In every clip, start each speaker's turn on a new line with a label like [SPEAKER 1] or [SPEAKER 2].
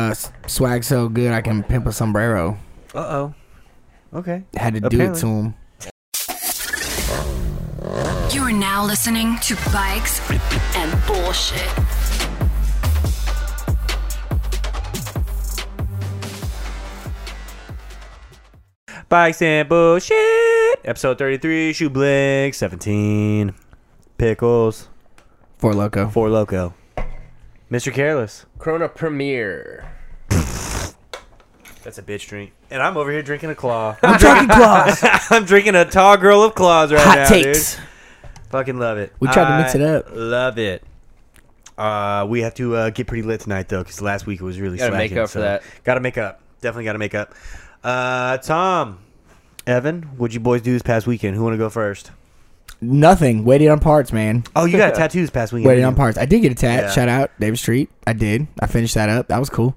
[SPEAKER 1] uh, s- swag so good I can pimp a sombrero.
[SPEAKER 2] Uh oh. Okay.
[SPEAKER 1] Had to do it
[SPEAKER 2] Apparently.
[SPEAKER 1] to him.
[SPEAKER 3] You are now listening to Bikes and Bullshit.
[SPEAKER 2] Bikes and bullshit. Episode thirty-three. Shoe blink. Seventeen. Pickles.
[SPEAKER 1] For loco.
[SPEAKER 2] Four loco. Mr. Careless.
[SPEAKER 4] Corona Premier.
[SPEAKER 2] That's a bitch drink. And I'm over here drinking a claw. I'm drinking claws. I'm drinking a tall girl of claws right now,
[SPEAKER 1] Hot
[SPEAKER 2] dude.
[SPEAKER 1] takes.
[SPEAKER 2] Fucking love it.
[SPEAKER 1] We tried to mix
[SPEAKER 2] I
[SPEAKER 1] it up.
[SPEAKER 2] Love it. Uh, we have to uh, get pretty lit tonight though, because last week it was really
[SPEAKER 4] Gotta make
[SPEAKER 2] slacking,
[SPEAKER 4] up for that.
[SPEAKER 2] Gotta make up. Definitely gotta make up. Uh, Tom, Evan, what'd you boys do this past weekend? Who want to go first?
[SPEAKER 1] Nothing. Waited on parts, man.
[SPEAKER 2] Oh, you got tattoos past weekend.
[SPEAKER 1] Waited
[SPEAKER 2] didn't
[SPEAKER 1] on
[SPEAKER 2] you?
[SPEAKER 1] parts. I did get a tat.
[SPEAKER 2] Yeah.
[SPEAKER 1] Shout out David Street. I did. I finished that up. That was cool.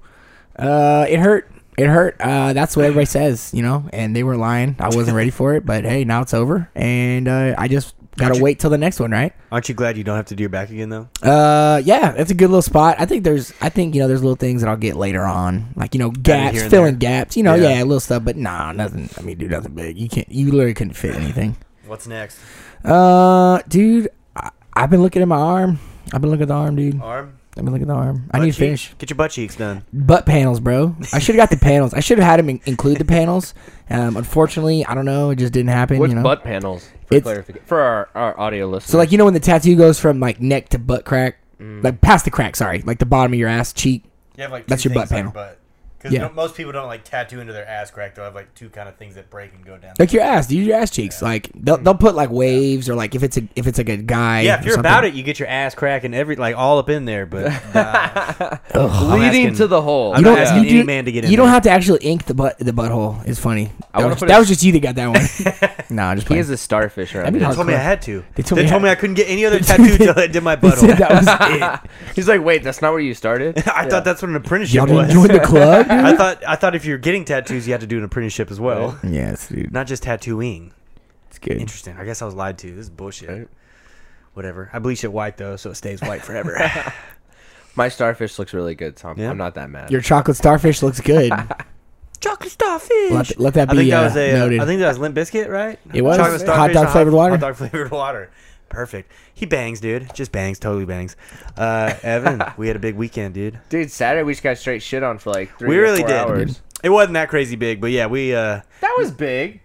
[SPEAKER 1] Uh, it hurt. It hurt. Uh, that's what everybody says, you know. And they were lying. I wasn't ready for it, but hey, now it's over, and uh, I just gotta
[SPEAKER 2] Aren't you-
[SPEAKER 1] wait till the next one, right?
[SPEAKER 2] Aren't you glad you don't have to do your back again though?
[SPEAKER 1] Uh, yeah, that's a good little spot. I think there's, I think you know, there's little things that I'll get later on, like you know, gaps,
[SPEAKER 2] here and
[SPEAKER 1] filling gaps, you know,
[SPEAKER 2] Yeah.
[SPEAKER 1] yeah. little stuff, but nah, nothing. I mean, do nothing big. You can't. You literally couldn't fit anything.
[SPEAKER 2] What's next?
[SPEAKER 1] Uh, dude, I, I've been looking at my arm. I've been looking at the arm, dude.
[SPEAKER 2] Arm.
[SPEAKER 1] I've been looking at the arm. I need to
[SPEAKER 2] Butt cheek?
[SPEAKER 1] finish
[SPEAKER 2] Get your butt cheeks done.
[SPEAKER 1] butt panels, bro. I should have got the panels. I should have had him in- include the panels. Um, unfortunately, I don't know. It just didn't happen.
[SPEAKER 4] What's
[SPEAKER 1] you know?
[SPEAKER 4] butt panels? For,
[SPEAKER 1] It's-
[SPEAKER 4] clarification, for our, our audio listeners.
[SPEAKER 1] So like you know when the tattoo goes from like neck to butt crack,
[SPEAKER 2] Mm.
[SPEAKER 1] like past the crack. Sorry, like the bottom of your ass cheek.
[SPEAKER 2] You have like
[SPEAKER 1] That's two your butt things on your panel.
[SPEAKER 2] Because
[SPEAKER 1] Yeah. don't-
[SPEAKER 2] most people don't like tattoo into their ass crack. They'll have like two kind of things that break and go down.
[SPEAKER 1] Like your ass, dude, your ass cheeks. Like they'll, they'll put like waves or like if it's a if it's like a guy.
[SPEAKER 2] Mm. Yeah, if
[SPEAKER 1] or
[SPEAKER 2] you're about
[SPEAKER 1] something.
[SPEAKER 2] it, you get your ass crack and every like all up in there. But I'm
[SPEAKER 4] leading
[SPEAKER 2] asking-
[SPEAKER 4] to the hole.
[SPEAKER 2] I'm
[SPEAKER 1] You don't,
[SPEAKER 2] not asking
[SPEAKER 1] you, do,
[SPEAKER 2] any man to get in
[SPEAKER 1] you don't
[SPEAKER 2] there.
[SPEAKER 1] have to actually ink the butt the butthole. It's funny. That,
[SPEAKER 4] I wanna
[SPEAKER 1] was,
[SPEAKER 4] put
[SPEAKER 1] that
[SPEAKER 4] a-
[SPEAKER 1] was just you that got that one. nah, just
[SPEAKER 4] he
[SPEAKER 1] playing.
[SPEAKER 4] is a starfish around
[SPEAKER 1] That'd be
[SPEAKER 4] here.
[SPEAKER 1] hard.
[SPEAKER 2] they told me I had to. They told, me,
[SPEAKER 1] I-
[SPEAKER 2] I couldn't get any other tattoo till I did my
[SPEAKER 1] They said
[SPEAKER 2] butthole.
[SPEAKER 1] that was it.
[SPEAKER 4] He's like, wait, that's not where you started.
[SPEAKER 2] I thought that's what an apprenticeship
[SPEAKER 1] Y'all didn't
[SPEAKER 2] was.
[SPEAKER 1] join the club. dude?
[SPEAKER 2] I thought I thought if you're getting tattoos, you had to do an apprenticeship as well,
[SPEAKER 1] Yes, dude.
[SPEAKER 2] not just tattooing.
[SPEAKER 1] It's good.
[SPEAKER 2] Interesting. I guess I was lied to. This is bullshit. Whatever. I bleach it white though, so it stays white forever.
[SPEAKER 4] My starfish looks really good, Tom.
[SPEAKER 2] Yeah.
[SPEAKER 4] I'm not that mad.
[SPEAKER 1] Your chocolate starfish looks good.
[SPEAKER 2] Chocolate starfish.
[SPEAKER 1] Let- let that
[SPEAKER 2] I think
[SPEAKER 1] be,
[SPEAKER 2] that
[SPEAKER 1] uh,
[SPEAKER 2] was a, uh,
[SPEAKER 1] noted.
[SPEAKER 2] I think that was Limp Biscuit, right?
[SPEAKER 1] It was.
[SPEAKER 2] Chocolate
[SPEAKER 1] Hot
[SPEAKER 2] starfish
[SPEAKER 1] dog
[SPEAKER 2] on
[SPEAKER 1] flavored water.
[SPEAKER 2] Hot dog flavored water. Perfect. He bangs, dude. Just bangs. Totally bangs. Uh, Evan, we had a big weekend, dude.
[SPEAKER 4] Dude, Saturday we just got straight shit on for like three
[SPEAKER 2] we
[SPEAKER 4] or
[SPEAKER 2] really
[SPEAKER 4] four
[SPEAKER 2] did.
[SPEAKER 4] hours.
[SPEAKER 2] It wasn't that crazy big, but yeah, we. Uh,
[SPEAKER 4] That was big.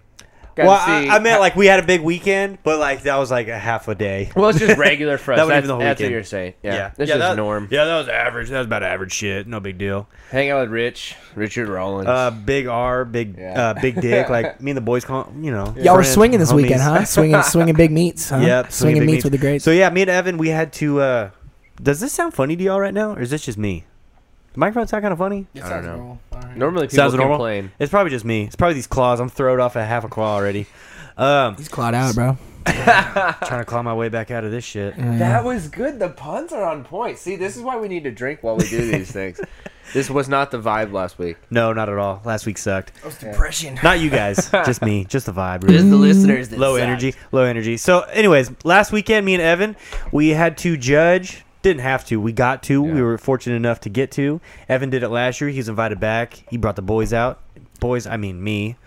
[SPEAKER 4] Got
[SPEAKER 2] well,
[SPEAKER 4] to see
[SPEAKER 2] I, I meant like we had a big weekend, but like that was like a half a day.
[SPEAKER 4] Well, it's just regular for us.
[SPEAKER 2] That wasn't
[SPEAKER 4] that's,
[SPEAKER 2] even the whole
[SPEAKER 4] that's what
[SPEAKER 2] weekend.
[SPEAKER 4] you're saying. Yeah,
[SPEAKER 2] yeah,
[SPEAKER 4] this
[SPEAKER 2] yeah,
[SPEAKER 4] is
[SPEAKER 2] that-
[SPEAKER 4] norm.
[SPEAKER 2] Yeah, that was average. That was about average shit. No big deal.
[SPEAKER 4] Hang out with Rich, Richard Rollins.
[SPEAKER 2] Uh, big R, big,
[SPEAKER 4] Yeah.
[SPEAKER 2] uh, big dick. Like me and the boys call, you know.
[SPEAKER 1] Y'all were
[SPEAKER 2] friends,
[SPEAKER 1] swinging this
[SPEAKER 2] homies.
[SPEAKER 1] weekend, huh? Swinging, swinging big meats. Huh?
[SPEAKER 2] Yep,
[SPEAKER 1] swinging
[SPEAKER 2] big
[SPEAKER 1] meats with the greats.
[SPEAKER 2] So yeah, me and Evan, we had to. uh Does this sound funny to y'all right now, or is this just me? The microphone sound kind of funny.
[SPEAKER 1] I
[SPEAKER 4] don't sounds know. normal. Normally people
[SPEAKER 2] Sounds normal.
[SPEAKER 4] complain.
[SPEAKER 2] It's probably just me. It's probably these claws. I'm throwed off a half a claw already. Um,
[SPEAKER 1] He's clawed out, bro.
[SPEAKER 2] trying to claw my way back out of this shit.
[SPEAKER 4] That was good. The puns are on point. See, this is why we need to drink while we do these things. This was not the vibe last week.
[SPEAKER 2] No, not at all. Last week sucked.
[SPEAKER 1] Depression.
[SPEAKER 2] Not you guys. just me. Just the vibe.
[SPEAKER 4] It is
[SPEAKER 2] Really.
[SPEAKER 4] the listeners that
[SPEAKER 2] Mm. Low
[SPEAKER 4] suck.
[SPEAKER 2] energy. Low energy. So, anyways, last weekend, me and Evan, we had to judge. Didn't have to. We got to. We
[SPEAKER 4] Yeah.
[SPEAKER 2] were fortunate enough to get to. Evan did it last year. He was invited back. He brought the boys out. Boys, I mean me.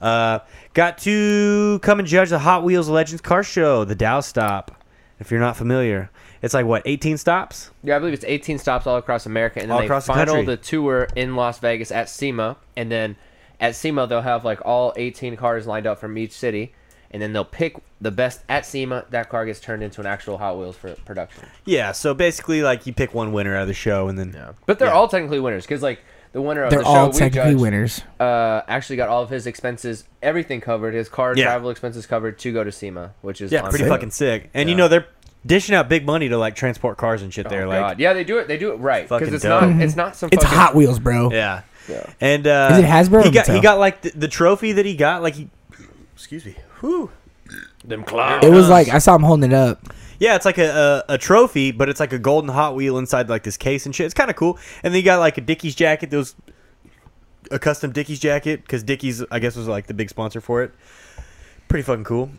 [SPEAKER 2] Uh, got to come and judge the Hot Wheels Legends Car Show, the Dow Stop. If you're not familiar, it's like what 18 stops.
[SPEAKER 4] Yeah, I believe it's 18 stops all across America, and then
[SPEAKER 2] All
[SPEAKER 4] they
[SPEAKER 2] across the
[SPEAKER 4] final
[SPEAKER 2] country.
[SPEAKER 4] the tour in Las Vegas at SEMA, and then at SEMA they'll have like all 18 cars lined up from each city, and then they'll pick the best at SEMA. That car gets turned into an actual Hot Wheels for production.
[SPEAKER 2] Yeah. So basically, like you pick one winner out of the show, and then
[SPEAKER 4] But they're
[SPEAKER 2] Yeah.
[SPEAKER 4] all technically winners because like the winner of
[SPEAKER 1] They're
[SPEAKER 4] the show
[SPEAKER 1] all
[SPEAKER 4] we
[SPEAKER 1] technically
[SPEAKER 4] judged,
[SPEAKER 1] winners.
[SPEAKER 4] Uh, actually got all of his expenses, everything covered, his car
[SPEAKER 2] Yeah.
[SPEAKER 4] travel expenses covered to go to SEMA, which is
[SPEAKER 2] yeah,
[SPEAKER 4] on
[SPEAKER 2] pretty
[SPEAKER 4] sale.
[SPEAKER 1] Oh,
[SPEAKER 2] fucking sick. And you know they're dishing out big money to like transport cars and shit there.
[SPEAKER 4] Oh,
[SPEAKER 2] like
[SPEAKER 4] God. yeah, they do it. They do it right because
[SPEAKER 2] Fucking
[SPEAKER 4] it's
[SPEAKER 2] dope.
[SPEAKER 4] not. It's not some.
[SPEAKER 1] Mm-hmm. It's
[SPEAKER 4] fucking,
[SPEAKER 1] Hot Wheels, bro.
[SPEAKER 2] Yeah. And uh,
[SPEAKER 1] Is it Hasbro or
[SPEAKER 2] He got he
[SPEAKER 1] Mattel?
[SPEAKER 2] got like the, the trophy that he got like he excuse me. Whew.
[SPEAKER 4] Them clowns.
[SPEAKER 1] It was like I saw him holding it up.
[SPEAKER 2] Yeah, it's like a, a a trophy, but it's like a golden Hot Wheel inside like this case and shit. It's kind of cool. And then he got like a Dickies jacket. Those a custom Dickies jacket because Dickies I guess was like the big sponsor for it. Pretty fucking cool.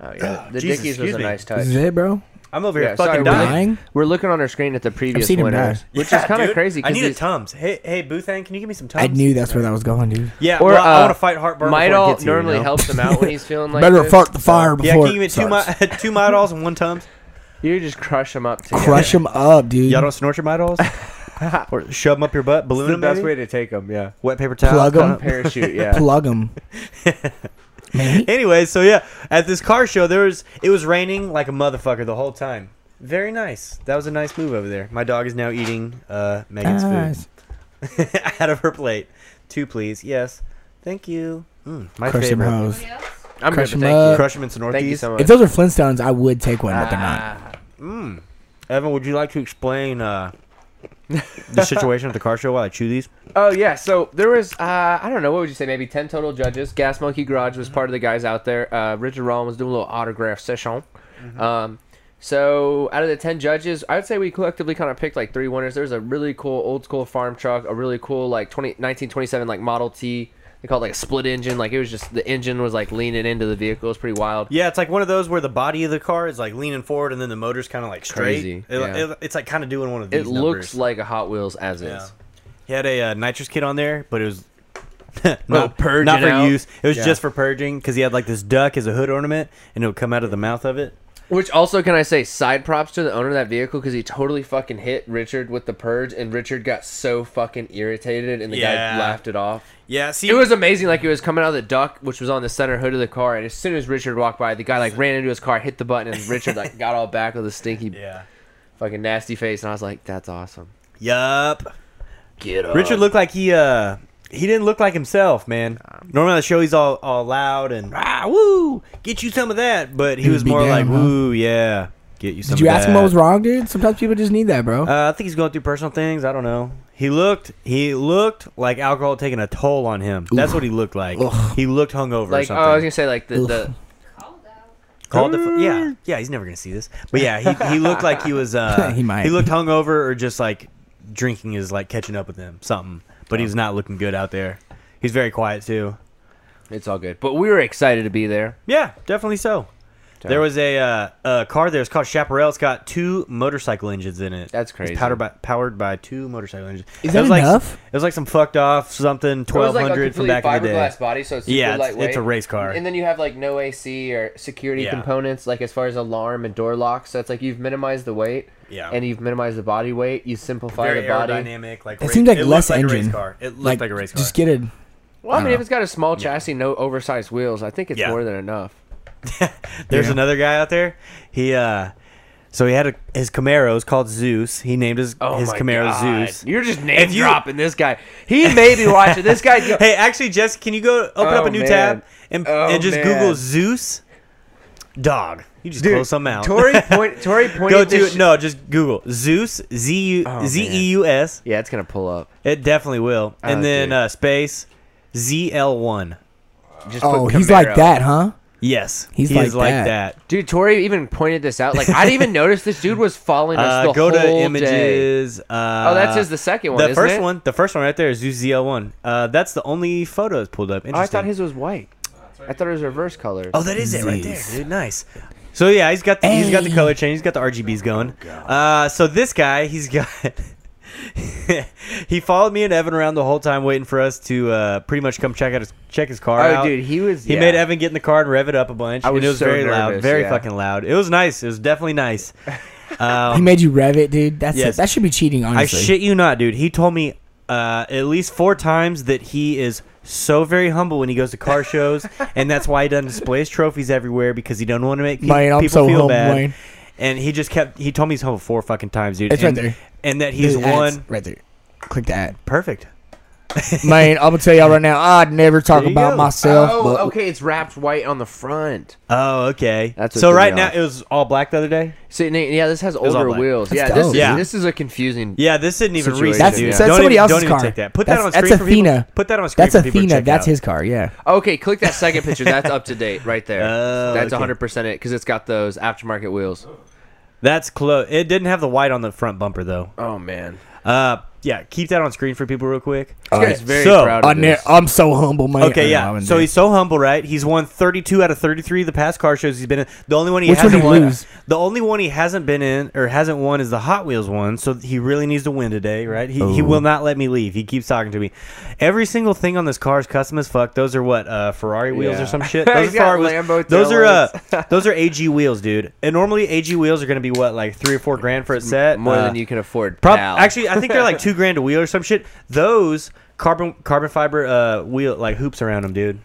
[SPEAKER 4] Oh, yeah. The
[SPEAKER 2] Jesus,
[SPEAKER 4] Dickies was
[SPEAKER 2] excuse
[SPEAKER 4] a
[SPEAKER 2] me.
[SPEAKER 4] nice touch.
[SPEAKER 1] Is it, bro?
[SPEAKER 2] I'm over here
[SPEAKER 4] Yeah, sorry,
[SPEAKER 2] fucking
[SPEAKER 4] we're,
[SPEAKER 2] dying.
[SPEAKER 1] Dying?
[SPEAKER 4] We're looking on our screen at the previous
[SPEAKER 1] seen him
[SPEAKER 4] winners,
[SPEAKER 1] die.
[SPEAKER 4] which
[SPEAKER 2] Yeah,
[SPEAKER 4] is kind of
[SPEAKER 2] dude.
[SPEAKER 4] crazy.
[SPEAKER 2] I
[SPEAKER 4] 'cause
[SPEAKER 2] need a
[SPEAKER 4] these-
[SPEAKER 2] Tums. Hey, hey, Boothang, can you give me some Tums?
[SPEAKER 1] I knew that's where that was going, dude.
[SPEAKER 2] Yeah,
[SPEAKER 4] Or
[SPEAKER 2] well, I
[SPEAKER 4] uh,
[SPEAKER 2] want to fight heartburn. before it
[SPEAKER 4] Midol
[SPEAKER 2] gets here, you
[SPEAKER 4] normally
[SPEAKER 2] know?
[SPEAKER 4] helps him out when he's feeling like
[SPEAKER 1] Better
[SPEAKER 4] this.
[SPEAKER 1] fuck the fire before.
[SPEAKER 2] Yeah, can you give me
[SPEAKER 1] it
[SPEAKER 2] two,
[SPEAKER 1] starts.
[SPEAKER 2] mi- two Midols and one Tums?
[SPEAKER 4] You just crush him up. Together.
[SPEAKER 1] Crush them up, dude.
[SPEAKER 2] Y'all don't snort your Midols? or shove them up your butt, balloon
[SPEAKER 4] It's the
[SPEAKER 2] them,
[SPEAKER 4] best
[SPEAKER 2] maybe?
[SPEAKER 4] way to take him. Yeah,
[SPEAKER 2] Wet paper towel.
[SPEAKER 1] Plug 'em.
[SPEAKER 4] parachute. Yeah.
[SPEAKER 1] plug them. Man, he-
[SPEAKER 2] Anyway, so yeah, at this car show, there was it was raining like a motherfucker the whole time. Very nice. That was a nice move over there. My dog is now eating uh, Megan's
[SPEAKER 1] guys,
[SPEAKER 2] food out of her plate. Two, please. Yes. Thank you. Mm, my
[SPEAKER 1] crush Uh, them
[SPEAKER 2] favorite. Uh,
[SPEAKER 1] hoes.
[SPEAKER 4] I'm
[SPEAKER 1] Crush
[SPEAKER 4] good.
[SPEAKER 1] him
[SPEAKER 4] but Thank
[SPEAKER 1] up.
[SPEAKER 4] you.
[SPEAKER 2] Crush them in some
[SPEAKER 4] Thank you
[SPEAKER 2] Northeast.
[SPEAKER 4] so much.
[SPEAKER 1] If those are Flintstones, I would take one, but they're not.
[SPEAKER 4] Ah.
[SPEAKER 2] Mm. Evan, would you like to explain uh, the situation at the car show while I chew these?
[SPEAKER 4] Oh yeah, so there was uh, I don't know what would you say maybe ten total judges. Gas Monkey Garage was part of the
[SPEAKER 2] Mm-hmm.
[SPEAKER 4] guys out there. Uh, Richard Rollins was doing a little autograph session.
[SPEAKER 2] Mm-hmm.
[SPEAKER 4] Um, so out of the ten judges, I would say we collectively kind of picked like three winners. There was a really cool old school farm truck, a really cool like 20, 1927 like Model T. They called it like a split engine. Like it was just the engine was like leaning into the vehicle. It was pretty wild.
[SPEAKER 2] Yeah, it's like one of those where the body of the car is like leaning forward and then the motor's kind of like straight.
[SPEAKER 4] Crazy,
[SPEAKER 2] It-
[SPEAKER 4] yeah.
[SPEAKER 2] it- it's like kind of doing one of these.
[SPEAKER 4] It looks
[SPEAKER 2] numbers.
[SPEAKER 4] like a Hot Wheels as is.
[SPEAKER 2] Yeah. He had a uh, nitrous kit on there, but it was not,
[SPEAKER 4] purging
[SPEAKER 2] not for
[SPEAKER 4] out.
[SPEAKER 2] use. It was
[SPEAKER 4] Yeah.
[SPEAKER 2] just for purging because he had like this duck as a hood ornament, and it would come out of the mouth of it.
[SPEAKER 4] Which also, can I say, side props to the owner of that vehicle because he totally fucking hit Richard with the purge, and Richard got so fucking irritated, and the
[SPEAKER 2] Yeah.
[SPEAKER 4] guy laughed it off.
[SPEAKER 2] Yeah, see,
[SPEAKER 4] It was amazing, like it was coming out of the duck, which was on the center hood of the car, and as soon as Richard walked by, the guy like ran into his car, hit the button, and Richard like got all back with a stinky
[SPEAKER 2] yeah,
[SPEAKER 4] fucking nasty face, and I was like, that's awesome.
[SPEAKER 2] yup.
[SPEAKER 4] Um, Get up,
[SPEAKER 2] Richard looked like he uh he didn't look like himself, man.
[SPEAKER 4] Um,
[SPEAKER 2] Normally on the show he's all all loud and ah woo, get you some of that, but he,
[SPEAKER 1] He
[SPEAKER 2] was
[SPEAKER 1] would be
[SPEAKER 2] more
[SPEAKER 1] down,
[SPEAKER 2] like
[SPEAKER 1] huh?
[SPEAKER 2] woo, yeah, get you some.
[SPEAKER 1] Did you
[SPEAKER 2] of
[SPEAKER 1] ask him what
[SPEAKER 2] that."
[SPEAKER 1] was wrong, dude? Sometimes people just need that, bro.
[SPEAKER 2] Uh, I think he's going through personal things. I don't know. He looked he looked like alcohol taking a toll on him. That's what he looked like.
[SPEAKER 1] Ugh.
[SPEAKER 2] He looked hungover. or
[SPEAKER 4] like oh,
[SPEAKER 2] something.
[SPEAKER 4] I was gonna say like the, the
[SPEAKER 2] Called the f- yeah yeah he's never gonna see this but yeah he, he looked like he was uh
[SPEAKER 1] He might.
[SPEAKER 2] he looked hungover or just like drinking is like catching up with him something but he's not looking good out there he's very quiet too
[SPEAKER 4] it's all good, but we were excited to be there.
[SPEAKER 2] yeah definitely so there was a uh, a car there it's called Chaparral it's got two motorcycle engines in it
[SPEAKER 4] That's
[SPEAKER 2] It's
[SPEAKER 4] crazy.
[SPEAKER 2] powered by powered by two motorcycle engines
[SPEAKER 1] Is
[SPEAKER 2] It
[SPEAKER 1] that
[SPEAKER 2] was like-
[SPEAKER 1] enough?
[SPEAKER 2] it was like some fucked off something
[SPEAKER 4] It was,
[SPEAKER 2] twelve
[SPEAKER 4] like, a
[SPEAKER 2] hundred from
[SPEAKER 4] completely
[SPEAKER 2] back in the day
[SPEAKER 4] fiberglass body, so it's super
[SPEAKER 2] Yeah, it's- it's
[SPEAKER 4] lightweight.
[SPEAKER 2] a race car.
[SPEAKER 4] And then you have like no AC or security
[SPEAKER 2] Yeah.
[SPEAKER 4] components, like as far as alarm and door locks. So it's like you've minimized the weight,
[SPEAKER 2] Yeah.
[SPEAKER 4] and you've minimized the body weight. You simplify
[SPEAKER 2] very
[SPEAKER 4] the body.
[SPEAKER 2] aerodynamic like
[SPEAKER 1] it
[SPEAKER 2] ra-
[SPEAKER 1] seemed like
[SPEAKER 2] looked
[SPEAKER 1] less
[SPEAKER 2] a race
[SPEAKER 1] engine.
[SPEAKER 2] car. it looked like a race car
[SPEAKER 1] Just get it.
[SPEAKER 4] Well, I mean,
[SPEAKER 1] dunno.
[SPEAKER 4] if it's got a small chassis, no oversized wheels, I think it's
[SPEAKER 2] Uh-huh. Yeah.
[SPEAKER 4] more than enough.
[SPEAKER 2] There's
[SPEAKER 1] Yeah.
[SPEAKER 2] another guy out there. He uh so he had a his Camaro is called Zeus. He named his
[SPEAKER 4] Oh
[SPEAKER 2] his
[SPEAKER 4] my
[SPEAKER 2] Camaro
[SPEAKER 4] God.
[SPEAKER 2] Zeus.
[SPEAKER 4] You're just name
[SPEAKER 2] If you-
[SPEAKER 4] dropping this guy. He may be watching this guy. Go-
[SPEAKER 2] Hey, actually, Jess, can you go open
[SPEAKER 4] Oh,
[SPEAKER 2] up a new
[SPEAKER 4] man.
[SPEAKER 2] tab and
[SPEAKER 4] Oh,
[SPEAKER 2] and just
[SPEAKER 4] man.
[SPEAKER 2] Google Zeus dog? You just close some out.
[SPEAKER 4] Tori point. Tori pointed.
[SPEAKER 2] go
[SPEAKER 4] this
[SPEAKER 2] to
[SPEAKER 4] sh-
[SPEAKER 2] no, just Google Zeus Z U
[SPEAKER 4] Oh,
[SPEAKER 2] Z E U S.
[SPEAKER 4] Yeah, it's gonna pull up.
[SPEAKER 2] It definitely will.
[SPEAKER 4] Oh,
[SPEAKER 2] And then
[SPEAKER 4] dude.
[SPEAKER 2] uh, space Z L one.
[SPEAKER 4] Just
[SPEAKER 1] Oh,
[SPEAKER 4] put
[SPEAKER 1] he's
[SPEAKER 4] Camaro.
[SPEAKER 1] like that, huh?
[SPEAKER 2] Yes,
[SPEAKER 1] He's
[SPEAKER 2] he
[SPEAKER 1] like
[SPEAKER 2] is like
[SPEAKER 1] that.
[SPEAKER 2] that.
[SPEAKER 4] Dude, Tori even pointed this out. Like I didn't even notice this dude was following us
[SPEAKER 2] Uh,
[SPEAKER 4] the
[SPEAKER 2] go
[SPEAKER 4] whole
[SPEAKER 2] to
[SPEAKER 4] day.
[SPEAKER 2] images. Uh,
[SPEAKER 4] Oh, that's his the second one.
[SPEAKER 2] The
[SPEAKER 4] isn't
[SPEAKER 2] first
[SPEAKER 4] it?
[SPEAKER 2] one, the first one right there is Zeus ZL1. Uh, that's the only photo that's pulled up.
[SPEAKER 4] Oh, I
[SPEAKER 2] Interesting.
[SPEAKER 4] thought his was white. I thought it was reverse colored.
[SPEAKER 2] Oh, that is it right there,
[SPEAKER 1] Zeus.
[SPEAKER 2] dude. Nice. Oh, So yeah, he's got the, he's got the
[SPEAKER 1] Hey.
[SPEAKER 2] color change. He's got the RGBs going. Uh, so this guy, he's got. he followed me and Evan around the whole time, waiting for us to uh, pretty much come check out his, check his car.
[SPEAKER 4] Oh,
[SPEAKER 2] out.
[SPEAKER 4] dude, he was-
[SPEAKER 2] He
[SPEAKER 4] yeah.
[SPEAKER 2] made Evan get in the car and rev it up a bunch.
[SPEAKER 4] I
[SPEAKER 2] and
[SPEAKER 4] was
[SPEAKER 2] it was
[SPEAKER 4] so
[SPEAKER 2] very loud,
[SPEAKER 4] nervous,
[SPEAKER 2] very
[SPEAKER 4] yeah.
[SPEAKER 2] fucking loud. It was nice. It was definitely nice. Um,
[SPEAKER 1] He made you rev it, dude. That's
[SPEAKER 2] Yes.
[SPEAKER 1] that should be cheating,
[SPEAKER 2] I
[SPEAKER 1] honestly.
[SPEAKER 2] shit you not, dude. He told me uh, at least four times that he is so very humble when he goes to car shows, and that's why he doesn't display his trophies everywhere because he don't want to make pe-
[SPEAKER 1] Mine, I'm
[SPEAKER 2] people
[SPEAKER 1] so
[SPEAKER 2] feel
[SPEAKER 1] humble,
[SPEAKER 2] bad.
[SPEAKER 1] mine.
[SPEAKER 2] And he just kept. He told me he's humble four fucking times, dude.
[SPEAKER 1] It's right
[SPEAKER 2] and,
[SPEAKER 1] there.
[SPEAKER 2] And that he's
[SPEAKER 1] Dude, ads
[SPEAKER 2] one
[SPEAKER 1] right there. Click that.
[SPEAKER 2] perfect.
[SPEAKER 1] Man, I'm gonna tell y'all right now, I'd never talk
[SPEAKER 2] There you
[SPEAKER 1] about
[SPEAKER 2] go.
[SPEAKER 1] myself. but
[SPEAKER 4] Oh, okay. It's wrapped white on the front.
[SPEAKER 2] Oh, okay.
[SPEAKER 4] That's what
[SPEAKER 2] so.
[SPEAKER 4] threw me
[SPEAKER 2] Right now,
[SPEAKER 4] off.
[SPEAKER 2] it was all black the other day.
[SPEAKER 4] So and it- yeah, this has
[SPEAKER 2] was all
[SPEAKER 4] older
[SPEAKER 2] black.
[SPEAKER 4] wheels.
[SPEAKER 1] That's
[SPEAKER 4] yeah, this
[SPEAKER 1] dope.
[SPEAKER 4] is
[SPEAKER 2] Yeah.
[SPEAKER 4] this is a confusing.
[SPEAKER 2] Yeah, this isn't even
[SPEAKER 4] Situation,
[SPEAKER 2] recent.
[SPEAKER 1] that's,
[SPEAKER 2] dude.
[SPEAKER 4] yeah.
[SPEAKER 1] that's
[SPEAKER 2] Don't
[SPEAKER 1] somebody
[SPEAKER 2] even,
[SPEAKER 1] else's
[SPEAKER 2] don't even
[SPEAKER 1] car.
[SPEAKER 2] take that. Put
[SPEAKER 1] that's,
[SPEAKER 2] that on screen
[SPEAKER 1] That's
[SPEAKER 2] for people.
[SPEAKER 1] Athena.
[SPEAKER 2] Put that on screen
[SPEAKER 1] That's
[SPEAKER 2] for people to
[SPEAKER 1] Athena.
[SPEAKER 2] check
[SPEAKER 1] That's
[SPEAKER 2] out.
[SPEAKER 1] his car. Yeah.
[SPEAKER 4] Okay, click that second picture. That's up to date right there.
[SPEAKER 2] Oh,
[SPEAKER 4] That's
[SPEAKER 2] okay.
[SPEAKER 4] 100 percent it because it's got those aftermarket wheels.
[SPEAKER 2] That's close. It didn't have the white on the front bumper though.
[SPEAKER 4] Oh man.
[SPEAKER 2] Uh, yeah, keep that on screen for people real quick.
[SPEAKER 1] All
[SPEAKER 4] guy's
[SPEAKER 1] right.
[SPEAKER 4] very
[SPEAKER 2] So,
[SPEAKER 4] proud of
[SPEAKER 1] I'm, ne-
[SPEAKER 4] this.
[SPEAKER 1] I'm so humble, man.
[SPEAKER 2] Okay,
[SPEAKER 1] I know,
[SPEAKER 2] yeah.
[SPEAKER 1] I'm
[SPEAKER 2] So
[SPEAKER 1] dead.
[SPEAKER 2] he's so humble, right? He's won 32 out of 33 of the past car shows he's been in. The only one he
[SPEAKER 1] Which one
[SPEAKER 2] hasn't
[SPEAKER 1] did he
[SPEAKER 2] won.
[SPEAKER 1] lose?
[SPEAKER 2] The only one he hasn't been in or hasn't won is the Hot Wheels one. So he really needs to win today, right? He, he
[SPEAKER 1] Ooh.
[SPEAKER 2] will not let me leave. He keeps talking to me. Every single thing on this car is custom as fuck. Those are what uh, Ferrari wheels
[SPEAKER 4] Yeah.
[SPEAKER 2] or some shit. Those
[SPEAKER 4] He's
[SPEAKER 2] are Ferrari
[SPEAKER 4] got
[SPEAKER 2] wheels.
[SPEAKER 4] Lambo
[SPEAKER 2] Those are uh,
[SPEAKER 4] taillights.
[SPEAKER 2] those are AG wheels, dude. And normally AG wheels are going to be what like three or four grand for a set.
[SPEAKER 4] more
[SPEAKER 2] Uh,
[SPEAKER 4] than you can afford.
[SPEAKER 2] Prob-
[SPEAKER 4] now.
[SPEAKER 2] Actually, I think they're like two grand a wheel or some shit. Those carbon carbon fiber uh wheel like hoops around them, dude.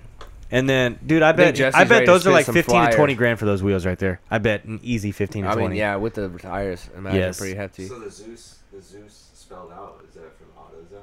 [SPEAKER 2] And then, dude, I bet
[SPEAKER 4] Jesse's
[SPEAKER 2] I bet
[SPEAKER 4] ready to
[SPEAKER 2] those are
[SPEAKER 4] spit
[SPEAKER 2] like
[SPEAKER 4] some
[SPEAKER 2] fifteen to
[SPEAKER 4] flyer.
[SPEAKER 2] twenty grand for those wheels right there. I bet an easy fifteen to
[SPEAKER 4] I
[SPEAKER 2] twenty.
[SPEAKER 4] mean, yeah, with the tires, imagine
[SPEAKER 2] Yes.
[SPEAKER 4] pretty hefty.
[SPEAKER 5] So the Zeus, the Zeus spelled out, is that from AutoZone?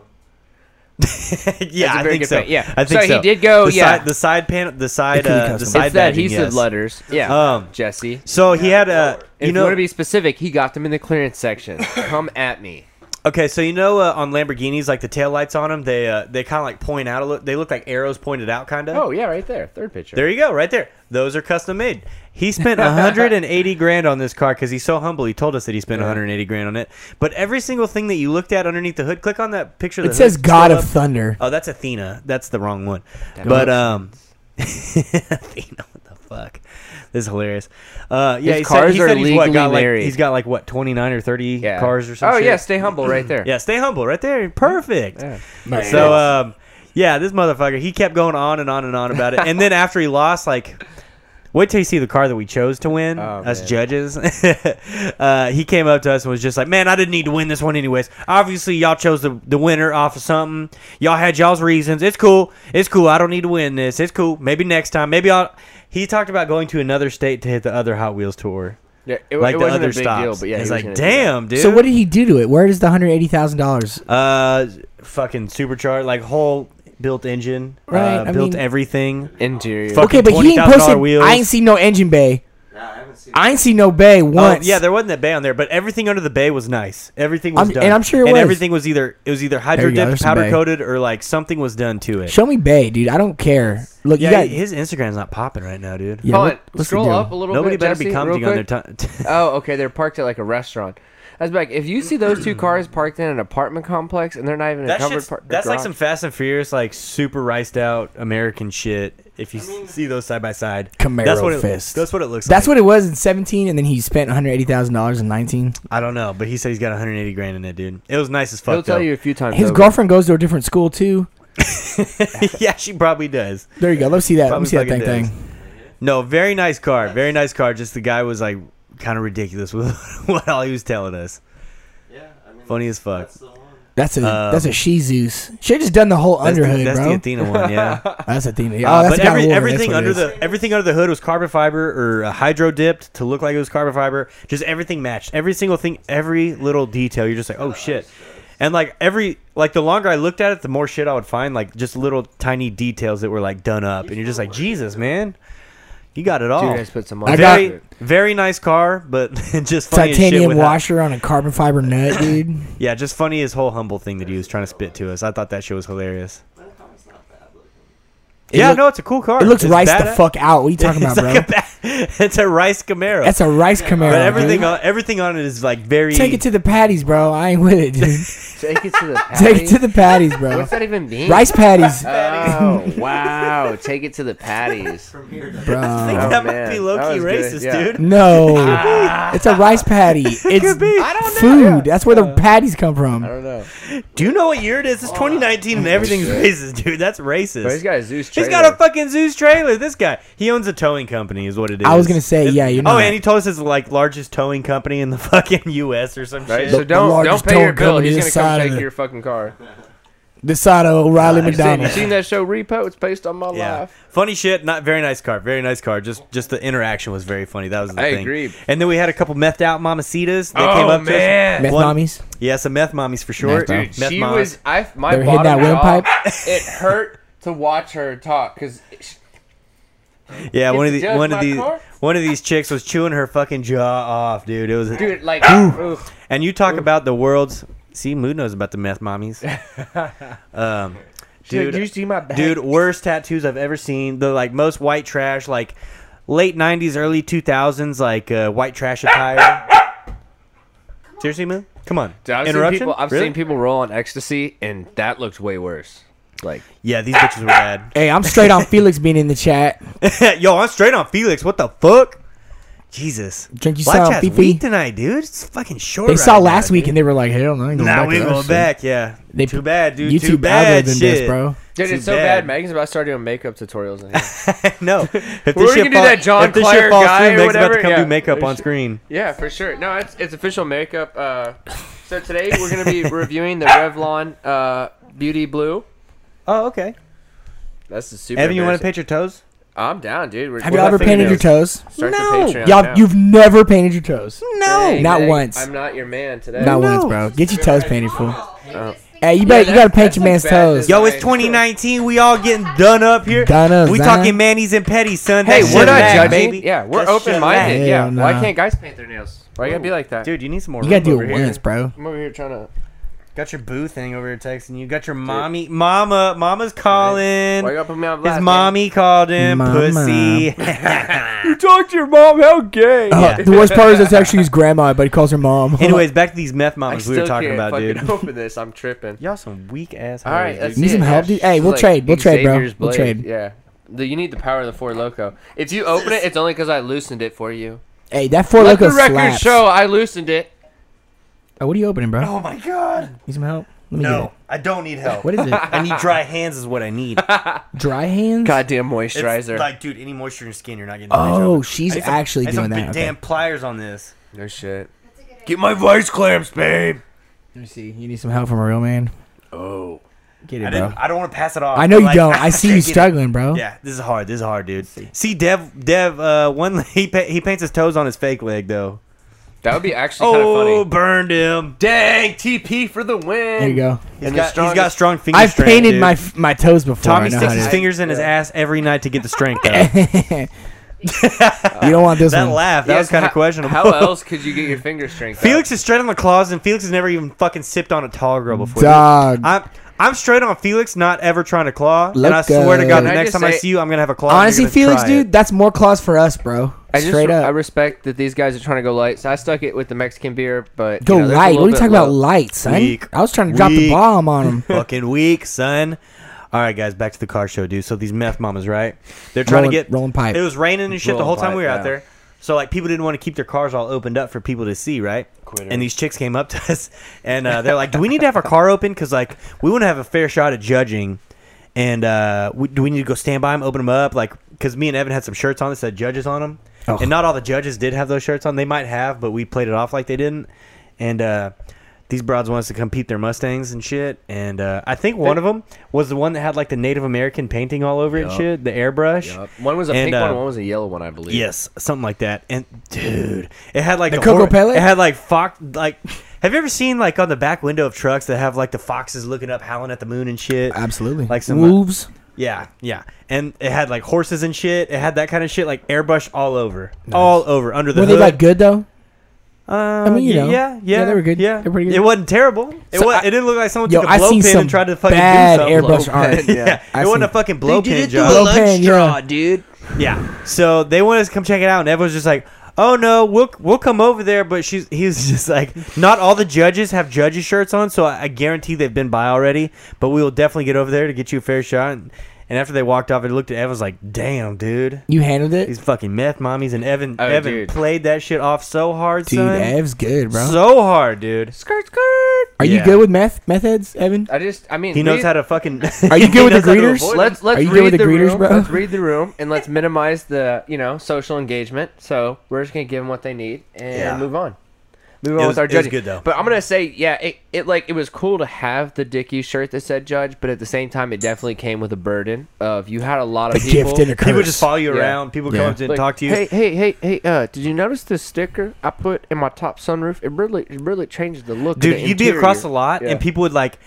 [SPEAKER 2] yeah,
[SPEAKER 4] That's a
[SPEAKER 2] I
[SPEAKER 4] very
[SPEAKER 2] think
[SPEAKER 4] good
[SPEAKER 2] so.
[SPEAKER 4] point. Yeah.
[SPEAKER 2] I think
[SPEAKER 4] So
[SPEAKER 2] so.
[SPEAKER 4] he did go,
[SPEAKER 2] The
[SPEAKER 4] yeah.
[SPEAKER 2] side, the side panel, the side,
[SPEAKER 1] could be
[SPEAKER 2] uh, the
[SPEAKER 1] custom.
[SPEAKER 2] side
[SPEAKER 4] it's that
[SPEAKER 2] badging,
[SPEAKER 4] adhesive
[SPEAKER 2] yes.
[SPEAKER 4] letters. Yeah,
[SPEAKER 2] Um,
[SPEAKER 4] Jesse.
[SPEAKER 2] So he had a,
[SPEAKER 4] If
[SPEAKER 2] you
[SPEAKER 4] you,
[SPEAKER 2] know,
[SPEAKER 4] want to be specific, he got them in the clearance section. Come at me.
[SPEAKER 2] Okay, so you know uh, on Lamborghinis, like the taillights on them, they uh, they kind of like point out a little. They look like arrows pointed out, kind of.
[SPEAKER 4] Oh yeah, right there, third picture.
[SPEAKER 2] There you go, right there. Those are custom made. He spent 180 grand on this car because he's so humble. He told us that he spent 180 grand on it. But every single thing that you looked at underneath the hood, click on that picture. Of the
[SPEAKER 1] it says
[SPEAKER 2] hood,
[SPEAKER 1] God
[SPEAKER 2] scroll
[SPEAKER 1] of
[SPEAKER 2] up.
[SPEAKER 1] Thunder.
[SPEAKER 2] Oh, that's Athena. That's the wrong one. but um, Athena, what the fuck? This is hilarious. Uh, yeah,
[SPEAKER 4] His
[SPEAKER 2] he
[SPEAKER 4] cars
[SPEAKER 2] said, he
[SPEAKER 4] are
[SPEAKER 2] said he's what,
[SPEAKER 4] legally
[SPEAKER 2] got like,
[SPEAKER 4] married.
[SPEAKER 2] he's got like what 29 or 30
[SPEAKER 4] yeah.
[SPEAKER 2] cars or something.
[SPEAKER 4] Oh yeah, stay humble, right there.
[SPEAKER 2] Yeah, stay humble, right there. Perfect.
[SPEAKER 4] Yeah.
[SPEAKER 1] Nice.
[SPEAKER 2] So, um, yeah, this motherfucker, he kept going on and on and on about it. And then after he lost, like, wait till you see the car that we chose to win,
[SPEAKER 4] Oh,
[SPEAKER 2] us
[SPEAKER 4] man.
[SPEAKER 2] judges. uh, he came up to us and was just like, man, I didn't need to win this one anyways. Obviously, y'all chose the, the winner off of something. Y'all had y'all's reasons. It's cool. It's cool. I don't need to win this. It's cool. Maybe next time. Maybe I'll. He talked about going to another state to hit the other Hot Wheels tour.
[SPEAKER 4] Yeah, it,
[SPEAKER 2] Like
[SPEAKER 4] it
[SPEAKER 2] the
[SPEAKER 4] wasn't
[SPEAKER 2] other
[SPEAKER 4] a big
[SPEAKER 2] stops.
[SPEAKER 4] deal, but yeah, he
[SPEAKER 2] it's
[SPEAKER 4] was
[SPEAKER 2] like,
[SPEAKER 4] gonna do that.
[SPEAKER 2] damn, dude.
[SPEAKER 1] So what did he do to it? Where does the hundred eighty thousand dollars?
[SPEAKER 2] Uh, fucking supercharged, like whole built engine,
[SPEAKER 1] Right,
[SPEAKER 2] uh,
[SPEAKER 1] I
[SPEAKER 2] built
[SPEAKER 1] mean-
[SPEAKER 2] everything.
[SPEAKER 4] Interior.
[SPEAKER 2] Fuck.
[SPEAKER 1] Okay, but he ain't
[SPEAKER 2] $20,000
[SPEAKER 1] posted.
[SPEAKER 2] wheels.
[SPEAKER 1] I ain't seen no engine bay.
[SPEAKER 5] Nah, I haven't seen.
[SPEAKER 1] I ain't seen no bay
[SPEAKER 2] Oh,
[SPEAKER 1] once.
[SPEAKER 2] yeah, there wasn't that bay on there, but everything under the bay was nice. Everything was
[SPEAKER 1] I'm-
[SPEAKER 2] done,
[SPEAKER 1] and I'm sure it
[SPEAKER 2] and
[SPEAKER 1] was.
[SPEAKER 2] everything was either it was either
[SPEAKER 1] you
[SPEAKER 2] hydro
[SPEAKER 1] go,
[SPEAKER 2] dipped,
[SPEAKER 1] there's some
[SPEAKER 2] powder
[SPEAKER 1] bay.
[SPEAKER 2] coated, or like something was done to it.
[SPEAKER 1] Show me bay, dude. I don't care. Look,
[SPEAKER 2] yeah, Oh,
[SPEAKER 1] you got
[SPEAKER 2] his Instagram's not popping right now, dude.
[SPEAKER 1] Yeah,
[SPEAKER 4] Colin,
[SPEAKER 1] what- what's the
[SPEAKER 4] scroll
[SPEAKER 1] deal?
[SPEAKER 4] up a little
[SPEAKER 2] Nobody
[SPEAKER 4] bit.
[SPEAKER 2] better
[SPEAKER 4] Jesse,
[SPEAKER 2] be
[SPEAKER 4] real
[SPEAKER 2] commenting on their
[SPEAKER 4] quick.
[SPEAKER 2] time.
[SPEAKER 4] Oh, okay. They're parked at like a restaurant. I was like, if you see those two cars parked in an apartment complex and they're not even a
[SPEAKER 2] that
[SPEAKER 4] covered
[SPEAKER 2] shit's,
[SPEAKER 4] part,
[SPEAKER 2] that's like some Fast and Furious, like super riced out American shit. If you s- see those side by side,
[SPEAKER 1] Camaro
[SPEAKER 2] that's what it,
[SPEAKER 1] fist.
[SPEAKER 2] That's what it looks
[SPEAKER 1] That's
[SPEAKER 2] like.
[SPEAKER 1] what it was in 17, and then he spent $180,000 in 19.
[SPEAKER 2] I don't know, but he said he's got 180 grand in it, dude. It was nice as fuck.
[SPEAKER 4] He'll tell
[SPEAKER 2] though.
[SPEAKER 4] you a few times.
[SPEAKER 1] His
[SPEAKER 4] over.
[SPEAKER 1] girlfriend goes to a different school, too.
[SPEAKER 2] yeah, she probably does.
[SPEAKER 1] There you go. Let's see that.
[SPEAKER 2] Probably
[SPEAKER 1] Let's see that
[SPEAKER 2] fucking
[SPEAKER 1] thing
[SPEAKER 2] does.
[SPEAKER 1] thing.
[SPEAKER 2] No, very nice car. Very nice car. Just the guy was like kind of ridiculous with what all he was telling us.
[SPEAKER 5] Yeah, I mean.
[SPEAKER 2] Funny as fuck.
[SPEAKER 5] That's the one.
[SPEAKER 1] That's a
[SPEAKER 2] Um,
[SPEAKER 1] that's a she Zeus. She just done the whole
[SPEAKER 2] That's,
[SPEAKER 1] underhood,
[SPEAKER 2] the, that's
[SPEAKER 1] bro.
[SPEAKER 2] the Athena one, yeah.
[SPEAKER 1] that's Athena. Yeah,
[SPEAKER 2] Uh,
[SPEAKER 1] oh, that's
[SPEAKER 2] but
[SPEAKER 1] a
[SPEAKER 2] every,
[SPEAKER 1] Woman. that's
[SPEAKER 2] everything
[SPEAKER 1] what it
[SPEAKER 2] under
[SPEAKER 1] is.
[SPEAKER 2] the everything under the hood was carbon fiber or uh, hydro dipped to look like it was carbon fiber. Just everything matched. Every single thing, every little detail. You're just like, oh shit. And like every like the longer I looked at it, the more shit I would find. Like just little tiny details that were like done up, and you're just like, Jesus, man, you got it all.
[SPEAKER 4] Dude, I just put some.
[SPEAKER 1] I
[SPEAKER 4] on
[SPEAKER 1] got-
[SPEAKER 2] very very nice car, but just funny as shit
[SPEAKER 1] titanium
[SPEAKER 2] with how-
[SPEAKER 1] washer on a carbon fiber nut, dude.
[SPEAKER 2] yeah, just funny his whole humble thing that he was trying to spit to us. I thought that shit was hilarious.
[SPEAKER 5] That car's not bad looking.
[SPEAKER 2] yeah,
[SPEAKER 1] look-
[SPEAKER 2] no, it's a cool car.
[SPEAKER 1] It looks
[SPEAKER 2] It's
[SPEAKER 1] rice the
[SPEAKER 2] badass.
[SPEAKER 1] fuck out. What are you talking about,
[SPEAKER 2] it's,
[SPEAKER 1] bro?
[SPEAKER 2] like a ba- it's a rice Camaro.
[SPEAKER 1] That's a rice Camaro.
[SPEAKER 2] but everything
[SPEAKER 1] dude.
[SPEAKER 2] on everything on it is like very.
[SPEAKER 1] Take it to the patties, bro. I ain't with it, dude.
[SPEAKER 4] Take it to the.
[SPEAKER 1] Take it to the patties, bro.
[SPEAKER 4] What's that even mean?
[SPEAKER 1] Rice patties,
[SPEAKER 4] Oh wow! Take it to the patties.
[SPEAKER 5] From here
[SPEAKER 2] I
[SPEAKER 5] to
[SPEAKER 2] think
[SPEAKER 1] bro.
[SPEAKER 2] that
[SPEAKER 4] Oh,
[SPEAKER 2] might be
[SPEAKER 4] man.
[SPEAKER 2] low
[SPEAKER 4] That
[SPEAKER 2] key
[SPEAKER 4] was good,
[SPEAKER 2] racist,
[SPEAKER 4] yeah.
[SPEAKER 2] dude.
[SPEAKER 1] No, it's a rice patty. It's
[SPEAKER 2] be.
[SPEAKER 1] food. That's where the patties come from.
[SPEAKER 4] I don't know.
[SPEAKER 2] Do you know what year it is? It's 2019 and everything's racist, dude. That's racist.
[SPEAKER 4] Oh, But he's got a Zeus
[SPEAKER 2] He's
[SPEAKER 4] trailer.
[SPEAKER 2] got a fucking Zeus trailer. This guy, he owns a towing company, is what it is.
[SPEAKER 1] I was gonna say,
[SPEAKER 2] It's-
[SPEAKER 1] yeah, you
[SPEAKER 2] Oh,
[SPEAKER 1] know.
[SPEAKER 2] and he told us it's the, like largest towing company in the fucking U.S. or some
[SPEAKER 4] Right,
[SPEAKER 2] shit.
[SPEAKER 4] so
[SPEAKER 1] The
[SPEAKER 4] don't
[SPEAKER 1] largest
[SPEAKER 4] don't pay your
[SPEAKER 1] dog
[SPEAKER 4] bill.
[SPEAKER 1] coming
[SPEAKER 4] He's
[SPEAKER 1] this
[SPEAKER 4] gonna
[SPEAKER 1] side
[SPEAKER 4] come
[SPEAKER 1] of
[SPEAKER 4] take
[SPEAKER 1] the-
[SPEAKER 4] your fucking car. You
[SPEAKER 1] This side of O'Reilly
[SPEAKER 4] seen, you
[SPEAKER 1] McDonald.
[SPEAKER 4] seen that show Repo? It's based on my
[SPEAKER 2] yeah,
[SPEAKER 4] life.
[SPEAKER 2] funny shit. Not very nice car. Very nice car. Just just the interaction was very funny. That was the
[SPEAKER 4] I
[SPEAKER 2] thing.
[SPEAKER 4] agree.
[SPEAKER 2] And then we had a couple methed out mamacitas. They
[SPEAKER 4] Oh,
[SPEAKER 2] came up
[SPEAKER 4] man.
[SPEAKER 2] to
[SPEAKER 1] Meth
[SPEAKER 2] us. One-
[SPEAKER 1] mommies.
[SPEAKER 2] Yeah, some meth mommies for sure.
[SPEAKER 1] Meth Dude,
[SPEAKER 2] meth
[SPEAKER 4] she
[SPEAKER 2] mamas.
[SPEAKER 4] was I my
[SPEAKER 1] They were hitting
[SPEAKER 4] bottom
[SPEAKER 1] that
[SPEAKER 4] jaw,
[SPEAKER 1] windpipe.
[SPEAKER 4] It hurt to watch her talk because
[SPEAKER 2] Yeah, one of the
[SPEAKER 4] to judge
[SPEAKER 2] one of
[SPEAKER 4] my
[SPEAKER 2] these
[SPEAKER 4] car?
[SPEAKER 2] one of these chicks was chewing her fucking jaw off, dude. It was
[SPEAKER 4] dude, like, oof.
[SPEAKER 2] And you talk about the world's. See, Mood knows about the meth mommies. um,
[SPEAKER 4] She's like,
[SPEAKER 2] dude,
[SPEAKER 4] "You see my back?"
[SPEAKER 2] dude, worst tattoos I've ever seen. The like most white trash, like late '90s, early 2000s, like uh, white trash attire. Seriously, Mood? Come on.
[SPEAKER 4] Dude, I've seen
[SPEAKER 2] Interruption?
[SPEAKER 4] people. I've
[SPEAKER 2] Really?
[SPEAKER 4] seen people roll on ecstasy, and that looked way worse. Like
[SPEAKER 2] Yeah, these bitches were bad.
[SPEAKER 1] Hey, I'm straight on Felix being in the chat.
[SPEAKER 2] Yo, I'm straight on Felix. What the fuck? Jesus.
[SPEAKER 1] Drink your
[SPEAKER 2] Live
[SPEAKER 1] sound,
[SPEAKER 2] chat's
[SPEAKER 1] pee-pee.
[SPEAKER 2] weak tonight, dude. It's fucking short.
[SPEAKER 1] They
[SPEAKER 2] right
[SPEAKER 1] saw
[SPEAKER 2] now,
[SPEAKER 1] last week
[SPEAKER 2] dude.
[SPEAKER 1] and they were like, hell no, I ain't going
[SPEAKER 2] Nah,
[SPEAKER 1] back
[SPEAKER 2] we
[SPEAKER 1] to
[SPEAKER 2] ain't
[SPEAKER 1] that
[SPEAKER 2] going
[SPEAKER 1] shit.
[SPEAKER 2] back. Yeah.
[SPEAKER 1] They
[SPEAKER 2] too
[SPEAKER 1] put
[SPEAKER 2] bad, dude.
[SPEAKER 1] YouTube
[SPEAKER 2] too bad,
[SPEAKER 1] algorithm
[SPEAKER 2] shit.
[SPEAKER 1] this, bro.
[SPEAKER 4] dude,
[SPEAKER 2] Too
[SPEAKER 4] it's so
[SPEAKER 2] bad.
[SPEAKER 4] bad. Megan's about to start doing makeup tutorials. In here.
[SPEAKER 2] no. If this
[SPEAKER 4] We're
[SPEAKER 2] shit
[SPEAKER 4] gonna do
[SPEAKER 2] fall-
[SPEAKER 4] that John
[SPEAKER 2] if this
[SPEAKER 4] Clare
[SPEAKER 2] shit falls
[SPEAKER 4] guy
[SPEAKER 2] through,
[SPEAKER 4] or
[SPEAKER 2] Meg's about to
[SPEAKER 4] whatever,
[SPEAKER 2] come
[SPEAKER 4] yeah.
[SPEAKER 2] do makeup on
[SPEAKER 4] There's-
[SPEAKER 2] screen.
[SPEAKER 4] yeah, for sure. No, it's it's official makeup. Uh, so today we're gonna be reviewing the Revlon uh, Beauty Blue.
[SPEAKER 2] Oh, okay.
[SPEAKER 4] That's the super.
[SPEAKER 2] Evan, you want to
[SPEAKER 4] embarrassing-
[SPEAKER 2] paint your toes?
[SPEAKER 4] I'm down, dude. We're,
[SPEAKER 1] Have
[SPEAKER 4] we're
[SPEAKER 1] y'all
[SPEAKER 2] about
[SPEAKER 1] ever painted your
[SPEAKER 2] fingernails?
[SPEAKER 1] toes?
[SPEAKER 4] start the
[SPEAKER 2] No.
[SPEAKER 4] Patreon
[SPEAKER 1] Y'all,
[SPEAKER 4] now.
[SPEAKER 1] you've never painted your toes.
[SPEAKER 4] Dang,
[SPEAKER 1] Not
[SPEAKER 4] Meg,
[SPEAKER 1] once.
[SPEAKER 4] I'm not your man today.
[SPEAKER 1] Not
[SPEAKER 2] No.
[SPEAKER 1] once, bro. Get your toes painted, fool.
[SPEAKER 4] Oh.
[SPEAKER 1] Hey, you better,
[SPEAKER 4] that-
[SPEAKER 1] you gotta paint
[SPEAKER 4] that's
[SPEAKER 1] your
[SPEAKER 4] like
[SPEAKER 1] man's
[SPEAKER 4] bad
[SPEAKER 1] toes.
[SPEAKER 4] design.
[SPEAKER 2] Yo, it's 2019. We all getting done up here.
[SPEAKER 1] Done up,
[SPEAKER 2] we
[SPEAKER 1] Zion.
[SPEAKER 2] talking manis and petties, son.
[SPEAKER 4] Hey,
[SPEAKER 2] That
[SPEAKER 4] we're
[SPEAKER 2] shit
[SPEAKER 4] not
[SPEAKER 2] lag,
[SPEAKER 4] judging.
[SPEAKER 2] baby.
[SPEAKER 4] Yeah, we're
[SPEAKER 2] That shit
[SPEAKER 4] open minded.
[SPEAKER 1] lag.
[SPEAKER 4] Yeah.
[SPEAKER 1] Hell
[SPEAKER 4] Why
[SPEAKER 1] nah.
[SPEAKER 4] can't guys paint their nails? Why you gotta be like that?
[SPEAKER 2] Dude, you need some more.
[SPEAKER 1] You gotta
[SPEAKER 2] room
[SPEAKER 1] do
[SPEAKER 2] over
[SPEAKER 1] it
[SPEAKER 2] here.
[SPEAKER 1] once, bro.
[SPEAKER 4] I'm over here trying to.
[SPEAKER 2] Got your boo thing over here texting you. Got your mommy, mama, mama's calling.
[SPEAKER 4] Why you gotta put me on blast?
[SPEAKER 2] His
[SPEAKER 4] man?
[SPEAKER 2] mommy called him
[SPEAKER 1] Mama.
[SPEAKER 2] pussy.
[SPEAKER 4] You talked to your mom. How gay?
[SPEAKER 1] Uh, the worst part is that's actually his grandma, but he calls her mom.
[SPEAKER 2] Anyways, back to these meth
[SPEAKER 4] I
[SPEAKER 2] mamas
[SPEAKER 4] still
[SPEAKER 2] we were talking
[SPEAKER 4] can't
[SPEAKER 2] about,
[SPEAKER 4] fucking
[SPEAKER 2] dude.
[SPEAKER 4] open this. I'm tripping.
[SPEAKER 2] Y'all some weak ass.
[SPEAKER 4] All right,
[SPEAKER 2] hoes,
[SPEAKER 4] let's
[SPEAKER 2] dude.
[SPEAKER 1] Need
[SPEAKER 4] see
[SPEAKER 1] some
[SPEAKER 4] it.
[SPEAKER 1] help,
[SPEAKER 4] Yeah,
[SPEAKER 1] dude? Hey,
[SPEAKER 4] she's
[SPEAKER 1] we'll
[SPEAKER 4] like
[SPEAKER 1] trade. We'll trade, bro.
[SPEAKER 4] Xavier's
[SPEAKER 1] We'll
[SPEAKER 4] blade.
[SPEAKER 1] trade.
[SPEAKER 4] Yeah. The, you need the power of the Four Loco. If you open it, it's only because I loosened it for you.
[SPEAKER 1] Hey, that four
[SPEAKER 4] Let
[SPEAKER 1] loco
[SPEAKER 4] the record
[SPEAKER 1] slaps.
[SPEAKER 4] show I loosened it.
[SPEAKER 1] Oh, what are you opening, bro?
[SPEAKER 2] Oh my god.
[SPEAKER 1] Need some help? Let me get
[SPEAKER 2] No,
[SPEAKER 1] it.
[SPEAKER 2] I don't need help.
[SPEAKER 1] What is it?
[SPEAKER 2] I need dry hands is what I need.
[SPEAKER 1] Dry hands?
[SPEAKER 4] Goddamn
[SPEAKER 2] It's
[SPEAKER 4] moisturizer.
[SPEAKER 2] Like, dude, any moisture in your skin, you're not getting.
[SPEAKER 1] Oh,
[SPEAKER 2] moisture.
[SPEAKER 1] she's
[SPEAKER 2] I need
[SPEAKER 1] actually
[SPEAKER 2] I need some
[SPEAKER 1] doing that,
[SPEAKER 2] big
[SPEAKER 1] okay.
[SPEAKER 2] Damn pliers on this.
[SPEAKER 4] no shit.
[SPEAKER 2] Get my vice clamps, babe.
[SPEAKER 1] Let me see. You need some help from a real man? Oh. Get
[SPEAKER 2] I
[SPEAKER 1] it, bro.
[SPEAKER 2] didn't. I don't want to pass it off.
[SPEAKER 1] I know
[SPEAKER 2] but,
[SPEAKER 1] you
[SPEAKER 2] like,
[SPEAKER 1] don't. I see you
[SPEAKER 2] can't get it.
[SPEAKER 1] struggling, bro.
[SPEAKER 2] Yeah, this is hard. This is hard, dude. See, Dev, Dev, uh, one he pa- he paints his toes on his fake leg though.
[SPEAKER 4] That would be actually kind of
[SPEAKER 2] Oh,
[SPEAKER 4] funny.
[SPEAKER 2] burned him.
[SPEAKER 4] Dang, TP for the win.
[SPEAKER 1] There you go.
[SPEAKER 2] He's got,
[SPEAKER 4] the
[SPEAKER 2] he's got
[SPEAKER 4] strongest-
[SPEAKER 2] strong fingers.
[SPEAKER 1] I've painted my f- my toes before. I
[SPEAKER 2] Tommy
[SPEAKER 1] know
[SPEAKER 2] sticks
[SPEAKER 1] how
[SPEAKER 2] his
[SPEAKER 1] to
[SPEAKER 2] fingers in his ass every night to get the strength out.
[SPEAKER 1] You don't want this
[SPEAKER 2] that
[SPEAKER 1] one.
[SPEAKER 2] laugh, that
[SPEAKER 4] Yeah,
[SPEAKER 2] was kind
[SPEAKER 4] how-
[SPEAKER 2] of questionable.
[SPEAKER 4] How else could you get your finger strength?
[SPEAKER 2] Felix is straight on the claws, and Felix has never even fucking sipped on a tall
[SPEAKER 1] Mm.
[SPEAKER 2] girl before.
[SPEAKER 1] Dog.
[SPEAKER 2] I'm I'm straight on Felix, not ever trying to claw. and I
[SPEAKER 1] Loco.
[SPEAKER 2] swear to God,
[SPEAKER 1] Can
[SPEAKER 2] the
[SPEAKER 4] I
[SPEAKER 2] next
[SPEAKER 4] just
[SPEAKER 2] time I
[SPEAKER 4] say-
[SPEAKER 2] see you, I'm gonna have a claw. and you're
[SPEAKER 1] Honestly,
[SPEAKER 2] gonna
[SPEAKER 1] Felix,
[SPEAKER 2] try it.
[SPEAKER 1] dude, that's more claws for us, bro.
[SPEAKER 4] I just,
[SPEAKER 1] Straight up.
[SPEAKER 4] I respect that these guys are trying to go light. So I stuck it with the Mexican beer, but you
[SPEAKER 1] Go
[SPEAKER 4] know, there's a
[SPEAKER 1] light. What
[SPEAKER 4] little
[SPEAKER 1] are you
[SPEAKER 4] bit
[SPEAKER 1] talking about,
[SPEAKER 4] low.
[SPEAKER 1] light, son?
[SPEAKER 2] Weak.
[SPEAKER 1] I was trying to drop the
[SPEAKER 2] Weak.
[SPEAKER 1] bomb on him.
[SPEAKER 2] fucking weak, son. All right, guys, back to the car show, dude. So these meth mamas, right? They're trying
[SPEAKER 1] Rolling-
[SPEAKER 2] to get
[SPEAKER 1] rolling pipe.
[SPEAKER 2] It was raining and shit the
[SPEAKER 4] Rolling
[SPEAKER 2] whole time
[SPEAKER 4] pipe,
[SPEAKER 2] we were out
[SPEAKER 4] yeah.
[SPEAKER 2] there. So like people didn't want to keep their cars all opened up for people to see, right? And these chicks came up to us and uh, they're like, "Do we need to have our car open? Because like we want to have a fair shot at judging." And uh, we, do we need to go stand by them, open them up? Like, because me and Evan had some shirts on that said judges on them,
[SPEAKER 1] Oh.
[SPEAKER 2] and not all the judges did have those shirts on. They might have, but we played it off like they didn't. And uh, these broads want us to come peep their Mustangs and shit. And uh, I think one of them was the one that had like the Native American painting all over it and
[SPEAKER 4] Yup.
[SPEAKER 2] shit, the airbrush.
[SPEAKER 4] Yep. One was a
[SPEAKER 2] And,
[SPEAKER 4] pink
[SPEAKER 2] uh,
[SPEAKER 4] one, one was a yellow one, I believe.
[SPEAKER 2] Yes, something like that. And dude, it had like
[SPEAKER 1] The
[SPEAKER 2] a
[SPEAKER 1] Coco
[SPEAKER 2] hor-
[SPEAKER 1] Pellet?
[SPEAKER 2] It had like fox. Like, have you ever seen like on the back window of trucks that have like the foxes looking up, howling at the moon and shit?
[SPEAKER 1] Absolutely.
[SPEAKER 2] Like some
[SPEAKER 1] wolves.
[SPEAKER 2] Yeah, yeah. And it had like horses and shit. It had that kind of shit, like airbrush all over, all over under the
[SPEAKER 1] Were they
[SPEAKER 2] hood.
[SPEAKER 1] like good though?
[SPEAKER 2] Uh, I
[SPEAKER 1] mean, you
[SPEAKER 2] yeah,
[SPEAKER 1] know.
[SPEAKER 2] yeah,
[SPEAKER 1] Yeah,
[SPEAKER 2] yeah,
[SPEAKER 1] they were good.
[SPEAKER 2] Yeah,
[SPEAKER 1] They were pretty good.
[SPEAKER 2] It wasn't terrible. It
[SPEAKER 1] So
[SPEAKER 2] was.
[SPEAKER 1] I-
[SPEAKER 2] It didn't look like someone
[SPEAKER 1] Yo,
[SPEAKER 2] took
[SPEAKER 1] I
[SPEAKER 2] a blow
[SPEAKER 1] seen
[SPEAKER 2] pin
[SPEAKER 1] some
[SPEAKER 2] and tried to fucking
[SPEAKER 1] bad
[SPEAKER 2] do something.
[SPEAKER 1] airbrush art.
[SPEAKER 2] yeah,
[SPEAKER 1] I
[SPEAKER 2] it wasn't a
[SPEAKER 1] seen-
[SPEAKER 2] fucking blow pin job.
[SPEAKER 1] Blow pen, yeah.
[SPEAKER 4] dude.
[SPEAKER 2] Yeah. So they wanted us to come check it out, and everyone's just like, "Oh no, we'll we'll come over there." But she's he's just like, "Not all the judges have judges shirts on, so I, I guarantee they've been by already. But we will definitely get over there to get you a fair shot." And, and after they walked off, I looked at Evan was like, "Damn, dude."
[SPEAKER 1] You handled it,
[SPEAKER 2] These fucking meth mommies and Evan
[SPEAKER 4] Oh,
[SPEAKER 2] Evan
[SPEAKER 4] dude.
[SPEAKER 2] played that shit off so hard,
[SPEAKER 1] dude.
[SPEAKER 2] son.
[SPEAKER 1] Ev's good, bro.
[SPEAKER 2] So hard, dude.
[SPEAKER 4] Skirt, skirt.
[SPEAKER 1] Are you
[SPEAKER 2] Yeah.
[SPEAKER 1] good with meth meth heads, Evan?
[SPEAKER 4] I just, I mean,
[SPEAKER 2] He knows
[SPEAKER 4] we-
[SPEAKER 2] how to fucking.
[SPEAKER 1] Are you
[SPEAKER 2] he
[SPEAKER 1] good with
[SPEAKER 2] knows
[SPEAKER 1] the
[SPEAKER 2] how to
[SPEAKER 1] greeters?
[SPEAKER 2] avoid them.
[SPEAKER 4] Let's let's
[SPEAKER 1] Are you good
[SPEAKER 4] read
[SPEAKER 1] with the
[SPEAKER 4] the
[SPEAKER 1] greeters,
[SPEAKER 4] room.
[SPEAKER 1] bro?
[SPEAKER 4] Let's read the room and let's minimize the you know social engagement. So we're just gonna give them what they need and
[SPEAKER 2] Yeah.
[SPEAKER 4] move on. Move
[SPEAKER 2] It
[SPEAKER 4] on
[SPEAKER 2] was-
[SPEAKER 4] with our
[SPEAKER 2] it was
[SPEAKER 4] judging.
[SPEAKER 2] good, though.
[SPEAKER 4] But I'm gonna say, yeah, it, it like it was cool to have the Dickie shirt that said judge, but at the same time, it definitely came with a burden of you had a lot
[SPEAKER 1] The
[SPEAKER 4] of people.
[SPEAKER 1] gift and a curse.
[SPEAKER 2] People just follow you
[SPEAKER 4] Yeah.
[SPEAKER 2] around. People
[SPEAKER 1] Yeah.
[SPEAKER 2] come up to you and
[SPEAKER 4] like,
[SPEAKER 2] talk to you.
[SPEAKER 4] Hey, hey, hey, hey! Uh, did you notice this sticker I put in my top sunroof? It really, it really changes the look. of
[SPEAKER 2] dude
[SPEAKER 4] the
[SPEAKER 2] you'd be across the
[SPEAKER 4] interior.
[SPEAKER 2] lot
[SPEAKER 4] Yeah.
[SPEAKER 2] and people would like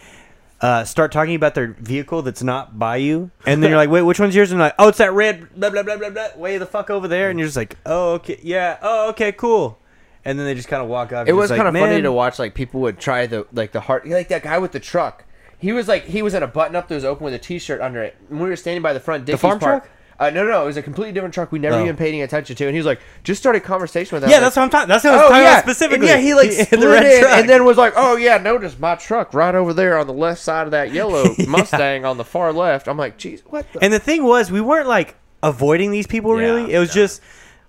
[SPEAKER 2] uh, start talking about their vehicle that's not by you and then you're like wait which one's yours and they're like oh it's that red blah blah blah blah blah way the fuck over there and you're just like oh okay yeah oh okay cool and then they just kind of walk up
[SPEAKER 4] It was kind of funny to
[SPEAKER 2] watch
[SPEAKER 4] watch. Like people would try the like the heart, like that guy with the truck. He was like he was in a button up that was open with a T-shirt under it. And we were standing by the front Dickie's
[SPEAKER 2] farm
[SPEAKER 4] park.
[SPEAKER 2] truck?
[SPEAKER 4] Uh, no, no, no, it was a completely different truck we never
[SPEAKER 2] Oh.
[SPEAKER 4] even paid any attention to. And he was like, just started conversation with that.
[SPEAKER 2] Yeah, that's what I'm talking. That's what I was
[SPEAKER 4] Oh
[SPEAKER 2] talking
[SPEAKER 4] yeah,
[SPEAKER 2] about specifically.
[SPEAKER 4] And yeah, he like
[SPEAKER 2] in the
[SPEAKER 4] split
[SPEAKER 2] red
[SPEAKER 4] in
[SPEAKER 2] truck.
[SPEAKER 4] and then was like, "Oh yeah, notice my truck right over there on the left side of that yellow Mustang on the far left." I'm like, "Jeez, what?" The?
[SPEAKER 2] And the thing was, we weren't like avoiding these people
[SPEAKER 4] Yeah,
[SPEAKER 2] really. It was
[SPEAKER 4] no.
[SPEAKER 2] just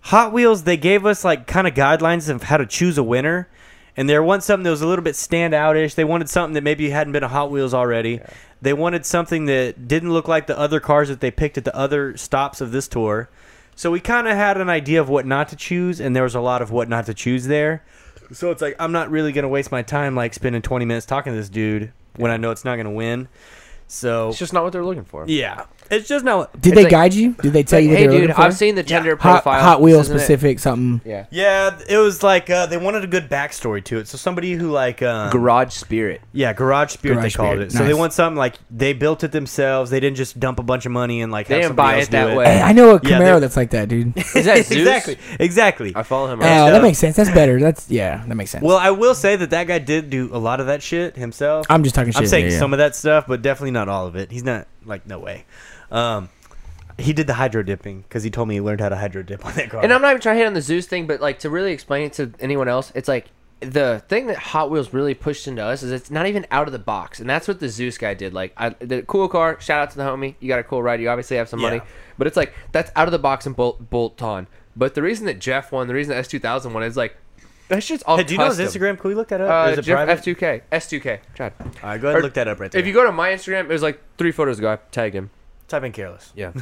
[SPEAKER 2] Hot Wheels. They gave us like kind of guidelines of how to choose a winner, and there was something that was a little bit standoutish. They wanted something that maybe hadn't been a Hot Wheels already. They wanted something that didn't look like the other cars that they picked at the other stops of this tour. So we kind of had an idea of what not to choose, and there was a lot of what not to choose there. So it's like I'm not really gonna waste my time like spending 20 minutes talking to this dude when I know it's not gonna win. So
[SPEAKER 4] it's just not what they're looking for.
[SPEAKER 2] yeah, it's just no.
[SPEAKER 1] Did
[SPEAKER 4] It's
[SPEAKER 1] they
[SPEAKER 4] like-
[SPEAKER 1] guide you? Did they tell
[SPEAKER 4] Like,
[SPEAKER 1] you what
[SPEAKER 4] hey,
[SPEAKER 1] they were
[SPEAKER 4] dude,
[SPEAKER 1] looking for?
[SPEAKER 4] I've seen the Tinder
[SPEAKER 1] Hot,
[SPEAKER 4] profile.
[SPEAKER 1] Hot Wheel
[SPEAKER 4] Isn't it-
[SPEAKER 1] specific something.
[SPEAKER 4] Yeah.
[SPEAKER 2] Yeah, it was like uh, they wanted a good backstory to it. So somebody who like um,
[SPEAKER 4] Garage Spirit.
[SPEAKER 2] yeah, Garage Spirit
[SPEAKER 1] Garage
[SPEAKER 2] they called
[SPEAKER 1] Spirit,
[SPEAKER 2] it. So they
[SPEAKER 1] nice.
[SPEAKER 2] want something like they built it themselves. They didn't just dump a bunch of money and like
[SPEAKER 4] They
[SPEAKER 2] have
[SPEAKER 4] didn't
[SPEAKER 2] somebody
[SPEAKER 4] buy
[SPEAKER 2] else
[SPEAKER 4] it
[SPEAKER 2] do
[SPEAKER 4] that
[SPEAKER 2] it.
[SPEAKER 4] way.
[SPEAKER 1] Hey, I know a
[SPEAKER 2] Yeah,
[SPEAKER 1] Camaro
[SPEAKER 2] they're-
[SPEAKER 1] that's like that, dude.
[SPEAKER 4] Is that Zeus?
[SPEAKER 2] exactly, exactly.
[SPEAKER 4] I follow him.
[SPEAKER 1] Oh,
[SPEAKER 4] on Insta.
[SPEAKER 2] uh,
[SPEAKER 1] that makes sense. That's better. That's yeah, that makes sense.
[SPEAKER 2] Well, I will say that that guy did do a lot of that shit himself.
[SPEAKER 1] I'm just talking shit.
[SPEAKER 2] I'm saying
[SPEAKER 1] yeah, yeah.
[SPEAKER 2] some of that stuff, but definitely not all of it. He's not like no way. Um, he did the hydro dipping because he told me he learned how to hydro dip on that car.
[SPEAKER 4] And I'm not even trying to hit on the Zeus thing, but like to really explain it to anyone else, it's like the thing that Hot Wheels really pushed into us is it's not even out of the box, and that's what the Zeus guy did. Like I, the cool car, shout out to the homie, you got a cool ride, you obviously have some money,
[SPEAKER 2] Yeah.
[SPEAKER 4] but it's like that's out of the box and bolt bolt on. But the reason that Jeff won, the reason that S2000 won, is like that's just all.
[SPEAKER 2] hey, do you know his
[SPEAKER 4] custom.
[SPEAKER 2] Instagram? Can we look that up? Or
[SPEAKER 4] Uh,
[SPEAKER 2] is it
[SPEAKER 4] Jeff
[SPEAKER 2] private?
[SPEAKER 4] F2K, S2K. Chad.
[SPEAKER 2] All right, go ahead and
[SPEAKER 4] Or-
[SPEAKER 2] look that up right there.
[SPEAKER 4] If you go to my Instagram, it was like three photos ago. I tagged him.
[SPEAKER 2] type in careless,
[SPEAKER 4] Yeah.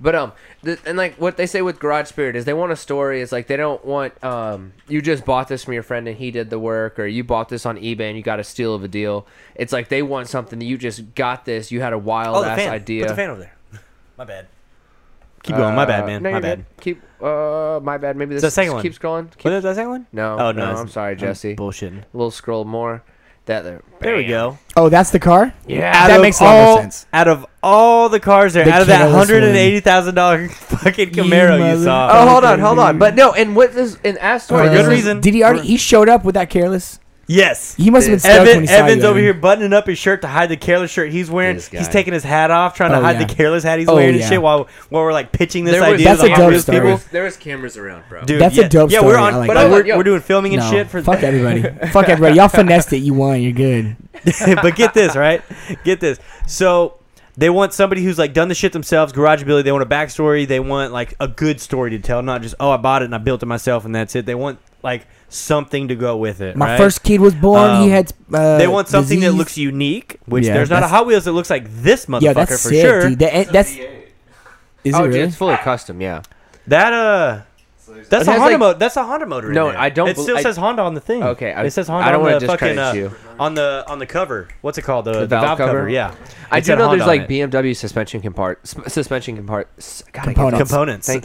[SPEAKER 4] But um, th- and like what they say with Garage Spirit is they want a story. It's like they don't want um, you just bought this from your friend and he did the work, or you bought this on eBay and you got a steal of a deal. It's like they want something that you just got this. You had a wild
[SPEAKER 2] Oh, the
[SPEAKER 4] ass
[SPEAKER 2] fan.
[SPEAKER 4] idea.
[SPEAKER 2] Put the fan over there. My bad. Keep going. my bad,
[SPEAKER 4] Uh,
[SPEAKER 2] man.
[SPEAKER 4] no,
[SPEAKER 2] my
[SPEAKER 4] you're
[SPEAKER 2] bad.
[SPEAKER 4] good. Keep. Uh, my bad. Maybe this.
[SPEAKER 2] the second
[SPEAKER 4] just Keep scrolling. Keep,
[SPEAKER 2] What is that second one?
[SPEAKER 4] no.
[SPEAKER 2] Oh no.
[SPEAKER 4] no.
[SPEAKER 2] it's-
[SPEAKER 4] I'm sorry, Jesse. A
[SPEAKER 2] Bullshitting.
[SPEAKER 4] little scroll more. That there.
[SPEAKER 2] There we
[SPEAKER 4] Bam.
[SPEAKER 2] go.
[SPEAKER 1] Oh, that's the car.
[SPEAKER 4] Yeah.
[SPEAKER 2] Out
[SPEAKER 1] That
[SPEAKER 2] of
[SPEAKER 1] makes a lot more
[SPEAKER 2] all,
[SPEAKER 1] sense.
[SPEAKER 2] Out of all the cars there,
[SPEAKER 1] The
[SPEAKER 2] out of that
[SPEAKER 1] careless one.
[SPEAKER 2] hundred and eighty thousand dollar fucking Camaro you,
[SPEAKER 1] mother-
[SPEAKER 2] saw.
[SPEAKER 4] Oh, hold on, hold on. But no, and what this and as
[SPEAKER 1] Uh,
[SPEAKER 4] for
[SPEAKER 2] good reason.
[SPEAKER 1] Did he already? He showed up with that careless.
[SPEAKER 2] Yes.
[SPEAKER 1] He must have been stoked when he
[SPEAKER 2] Evan,
[SPEAKER 1] saw you,
[SPEAKER 2] Evan's over
[SPEAKER 1] Evan.
[SPEAKER 2] here buttoning up his shirt to hide the careless shirt he's wearing.
[SPEAKER 4] This
[SPEAKER 2] He's
[SPEAKER 4] guy.
[SPEAKER 2] taking his hat off, trying
[SPEAKER 1] Oh,
[SPEAKER 2] to hide
[SPEAKER 1] yeah.
[SPEAKER 2] the careless hat he's
[SPEAKER 1] Oh,
[SPEAKER 2] wearing
[SPEAKER 1] yeah.
[SPEAKER 2] and shit while, while we're like pitching this idea.
[SPEAKER 1] That's
[SPEAKER 2] to
[SPEAKER 1] a
[SPEAKER 2] the
[SPEAKER 1] dope
[SPEAKER 2] obvious
[SPEAKER 1] story.
[SPEAKER 2] people.
[SPEAKER 4] There was cameras around, bro.
[SPEAKER 2] Dude,
[SPEAKER 1] That's a
[SPEAKER 2] yeah,
[SPEAKER 1] dope
[SPEAKER 2] Yeah, we're
[SPEAKER 1] story.
[SPEAKER 2] on.
[SPEAKER 1] I like
[SPEAKER 2] but
[SPEAKER 1] that.
[SPEAKER 2] we're,
[SPEAKER 4] Yo.
[SPEAKER 2] we're doing filming and
[SPEAKER 1] No,
[SPEAKER 2] shit for
[SPEAKER 1] fuck everybody. fuck everybody. Y'all finessed it. You won. You're good.
[SPEAKER 2] but get this, right? Get this. So they want somebody who's like done the shit themselves, garage ability. They want a backstory. They want like a good story to tell, not just oh I bought it and I built it myself and that's it. They want like something to go with it.
[SPEAKER 1] My
[SPEAKER 2] right?
[SPEAKER 1] first kid was born.
[SPEAKER 2] Um,
[SPEAKER 1] he had. Uh,
[SPEAKER 2] They want something that
[SPEAKER 1] disease.
[SPEAKER 2] looks unique, which
[SPEAKER 1] Yeah,
[SPEAKER 2] there's not a
[SPEAKER 1] that's-
[SPEAKER 2] Hot Wheels that looks like this motherfucker
[SPEAKER 1] Yeah, that's
[SPEAKER 2] for
[SPEAKER 1] sick,
[SPEAKER 2] sure.
[SPEAKER 1] dude. That, eh, that's
[SPEAKER 5] V8.
[SPEAKER 1] is
[SPEAKER 4] oh,
[SPEAKER 1] it
[SPEAKER 4] dude,
[SPEAKER 1] really?
[SPEAKER 4] it's fully custom. Yeah.
[SPEAKER 2] That uh.
[SPEAKER 5] So there's-
[SPEAKER 2] That's
[SPEAKER 4] It
[SPEAKER 2] a
[SPEAKER 4] has,
[SPEAKER 2] Honda
[SPEAKER 4] like-
[SPEAKER 2] motor. That's a Honda motor. in
[SPEAKER 4] No,
[SPEAKER 2] there.
[SPEAKER 4] I don't
[SPEAKER 2] It still
[SPEAKER 4] bel- I-
[SPEAKER 2] says Honda on the thing.
[SPEAKER 4] Okay, I-
[SPEAKER 2] it says
[SPEAKER 4] I
[SPEAKER 2] Honda.
[SPEAKER 4] don't
[SPEAKER 2] on
[SPEAKER 4] wanna
[SPEAKER 2] the fucking,
[SPEAKER 4] discredit
[SPEAKER 2] uh,
[SPEAKER 4] you.
[SPEAKER 2] on the on the cover. What's it called? The, the,
[SPEAKER 4] valve
[SPEAKER 2] valve, cover.
[SPEAKER 4] cover?
[SPEAKER 2] Yeah,
[SPEAKER 4] I
[SPEAKER 2] It
[SPEAKER 4] do
[SPEAKER 2] said
[SPEAKER 4] know
[SPEAKER 2] Honda
[SPEAKER 4] there's
[SPEAKER 2] on
[SPEAKER 4] like
[SPEAKER 2] it.
[SPEAKER 4] BMW suspension compart sp- suspension compart s- God, I can't
[SPEAKER 1] Components.
[SPEAKER 2] components.
[SPEAKER 4] Thank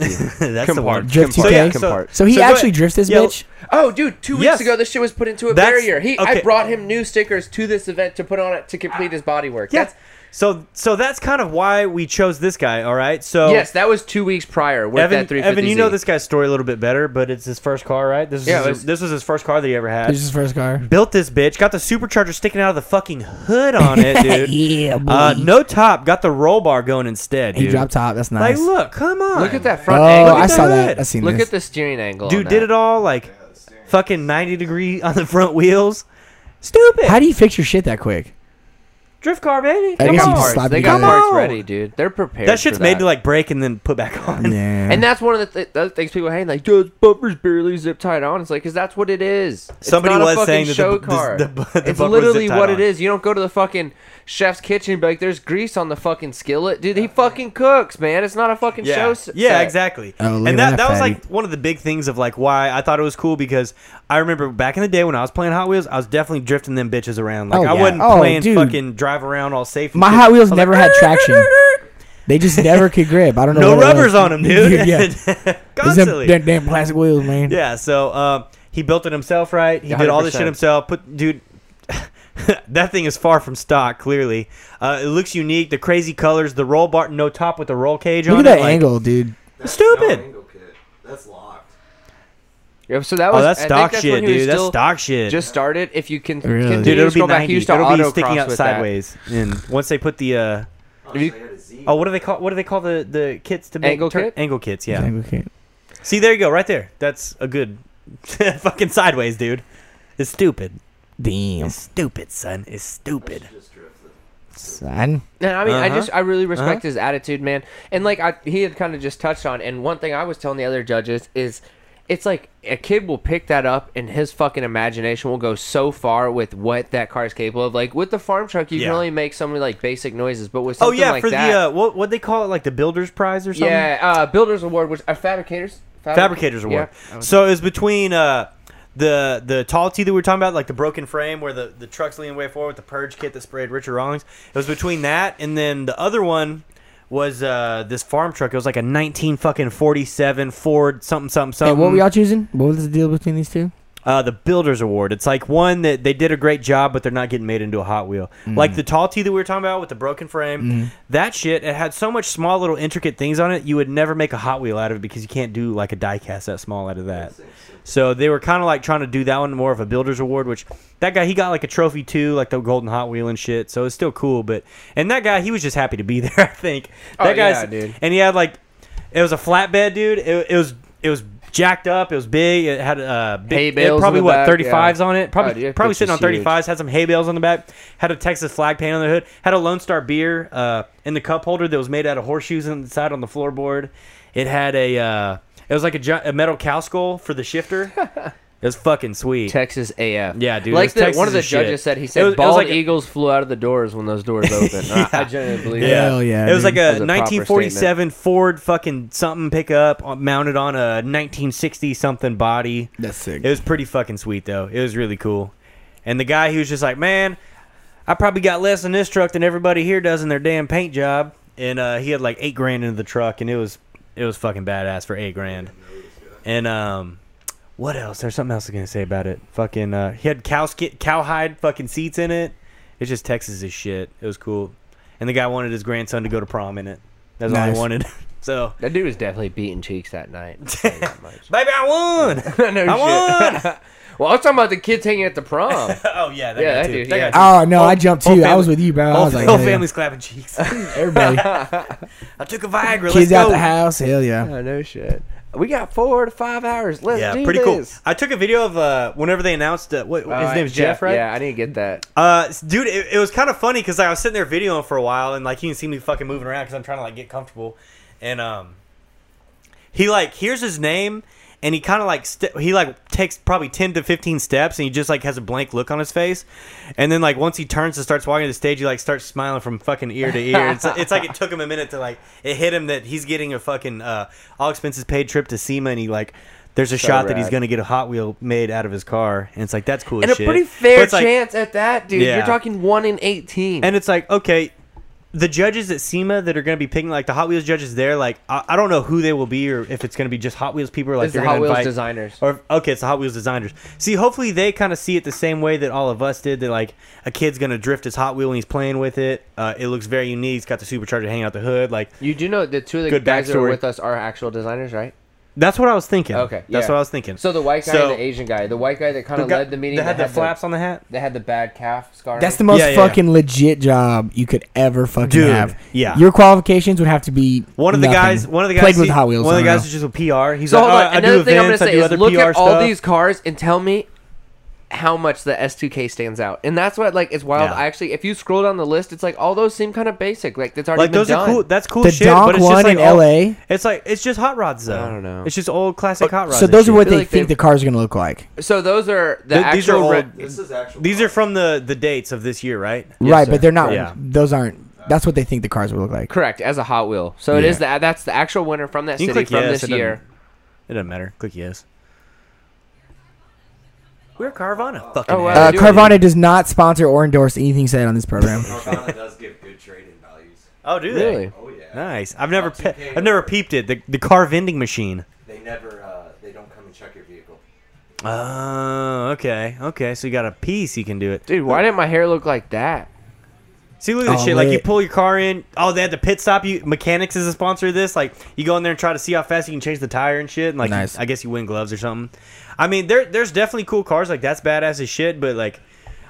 [SPEAKER 4] you.
[SPEAKER 2] that's the one.
[SPEAKER 1] Drift
[SPEAKER 4] Compart.
[SPEAKER 1] So, yeah,
[SPEAKER 4] Compart.
[SPEAKER 1] so he
[SPEAKER 2] So go
[SPEAKER 1] actually
[SPEAKER 2] ahead.
[SPEAKER 1] drifts this
[SPEAKER 2] Yeah,
[SPEAKER 1] bitch.
[SPEAKER 4] oh, dude, two weeks
[SPEAKER 2] Yes.
[SPEAKER 4] ago this shit was put into a
[SPEAKER 2] That's-
[SPEAKER 4] barrier. He, I
[SPEAKER 2] okay.
[SPEAKER 4] brought him new stickers to this event to put on it to complete his body work.
[SPEAKER 2] Yeah.
[SPEAKER 4] That's,
[SPEAKER 2] So so that's kind of why we chose this guy. All right. So
[SPEAKER 4] yes, that was two weeks prior. With
[SPEAKER 2] Evan,
[SPEAKER 4] that 350Z.
[SPEAKER 2] Evan, you know this guy's story a little bit better, but it's his first car, right? This is
[SPEAKER 4] Yeah, it
[SPEAKER 2] his,
[SPEAKER 4] was-
[SPEAKER 2] this was his first car that he ever had.
[SPEAKER 1] This is his first car.
[SPEAKER 2] Built this bitch, got the supercharger sticking out of the fucking hood on it, dude.
[SPEAKER 1] Yeah, boy.
[SPEAKER 2] uh, no top, got the roll bar going instead.
[SPEAKER 1] he
[SPEAKER 2] dude.
[SPEAKER 1] dropped top. That's
[SPEAKER 2] Like,
[SPEAKER 1] nice.
[SPEAKER 2] look, come on.
[SPEAKER 4] Look at that front
[SPEAKER 1] oh,
[SPEAKER 4] angle.
[SPEAKER 2] Look
[SPEAKER 1] I
[SPEAKER 2] at
[SPEAKER 1] saw
[SPEAKER 2] that.
[SPEAKER 1] that. I seen
[SPEAKER 4] Look
[SPEAKER 1] this.
[SPEAKER 4] at the steering angle.
[SPEAKER 2] dude. Did it all like fucking ninety degree on the front wheels. Stupid.
[SPEAKER 1] How do you fix your shit that quick?
[SPEAKER 2] drift car, baby?
[SPEAKER 1] I
[SPEAKER 2] Come
[SPEAKER 1] guess you
[SPEAKER 2] on.
[SPEAKER 1] just slap
[SPEAKER 4] They
[SPEAKER 1] it
[SPEAKER 4] got
[SPEAKER 1] together.
[SPEAKER 4] parts
[SPEAKER 2] Come on.
[SPEAKER 4] ready, dude. They're prepared.
[SPEAKER 2] that shit's
[SPEAKER 4] for
[SPEAKER 2] made
[SPEAKER 4] that.
[SPEAKER 2] to like break and then put back on.
[SPEAKER 1] Yeah.
[SPEAKER 4] And that's one of the, th- the things people hate. Like, those bumpers barely zip tied on. It's like, because that's what it is. It's
[SPEAKER 2] Somebody
[SPEAKER 4] not a
[SPEAKER 2] was
[SPEAKER 4] fucking
[SPEAKER 2] saying that the
[SPEAKER 4] show
[SPEAKER 2] bu- this-
[SPEAKER 4] car.
[SPEAKER 2] the bu- the
[SPEAKER 4] it's
[SPEAKER 2] bumper was
[SPEAKER 4] literally
[SPEAKER 2] zip-tied
[SPEAKER 4] what it
[SPEAKER 2] on.
[SPEAKER 4] is. You don't go to the fucking chef's kitchen and be like, there's grease on the fucking skillet. Dude, he fucking cooks, man. It's not a fucking
[SPEAKER 2] yeah.
[SPEAKER 4] show. s-
[SPEAKER 2] Yeah,
[SPEAKER 4] set.
[SPEAKER 2] exactly.
[SPEAKER 1] Oh, look at
[SPEAKER 2] and that,
[SPEAKER 1] that
[SPEAKER 2] that, was
[SPEAKER 1] fatty.
[SPEAKER 2] like one of the big things of like why I thought it was cool because I remember back in the day when I was playing Hot Wheels, I was definitely drifting them bitches around. Like
[SPEAKER 1] Oh,
[SPEAKER 2] I
[SPEAKER 1] yeah.
[SPEAKER 2] wasn't
[SPEAKER 1] Oh,
[SPEAKER 2] playing
[SPEAKER 1] dude.
[SPEAKER 2] fucking drive around all safe. and
[SPEAKER 1] My
[SPEAKER 2] shit.
[SPEAKER 1] Hot Wheels
[SPEAKER 2] I was
[SPEAKER 1] never
[SPEAKER 2] like,
[SPEAKER 1] had traction. They just never could grip. I don't know.
[SPEAKER 2] No
[SPEAKER 1] what it was.
[SPEAKER 2] rubbers on them, dude.
[SPEAKER 1] yeah, yeah. These
[SPEAKER 2] Constantly.
[SPEAKER 1] Damn, damn plastic wheels, man.
[SPEAKER 2] Yeah, so um, he built it himself, right? He did all this
[SPEAKER 4] 100%.
[SPEAKER 2] shit himself. Put dude, that thing is far from stock. Clearly, uh, it looks unique. The crazy colors, the roll bar, no top with the roll cage
[SPEAKER 1] Look
[SPEAKER 2] on
[SPEAKER 1] at that
[SPEAKER 2] it. like-
[SPEAKER 1] angle, dude.
[SPEAKER 5] That's
[SPEAKER 2] Stupid.
[SPEAKER 5] No angle kit. That's locked.
[SPEAKER 4] Yeah, so that
[SPEAKER 2] Oh,
[SPEAKER 4] was,
[SPEAKER 2] that's
[SPEAKER 4] I think
[SPEAKER 2] stock
[SPEAKER 4] that's when
[SPEAKER 2] shit,
[SPEAKER 4] he was
[SPEAKER 2] dude. That's
[SPEAKER 4] still
[SPEAKER 2] stock shit.
[SPEAKER 4] Just started. If you can,
[SPEAKER 1] Really?
[SPEAKER 2] dude,
[SPEAKER 4] continue to
[SPEAKER 2] it'll be
[SPEAKER 4] scroll back,
[SPEAKER 2] ninety.
[SPEAKER 4] he used to
[SPEAKER 2] It'll be
[SPEAKER 4] autocross
[SPEAKER 2] sticking out
[SPEAKER 4] with that.
[SPEAKER 2] sideways. And once they put the uh,
[SPEAKER 5] Oh,
[SPEAKER 4] If you-
[SPEAKER 5] so I got a Z.
[SPEAKER 2] Oh, what do they call what do they call the the kits to make
[SPEAKER 4] Angle
[SPEAKER 2] tur-
[SPEAKER 4] kit?
[SPEAKER 2] Angle kits, yeah.
[SPEAKER 1] Angle kick.
[SPEAKER 2] See, there you go, right there. That's a good fucking sideways, dude. It's stupid.
[SPEAKER 1] Damn.
[SPEAKER 2] It's stupid, son. It's
[SPEAKER 5] I should
[SPEAKER 2] stupid.
[SPEAKER 5] just drift the
[SPEAKER 1] Son.
[SPEAKER 4] And I mean, I
[SPEAKER 2] Uh-huh.
[SPEAKER 4] just I really respect
[SPEAKER 2] Uh-huh.
[SPEAKER 4] his attitude, man. And like I, he had kind of just touched on. And one thing I was telling the other judges is, it's like a kid will pick that up, and his fucking imagination will go so far with what that car is capable of. Like with the farm truck, you
[SPEAKER 2] Yeah.
[SPEAKER 4] can only make some like basic noises, but with
[SPEAKER 2] Oh
[SPEAKER 4] something
[SPEAKER 2] yeah,
[SPEAKER 4] like
[SPEAKER 2] for
[SPEAKER 4] that,
[SPEAKER 2] the uh, what what they call it, like the builder's prize or something.
[SPEAKER 4] yeah, uh, builders award, which are fabricators, Fabri-
[SPEAKER 2] Fabricators Award.
[SPEAKER 4] Yeah.
[SPEAKER 2] So it was between uh, the the tall tee that we were talking about, like the broken frame where the, the truck's leaning way forward with the purge kit that sprayed Richard Rawlings. It was between that and then the other one was uh, this farm truck. It was like a nineteen fucking forty seven Ford something something something.
[SPEAKER 1] And Uh, what were y'all choosing? What was the deal between these two?
[SPEAKER 2] Uh, the Builders Award. It's like one that they did a great job, but they're not getting made into a Hot Wheel.
[SPEAKER 4] Mm.
[SPEAKER 2] Like the tall tee that we were talking about with the broken frame.
[SPEAKER 4] Mm-hmm.
[SPEAKER 2] That shit, it had so much small little intricate things on it, you would never make a Hot Wheel out of it because you can't do like a die cast that small out of that. So they were kind of like trying to do that one more of a Builders Award, which that guy, he got like a trophy too, like the Golden Hot Wheel and shit. So it's still cool, but. And that guy, he was just happy to be there, I think.
[SPEAKER 4] Oh,
[SPEAKER 2] That guy's.
[SPEAKER 4] yeah, dude.
[SPEAKER 2] And he had like. It was a flatbed, dude. It, it was. It was jacked up. It was big. It had uh, big
[SPEAKER 4] Hay
[SPEAKER 2] it
[SPEAKER 4] bales in
[SPEAKER 2] probably
[SPEAKER 4] the
[SPEAKER 2] what
[SPEAKER 4] back,
[SPEAKER 2] 35s
[SPEAKER 4] yeah.
[SPEAKER 2] on it. Probably
[SPEAKER 4] Oh, dude, that
[SPEAKER 2] probably
[SPEAKER 4] bitch
[SPEAKER 2] sitting on
[SPEAKER 4] is huge.
[SPEAKER 2] 35s. Had some hay bales on the back. Had a Texas flag paint on the hood. Had a Lone Star beer uh, in the cup holder that was made out of horseshoes inside on the floorboard. It had a uh, it was like a, gi- a metal cow skull for the shifter. it was fucking sweet.
[SPEAKER 4] Texas AF.
[SPEAKER 2] Yeah, dude,
[SPEAKER 4] Like
[SPEAKER 2] it's
[SPEAKER 4] the,
[SPEAKER 2] Texas
[SPEAKER 4] one of the
[SPEAKER 2] as shit.
[SPEAKER 4] judges said, he
[SPEAKER 2] It
[SPEAKER 4] said
[SPEAKER 2] was- it was
[SPEAKER 4] bald
[SPEAKER 2] like a-
[SPEAKER 4] eagles flew out of the doors when those doors opened. I- I, genuinely believe
[SPEAKER 2] yeah.
[SPEAKER 4] that.
[SPEAKER 1] Hell yeah,
[SPEAKER 2] It was
[SPEAKER 1] dude.
[SPEAKER 2] like
[SPEAKER 4] That
[SPEAKER 2] a
[SPEAKER 4] was a proper
[SPEAKER 2] 1947 Ford fucking something pickup uh, mounted on a 1960 something body.
[SPEAKER 1] That's sick.
[SPEAKER 2] It was pretty fucking sweet though. It was really cool. And the guy he was just like, man, I probably got less in this truck than everybody here does in their damn paint job. And uh, he had like eight grand into the truck, and it was it was fucking badass for eight grand. And um, what else? There's something else I was gonna say about it. Fucking, uh, he had cow ski- cowhide fucking seats in it. It's just Texas as shit. It was cool. And the guy wanted his grandson to go to prom in it. That's all
[SPEAKER 1] Nice.
[SPEAKER 2] he wanted. so
[SPEAKER 4] That dude was definitely beating cheeks that night. I'll tell you that much.
[SPEAKER 2] baby, I won.
[SPEAKER 4] No shit.
[SPEAKER 2] I won.
[SPEAKER 4] Well, I was talking about the kids hanging at the prom.
[SPEAKER 2] oh yeah, that guy
[SPEAKER 4] Yeah, that
[SPEAKER 2] too.
[SPEAKER 4] dude,
[SPEAKER 2] That
[SPEAKER 4] yeah.
[SPEAKER 2] guy
[SPEAKER 1] Oh no,
[SPEAKER 2] Whole-
[SPEAKER 1] I jumped
[SPEAKER 2] whole
[SPEAKER 1] too. I
[SPEAKER 2] family-
[SPEAKER 1] was with you, bro. I
[SPEAKER 2] Whole,
[SPEAKER 1] was like,
[SPEAKER 2] whole
[SPEAKER 1] hell yeah.
[SPEAKER 2] family's clapping cheeks. I
[SPEAKER 1] everybody,
[SPEAKER 2] took a Viagra.
[SPEAKER 1] kids
[SPEAKER 2] Let's
[SPEAKER 1] out
[SPEAKER 2] go.
[SPEAKER 1] the house. Hell yeah.
[SPEAKER 4] Oh, no shit. We got four to five hours. Let's
[SPEAKER 2] Yeah,
[SPEAKER 4] do
[SPEAKER 2] pretty
[SPEAKER 4] this.
[SPEAKER 2] cool. I took a video of uh, whenever they announced uh, what
[SPEAKER 4] All
[SPEAKER 2] his
[SPEAKER 4] right,
[SPEAKER 2] name's Jeff, right?
[SPEAKER 4] Yeah, I didn't get that.
[SPEAKER 2] Uh, s- dude, it, it was kind of funny because I was sitting there videoing for a while, and like he didn't see me fucking moving around because I'm trying to like get comfortable, and um, he like hears his name, and he kind of like st- he like takes probably ten to fifteen steps, and he just like has a blank look on his face, and then like once he turns and starts walking to the stage, he like starts smiling from fucking ear to ear. It's, it's like it took him a minute to like it hit him that he's getting a fucking uh all expenses paid trip to SEMA, and he like. There's a shot that he's
[SPEAKER 4] rad.
[SPEAKER 2] gonna get a Hot Wheel made out of his car, and it's like that's cool.
[SPEAKER 4] And
[SPEAKER 2] as
[SPEAKER 4] a
[SPEAKER 2] shit.
[SPEAKER 4] pretty
[SPEAKER 2] But
[SPEAKER 4] fair
[SPEAKER 2] it's like-
[SPEAKER 4] chance at that, dude.
[SPEAKER 2] Yeah.
[SPEAKER 4] You're talking one in eighteen.
[SPEAKER 2] and it's like, okay, the judges at SEMA that are going to be picking, like the Hot Wheels judges there, like I, I don't know who they will be or if it's going to be just Hot Wheels people or like
[SPEAKER 4] It's
[SPEAKER 2] they're
[SPEAKER 4] the Hot
[SPEAKER 2] gonna
[SPEAKER 4] Wheels
[SPEAKER 2] invite-
[SPEAKER 4] designers.
[SPEAKER 2] Or okay, it's the Hot Wheels designers. See, hopefully they kind of see it the same way that all of us did. That like a kid's going to drift his Hot Wheel and he's playing with it. Uh, it looks very unique. It's got the supercharger hanging out the hood. Like
[SPEAKER 4] you do know the two of the
[SPEAKER 2] Good
[SPEAKER 4] guys that were
[SPEAKER 2] backstory.
[SPEAKER 4] with us are actual designers, right?
[SPEAKER 2] that's what I was thinking.
[SPEAKER 4] Okay,
[SPEAKER 2] that's
[SPEAKER 4] yeah.
[SPEAKER 2] what I was thinking.
[SPEAKER 4] So the white guy
[SPEAKER 2] So-
[SPEAKER 4] and the Asian guy, the white guy that kind
[SPEAKER 2] Who
[SPEAKER 4] of
[SPEAKER 2] got-
[SPEAKER 4] led the meeting,
[SPEAKER 2] They had
[SPEAKER 4] that
[SPEAKER 2] the flaps on the hat.
[SPEAKER 4] They had the bad calf scar.
[SPEAKER 1] That's the most
[SPEAKER 2] Yeah, yeah, yeah.
[SPEAKER 1] fucking legit job you could ever fucking
[SPEAKER 2] Dude,
[SPEAKER 1] have.
[SPEAKER 2] yeah.
[SPEAKER 1] Your qualifications would have to be
[SPEAKER 2] One of the
[SPEAKER 1] nothing.
[SPEAKER 2] guys, one of the guys,
[SPEAKER 1] played with
[SPEAKER 2] he-
[SPEAKER 1] Hot Wheels.
[SPEAKER 2] One of the
[SPEAKER 1] I don't
[SPEAKER 2] guys is just a PR. He's
[SPEAKER 4] So
[SPEAKER 2] like,
[SPEAKER 4] hold
[SPEAKER 2] "Oh,
[SPEAKER 4] on.
[SPEAKER 2] I do
[SPEAKER 4] Another thing I'm gonna
[SPEAKER 2] events, I
[SPEAKER 4] say
[SPEAKER 2] do
[SPEAKER 4] is
[SPEAKER 2] other
[SPEAKER 4] look
[SPEAKER 2] PR
[SPEAKER 4] at all
[SPEAKER 2] stuff."
[SPEAKER 4] these cars and tell me how much the S2K stands out. And that's what like it's wild.
[SPEAKER 2] Yeah.
[SPEAKER 4] I actually, if you scroll down the list, it's like all those seem kind of basic. Like that's already
[SPEAKER 2] like
[SPEAKER 4] been
[SPEAKER 2] those
[SPEAKER 4] done.
[SPEAKER 2] are cool. That's cool
[SPEAKER 1] The
[SPEAKER 2] shit.
[SPEAKER 1] Donk
[SPEAKER 2] but it's
[SPEAKER 1] one
[SPEAKER 2] just like
[SPEAKER 1] in
[SPEAKER 2] all-
[SPEAKER 1] LA?
[SPEAKER 2] It's like it's just hot rods though.
[SPEAKER 4] I don't know.
[SPEAKER 2] It's just old classic hot rods.
[SPEAKER 1] Oh, So
[SPEAKER 2] and
[SPEAKER 1] those are
[SPEAKER 2] shit.
[SPEAKER 1] what
[SPEAKER 4] I
[SPEAKER 1] they
[SPEAKER 4] feel like
[SPEAKER 1] think
[SPEAKER 4] they-
[SPEAKER 1] the car's gonna look like.
[SPEAKER 4] so those are the
[SPEAKER 2] Th-
[SPEAKER 4] actual.
[SPEAKER 2] these are old.
[SPEAKER 4] re-
[SPEAKER 5] This is actual.
[SPEAKER 2] These are from the the dates of this year, right?
[SPEAKER 1] right,
[SPEAKER 4] sir.
[SPEAKER 1] but they're not.
[SPEAKER 2] Yeah.
[SPEAKER 1] Those aren't. That's what they think the cars would look like.
[SPEAKER 4] correct as a Hot Wheel. So it
[SPEAKER 1] Yeah.
[SPEAKER 4] is that. That's the actual winner from that
[SPEAKER 2] You
[SPEAKER 4] city
[SPEAKER 2] can
[SPEAKER 4] from
[SPEAKER 2] click yes,
[SPEAKER 4] this
[SPEAKER 2] it
[SPEAKER 4] year.
[SPEAKER 2] It doesn't matter. Click yes. We're Carvana. Fucking
[SPEAKER 4] Oh, wow.
[SPEAKER 2] hell.
[SPEAKER 1] Uh,
[SPEAKER 4] do
[SPEAKER 1] Carvana does not sponsor or endorse anything said on this program.
[SPEAKER 5] Carvana does give good trade-in values.
[SPEAKER 2] oh, do they?
[SPEAKER 4] Really?
[SPEAKER 5] Oh yeah.
[SPEAKER 2] Nice. I've never
[SPEAKER 5] Not
[SPEAKER 2] pe-
[SPEAKER 5] 2K
[SPEAKER 2] I've never peeped it. The the car vending machine.
[SPEAKER 5] They never. Uh, they don't come and check your vehicle.
[SPEAKER 2] Oh, okay, okay. So you got a piece. You can do it.
[SPEAKER 4] Dude, why didn't my hair look like that?
[SPEAKER 2] See, look at this
[SPEAKER 1] Oh,
[SPEAKER 2] shit. Like, you
[SPEAKER 1] lit.
[SPEAKER 2] pull your car in. Oh, they had the pit stop. You mechanics is a sponsor of this. Like, you go in there and try to see how fast you can change the tire and shit. And like,
[SPEAKER 1] Nice.
[SPEAKER 2] I guess you win gloves or something. I mean, there there's definitely cool cars. Like, that's badass as shit. But like,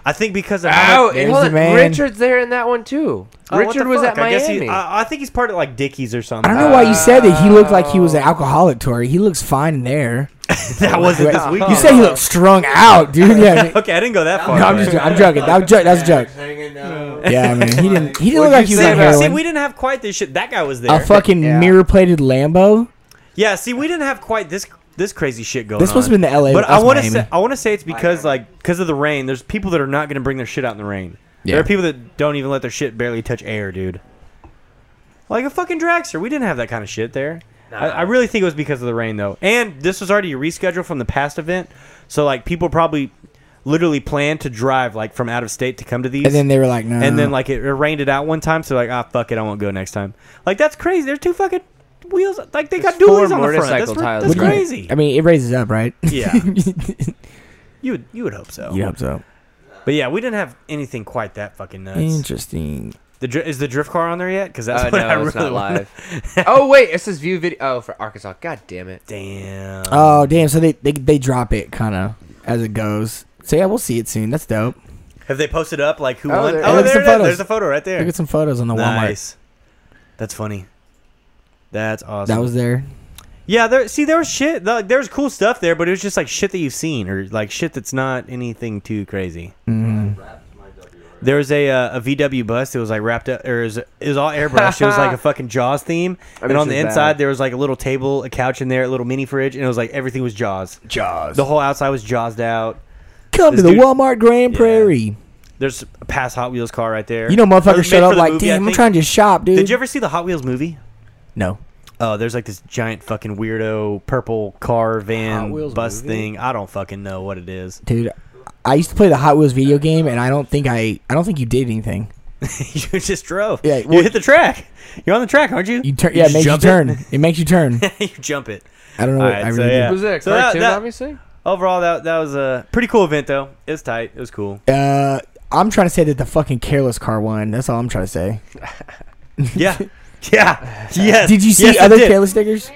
[SPEAKER 2] I think because of how
[SPEAKER 4] Ow,
[SPEAKER 2] much-
[SPEAKER 1] There's
[SPEAKER 4] hold
[SPEAKER 1] the
[SPEAKER 4] on,
[SPEAKER 1] man.
[SPEAKER 4] Richard's there in that one too.
[SPEAKER 2] Oh, what
[SPEAKER 4] Richard
[SPEAKER 2] the
[SPEAKER 4] was
[SPEAKER 2] fuck?
[SPEAKER 4] at Miami.
[SPEAKER 2] I, guess he, I, I think he's part of like Dickies or something. Uh,
[SPEAKER 1] I don't know why you said that he looked like he was an alcoholic, Tori. He looks fine there.
[SPEAKER 2] that wasn't this
[SPEAKER 1] Wait,
[SPEAKER 2] week.
[SPEAKER 1] You said he looked strung out, dude. Yeah. I mean-
[SPEAKER 2] okay, I didn't go that far.
[SPEAKER 1] no, I'm
[SPEAKER 2] but-
[SPEAKER 1] just I'm joking. That was, joke. that was a joke.
[SPEAKER 5] Hanging out.
[SPEAKER 1] Yeah, man. He didn't he didn't
[SPEAKER 4] What'd
[SPEAKER 1] look like
[SPEAKER 4] you
[SPEAKER 1] he was
[SPEAKER 4] say
[SPEAKER 1] on
[SPEAKER 4] about-
[SPEAKER 2] See, we
[SPEAKER 1] heroin.
[SPEAKER 2] didn't have quite this shit. That guy was there.
[SPEAKER 1] A fucking
[SPEAKER 4] Yeah.
[SPEAKER 1] mirror plated Lambo.
[SPEAKER 2] yeah, see, we didn't have quite this this crazy shit going.
[SPEAKER 1] This
[SPEAKER 2] on.
[SPEAKER 1] must have been the LA.
[SPEAKER 2] But I
[SPEAKER 1] that's
[SPEAKER 2] want to
[SPEAKER 1] Miami.
[SPEAKER 2] say I want to say it's because
[SPEAKER 5] know.
[SPEAKER 2] like because of the rain. There's people that are not going to bring their shit out in the rain. There
[SPEAKER 1] Yeah.
[SPEAKER 2] are people that don't even let their shit barely touch air, dude. Like a fucking dragster. We didn't have that kind of shit there. I, I really think it was because of the rain though. And this was already rescheduled from the past event, so like people probably literally planned to drive like from out of state to come to these.
[SPEAKER 1] And then they were like, no.
[SPEAKER 2] And then like it, it rained it out one time, so like ah fuck it, I won't go next time. Like that's crazy. There's two fucking wheels. Like they got
[SPEAKER 4] There's four
[SPEAKER 2] dualies on the front. That's,
[SPEAKER 4] motorcycle
[SPEAKER 2] re-
[SPEAKER 4] tires.
[SPEAKER 2] that's
[SPEAKER 1] Wouldn't it-
[SPEAKER 2] crazy.
[SPEAKER 1] I mean, it raises up, right?
[SPEAKER 2] Yeah. you would you would hope so.
[SPEAKER 1] you hope so.
[SPEAKER 2] But yeah, we didn't have anything quite that fucking nuts.
[SPEAKER 1] Interesting.
[SPEAKER 2] The dri- is the drift car on there yet? Because that's
[SPEAKER 4] Uh,
[SPEAKER 2] what
[SPEAKER 4] no,
[SPEAKER 2] I really
[SPEAKER 4] it's not
[SPEAKER 2] wanna-
[SPEAKER 4] live. oh wait, it says view video. Oh, for Arkansas. God damn it.
[SPEAKER 2] Damn.
[SPEAKER 1] Oh damn! So they they, they drop it kind of as it goes. So yeah, we'll see it soon. That's dope.
[SPEAKER 2] Have they posted up like who
[SPEAKER 4] Oh,
[SPEAKER 2] won?
[SPEAKER 4] there-
[SPEAKER 2] Oh,
[SPEAKER 1] Look at
[SPEAKER 2] there
[SPEAKER 1] some
[SPEAKER 2] it is.
[SPEAKER 1] photos.
[SPEAKER 2] There's a photo right there.
[SPEAKER 1] Look at some photos on the Walmart.
[SPEAKER 2] nice. That's funny. That's awesome.
[SPEAKER 1] That was there.
[SPEAKER 2] yeah. There. See, there was shit. Like, there was cool stuff there, but it was just like shit that you've seen or like shit that's not anything too crazy.
[SPEAKER 1] Mm-hmm.
[SPEAKER 5] Wrapped my WR.
[SPEAKER 2] There was a uh, a VW bus that was like wrapped up, or it was, it was all airbrushed. it was like a fucking Jaws theme,
[SPEAKER 4] I
[SPEAKER 2] and
[SPEAKER 4] bet
[SPEAKER 2] on the
[SPEAKER 4] you it was
[SPEAKER 2] inside
[SPEAKER 4] bad.
[SPEAKER 2] there was like a little table, a couch in there, a little mini fridge, and it was like everything was Jaws.
[SPEAKER 1] Jaws.
[SPEAKER 2] The whole outside was Jawsed out.
[SPEAKER 1] Come to
[SPEAKER 2] this
[SPEAKER 1] the
[SPEAKER 2] dude-
[SPEAKER 1] Walmart Grand
[SPEAKER 2] Yeah.
[SPEAKER 1] Prairie.
[SPEAKER 2] There's a past Hot Wheels car right there.
[SPEAKER 1] You know,
[SPEAKER 2] It
[SPEAKER 1] motherfuckers
[SPEAKER 2] was made
[SPEAKER 1] showed
[SPEAKER 2] for
[SPEAKER 1] up
[SPEAKER 2] the
[SPEAKER 1] like,
[SPEAKER 2] movie, I
[SPEAKER 1] damn, I'm
[SPEAKER 2] think.
[SPEAKER 1] trying to shop, dude.
[SPEAKER 2] Did you ever see the Hot Wheels movie?
[SPEAKER 1] No.
[SPEAKER 2] Oh, there's like this giant fucking weirdo purple car van
[SPEAKER 4] Hot Wheels
[SPEAKER 2] bus
[SPEAKER 4] movie?
[SPEAKER 2] thing. I don't fucking know what it is.
[SPEAKER 1] Dude, I used to play the Hot Wheels video game, and I don't think I I don't think you did anything.
[SPEAKER 2] you just drove.
[SPEAKER 1] Yeah,
[SPEAKER 2] you
[SPEAKER 1] well-
[SPEAKER 2] hit the track. You're on the track, aren't you?
[SPEAKER 1] You turn. Yeah, it
[SPEAKER 2] just
[SPEAKER 1] makes you
[SPEAKER 2] jump
[SPEAKER 1] turn. It. makes you turn.
[SPEAKER 2] you jump it.
[SPEAKER 1] I don't know. What,
[SPEAKER 2] Alright,
[SPEAKER 1] I
[SPEAKER 2] so
[SPEAKER 1] really
[SPEAKER 2] yeah.
[SPEAKER 1] do.
[SPEAKER 4] Was it a
[SPEAKER 2] So that-
[SPEAKER 4] cartoon?
[SPEAKER 2] that-
[SPEAKER 4] obviously.
[SPEAKER 2] Overall, that that was a pretty cool event though. It was tight. It was cool.
[SPEAKER 1] Uh, I'm trying to say that the fucking careless car won. That's all I'm trying to say.
[SPEAKER 2] Yeah. Yeah. Yes.
[SPEAKER 1] Did you see
[SPEAKER 2] Yes, I
[SPEAKER 1] other
[SPEAKER 2] did.
[SPEAKER 1] careless stickers?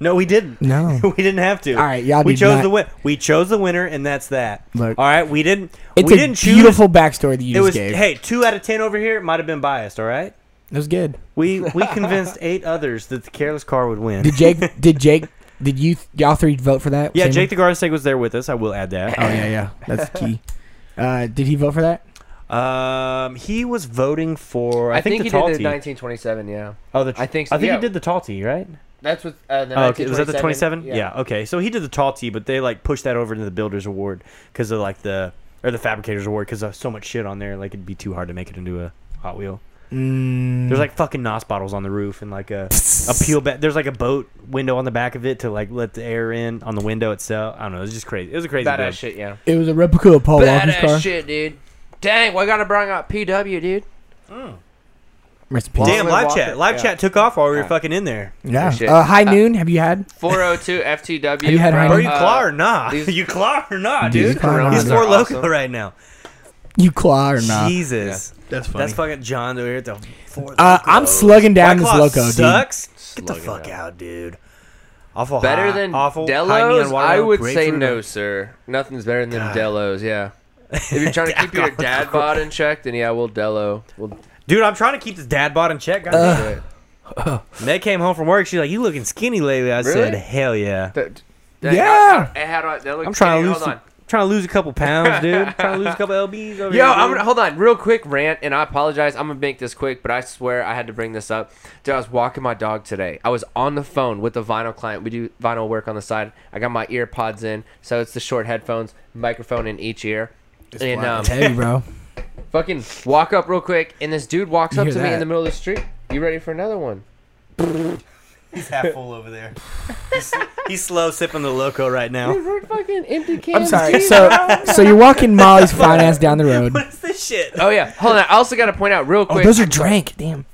[SPEAKER 2] No, we didn't.
[SPEAKER 1] No.
[SPEAKER 2] we didn't have to.
[SPEAKER 1] All right, y'all
[SPEAKER 2] We
[SPEAKER 1] did
[SPEAKER 2] chose
[SPEAKER 1] not-
[SPEAKER 2] the win. We chose the winner, and that's that.
[SPEAKER 1] Look.
[SPEAKER 2] All right. We didn't.
[SPEAKER 1] It's
[SPEAKER 2] we
[SPEAKER 1] a
[SPEAKER 2] didn't choose.
[SPEAKER 1] beautiful backstory that you
[SPEAKER 2] It
[SPEAKER 1] just
[SPEAKER 2] was
[SPEAKER 1] gave.
[SPEAKER 2] hey, two out of ten over here might have been biased. All right.
[SPEAKER 1] It was good.
[SPEAKER 2] We we convinced eight others that the careless car would win.
[SPEAKER 1] Did Jake? did Jake? Did you y'all three vote for that?
[SPEAKER 2] yeah,
[SPEAKER 1] Same
[SPEAKER 2] Jake the Garden Snake was there with us. I will add
[SPEAKER 1] one? Oh
[SPEAKER 2] that.
[SPEAKER 1] yeah, yeah. That's the key. Uh, did he vote for that?
[SPEAKER 2] um, he was voting for I,
[SPEAKER 4] I think,
[SPEAKER 2] the
[SPEAKER 4] he
[SPEAKER 2] tall
[SPEAKER 4] did it
[SPEAKER 2] tee.
[SPEAKER 4] in 1927. Yeah,
[SPEAKER 2] oh, the,
[SPEAKER 4] I think so,
[SPEAKER 2] I think
[SPEAKER 4] yeah.
[SPEAKER 2] he did the tall tee, right?
[SPEAKER 4] that's what. Uh, the
[SPEAKER 2] Oh, okay. was that the 27?
[SPEAKER 4] 1927?
[SPEAKER 2] Yeah. okay. So he did the tall tee, but they like pushed that over into the builders award because of like the or the fabricators award because of so much shit on there. Like it'd be too hard to make it into a Hot Wheel.
[SPEAKER 1] Mm,
[SPEAKER 2] There's like fucking nos bottles on the roof and like a a peel back. There's like a boat window on the back of it to like let the air in on the window itself. I don't know. It's just crazy. It was a crazy.
[SPEAKER 4] Badass
[SPEAKER 2] build.
[SPEAKER 4] shit. Yeah.
[SPEAKER 1] it was a replica of Paul Walker's car.
[SPEAKER 4] Badass shit, dude. Dang, why gotta bring up PW, dude?
[SPEAKER 1] Rest in peace.
[SPEAKER 2] Damn,
[SPEAKER 4] Walker,
[SPEAKER 2] live
[SPEAKER 4] Walker,
[SPEAKER 2] chat. Live
[SPEAKER 4] yeah.
[SPEAKER 2] chat took off while we were
[SPEAKER 4] Yeah.
[SPEAKER 2] fucking in there.
[SPEAKER 1] Yeah.
[SPEAKER 4] shit.
[SPEAKER 1] Uh, high noon. Have you had?
[SPEAKER 4] 402
[SPEAKER 1] Have
[SPEAKER 4] FTW.
[SPEAKER 1] you had
[SPEAKER 4] bro,
[SPEAKER 1] Heineken?
[SPEAKER 2] Are you
[SPEAKER 4] uh,
[SPEAKER 2] claw or not?
[SPEAKER 4] these-
[SPEAKER 2] you claw or not,
[SPEAKER 1] Duese
[SPEAKER 2] dude?
[SPEAKER 1] claw or
[SPEAKER 2] He's
[SPEAKER 1] nah,
[SPEAKER 2] more
[SPEAKER 4] are
[SPEAKER 2] loco
[SPEAKER 4] awesome.
[SPEAKER 2] right now.
[SPEAKER 1] You claw or not?
[SPEAKER 2] Jesus.
[SPEAKER 1] That's
[SPEAKER 2] That's fucking John over here at the fourth.
[SPEAKER 1] Uh, I'm slugging down this loco, dude.
[SPEAKER 2] sucks. Get the
[SPEAKER 4] Slugging
[SPEAKER 2] fuck
[SPEAKER 4] down.
[SPEAKER 2] out, dude. Awful high,
[SPEAKER 4] Better than
[SPEAKER 2] awful high neon
[SPEAKER 4] Delos?
[SPEAKER 2] water,
[SPEAKER 4] I would
[SPEAKER 2] grapefruit,
[SPEAKER 4] say no,
[SPEAKER 2] or-
[SPEAKER 4] sir. Nothing's better than Delos, yeah. If you're trying to keep your dad bod in check, then yeah, we'll Delo. We'll
[SPEAKER 2] Dude, I'm trying to keep this dad bod in check. God
[SPEAKER 4] do
[SPEAKER 2] damn it.
[SPEAKER 4] it.
[SPEAKER 2] Meg came home from work. She's like, "You looking skinny lately?" I said,
[SPEAKER 4] Really?
[SPEAKER 2] "Hell yeah."
[SPEAKER 4] That- that-
[SPEAKER 1] Yeah.
[SPEAKER 4] I, I, had on- that looks
[SPEAKER 2] I'm trying to
[SPEAKER 4] good.
[SPEAKER 2] lose.
[SPEAKER 4] Hold
[SPEAKER 2] Some,
[SPEAKER 4] on.
[SPEAKER 2] trying to lose a couple pounds, dude. trying to lose a couple lbs. Over
[SPEAKER 4] Yo,
[SPEAKER 2] here,
[SPEAKER 4] I'm
[SPEAKER 2] dude.
[SPEAKER 4] gonna hold on real quick rant, and I apologize. I'm gonna make this quick, but I swear I had to bring this up. Dude, I was walking my dog today. I was on the phone with a vinyl client. We do vinyl work on the side. I got my ear pods in, so it's the short headphones, microphone in each ear. and um,
[SPEAKER 1] It's heavy, bro.
[SPEAKER 4] fucking walk up real quick, and this dude walks
[SPEAKER 1] You
[SPEAKER 4] up to
[SPEAKER 1] hear
[SPEAKER 4] me
[SPEAKER 1] that?
[SPEAKER 4] in the middle of the street. You ready for another one?
[SPEAKER 2] He's half full over there. He's, he's slow sipping the loco right now.
[SPEAKER 4] Dude, we're fucking empty cans.
[SPEAKER 1] I'm sorry.
[SPEAKER 4] dude.
[SPEAKER 1] So, so you're walking Molly's fine ass down the road.
[SPEAKER 2] What is this shit?
[SPEAKER 4] Oh yeah, hold on. I also got to point out real
[SPEAKER 1] Oh,
[SPEAKER 4] quick.
[SPEAKER 1] those are drank. Damn.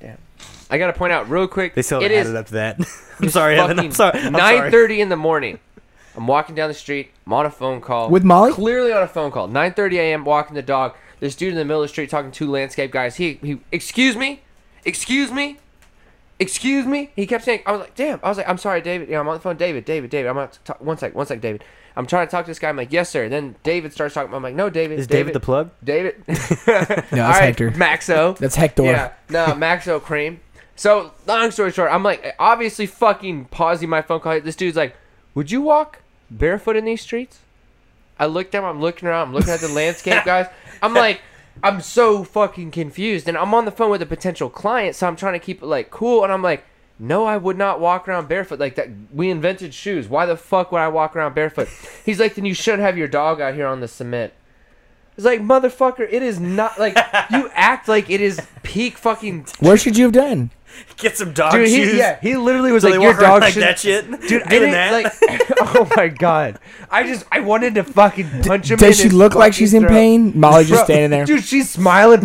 [SPEAKER 4] I got to point out real quick.
[SPEAKER 2] They still
[SPEAKER 4] it
[SPEAKER 2] haven't
[SPEAKER 4] is
[SPEAKER 2] added up to that. I'm sorry, Evan. I'm
[SPEAKER 4] fucking
[SPEAKER 2] sorry. I'm
[SPEAKER 4] nine
[SPEAKER 2] sorry.
[SPEAKER 4] thirty in the morning. I'm walking down the street. I'm on a phone call
[SPEAKER 1] With Molly?
[SPEAKER 4] Clearly on a phone call. Nine thirty a.m. Walking the dog. This dude in the middle of the street talking to two landscape guys. He he. Excuse me. Excuse me. excuse me. He kept saying, I was like, damn. I was like, I'm sorry, David. Yeah, I'm on the phone, David, David, David. I'm on t- one sec, one sec, David. I'm trying to talk to this guy. I'm like, yes, sir. Then David starts talking. I'm like, no, David.
[SPEAKER 2] Is David the plug?
[SPEAKER 4] David. no, that's
[SPEAKER 1] Hector.
[SPEAKER 4] Maxo.
[SPEAKER 1] That's Hector.
[SPEAKER 4] Yeah, no, Maxo cream. So long story short, I'm like obviously fucking pausing my phone call. This dude's like, "Would you walk barefoot in these streets?" I looked at him. I'm looking around. I'm looking at the landscape, guys. I'm like, I'm so fucking confused, and I'm on the phone with a potential client, so I'm trying to keep it like cool, and I'm like. No, I would not walk around barefoot like that. We invented shoes. Why the fuck would I walk around barefoot? He's like, then you should have your dog out here on the cement. It's like, motherfucker, it is not like you act like it is peak fucking
[SPEAKER 1] Where should you have done?
[SPEAKER 2] Get some dog
[SPEAKER 4] Dude,
[SPEAKER 2] shoes.
[SPEAKER 4] he, yeah, he literally was
[SPEAKER 2] So
[SPEAKER 4] like,
[SPEAKER 2] they
[SPEAKER 4] "Your
[SPEAKER 2] walk around
[SPEAKER 4] dog
[SPEAKER 2] like
[SPEAKER 4] should
[SPEAKER 2] that shit.
[SPEAKER 4] Dude,
[SPEAKER 2] Doing
[SPEAKER 4] I didn't,
[SPEAKER 2] that.
[SPEAKER 4] like, oh my god! I just, I wanted to fucking punch him. in
[SPEAKER 1] Does she
[SPEAKER 4] his
[SPEAKER 1] look like
[SPEAKER 4] fucking
[SPEAKER 1] she's in
[SPEAKER 4] throat.
[SPEAKER 1] pain? Molly just
[SPEAKER 4] Bro,
[SPEAKER 1] standing there.
[SPEAKER 4] dude. She's smiling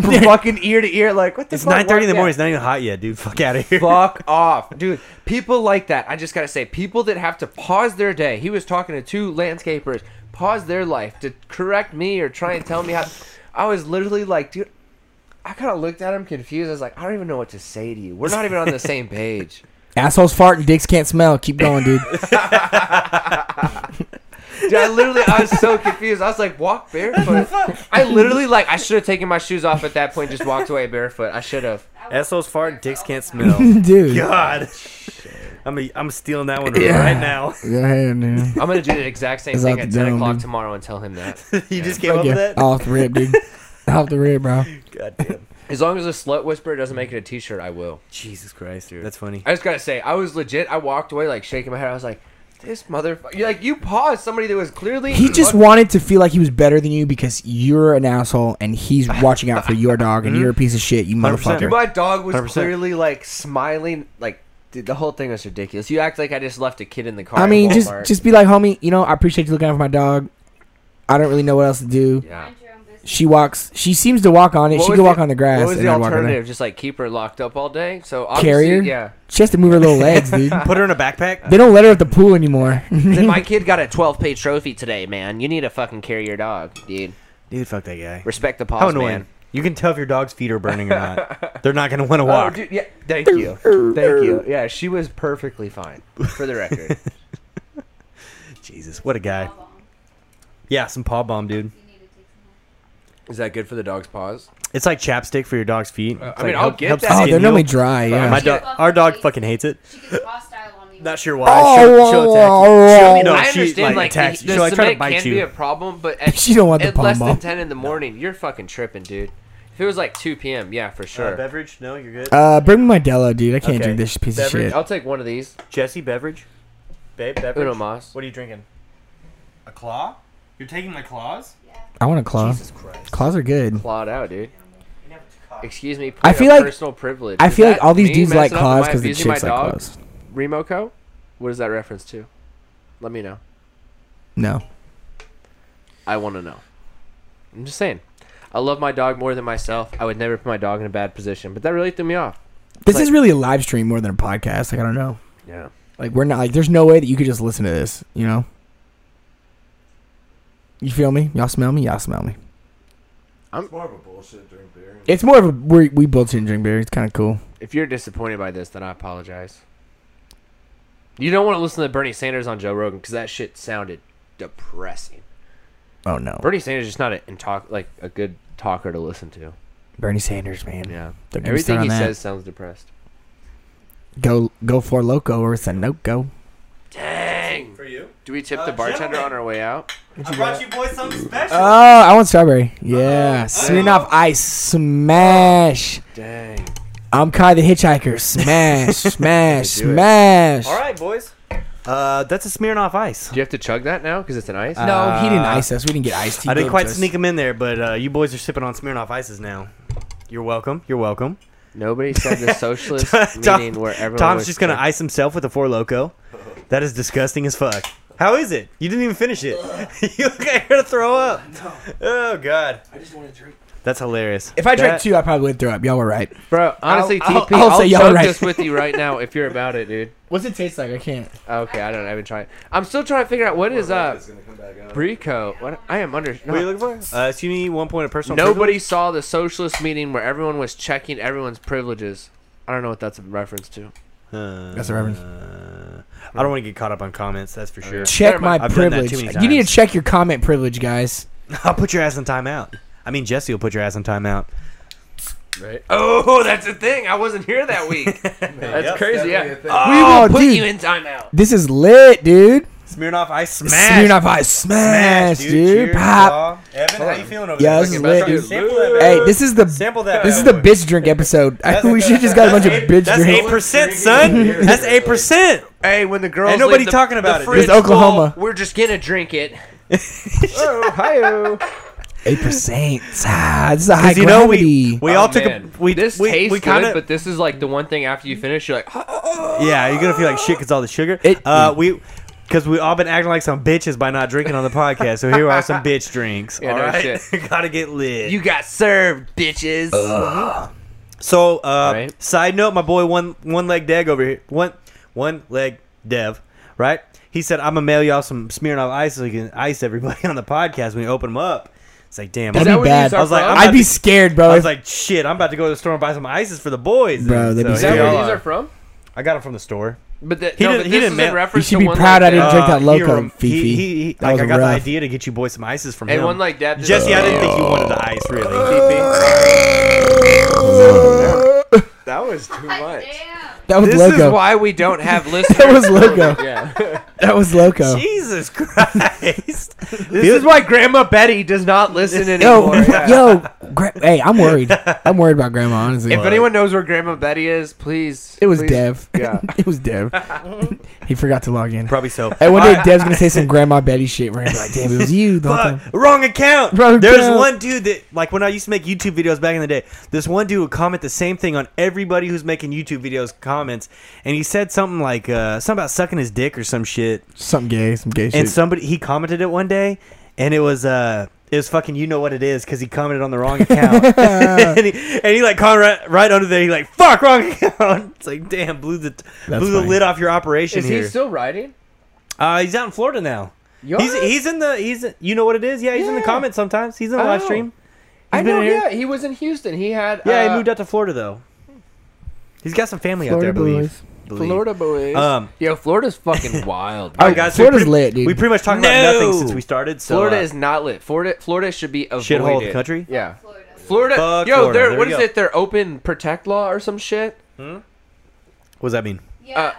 [SPEAKER 4] from fucking ear to ear, like what the
[SPEAKER 2] It's
[SPEAKER 4] fuck?
[SPEAKER 2] nine thirty in the
[SPEAKER 4] Why-
[SPEAKER 2] morning.
[SPEAKER 4] yeah.
[SPEAKER 2] It's not even hot yet, dude. Fuck out of here.
[SPEAKER 4] Fuck off, dude. People like that. I just gotta say, people that have to pause their day. He was talking to two landscapers. Pause their life to correct me or try and tell me how. I was literally like, dude. I kind of looked at him confused. I was like, I don't even know what to say to you. We're not even on the same page.
[SPEAKER 1] Assholes fart and dicks can't smell. Keep going, dude.
[SPEAKER 4] Dude, I literally, I was so confused. I was like, walk barefoot. I literally, like, I should have taken my shoes off at that point, just walked away barefoot. I should have.
[SPEAKER 2] Assholes fart. Dicks can't smell.
[SPEAKER 1] dude.
[SPEAKER 2] God. I'm a, I'm stealing that one
[SPEAKER 1] Yeah.
[SPEAKER 2] right now.
[SPEAKER 1] Go ahead, dude.
[SPEAKER 4] I'm going to do the exact same
[SPEAKER 1] Is
[SPEAKER 4] thing
[SPEAKER 1] that
[SPEAKER 4] at
[SPEAKER 1] the
[SPEAKER 4] 10
[SPEAKER 1] dome,
[SPEAKER 4] o'clock
[SPEAKER 1] dude?
[SPEAKER 4] tomorrow and tell him that.
[SPEAKER 2] you just came up
[SPEAKER 1] Yeah,
[SPEAKER 2] with that.
[SPEAKER 1] Off the rib, dude. Off the rib, bro.
[SPEAKER 2] God damn.
[SPEAKER 4] As long as the slut whisperer doesn't make it a t shirt, I will.
[SPEAKER 2] Jesus Christ, dude. That's funny.
[SPEAKER 4] I just got to say, I was legit. I walked away, like, shaking my head. I was like, this motherfucker. You're like, you paused somebody that was clearly.
[SPEAKER 1] He just
[SPEAKER 4] fuck-
[SPEAKER 1] wanted to feel like he was better than you because you're an asshole and he's watching out for your dog and you're a piece of shit, you
[SPEAKER 2] 100%.
[SPEAKER 1] motherfucker.
[SPEAKER 4] My dog was
[SPEAKER 2] 100%.
[SPEAKER 4] clearly, like, smiling. Like, dude, the whole thing was ridiculous. You act like I just left a kid in the car.
[SPEAKER 1] I
[SPEAKER 4] at
[SPEAKER 1] mean, just
[SPEAKER 4] Walmart.
[SPEAKER 1] just be like, homie, you know, I appreciate you looking out for my dog. I don't really know what else to do.
[SPEAKER 4] Yeah.
[SPEAKER 1] She walks. She seems to walk on it.
[SPEAKER 4] What
[SPEAKER 1] she
[SPEAKER 4] was
[SPEAKER 1] could walk
[SPEAKER 4] the-
[SPEAKER 1] on the grass.
[SPEAKER 4] What was
[SPEAKER 1] and
[SPEAKER 4] the
[SPEAKER 1] I'd walk on it.
[SPEAKER 4] alternative? Just like keep her locked up all day. So obviously,
[SPEAKER 1] Carrier?
[SPEAKER 4] Yeah.
[SPEAKER 1] She has to move her little legs, dude.
[SPEAKER 2] Put her in a backpack.
[SPEAKER 1] They don't let her at the pool anymore.
[SPEAKER 4] Then my kid got a 12-page trophy today, man. You need to fucking carry your dog, dude.
[SPEAKER 2] Dude, fuck that guy.
[SPEAKER 4] Respect the pause,
[SPEAKER 2] How annoying.
[SPEAKER 4] man.
[SPEAKER 2] You can tell if your dog's feet are burning or not. They're not gonna want to walk.
[SPEAKER 4] Oh, dude, yeah. Thank you. Thank you. Yeah, she was perfectly fine. For the record,
[SPEAKER 2] Jesus, what a guy. Yeah, some paw bomb, dude.
[SPEAKER 4] is that good for the dog's paws?
[SPEAKER 2] It's like chapstick for your dog's feet. It's
[SPEAKER 4] Uh, I mean,
[SPEAKER 2] like
[SPEAKER 4] I'll
[SPEAKER 2] help-
[SPEAKER 4] get
[SPEAKER 2] helps
[SPEAKER 4] that.
[SPEAKER 1] oh,
[SPEAKER 2] skin
[SPEAKER 1] they're
[SPEAKER 2] heal.
[SPEAKER 1] normally dry.
[SPEAKER 4] Uh,
[SPEAKER 1] Yeah.
[SPEAKER 2] My dog, our dog fucking hates it.
[SPEAKER 3] She gets hostile on me.
[SPEAKER 2] Not sure why.
[SPEAKER 1] Oh,
[SPEAKER 2] she'll, she'll
[SPEAKER 1] whoa,
[SPEAKER 2] attack you.
[SPEAKER 1] whoa,
[SPEAKER 2] She'll-
[SPEAKER 1] whoa.
[SPEAKER 2] no,
[SPEAKER 4] Oh, I
[SPEAKER 2] she,
[SPEAKER 4] understand,
[SPEAKER 2] like,
[SPEAKER 4] like,
[SPEAKER 2] attacks
[SPEAKER 4] the,
[SPEAKER 2] you.
[SPEAKER 4] the
[SPEAKER 2] She'll like, try to
[SPEAKER 4] cement
[SPEAKER 2] bite
[SPEAKER 4] can be a
[SPEAKER 2] you. Uh,
[SPEAKER 4] problem, but at,
[SPEAKER 1] She don't want the
[SPEAKER 4] at less
[SPEAKER 1] pom-pom.
[SPEAKER 4] than ten in the morning, you're fucking tripping, dude. If it was like 2 p.m., yeah, for
[SPEAKER 2] Uh,
[SPEAKER 4] sure.
[SPEAKER 2] beverage? No, you're good.
[SPEAKER 1] Uh, bring me my Della, dude. I can't
[SPEAKER 2] Okay.
[SPEAKER 1] drink this piece
[SPEAKER 2] Beverage?
[SPEAKER 1] of shit.
[SPEAKER 4] I'll take one of these.
[SPEAKER 2] Jesse, beverage? Babe, beverage?
[SPEAKER 4] Uno Mas.
[SPEAKER 2] What are you drinking? A claw? You're taking my claws?
[SPEAKER 1] I want a claw.
[SPEAKER 2] Christ.
[SPEAKER 1] Claws are good.
[SPEAKER 4] clawed out, dude. Excuse me.
[SPEAKER 1] I
[SPEAKER 4] point
[SPEAKER 1] feel
[SPEAKER 4] of
[SPEAKER 1] like-
[SPEAKER 4] personal privilege.
[SPEAKER 1] I
[SPEAKER 4] Is
[SPEAKER 1] feel like
[SPEAKER 4] that
[SPEAKER 1] all these
[SPEAKER 4] me
[SPEAKER 1] dudes like
[SPEAKER 4] messing up? Am
[SPEAKER 1] claws
[SPEAKER 4] I
[SPEAKER 1] because the
[SPEAKER 4] abusing my
[SPEAKER 1] chicks like
[SPEAKER 4] dog?
[SPEAKER 1] claws.
[SPEAKER 4] Remoco, what is that reference to? Let me know.
[SPEAKER 1] No.
[SPEAKER 4] I want to know. I'm just saying. I love my dog more than myself. I would never put my dog in a bad position, but that really threw me off.
[SPEAKER 1] This
[SPEAKER 4] like-
[SPEAKER 1] is really a live stream more than a podcast. Like I don't know.
[SPEAKER 4] Yeah.
[SPEAKER 1] Like we're not like there's no way that you could just listen to this, you know? You feel me? Y'all smell me? Y'all smell me.
[SPEAKER 5] It's more of a bullshit drink beer.
[SPEAKER 1] It's more of a we we built in drink beer. It's kind of cool.
[SPEAKER 4] If you're disappointed by this, then I apologize. You don't want to listen to Bernie Sanders on Joe Rogan because that shit sounded depressing.
[SPEAKER 1] Oh no.
[SPEAKER 4] Bernie Sanders is just not a, in talk like a good talker to listen to.
[SPEAKER 1] Bernie Sanders, man.
[SPEAKER 4] Yeah.
[SPEAKER 1] Don't get me started
[SPEAKER 4] Everything
[SPEAKER 1] on
[SPEAKER 4] he
[SPEAKER 1] that.
[SPEAKER 4] says sounds depressed.
[SPEAKER 1] Go go for loco or it's a no go.
[SPEAKER 4] Dang.
[SPEAKER 2] For you?
[SPEAKER 4] Do we tip
[SPEAKER 2] Uh,
[SPEAKER 4] the bartender
[SPEAKER 2] gentlemen.
[SPEAKER 4] on our way out?
[SPEAKER 2] I brought you boys something special.
[SPEAKER 1] Oh, I want strawberry.
[SPEAKER 4] Oh.
[SPEAKER 1] Yeah. Smirnoff Ice smash.
[SPEAKER 4] Dang.
[SPEAKER 1] I'm Kai the Hitchhiker. Smash, smash,
[SPEAKER 4] Do it.
[SPEAKER 1] smash.
[SPEAKER 2] All right, boys. Uh, that's a Smirnoff Ice.
[SPEAKER 4] Do you have to chug that now because it's an ice?
[SPEAKER 1] No, he didn't
[SPEAKER 2] Uh,
[SPEAKER 1] ice us. We didn't get iced. He
[SPEAKER 2] I didn't
[SPEAKER 1] gave
[SPEAKER 2] quite
[SPEAKER 1] us-
[SPEAKER 2] sneak them in there, but uh, you boys are sipping on Smirnoff Ices now. You're welcome. You're welcome.
[SPEAKER 4] Nobody said the socialist
[SPEAKER 2] Tom-
[SPEAKER 4] meeting where everyone
[SPEAKER 2] Tom's
[SPEAKER 4] was
[SPEAKER 2] just gonna
[SPEAKER 4] drink-
[SPEAKER 2] ice himself with a four loco. That is disgusting as fuck. How is it? You didn't even finish it. you look like you're gonna throw up. Oh god,
[SPEAKER 5] I just want to drink.
[SPEAKER 2] that's hilarious.
[SPEAKER 1] If I drank
[SPEAKER 2] That-
[SPEAKER 1] two, I probably would throw up. Y'all were right.
[SPEAKER 4] Bro, honestly,
[SPEAKER 1] I'll-
[SPEAKER 4] TP,
[SPEAKER 1] I'll
[SPEAKER 4] I'll,
[SPEAKER 1] say y'all
[SPEAKER 4] chug
[SPEAKER 1] right.
[SPEAKER 4] this with you right now if you're about it, dude.
[SPEAKER 1] What's it taste like? I can't.
[SPEAKER 4] Okay, I don't know. I've been trying. I'm still trying to figure out what is uh
[SPEAKER 5] It's gonna come back out.
[SPEAKER 4] Brico. What I am under.
[SPEAKER 2] what are you
[SPEAKER 4] no.
[SPEAKER 2] looking for? Uh, excuse me, one point of personal.
[SPEAKER 4] Nobody saw the socialist meeting where everyone was checking everyone's privileges. I don't know what that's a reference to.
[SPEAKER 1] That's a reference.
[SPEAKER 2] Uh, I don't want to get caught up on comments. That's for sure.
[SPEAKER 1] Check
[SPEAKER 4] Never
[SPEAKER 1] my
[SPEAKER 4] mind.
[SPEAKER 2] I've done that
[SPEAKER 1] privilege.
[SPEAKER 2] too many
[SPEAKER 1] You need to
[SPEAKER 2] times.
[SPEAKER 1] check your comment privilege, guys.
[SPEAKER 2] I'll put your ass on timeout. I mean, Jesse will put your ass on timeout.
[SPEAKER 4] Right. Oh, that's a thing. I wasn't here that week. that's crazy. Yeah.
[SPEAKER 2] Oh,
[SPEAKER 4] Hmm.
[SPEAKER 1] We will
[SPEAKER 4] Put
[SPEAKER 1] dude,
[SPEAKER 4] you in timeout.
[SPEAKER 1] This is lit, dude.
[SPEAKER 2] Smirnoff, I smash.
[SPEAKER 1] Smirnoff Ice smash, dude.
[SPEAKER 2] Cheers,
[SPEAKER 1] Pop.
[SPEAKER 2] y'all. Evan, how you feeling over
[SPEAKER 1] Yeah,
[SPEAKER 2] there?
[SPEAKER 1] this is
[SPEAKER 2] Fucking
[SPEAKER 1] lit,
[SPEAKER 2] Sample
[SPEAKER 1] dude.
[SPEAKER 2] that bad
[SPEAKER 1] Hey,
[SPEAKER 2] boy.
[SPEAKER 1] this is the
[SPEAKER 2] sample that.
[SPEAKER 1] this
[SPEAKER 2] bad
[SPEAKER 1] is the
[SPEAKER 2] boy.
[SPEAKER 1] bitch drink episode. I think we should just got a bunch of bitch
[SPEAKER 2] That's eight
[SPEAKER 1] drinks.
[SPEAKER 2] percent, son. That's eight percent.
[SPEAKER 4] Hey, when the girls
[SPEAKER 2] Ain't nobody
[SPEAKER 4] leave the-
[SPEAKER 2] talking
[SPEAKER 4] the
[SPEAKER 2] about it, dude.
[SPEAKER 4] fridge
[SPEAKER 1] This is Oklahoma.
[SPEAKER 4] full, we're just gonna drink it.
[SPEAKER 1] Eight percent. Ah, this is a high
[SPEAKER 2] you know we
[SPEAKER 1] gravity.
[SPEAKER 2] we
[SPEAKER 4] Oh,
[SPEAKER 2] all took a
[SPEAKER 4] man.
[SPEAKER 2] we
[SPEAKER 4] this
[SPEAKER 2] we,
[SPEAKER 4] tastes
[SPEAKER 2] we kind
[SPEAKER 4] good,
[SPEAKER 2] of
[SPEAKER 4] but this is like the one thing after you finish, you're like, "Oh,
[SPEAKER 2] yeah you're gonna feel like shit because all the sugar.
[SPEAKER 1] It-
[SPEAKER 2] uh, we because we all been acting like some bitches by not drinking on the podcast. So here are some bitch drinks.
[SPEAKER 4] Yeah,
[SPEAKER 2] all
[SPEAKER 4] no
[SPEAKER 2] right, gotta get lit.
[SPEAKER 4] you got served, bitches.
[SPEAKER 2] So, uh,
[SPEAKER 4] Right.
[SPEAKER 2] side note, my boy one one leg Dev over here, one one leg Dev, right? He said, "I'm gonna mail y'all some Smirnoff ice so you can ice everybody on the podcast when you open them up." It's like, damn, I
[SPEAKER 1] That'd
[SPEAKER 2] was,
[SPEAKER 1] be
[SPEAKER 4] that where
[SPEAKER 1] bad.
[SPEAKER 4] these are
[SPEAKER 2] I was like,
[SPEAKER 4] from?
[SPEAKER 2] I'm
[SPEAKER 1] I'd
[SPEAKER 2] about
[SPEAKER 1] be
[SPEAKER 2] to-
[SPEAKER 1] scared, bro.
[SPEAKER 2] I was like, shit, I'm about to go to the store and buy some ices for the boys,
[SPEAKER 1] Bro, they'd be
[SPEAKER 4] is
[SPEAKER 2] here
[SPEAKER 4] that
[SPEAKER 1] Yeah.
[SPEAKER 2] y'all
[SPEAKER 4] where these are from?
[SPEAKER 2] I got them from the store.
[SPEAKER 4] But the,
[SPEAKER 2] He
[SPEAKER 4] no,
[SPEAKER 2] didn't-
[SPEAKER 4] but
[SPEAKER 2] he
[SPEAKER 4] this
[SPEAKER 2] didn't
[SPEAKER 4] is
[SPEAKER 2] man- you
[SPEAKER 4] in
[SPEAKER 1] you
[SPEAKER 4] reference
[SPEAKER 1] should
[SPEAKER 4] to
[SPEAKER 1] be
[SPEAKER 4] one
[SPEAKER 1] proud I
[SPEAKER 4] like
[SPEAKER 1] didn't
[SPEAKER 4] that.
[SPEAKER 1] drink that
[SPEAKER 2] he
[SPEAKER 1] loco,
[SPEAKER 2] rem-
[SPEAKER 1] Fifi.
[SPEAKER 2] He, he, he,
[SPEAKER 1] That
[SPEAKER 2] like,
[SPEAKER 1] was
[SPEAKER 2] I got
[SPEAKER 1] rough.
[SPEAKER 2] the idea to get you boys some ices from
[SPEAKER 4] And
[SPEAKER 2] him.
[SPEAKER 4] one like that.
[SPEAKER 2] Jesse, I didn't think you wanted the ice, really. Fifi.
[SPEAKER 6] That was too much.
[SPEAKER 1] that was
[SPEAKER 4] This is
[SPEAKER 1] loco.
[SPEAKER 4] why we don't have listeners.
[SPEAKER 1] That was loco.
[SPEAKER 4] yeah.
[SPEAKER 1] That was loco.
[SPEAKER 2] Jesus Christ!
[SPEAKER 4] This is why Grandma Betty does not listen
[SPEAKER 1] Yo,
[SPEAKER 4] anymore. Yeah.
[SPEAKER 1] yo, gra- hey, I'm worried. I'm worried about grandma. Honestly,
[SPEAKER 4] If anyone knows where Grandma Betty is, please.
[SPEAKER 1] it was
[SPEAKER 4] please-
[SPEAKER 1] Dev.
[SPEAKER 4] Yeah.
[SPEAKER 1] it was Dev. he forgot to log in.
[SPEAKER 2] Probably so.
[SPEAKER 1] Hey, one
[SPEAKER 2] All
[SPEAKER 1] day
[SPEAKER 2] right.
[SPEAKER 1] Dev's gonna say some Grandma Betty shit. Right? Like, damn, it was you the whole time.
[SPEAKER 2] Fuck, wrong account.
[SPEAKER 1] Wrong
[SPEAKER 2] There's
[SPEAKER 1] account.
[SPEAKER 2] one dude that, like, when I used to make YouTube videos back in the day, this one dude would comment the same thing on everybody who's making YouTube videos comments, and he said something like uh, something about sucking his dick or some shit.
[SPEAKER 1] Some gay, some gay shit.
[SPEAKER 2] And somebody he commented it one day, and it was uh. It was fucking, you know what it is, because he commented on the wrong account, and, he, and he like commented right, right under there. He like, fuck, wrong account. It's like, damn, blew the
[SPEAKER 1] That's
[SPEAKER 2] blew the
[SPEAKER 1] funny.
[SPEAKER 2] lid off your operation
[SPEAKER 4] Is
[SPEAKER 2] here.
[SPEAKER 4] he still writing?
[SPEAKER 2] uh, he's out in Florida now. He's he's in the he's you know what it is. Yeah, he's in the
[SPEAKER 4] Yeah. Oh.
[SPEAKER 2] comments sometimes. He's in the
[SPEAKER 4] I
[SPEAKER 2] live
[SPEAKER 4] know.
[SPEAKER 2] stream.
[SPEAKER 4] I
[SPEAKER 2] he's been
[SPEAKER 4] know.
[SPEAKER 2] here.
[SPEAKER 4] Yeah, he was in Houston. He had.
[SPEAKER 2] Yeah,
[SPEAKER 4] uh,
[SPEAKER 2] he moved out to Florida though. He's got some family out there, I believe. believe.
[SPEAKER 4] Florida boys.
[SPEAKER 2] Um,
[SPEAKER 4] Yo, Florida's fucking wild.
[SPEAKER 2] All
[SPEAKER 4] man.
[SPEAKER 2] right, guys. so we
[SPEAKER 1] Florida's
[SPEAKER 2] pretty-
[SPEAKER 1] lit, dude.
[SPEAKER 2] We pretty much talked
[SPEAKER 4] No!
[SPEAKER 2] about nothing since we started. So,
[SPEAKER 4] Florida
[SPEAKER 2] uh,
[SPEAKER 4] is not lit. Florida, Florida should be avoided.
[SPEAKER 2] Shithole of the country?
[SPEAKER 4] Yeah. Florida.
[SPEAKER 2] Fuck
[SPEAKER 4] yo,
[SPEAKER 2] Florida.
[SPEAKER 4] they're-
[SPEAKER 2] There
[SPEAKER 4] what
[SPEAKER 2] we
[SPEAKER 4] is
[SPEAKER 2] go.
[SPEAKER 4] it? Their open protect law or some shit.
[SPEAKER 2] What does that mean?
[SPEAKER 3] Yeah. um,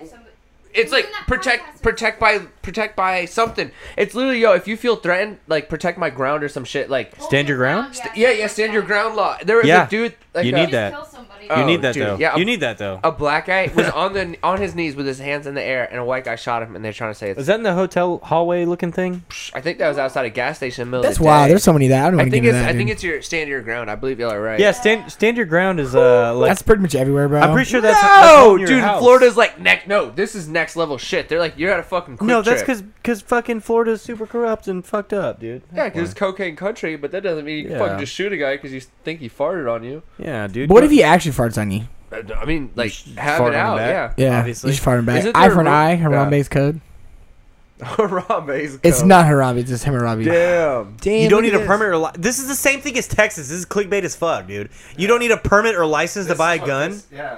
[SPEAKER 3] if somebody,
[SPEAKER 4] It's
[SPEAKER 3] Well,
[SPEAKER 4] like
[SPEAKER 3] then that podcast
[SPEAKER 4] protect,
[SPEAKER 3] was-
[SPEAKER 4] protect by, protect by something. It's literally yo. If you feel threatened, like protect my ground or some shit. Like
[SPEAKER 2] Stand your ground?
[SPEAKER 4] yeah, yeah, stand your ground law. There was
[SPEAKER 2] Yeah.
[SPEAKER 4] a dude. Like
[SPEAKER 2] You
[SPEAKER 4] a,
[SPEAKER 2] need that.
[SPEAKER 3] Kill somebody.
[SPEAKER 4] Oh,
[SPEAKER 2] you need that
[SPEAKER 4] dude,
[SPEAKER 2] though.
[SPEAKER 4] yeah,
[SPEAKER 2] you
[SPEAKER 4] I'm-
[SPEAKER 2] need that though.
[SPEAKER 4] A black guy was on the on his knees with his hands in the air, and a white guy shot him. And they're trying to say,
[SPEAKER 2] Is
[SPEAKER 4] it's,
[SPEAKER 2] that in the hotel hallway looking thing?
[SPEAKER 4] "I think that was outside a gas station." In the middle
[SPEAKER 1] That's
[SPEAKER 4] of the
[SPEAKER 1] wild.
[SPEAKER 4] Day.
[SPEAKER 1] There's so many of that. I don't
[SPEAKER 4] I
[SPEAKER 1] want to
[SPEAKER 4] think
[SPEAKER 1] get into
[SPEAKER 4] it's.
[SPEAKER 1] that.
[SPEAKER 4] I think
[SPEAKER 1] dude.
[SPEAKER 4] it's your stand your ground. I believe y'all are right.
[SPEAKER 2] Yeah, stand stand your ground is uh like
[SPEAKER 1] That's pretty much everywhere, bro.
[SPEAKER 2] I'm pretty sure that's that's
[SPEAKER 4] No,
[SPEAKER 2] on your
[SPEAKER 4] dude,
[SPEAKER 2] house.
[SPEAKER 4] Florida's like neck. No, this is next level shit. They're like, you're at a fucking. Quick
[SPEAKER 2] No, that's
[SPEAKER 4] trip.
[SPEAKER 2] because because fucking Florida's super corrupt and fucked up, dude.
[SPEAKER 4] Yeah, because it's cocaine country, but that doesn't mean you can
[SPEAKER 2] Yeah.
[SPEAKER 4] fucking just shoot a guy because you think he farted on you.
[SPEAKER 2] yeah, dude.
[SPEAKER 1] But what if he actually farts on you?
[SPEAKER 4] I I mean, like,
[SPEAKER 2] should
[SPEAKER 4] have
[SPEAKER 2] fart
[SPEAKER 4] it
[SPEAKER 2] on
[SPEAKER 4] out,
[SPEAKER 2] the back.
[SPEAKER 4] yeah.
[SPEAKER 1] Yeah,
[SPEAKER 2] Obviously.
[SPEAKER 1] you should fart him back.
[SPEAKER 4] Isn't
[SPEAKER 1] Eye
[SPEAKER 4] there
[SPEAKER 1] for an
[SPEAKER 4] a rule-
[SPEAKER 1] eye, Harambe's code.
[SPEAKER 4] Harambe's
[SPEAKER 1] It's
[SPEAKER 4] code.
[SPEAKER 1] not Harambe, it's just Hammurabi.
[SPEAKER 4] Damn.
[SPEAKER 1] Damn,
[SPEAKER 2] You
[SPEAKER 1] look
[SPEAKER 2] don't need
[SPEAKER 1] at
[SPEAKER 2] a
[SPEAKER 1] this.
[SPEAKER 2] permit or li- this is the same thing as Texas. This is clickbait as fuck, dude. You don't need a permit or license to buy a gun.
[SPEAKER 6] Yeah,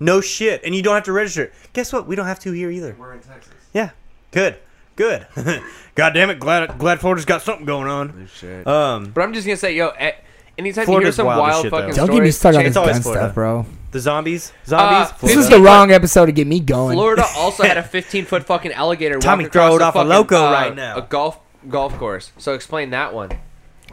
[SPEAKER 2] No shit, and you don't have to register. Guess what? We don't have to here either.
[SPEAKER 6] we're in Texas.
[SPEAKER 2] Yeah, good, good. God damn it, glad glad Florida's got something going on.
[SPEAKER 4] Oh, Shit.
[SPEAKER 2] Um,
[SPEAKER 4] But I'm just gonna say, yo, eh, anytime you hear
[SPEAKER 2] Florida's
[SPEAKER 4] some
[SPEAKER 2] wild as
[SPEAKER 4] wild
[SPEAKER 2] shit, though.
[SPEAKER 4] fucking
[SPEAKER 1] Don't
[SPEAKER 4] story,
[SPEAKER 1] get me stuck on
[SPEAKER 2] It's
[SPEAKER 1] this
[SPEAKER 2] always
[SPEAKER 1] gun
[SPEAKER 2] Florida.
[SPEAKER 1] stuff, bro.
[SPEAKER 2] the zombies, zombies.
[SPEAKER 4] Uh,
[SPEAKER 1] This
[SPEAKER 2] Florida.
[SPEAKER 1] is
[SPEAKER 4] Fifty-
[SPEAKER 1] the wrong episode to get me going.
[SPEAKER 4] Florida also had a 15 foot fucking alligator.
[SPEAKER 2] Tommy,
[SPEAKER 4] walk
[SPEAKER 2] throw
[SPEAKER 4] across
[SPEAKER 2] it off a
[SPEAKER 4] fucking,
[SPEAKER 2] loco
[SPEAKER 4] uh,
[SPEAKER 2] right now.
[SPEAKER 4] A golf golf course. So explain that one.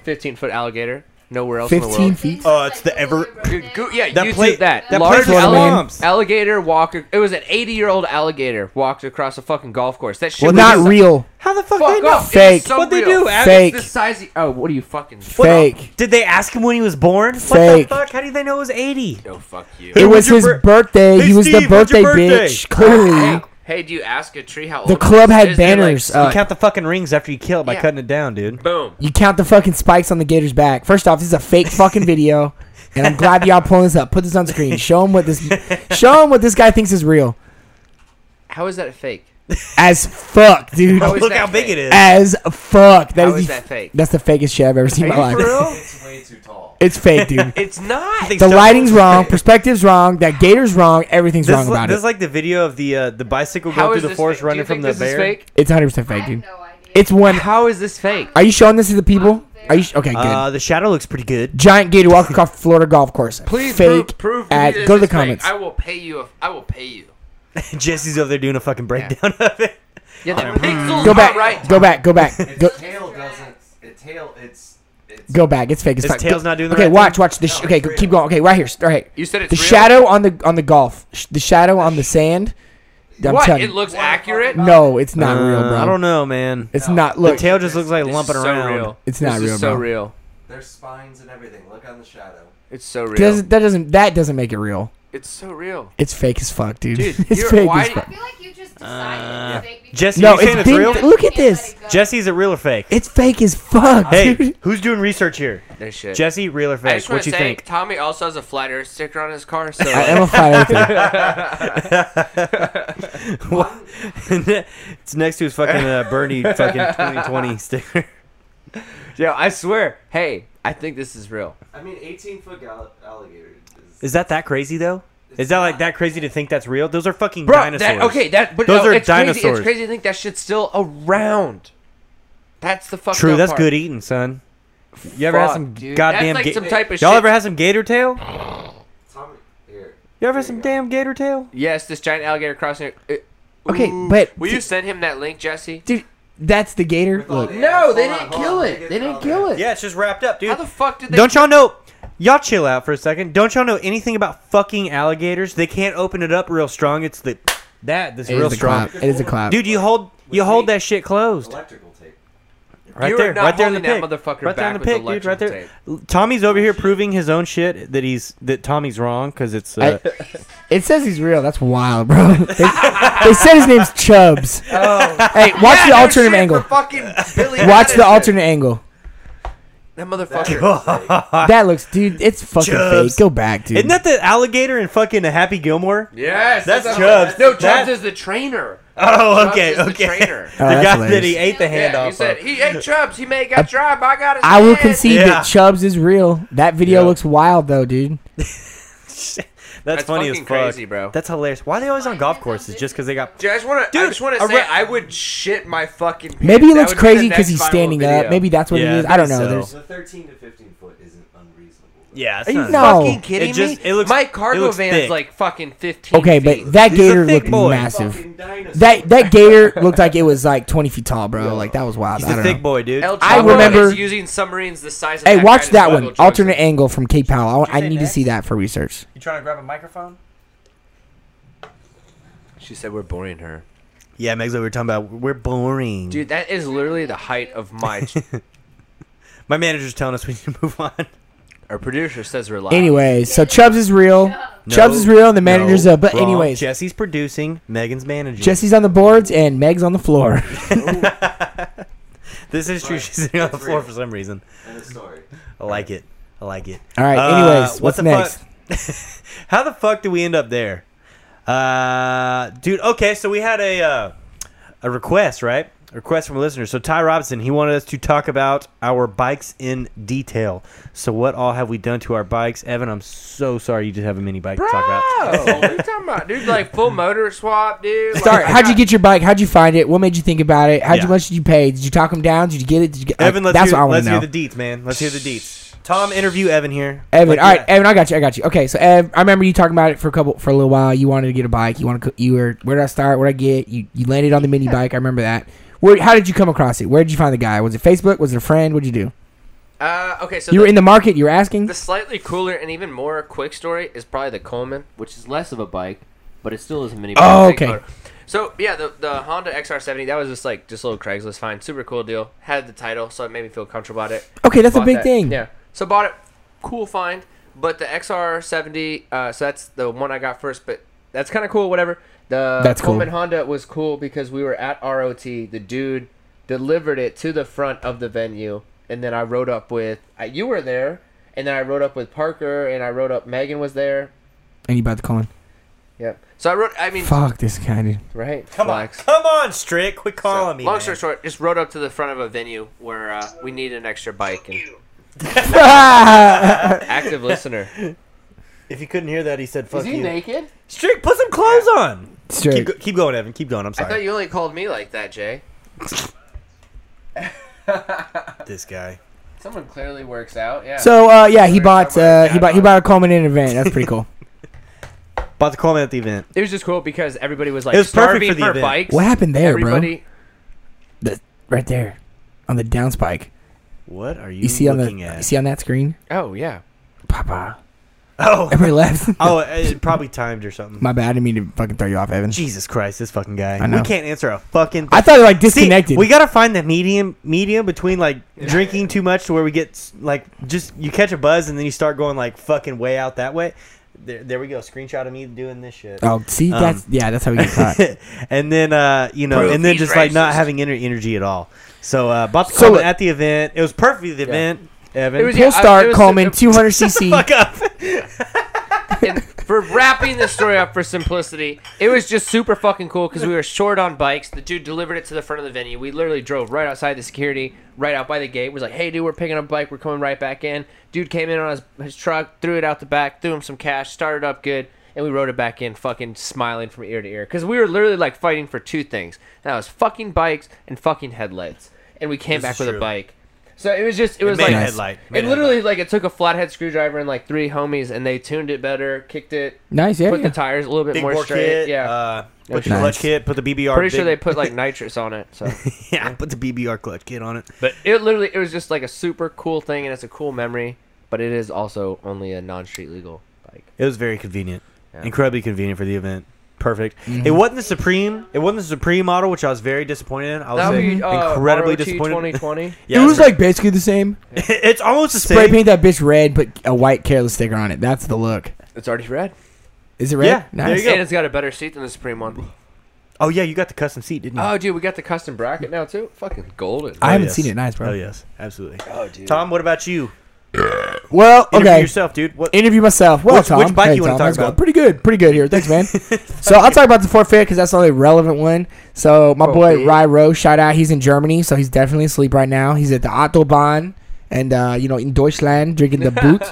[SPEAKER 4] 15 foot alligator. Nowhere else in the world.
[SPEAKER 1] 15 feet.
[SPEAKER 2] Oh, it's the ever-
[SPEAKER 4] Dude, go, yeah,
[SPEAKER 2] That
[SPEAKER 4] YouTube
[SPEAKER 2] plate-
[SPEAKER 4] that.
[SPEAKER 2] that
[SPEAKER 4] Large
[SPEAKER 2] plate was
[SPEAKER 4] alli-
[SPEAKER 2] bombs.
[SPEAKER 4] alligator walked. It was an 80 year old alligator walked across a fucking golf course. That shit
[SPEAKER 1] Well,
[SPEAKER 4] was
[SPEAKER 1] not
[SPEAKER 4] just-
[SPEAKER 1] real.
[SPEAKER 2] How the fuck,
[SPEAKER 4] Fuck
[SPEAKER 2] they know?
[SPEAKER 4] off. It was
[SPEAKER 1] Fake.
[SPEAKER 4] so
[SPEAKER 2] What'd they
[SPEAKER 4] real.
[SPEAKER 2] do?
[SPEAKER 4] It's
[SPEAKER 1] Fake.
[SPEAKER 4] The size. Oh, what are you fucking?
[SPEAKER 2] What the-
[SPEAKER 1] Fake.
[SPEAKER 2] Did they ask him when he was born?
[SPEAKER 1] Fake.
[SPEAKER 2] What the fuck? How do they know it was eighty?
[SPEAKER 4] Oh, fuck you.
[SPEAKER 1] It was
[SPEAKER 2] when's your
[SPEAKER 1] his
[SPEAKER 2] bir-
[SPEAKER 1] birthday.
[SPEAKER 2] Hey,
[SPEAKER 1] he was the
[SPEAKER 2] Steve, when's
[SPEAKER 1] birthday,
[SPEAKER 2] your birthday?
[SPEAKER 1] bitch. Clearly.
[SPEAKER 4] Hey, do you ask a tree how old
[SPEAKER 1] The
[SPEAKER 4] it
[SPEAKER 1] club
[SPEAKER 4] is?
[SPEAKER 1] had
[SPEAKER 4] Is there, like,
[SPEAKER 1] banners uh,
[SPEAKER 4] some-
[SPEAKER 1] up.
[SPEAKER 2] Count the fucking rings after you kill it by
[SPEAKER 4] Yeah.
[SPEAKER 2] cutting it down, dude.
[SPEAKER 4] Boom.
[SPEAKER 1] You count the fucking spikes on the gator's back. First off, this is a fake fucking video. And I'm glad y'all pulling this up. Put this on screen. Show him what this show him what this guy thinks is real.
[SPEAKER 4] How is that fake?
[SPEAKER 1] As fuck, dude.
[SPEAKER 4] How is
[SPEAKER 2] Look
[SPEAKER 4] that
[SPEAKER 2] how big
[SPEAKER 4] fake?
[SPEAKER 1] Eh,
[SPEAKER 2] it is.
[SPEAKER 1] As fuck. That
[SPEAKER 4] How
[SPEAKER 1] is
[SPEAKER 4] is
[SPEAKER 1] the
[SPEAKER 4] that fake?
[SPEAKER 1] That's the fakest shit I've ever seen in my life.
[SPEAKER 6] It's way too tall.
[SPEAKER 1] It's fake, dude.
[SPEAKER 7] It's not.
[SPEAKER 1] The lighting's wrong, perspective's wrong, that gator's wrong, everything's
[SPEAKER 2] This,
[SPEAKER 1] wrong
[SPEAKER 2] is like,
[SPEAKER 1] about
[SPEAKER 2] this is
[SPEAKER 1] it.
[SPEAKER 2] like the video of the uh, the bicycle
[SPEAKER 7] How
[SPEAKER 2] going
[SPEAKER 7] is
[SPEAKER 2] through the
[SPEAKER 7] this
[SPEAKER 2] forest
[SPEAKER 7] fake? Do
[SPEAKER 2] running
[SPEAKER 7] you think
[SPEAKER 2] from the
[SPEAKER 7] this is
[SPEAKER 2] bear.
[SPEAKER 7] fake?
[SPEAKER 1] It's 100% fake,
[SPEAKER 3] I have
[SPEAKER 1] dude.
[SPEAKER 3] no idea.
[SPEAKER 1] It's one.
[SPEAKER 7] How is this fake?
[SPEAKER 1] Are you showing this to the people? Are you sh- okay? Good.
[SPEAKER 2] Uh, the shadow looks pretty good.
[SPEAKER 1] Giant gator walking across Florida golf course.
[SPEAKER 4] Please
[SPEAKER 1] fake.
[SPEAKER 4] prove, prove to me
[SPEAKER 1] ad-
[SPEAKER 4] this
[SPEAKER 1] go to the
[SPEAKER 4] is fake.
[SPEAKER 1] comments.
[SPEAKER 4] I will pay you. If, I will pay you.
[SPEAKER 2] Jesse's over there doing a fucking breakdown of it.
[SPEAKER 7] Yeah, that
[SPEAKER 4] Pixels
[SPEAKER 1] Go back.
[SPEAKER 4] are right.
[SPEAKER 1] Go back. Go back.
[SPEAKER 8] Its
[SPEAKER 1] Go,
[SPEAKER 8] tail doesn't. Its tail. It's. It's.
[SPEAKER 1] go back. It's fake. It's
[SPEAKER 2] His
[SPEAKER 1] fake.
[SPEAKER 2] tail's not doing the
[SPEAKER 1] Okay,
[SPEAKER 2] right
[SPEAKER 1] watch.
[SPEAKER 2] thing?
[SPEAKER 1] Watch the. Sh-
[SPEAKER 8] No,
[SPEAKER 1] okay,
[SPEAKER 8] it's
[SPEAKER 1] go-
[SPEAKER 8] real.
[SPEAKER 1] keep going. Okay, right here. Right.
[SPEAKER 4] You said it's
[SPEAKER 1] the
[SPEAKER 4] real?
[SPEAKER 1] shadow on the on the golf. Sh- the shadow on the sand. I'm
[SPEAKER 4] What?
[SPEAKER 1] telling
[SPEAKER 4] It
[SPEAKER 1] you.
[SPEAKER 4] looks accurate.
[SPEAKER 1] no, it's not real, bro.
[SPEAKER 2] Uh, I don't know, man.
[SPEAKER 1] It's not. Look.
[SPEAKER 2] the tail just looks like
[SPEAKER 4] This is
[SPEAKER 2] lumping
[SPEAKER 4] so
[SPEAKER 2] around.
[SPEAKER 4] real.
[SPEAKER 1] It's not
[SPEAKER 4] this
[SPEAKER 1] real,
[SPEAKER 4] Is so
[SPEAKER 1] bro.
[SPEAKER 4] real.
[SPEAKER 8] There's spines and everything. Look on the shadow.
[SPEAKER 4] It's so real.
[SPEAKER 1] doesn't, that doesn't. That doesn't make it real.
[SPEAKER 4] it's so real.
[SPEAKER 1] It's fake as fuck, dude.
[SPEAKER 4] Dude,
[SPEAKER 1] it's
[SPEAKER 4] you're-
[SPEAKER 1] fake
[SPEAKER 4] why
[SPEAKER 1] as
[SPEAKER 4] do-
[SPEAKER 3] I
[SPEAKER 1] fuck.
[SPEAKER 3] feel like you just decided it's fake because
[SPEAKER 2] Jesse,
[SPEAKER 1] No,
[SPEAKER 2] you saying
[SPEAKER 1] it's
[SPEAKER 2] it's
[SPEAKER 1] been-
[SPEAKER 2] real?
[SPEAKER 3] you
[SPEAKER 1] look at
[SPEAKER 3] can't let
[SPEAKER 1] this.
[SPEAKER 3] it go.
[SPEAKER 2] Jesse, is it real or fake?
[SPEAKER 1] It's fake as fuck,
[SPEAKER 2] hey,
[SPEAKER 1] dude.
[SPEAKER 2] who's doing research here?
[SPEAKER 4] No shit.
[SPEAKER 2] Jesse, real or
[SPEAKER 4] I
[SPEAKER 2] fake?
[SPEAKER 4] just want
[SPEAKER 2] What
[SPEAKER 4] to
[SPEAKER 2] you
[SPEAKER 4] say,
[SPEAKER 2] think?
[SPEAKER 4] Tommy also has a flat Earth sticker on his car. So
[SPEAKER 1] I am a fire. dude.
[SPEAKER 2] What? it's next to his fucking uh, Bernie fucking 2020 sticker.
[SPEAKER 4] yeah, I swear. Hey, I think this is real.
[SPEAKER 8] I mean, 18 foot gal- alligator. Is,
[SPEAKER 2] Is that that crazy though? Is that like that crazy to think that's real? Those are fucking
[SPEAKER 4] Bro,
[SPEAKER 2] dinosaurs.
[SPEAKER 4] That, okay, that but
[SPEAKER 2] Those
[SPEAKER 4] no,
[SPEAKER 2] are
[SPEAKER 4] it's Crazy,
[SPEAKER 2] dinosaurs.
[SPEAKER 4] it's crazy to think that shit's still around. That's the fuck.
[SPEAKER 2] True,
[SPEAKER 4] up
[SPEAKER 2] that's
[SPEAKER 4] part.
[SPEAKER 2] good eating, son. You ever had
[SPEAKER 4] Fuck,
[SPEAKER 2] some
[SPEAKER 4] dude.
[SPEAKER 2] goddamn
[SPEAKER 4] That's
[SPEAKER 2] ga-
[SPEAKER 4] like some type of
[SPEAKER 2] Y'all
[SPEAKER 4] shit.
[SPEAKER 2] ever had some gator tail?
[SPEAKER 8] Tommy, here.
[SPEAKER 2] You ever
[SPEAKER 8] There
[SPEAKER 2] had some
[SPEAKER 8] go.
[SPEAKER 2] damn gator tail?
[SPEAKER 4] Yes, this giant alligator crossing. uh,
[SPEAKER 1] Okay,
[SPEAKER 4] ooh.
[SPEAKER 1] but-
[SPEAKER 4] will you send him that link, Jesse?
[SPEAKER 1] dude, that's the gator.
[SPEAKER 8] With all
[SPEAKER 1] Look.
[SPEAKER 8] the
[SPEAKER 7] No,
[SPEAKER 8] ass.
[SPEAKER 7] they
[SPEAKER 8] Hold on,
[SPEAKER 7] didn't
[SPEAKER 8] hold
[SPEAKER 7] kill
[SPEAKER 8] on,
[SPEAKER 7] it.
[SPEAKER 8] get
[SPEAKER 7] They didn't kill it.
[SPEAKER 2] Yeah, it's just wrapped up, dude.
[SPEAKER 4] How the fuck did they?
[SPEAKER 2] Don't y'all know? Y'all chill out for a second. Don't y'all know anything about fucking alligators? They can't open it up real strong. It's the that this
[SPEAKER 1] It
[SPEAKER 2] real
[SPEAKER 1] is a
[SPEAKER 2] strong.
[SPEAKER 1] cloud. It is a cloud.
[SPEAKER 2] Dude, you hold you
[SPEAKER 8] With
[SPEAKER 2] hold
[SPEAKER 8] me?
[SPEAKER 2] that shit closed.
[SPEAKER 8] Electrical tape.
[SPEAKER 2] Right
[SPEAKER 4] You are
[SPEAKER 2] there,
[SPEAKER 4] not
[SPEAKER 2] right there in the pic.
[SPEAKER 4] holding that motherfucker
[SPEAKER 2] right there in the
[SPEAKER 4] back with
[SPEAKER 2] pic, dude. Right there.
[SPEAKER 4] electrical
[SPEAKER 2] Tommy's over here proving his own shit that he's that Tommy's wrong because it's. Uh,
[SPEAKER 1] I- It says he's real. That's wild, bro. they, they said his name's Chubbs. Hey, watch
[SPEAKER 4] Oh. Yeah,
[SPEAKER 1] the
[SPEAKER 4] no
[SPEAKER 1] alternate
[SPEAKER 4] shit
[SPEAKER 1] angle.
[SPEAKER 4] for Fucking Billy
[SPEAKER 1] Watch
[SPEAKER 4] Madison.
[SPEAKER 1] the alternate angle.
[SPEAKER 4] That
[SPEAKER 8] That
[SPEAKER 4] motherfucker.
[SPEAKER 8] is fake.
[SPEAKER 1] That looks, dude. It's fucking
[SPEAKER 2] Chubbs.
[SPEAKER 1] fake. Go back, dude.
[SPEAKER 2] isn't that the alligator in fucking Happy Gilmore?
[SPEAKER 4] Yes,
[SPEAKER 2] That's
[SPEAKER 4] that's
[SPEAKER 2] Chubbs.
[SPEAKER 4] No, Chubbs
[SPEAKER 2] That-
[SPEAKER 4] is the trainer.
[SPEAKER 2] Oh,
[SPEAKER 4] Chubbs
[SPEAKER 2] okay,
[SPEAKER 4] is the
[SPEAKER 2] okay.
[SPEAKER 4] trainer.
[SPEAKER 2] the
[SPEAKER 1] Oh, that's
[SPEAKER 2] guy that
[SPEAKER 1] hilarious.
[SPEAKER 2] he ate the hand
[SPEAKER 4] yeah, he
[SPEAKER 2] off.
[SPEAKER 4] said,
[SPEAKER 2] of.
[SPEAKER 4] "He ate Chubbs. He may got Chubbs. I got his
[SPEAKER 1] I will
[SPEAKER 4] hand."
[SPEAKER 1] concede
[SPEAKER 2] Yeah.
[SPEAKER 1] that Chubbs is real. That video
[SPEAKER 2] Yeah.
[SPEAKER 1] looks wild, though, dude.
[SPEAKER 2] That's,
[SPEAKER 4] That's
[SPEAKER 2] funny as
[SPEAKER 4] fucking
[SPEAKER 2] fuck,
[SPEAKER 4] crazy, bro.
[SPEAKER 2] That's hilarious. Why are they always on golf courses? Just because they got
[SPEAKER 4] Dude, I just want to. I
[SPEAKER 2] Dude,
[SPEAKER 4] just want
[SPEAKER 2] a
[SPEAKER 4] to say,
[SPEAKER 2] ra-
[SPEAKER 4] I would shit my fucking. pants.
[SPEAKER 1] Maybe he
[SPEAKER 4] That
[SPEAKER 1] looks
[SPEAKER 4] would be
[SPEAKER 1] crazy
[SPEAKER 4] the
[SPEAKER 1] because
[SPEAKER 4] next
[SPEAKER 1] he's
[SPEAKER 4] viral
[SPEAKER 1] standing
[SPEAKER 4] video.
[SPEAKER 1] up. Maybe that's what
[SPEAKER 2] Yeah,
[SPEAKER 1] it is. I don't
[SPEAKER 2] maybe
[SPEAKER 1] know.
[SPEAKER 2] so.
[SPEAKER 1] There's,
[SPEAKER 8] The 13 to 15 foot isn't unreasonable. though.
[SPEAKER 2] Yeah, it's
[SPEAKER 4] Are you
[SPEAKER 2] not-
[SPEAKER 1] No.
[SPEAKER 4] fucking kidding
[SPEAKER 2] It just-
[SPEAKER 4] me?
[SPEAKER 2] it looks-
[SPEAKER 4] my
[SPEAKER 2] it
[SPEAKER 4] cargo
[SPEAKER 2] looks
[SPEAKER 4] van's
[SPEAKER 2] thick.
[SPEAKER 4] like fucking fifteen.
[SPEAKER 1] okay,
[SPEAKER 4] feet.
[SPEAKER 1] but that
[SPEAKER 2] He's a
[SPEAKER 1] gator
[SPEAKER 2] thick
[SPEAKER 1] looked
[SPEAKER 2] boy.
[SPEAKER 1] massive.
[SPEAKER 8] Fucking dinosaur.
[SPEAKER 1] That that gator looked like it was like 20 feet tall, bro. Like that was wild.
[SPEAKER 2] He's
[SPEAKER 1] I
[SPEAKER 2] a
[SPEAKER 1] don't
[SPEAKER 2] thick
[SPEAKER 1] know.
[SPEAKER 2] boy, dude.
[SPEAKER 4] El
[SPEAKER 1] I
[SPEAKER 4] Chapo
[SPEAKER 1] remember-
[SPEAKER 4] is using submarines the size of.
[SPEAKER 1] Hey, watch
[SPEAKER 4] guy to
[SPEAKER 1] that
[SPEAKER 4] smuggle
[SPEAKER 1] one.
[SPEAKER 4] drugs
[SPEAKER 1] Alternate
[SPEAKER 4] in.
[SPEAKER 1] angle from Cape Powell. I, I
[SPEAKER 2] say
[SPEAKER 1] need to
[SPEAKER 2] next?
[SPEAKER 1] see that for research.
[SPEAKER 2] You trying to grab a microphone?
[SPEAKER 4] She said we're boring her.
[SPEAKER 2] Yeah, Meg's what we were talking about. We're boring.
[SPEAKER 4] Dude, that is literally the height of my.
[SPEAKER 2] my manager's telling us we need to move on.
[SPEAKER 4] Our producer says we're live.
[SPEAKER 1] Anyways, so Chubbs is real.
[SPEAKER 2] No,
[SPEAKER 1] Chubbs is real, and the manager's
[SPEAKER 2] no,
[SPEAKER 1] up. But
[SPEAKER 2] wrong.
[SPEAKER 1] anyways,
[SPEAKER 2] Jesse's producing. Megan's managing.
[SPEAKER 1] Jesse's on the boards and Meg's on the floor.
[SPEAKER 2] This is true.
[SPEAKER 8] Right.
[SPEAKER 2] She's sitting on the
[SPEAKER 8] It's
[SPEAKER 2] floor
[SPEAKER 8] real.
[SPEAKER 2] for some reason.
[SPEAKER 8] End of story.
[SPEAKER 2] I like it. I like it.
[SPEAKER 1] All right,
[SPEAKER 2] Uh,
[SPEAKER 1] anyways,
[SPEAKER 2] what
[SPEAKER 1] what's next?
[SPEAKER 2] the fuck- How the fuck do we end up there? Uh, dude. Okay, so we had a uh, a request, right? A request from a listener. So Ty Robinson, he wanted us to talk about our bikes in detail. So what all have we done to our bikes, Evan? I'm so sorry you just have a mini bike to talk about.
[SPEAKER 4] Bro, Oh, what are you talking about, dude? Like full motor swap, dude. Like,
[SPEAKER 1] Sorry,
[SPEAKER 4] I
[SPEAKER 1] how'd you
[SPEAKER 4] got-
[SPEAKER 1] get your bike? How'd you find it? What made you think about it? How
[SPEAKER 2] Yeah.
[SPEAKER 1] would much did you pay? Did you talk him down? Did you get it? Did you get, like,
[SPEAKER 2] Evan, let's,
[SPEAKER 1] that's
[SPEAKER 2] hear,
[SPEAKER 1] what I want
[SPEAKER 2] let's
[SPEAKER 1] to know.
[SPEAKER 2] hear the deets, man. Let's hear the deets. Tom, interview Evan here.
[SPEAKER 1] Evan,
[SPEAKER 2] Like,
[SPEAKER 1] all right,
[SPEAKER 2] yeah.
[SPEAKER 1] Evan, I got you, I got you. Okay, so Ev, I remember you talking about it for a couple for a little while. You wanted to get a bike. You want to, you were where did I start? What would I get? You you landed on the mini bike. I remember that. Where? How did you come across it? Where did you find the guy? Was it Facebook? Was it a friend? What'd you do?
[SPEAKER 4] Uh, okay, so
[SPEAKER 1] You
[SPEAKER 4] the,
[SPEAKER 1] were in the market. You were asking.
[SPEAKER 4] the slightly cooler and even more quick story is probably the Coleman.
[SPEAKER 7] Which is less of a bike, but it still is a mini bike.
[SPEAKER 1] Oh,
[SPEAKER 4] Big
[SPEAKER 1] okay.
[SPEAKER 4] motor. So yeah, the the Honda XR70 that was just like just a little Craigslist find, super cool deal. Had the title, so it made me feel comfortable about it.
[SPEAKER 1] Okay, that's a
[SPEAKER 4] Bought
[SPEAKER 1] big
[SPEAKER 4] that.
[SPEAKER 1] thing.
[SPEAKER 4] Yeah. So bought it, cool find. But the XR70, uh, so that's the one I got first. But that's kind of cool. Whatever. The
[SPEAKER 1] That's cool.
[SPEAKER 7] Coleman Honda was cool because we were at ROT. The dude delivered it to the front of the venue, and then I rode up with uh, you were there, and then I rode up with Parker, and I rode up. Megan was there.
[SPEAKER 1] And you about to call him?
[SPEAKER 7] Yep.
[SPEAKER 4] So I wrote. I mean,
[SPEAKER 1] Fuck this guy, dude.
[SPEAKER 7] Right.
[SPEAKER 2] Come on,
[SPEAKER 4] Relax.
[SPEAKER 2] come on, Strick. Quit calling me.
[SPEAKER 4] long
[SPEAKER 2] man.
[SPEAKER 4] story short, just rode up to the front of a venue where uh, we needed an extra bike, and Active listener.
[SPEAKER 2] If you couldn't hear that, he said, "Fuck
[SPEAKER 7] Is he
[SPEAKER 2] you."
[SPEAKER 7] naked?
[SPEAKER 2] Strick, put some clothes on. Keep,
[SPEAKER 1] Straight.
[SPEAKER 2] go- keep going, Evan. Keep going. I'm
[SPEAKER 4] I thought
[SPEAKER 2] sorry.
[SPEAKER 4] you only called me like that, Jay.
[SPEAKER 2] This guy.
[SPEAKER 7] Someone clearly works out. Yeah.
[SPEAKER 1] So uh, yeah, he bought
[SPEAKER 4] talking
[SPEAKER 1] uh,
[SPEAKER 4] about
[SPEAKER 1] he bought he bought a Coleman in advance. That's pretty cool.
[SPEAKER 2] About to call me at the event.
[SPEAKER 4] It was just cool because everybody was like
[SPEAKER 2] It was perfect
[SPEAKER 4] starving
[SPEAKER 2] for the
[SPEAKER 4] for,
[SPEAKER 2] event.
[SPEAKER 4] bikes.
[SPEAKER 1] What happened there,
[SPEAKER 4] Everybody.
[SPEAKER 1] bro? The, right there, on the down spike.
[SPEAKER 2] What are you,
[SPEAKER 1] You see on the
[SPEAKER 2] looking at?
[SPEAKER 1] you see on that screen,
[SPEAKER 4] Oh yeah.
[SPEAKER 1] Papa.
[SPEAKER 2] oh,
[SPEAKER 1] Everybody left.
[SPEAKER 2] oh, it probably timed or something.
[SPEAKER 1] My bad. I didn't mean to fucking throw you off, Evan.
[SPEAKER 2] Jesus Christ, this fucking
[SPEAKER 1] I
[SPEAKER 2] guy.
[SPEAKER 1] know.
[SPEAKER 2] We can't answer a fucking.
[SPEAKER 1] I thought it like
[SPEAKER 2] See,
[SPEAKER 1] disconnected.
[SPEAKER 2] we gotta find the medium medium between like drinking too much to where we get s- like just you catch a buzz and then you start going like fucking way out that way. There, there we go. Screenshot of me doing this shit.
[SPEAKER 1] oh, see
[SPEAKER 2] Um,
[SPEAKER 1] that's yeah, that's how we get caught.
[SPEAKER 2] and then uh, you know,
[SPEAKER 4] Prove
[SPEAKER 2] and then
[SPEAKER 4] he's
[SPEAKER 2] just like not
[SPEAKER 4] racist.
[SPEAKER 2] having any energy at all. So uh, about to
[SPEAKER 1] So
[SPEAKER 2] call it
[SPEAKER 1] look-
[SPEAKER 2] at the event. It was perfect for the event. Evan,
[SPEAKER 4] It was-
[SPEAKER 1] Pull
[SPEAKER 4] yeah, I- it
[SPEAKER 1] start
[SPEAKER 4] was-
[SPEAKER 1] Coleman
[SPEAKER 4] it-
[SPEAKER 1] 200
[SPEAKER 2] fuck
[SPEAKER 1] cc.
[SPEAKER 2] up.
[SPEAKER 4] and for wrapping this story up for simplicity, it was just super fucking cool because we were short on bikes. The dude delivered it to the front of the venue. We literally drove right outside the security, right out by the gate. Was like, "Hey, dude, we're picking up a bike. We're coming right back in." Dude came in on his, his truck, threw it out the back, threw him some cash, started up good, and we rode it back in, fucking smiling from ear to ear because we were literally like fighting for two things. That was fucking bikes and fucking headlights, and we came
[SPEAKER 2] This
[SPEAKER 4] back
[SPEAKER 2] is
[SPEAKER 4] with
[SPEAKER 2] true.
[SPEAKER 4] a bike. So it was just it was
[SPEAKER 2] made
[SPEAKER 4] like
[SPEAKER 2] a headlight. Made
[SPEAKER 4] it
[SPEAKER 2] a
[SPEAKER 4] literally like it took a flathead screwdriver and like three homies and they tuned it better, kicked it,
[SPEAKER 1] Nice, yeah.
[SPEAKER 4] put
[SPEAKER 1] yeah.
[SPEAKER 4] the tires a little bit
[SPEAKER 2] Big
[SPEAKER 4] more
[SPEAKER 2] bore
[SPEAKER 4] straight.
[SPEAKER 2] kit.
[SPEAKER 4] yeah,
[SPEAKER 2] Uh, put the
[SPEAKER 1] Nice.
[SPEAKER 2] clutch kit. Put the BBR.
[SPEAKER 4] pretty sure they
[SPEAKER 2] big-
[SPEAKER 4] put like nitrous on it. So
[SPEAKER 2] yeah. Put the BBR clutch kit on it.
[SPEAKER 4] but it literally it was just like a super cool thing and it's a cool memory. But it is also only a non-street legal bike.
[SPEAKER 2] It was very convenient. Incredibly convenient for the event. Perfect.
[SPEAKER 1] Mm-hmm.
[SPEAKER 2] It wasn't the Supreme. It wasn't the Supreme model, which I was very disappointed in. I was
[SPEAKER 4] That would
[SPEAKER 2] say,
[SPEAKER 4] be uh,
[SPEAKER 2] incredibly
[SPEAKER 4] ROT
[SPEAKER 2] disappointed.
[SPEAKER 4] 2020.
[SPEAKER 2] Yeah,
[SPEAKER 1] it was
[SPEAKER 2] it's-
[SPEAKER 1] like basically the same.
[SPEAKER 2] it's almost the
[SPEAKER 1] Spray
[SPEAKER 2] same.
[SPEAKER 1] paint that bitch red, put a white careless sticker on it. That's the look.
[SPEAKER 4] it's already red.
[SPEAKER 1] Is it red?
[SPEAKER 2] Yeah, there
[SPEAKER 1] nice.
[SPEAKER 2] you go.
[SPEAKER 4] And it's got a better seat than the Supreme one.
[SPEAKER 2] Oh yeah, you got the custom seat, didn't you?
[SPEAKER 4] Oh, dude, we got the custom bracket now too. Fucking golden.
[SPEAKER 1] Uh, I
[SPEAKER 2] Oh,
[SPEAKER 1] haven't
[SPEAKER 2] yes.
[SPEAKER 1] seen it. Nice, bro.
[SPEAKER 2] Oh yes, absolutely. Oh dude. Tom, what about you?
[SPEAKER 1] Well,
[SPEAKER 2] Interview
[SPEAKER 1] okay.
[SPEAKER 2] yourself, dude. What?
[SPEAKER 1] Interview myself. Well,
[SPEAKER 2] Which-
[SPEAKER 1] Tom,
[SPEAKER 2] which bike
[SPEAKER 1] hey,
[SPEAKER 2] you wanna
[SPEAKER 1] Tom,
[SPEAKER 2] talk
[SPEAKER 1] how's it going?
[SPEAKER 2] about?
[SPEAKER 1] Pretty good, pretty good here. Thanks, man. so I'll talk about the forfeit because that's the only relevant one. So my boy
[SPEAKER 4] Forfeit.
[SPEAKER 1] Ry Rowe, shout out. He's in Germany, so he's definitely asleep right now. He's at the Autobahn, and uh, you know in Deutschland drinking the boot.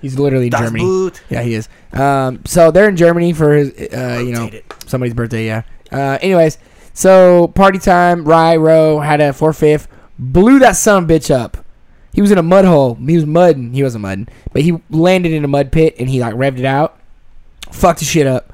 [SPEAKER 1] He's literally in
[SPEAKER 2] Das
[SPEAKER 1] Germany.
[SPEAKER 2] Boot.
[SPEAKER 1] Yeah, he is. Um, so they're in Germany for his, uh, you know,
[SPEAKER 2] Rotate it.
[SPEAKER 1] somebody's birthday. Yeah. Uh, anyways, so party time. Rye Row had a four fifth, blew that son of a bitch up. He was in a mud hole. He was mudding. He wasn't mudding, but he landed in a mud pit and he like revved it out. Fucked the shit up.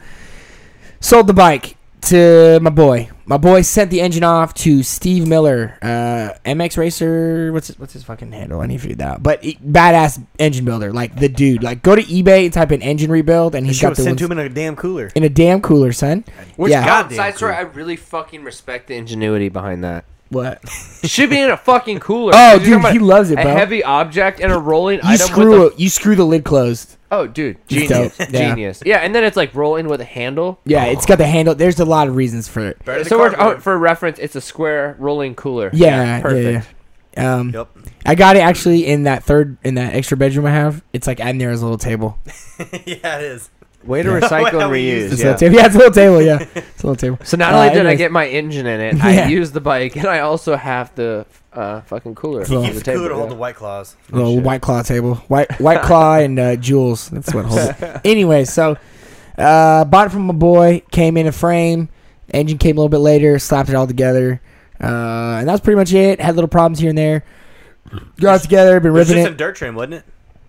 [SPEAKER 1] Sold the bike to my boy. My boy sent the engine off to Steve Miller, uh, MX Racer. What's his, what's his fucking handle? I need to figure that out. But he- badass engine builder, like the dude. Like go to eBay and type in engine rebuild, and he's
[SPEAKER 2] Should
[SPEAKER 1] got
[SPEAKER 2] have
[SPEAKER 1] the
[SPEAKER 2] sent to
[SPEAKER 1] ones
[SPEAKER 2] him in a damn cooler.
[SPEAKER 1] in a damn cooler, son.
[SPEAKER 2] Which
[SPEAKER 1] yeah.
[SPEAKER 2] goddamn
[SPEAKER 4] Side story,
[SPEAKER 2] cool.
[SPEAKER 4] I really fucking respect the ingenuity behind that.
[SPEAKER 1] What?
[SPEAKER 4] should be in a fucking cooler.
[SPEAKER 1] Oh,
[SPEAKER 4] You're talking
[SPEAKER 1] dude, he
[SPEAKER 4] about
[SPEAKER 1] loves it, bro.
[SPEAKER 4] A heavy object and a rolling
[SPEAKER 1] You
[SPEAKER 4] item
[SPEAKER 1] screw
[SPEAKER 4] with
[SPEAKER 1] it. You screw the lid closed.
[SPEAKER 4] a, Oh, dude,
[SPEAKER 1] It's
[SPEAKER 4] genius,
[SPEAKER 1] dope. Yeah.
[SPEAKER 4] genius. Yeah, and then it's like rolling with a handle.
[SPEAKER 1] Yeah, it's got
[SPEAKER 4] Oh.
[SPEAKER 1] the handle. There's a lot of reasons for it.
[SPEAKER 2] Better than
[SPEAKER 4] So we're, oh,
[SPEAKER 2] cardboard.
[SPEAKER 4] for reference, it's a square rolling cooler.
[SPEAKER 1] Yeah, yeah, yeah.
[SPEAKER 4] perfect.
[SPEAKER 1] Um,
[SPEAKER 2] Yup.
[SPEAKER 1] I got it actually in that third in that extra bedroom I have. It's like in there as a little table.
[SPEAKER 2] yeah, it is.
[SPEAKER 4] Way to
[SPEAKER 1] Yeah.
[SPEAKER 4] recycle
[SPEAKER 2] How
[SPEAKER 4] and
[SPEAKER 2] we use
[SPEAKER 4] reuse.
[SPEAKER 1] It's
[SPEAKER 2] this
[SPEAKER 1] a
[SPEAKER 4] Yeah.
[SPEAKER 1] little table. Yeah, it's a little table. Yeah, it's a little table.
[SPEAKER 4] So not
[SPEAKER 1] Uh,
[SPEAKER 4] only did I
[SPEAKER 1] anyways,
[SPEAKER 4] get my engine in it,
[SPEAKER 1] Yeah.
[SPEAKER 4] I used the bike, and I also have the uh, fucking cooler.
[SPEAKER 1] He
[SPEAKER 4] on
[SPEAKER 1] keeps
[SPEAKER 4] the
[SPEAKER 2] It's cool to
[SPEAKER 4] table,
[SPEAKER 2] hold
[SPEAKER 4] yeah.
[SPEAKER 2] the white claws.
[SPEAKER 1] little
[SPEAKER 2] Shit.
[SPEAKER 1] white claw table, white white claw and uh, jewels. That's what holds it. Anyway, so uh, bought it from my boy. Came in a frame. Engine came a little bit later. Slapped it all together, uh, and that was pretty much it. Had little problems here and there. Got it together. Been
[SPEAKER 2] It was
[SPEAKER 1] ripping
[SPEAKER 2] just a
[SPEAKER 1] it.
[SPEAKER 2] dirt trim, wasn't it?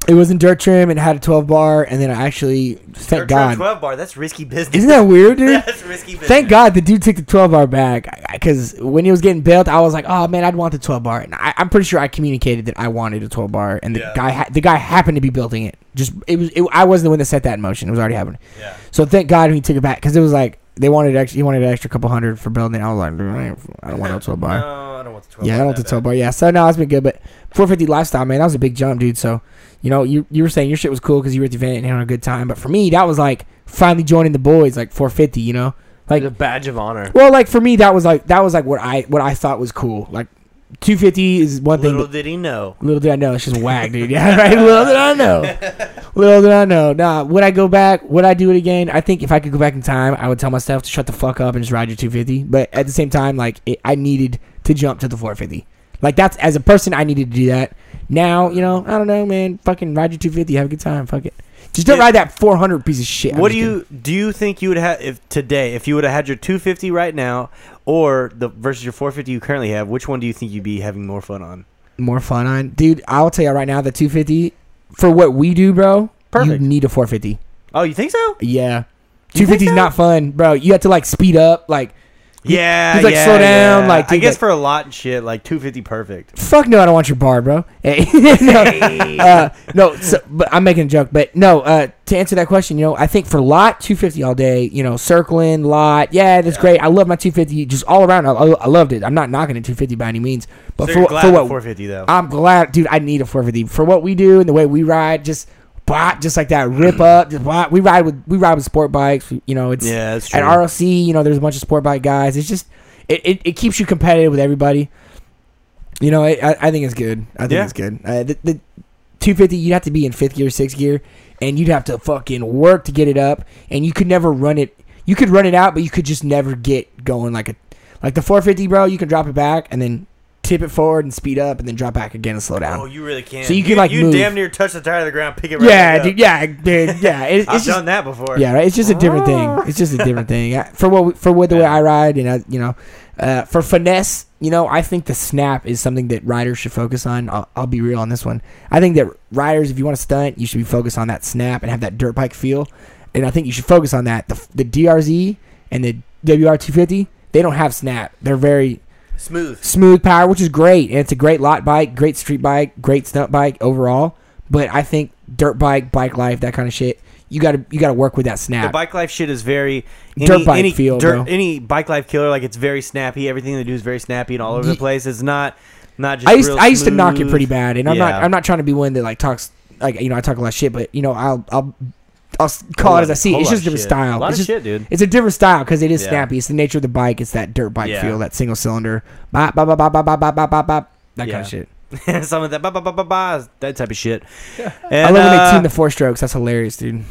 [SPEAKER 1] It was in dirt trim. It had a 12 bar, and then I actually thank
[SPEAKER 2] dirt trim
[SPEAKER 1] God.
[SPEAKER 2] twelve bar. That's risky business.
[SPEAKER 1] Isn't that weird, dude?
[SPEAKER 2] That's risky business.
[SPEAKER 1] Thank God the dude took the 12 bar back because when he was getting built, I was like, "Oh man, I'd want the 12 bar." And I, I'm pretty sure I communicated that I wanted a 12 bar, and the
[SPEAKER 2] Yeah.
[SPEAKER 1] guy ha- the guy happened to be building it. Just it was it, I wasn't the one that set that in motion. It was already happening.
[SPEAKER 2] Yeah.
[SPEAKER 1] So thank God he took it back because it was like they wanted extra. He wanted an extra couple hundred for building. it. I was like, "Dude, I ain't- I don't want no 12 bar.
[SPEAKER 2] No, I don't want the twelve.
[SPEAKER 1] Yeah, I
[SPEAKER 2] bar
[SPEAKER 1] don't want
[SPEAKER 2] that
[SPEAKER 1] the 12
[SPEAKER 2] bad.
[SPEAKER 1] bar. Yeah, so no, it's been good, but 450 lifestyle, man, that was a big jump, dude. So, you know, you you were saying your shit was cool because you were at the event and having a good time, but for me, that was like finally joining the boys, like 450, you know, like
[SPEAKER 4] The badge of honor.
[SPEAKER 1] well, like for me, that was like that was like what I what I thought was cool. Like 250 is one thing.
[SPEAKER 2] Little
[SPEAKER 1] but
[SPEAKER 2] did he know.
[SPEAKER 1] Little did I know, it's just whack, dude. Yeah, right. Little did I know. Little did I know. Nah, would I go back? Would I do it again? I think if I could go back in time, I would tell myself to shut the fuck up and just ride your 250. But at the same time, like it, I needed to jump to the 450. Like that's as a person, I needed to do that. Now, you know, I don't know, man. Fucking ride your 250, have a good time. Fuck it. Just don't
[SPEAKER 2] Yeah.
[SPEAKER 1] ride that 400 piece of shit. I'm
[SPEAKER 2] What
[SPEAKER 1] just
[SPEAKER 2] do you do? You think you would have if today, if you would have had your 250 right now, or the versus your 450 you currently have, which one do you think you'd be having more fun on?
[SPEAKER 1] kidding. more fun on, dude. I'll tell you right now, the 250 for what we do, bro.
[SPEAKER 2] Perfect.
[SPEAKER 1] You need a 450.
[SPEAKER 2] Oh, you think so?
[SPEAKER 1] Yeah,
[SPEAKER 2] You think
[SPEAKER 1] 250 is
[SPEAKER 2] so?
[SPEAKER 1] not fun, bro. You have to like speed up, like.
[SPEAKER 2] Yeah,
[SPEAKER 1] he's like,
[SPEAKER 2] yeah,
[SPEAKER 1] slow down,
[SPEAKER 2] yeah.
[SPEAKER 1] like,
[SPEAKER 2] I
[SPEAKER 1] dude,
[SPEAKER 2] guess
[SPEAKER 1] like-
[SPEAKER 2] for a lot and shit, like 250 perfect.
[SPEAKER 1] Fuck no, I don't want your bar, bro. Hey, no, uh, no so, but I'm making a joke. But no, uh, to answer that question, you know, I think for lot 250 all day, you know, circling lot, yeah, that's great. I love my 250, just all around. I, I I loved it. I'm not knocking at 250 by any means, but
[SPEAKER 2] So
[SPEAKER 1] for what
[SPEAKER 2] you're glad
[SPEAKER 1] for
[SPEAKER 2] the
[SPEAKER 1] what
[SPEAKER 2] 450 though.
[SPEAKER 1] I'm glad, dude. I need a 450 for what we do and the way we ride. Just blah, just like that, rip up. Just blah. We ride with we ride with sport bikes. You know, it's
[SPEAKER 2] Yeah, that's
[SPEAKER 1] at
[SPEAKER 2] true.
[SPEAKER 1] ROC. You know, there's a bunch of sport bike guys. It's just it, it, it keeps you competitive with everybody. You know, I I I think it's good. I think
[SPEAKER 2] Yeah.
[SPEAKER 1] it's good. Uh, the, the 250, you'd have to be in fifth gear, sixth gear, and you'd have to fucking work to get it up, and you could never run it. You could run it out, but you could just never get going like a like the 450, bro. You can drop it back and then tip it forward and speed up, and then drop back again and slow down.
[SPEAKER 2] oh, you really can.
[SPEAKER 1] So you can, like,
[SPEAKER 2] you
[SPEAKER 1] move.
[SPEAKER 2] damn near touch the tire of the ground, pick it Oh, right
[SPEAKER 1] yeah,
[SPEAKER 2] back up.
[SPEAKER 1] dude, yeah, dude, yeah. It, it's
[SPEAKER 2] I've
[SPEAKER 1] just,
[SPEAKER 2] done that before.
[SPEAKER 1] yeah, right. It's just a different thing. It's just a different thing. I, for what we- for what the way I ride, and I, you know, uh, for finesse, you know, I think the snap is something that riders should focus on. I'll, I'll be real on this one. I think that riders, if you want to stunt, you should be focused on that snap and have that dirt bike feel. And I think you should focus on that. The, f- the DRZ and the WR250, they don't have snap. They're very
[SPEAKER 2] Smooth.
[SPEAKER 1] smooth power, which is great. And it's a great lot bike, great street bike, great stunt bike overall. But I think dirt bike, bike life, that kind of shit, you gotta you gotta work with that
[SPEAKER 2] The
[SPEAKER 1] snap.
[SPEAKER 2] bike life shit is very
[SPEAKER 1] Dirt bike
[SPEAKER 2] any
[SPEAKER 1] feel, bro.
[SPEAKER 2] any bike life killer like it's very snappy. Everything they do is very snappy and all over the
[SPEAKER 1] Ye-
[SPEAKER 2] place. It's not not just.
[SPEAKER 1] I used
[SPEAKER 2] real
[SPEAKER 1] I used to knock it
[SPEAKER 2] smooth.
[SPEAKER 1] pretty bad, and I'm not
[SPEAKER 2] Yeah.
[SPEAKER 1] I'm not trying to be one that like talks like you know I talk a lot of shit, but you know I'll I'll I'll s- call
[SPEAKER 2] Whole
[SPEAKER 1] it as
[SPEAKER 2] lot-
[SPEAKER 1] I see. it.
[SPEAKER 2] whole
[SPEAKER 1] It's just
[SPEAKER 2] lot
[SPEAKER 1] a
[SPEAKER 2] of
[SPEAKER 1] different
[SPEAKER 2] shit.
[SPEAKER 1] style.
[SPEAKER 2] A lot
[SPEAKER 1] it's
[SPEAKER 2] of
[SPEAKER 1] just,
[SPEAKER 2] shit, dude.
[SPEAKER 1] It's a different style because it is
[SPEAKER 2] Yeah.
[SPEAKER 1] snappy. It's the nature of the bike. It's that dirt bike
[SPEAKER 2] Yeah.
[SPEAKER 1] feel, that single cylinder, bop bop bop bop bop bop bop bop bop, that
[SPEAKER 2] Yeah.
[SPEAKER 1] kind of shit.
[SPEAKER 2] Some of that ba ba ba ba ba that type of shit.
[SPEAKER 1] I
[SPEAKER 2] And,
[SPEAKER 1] love when they
[SPEAKER 2] uh,
[SPEAKER 1] tune the four strokes. That's hilarious, dude.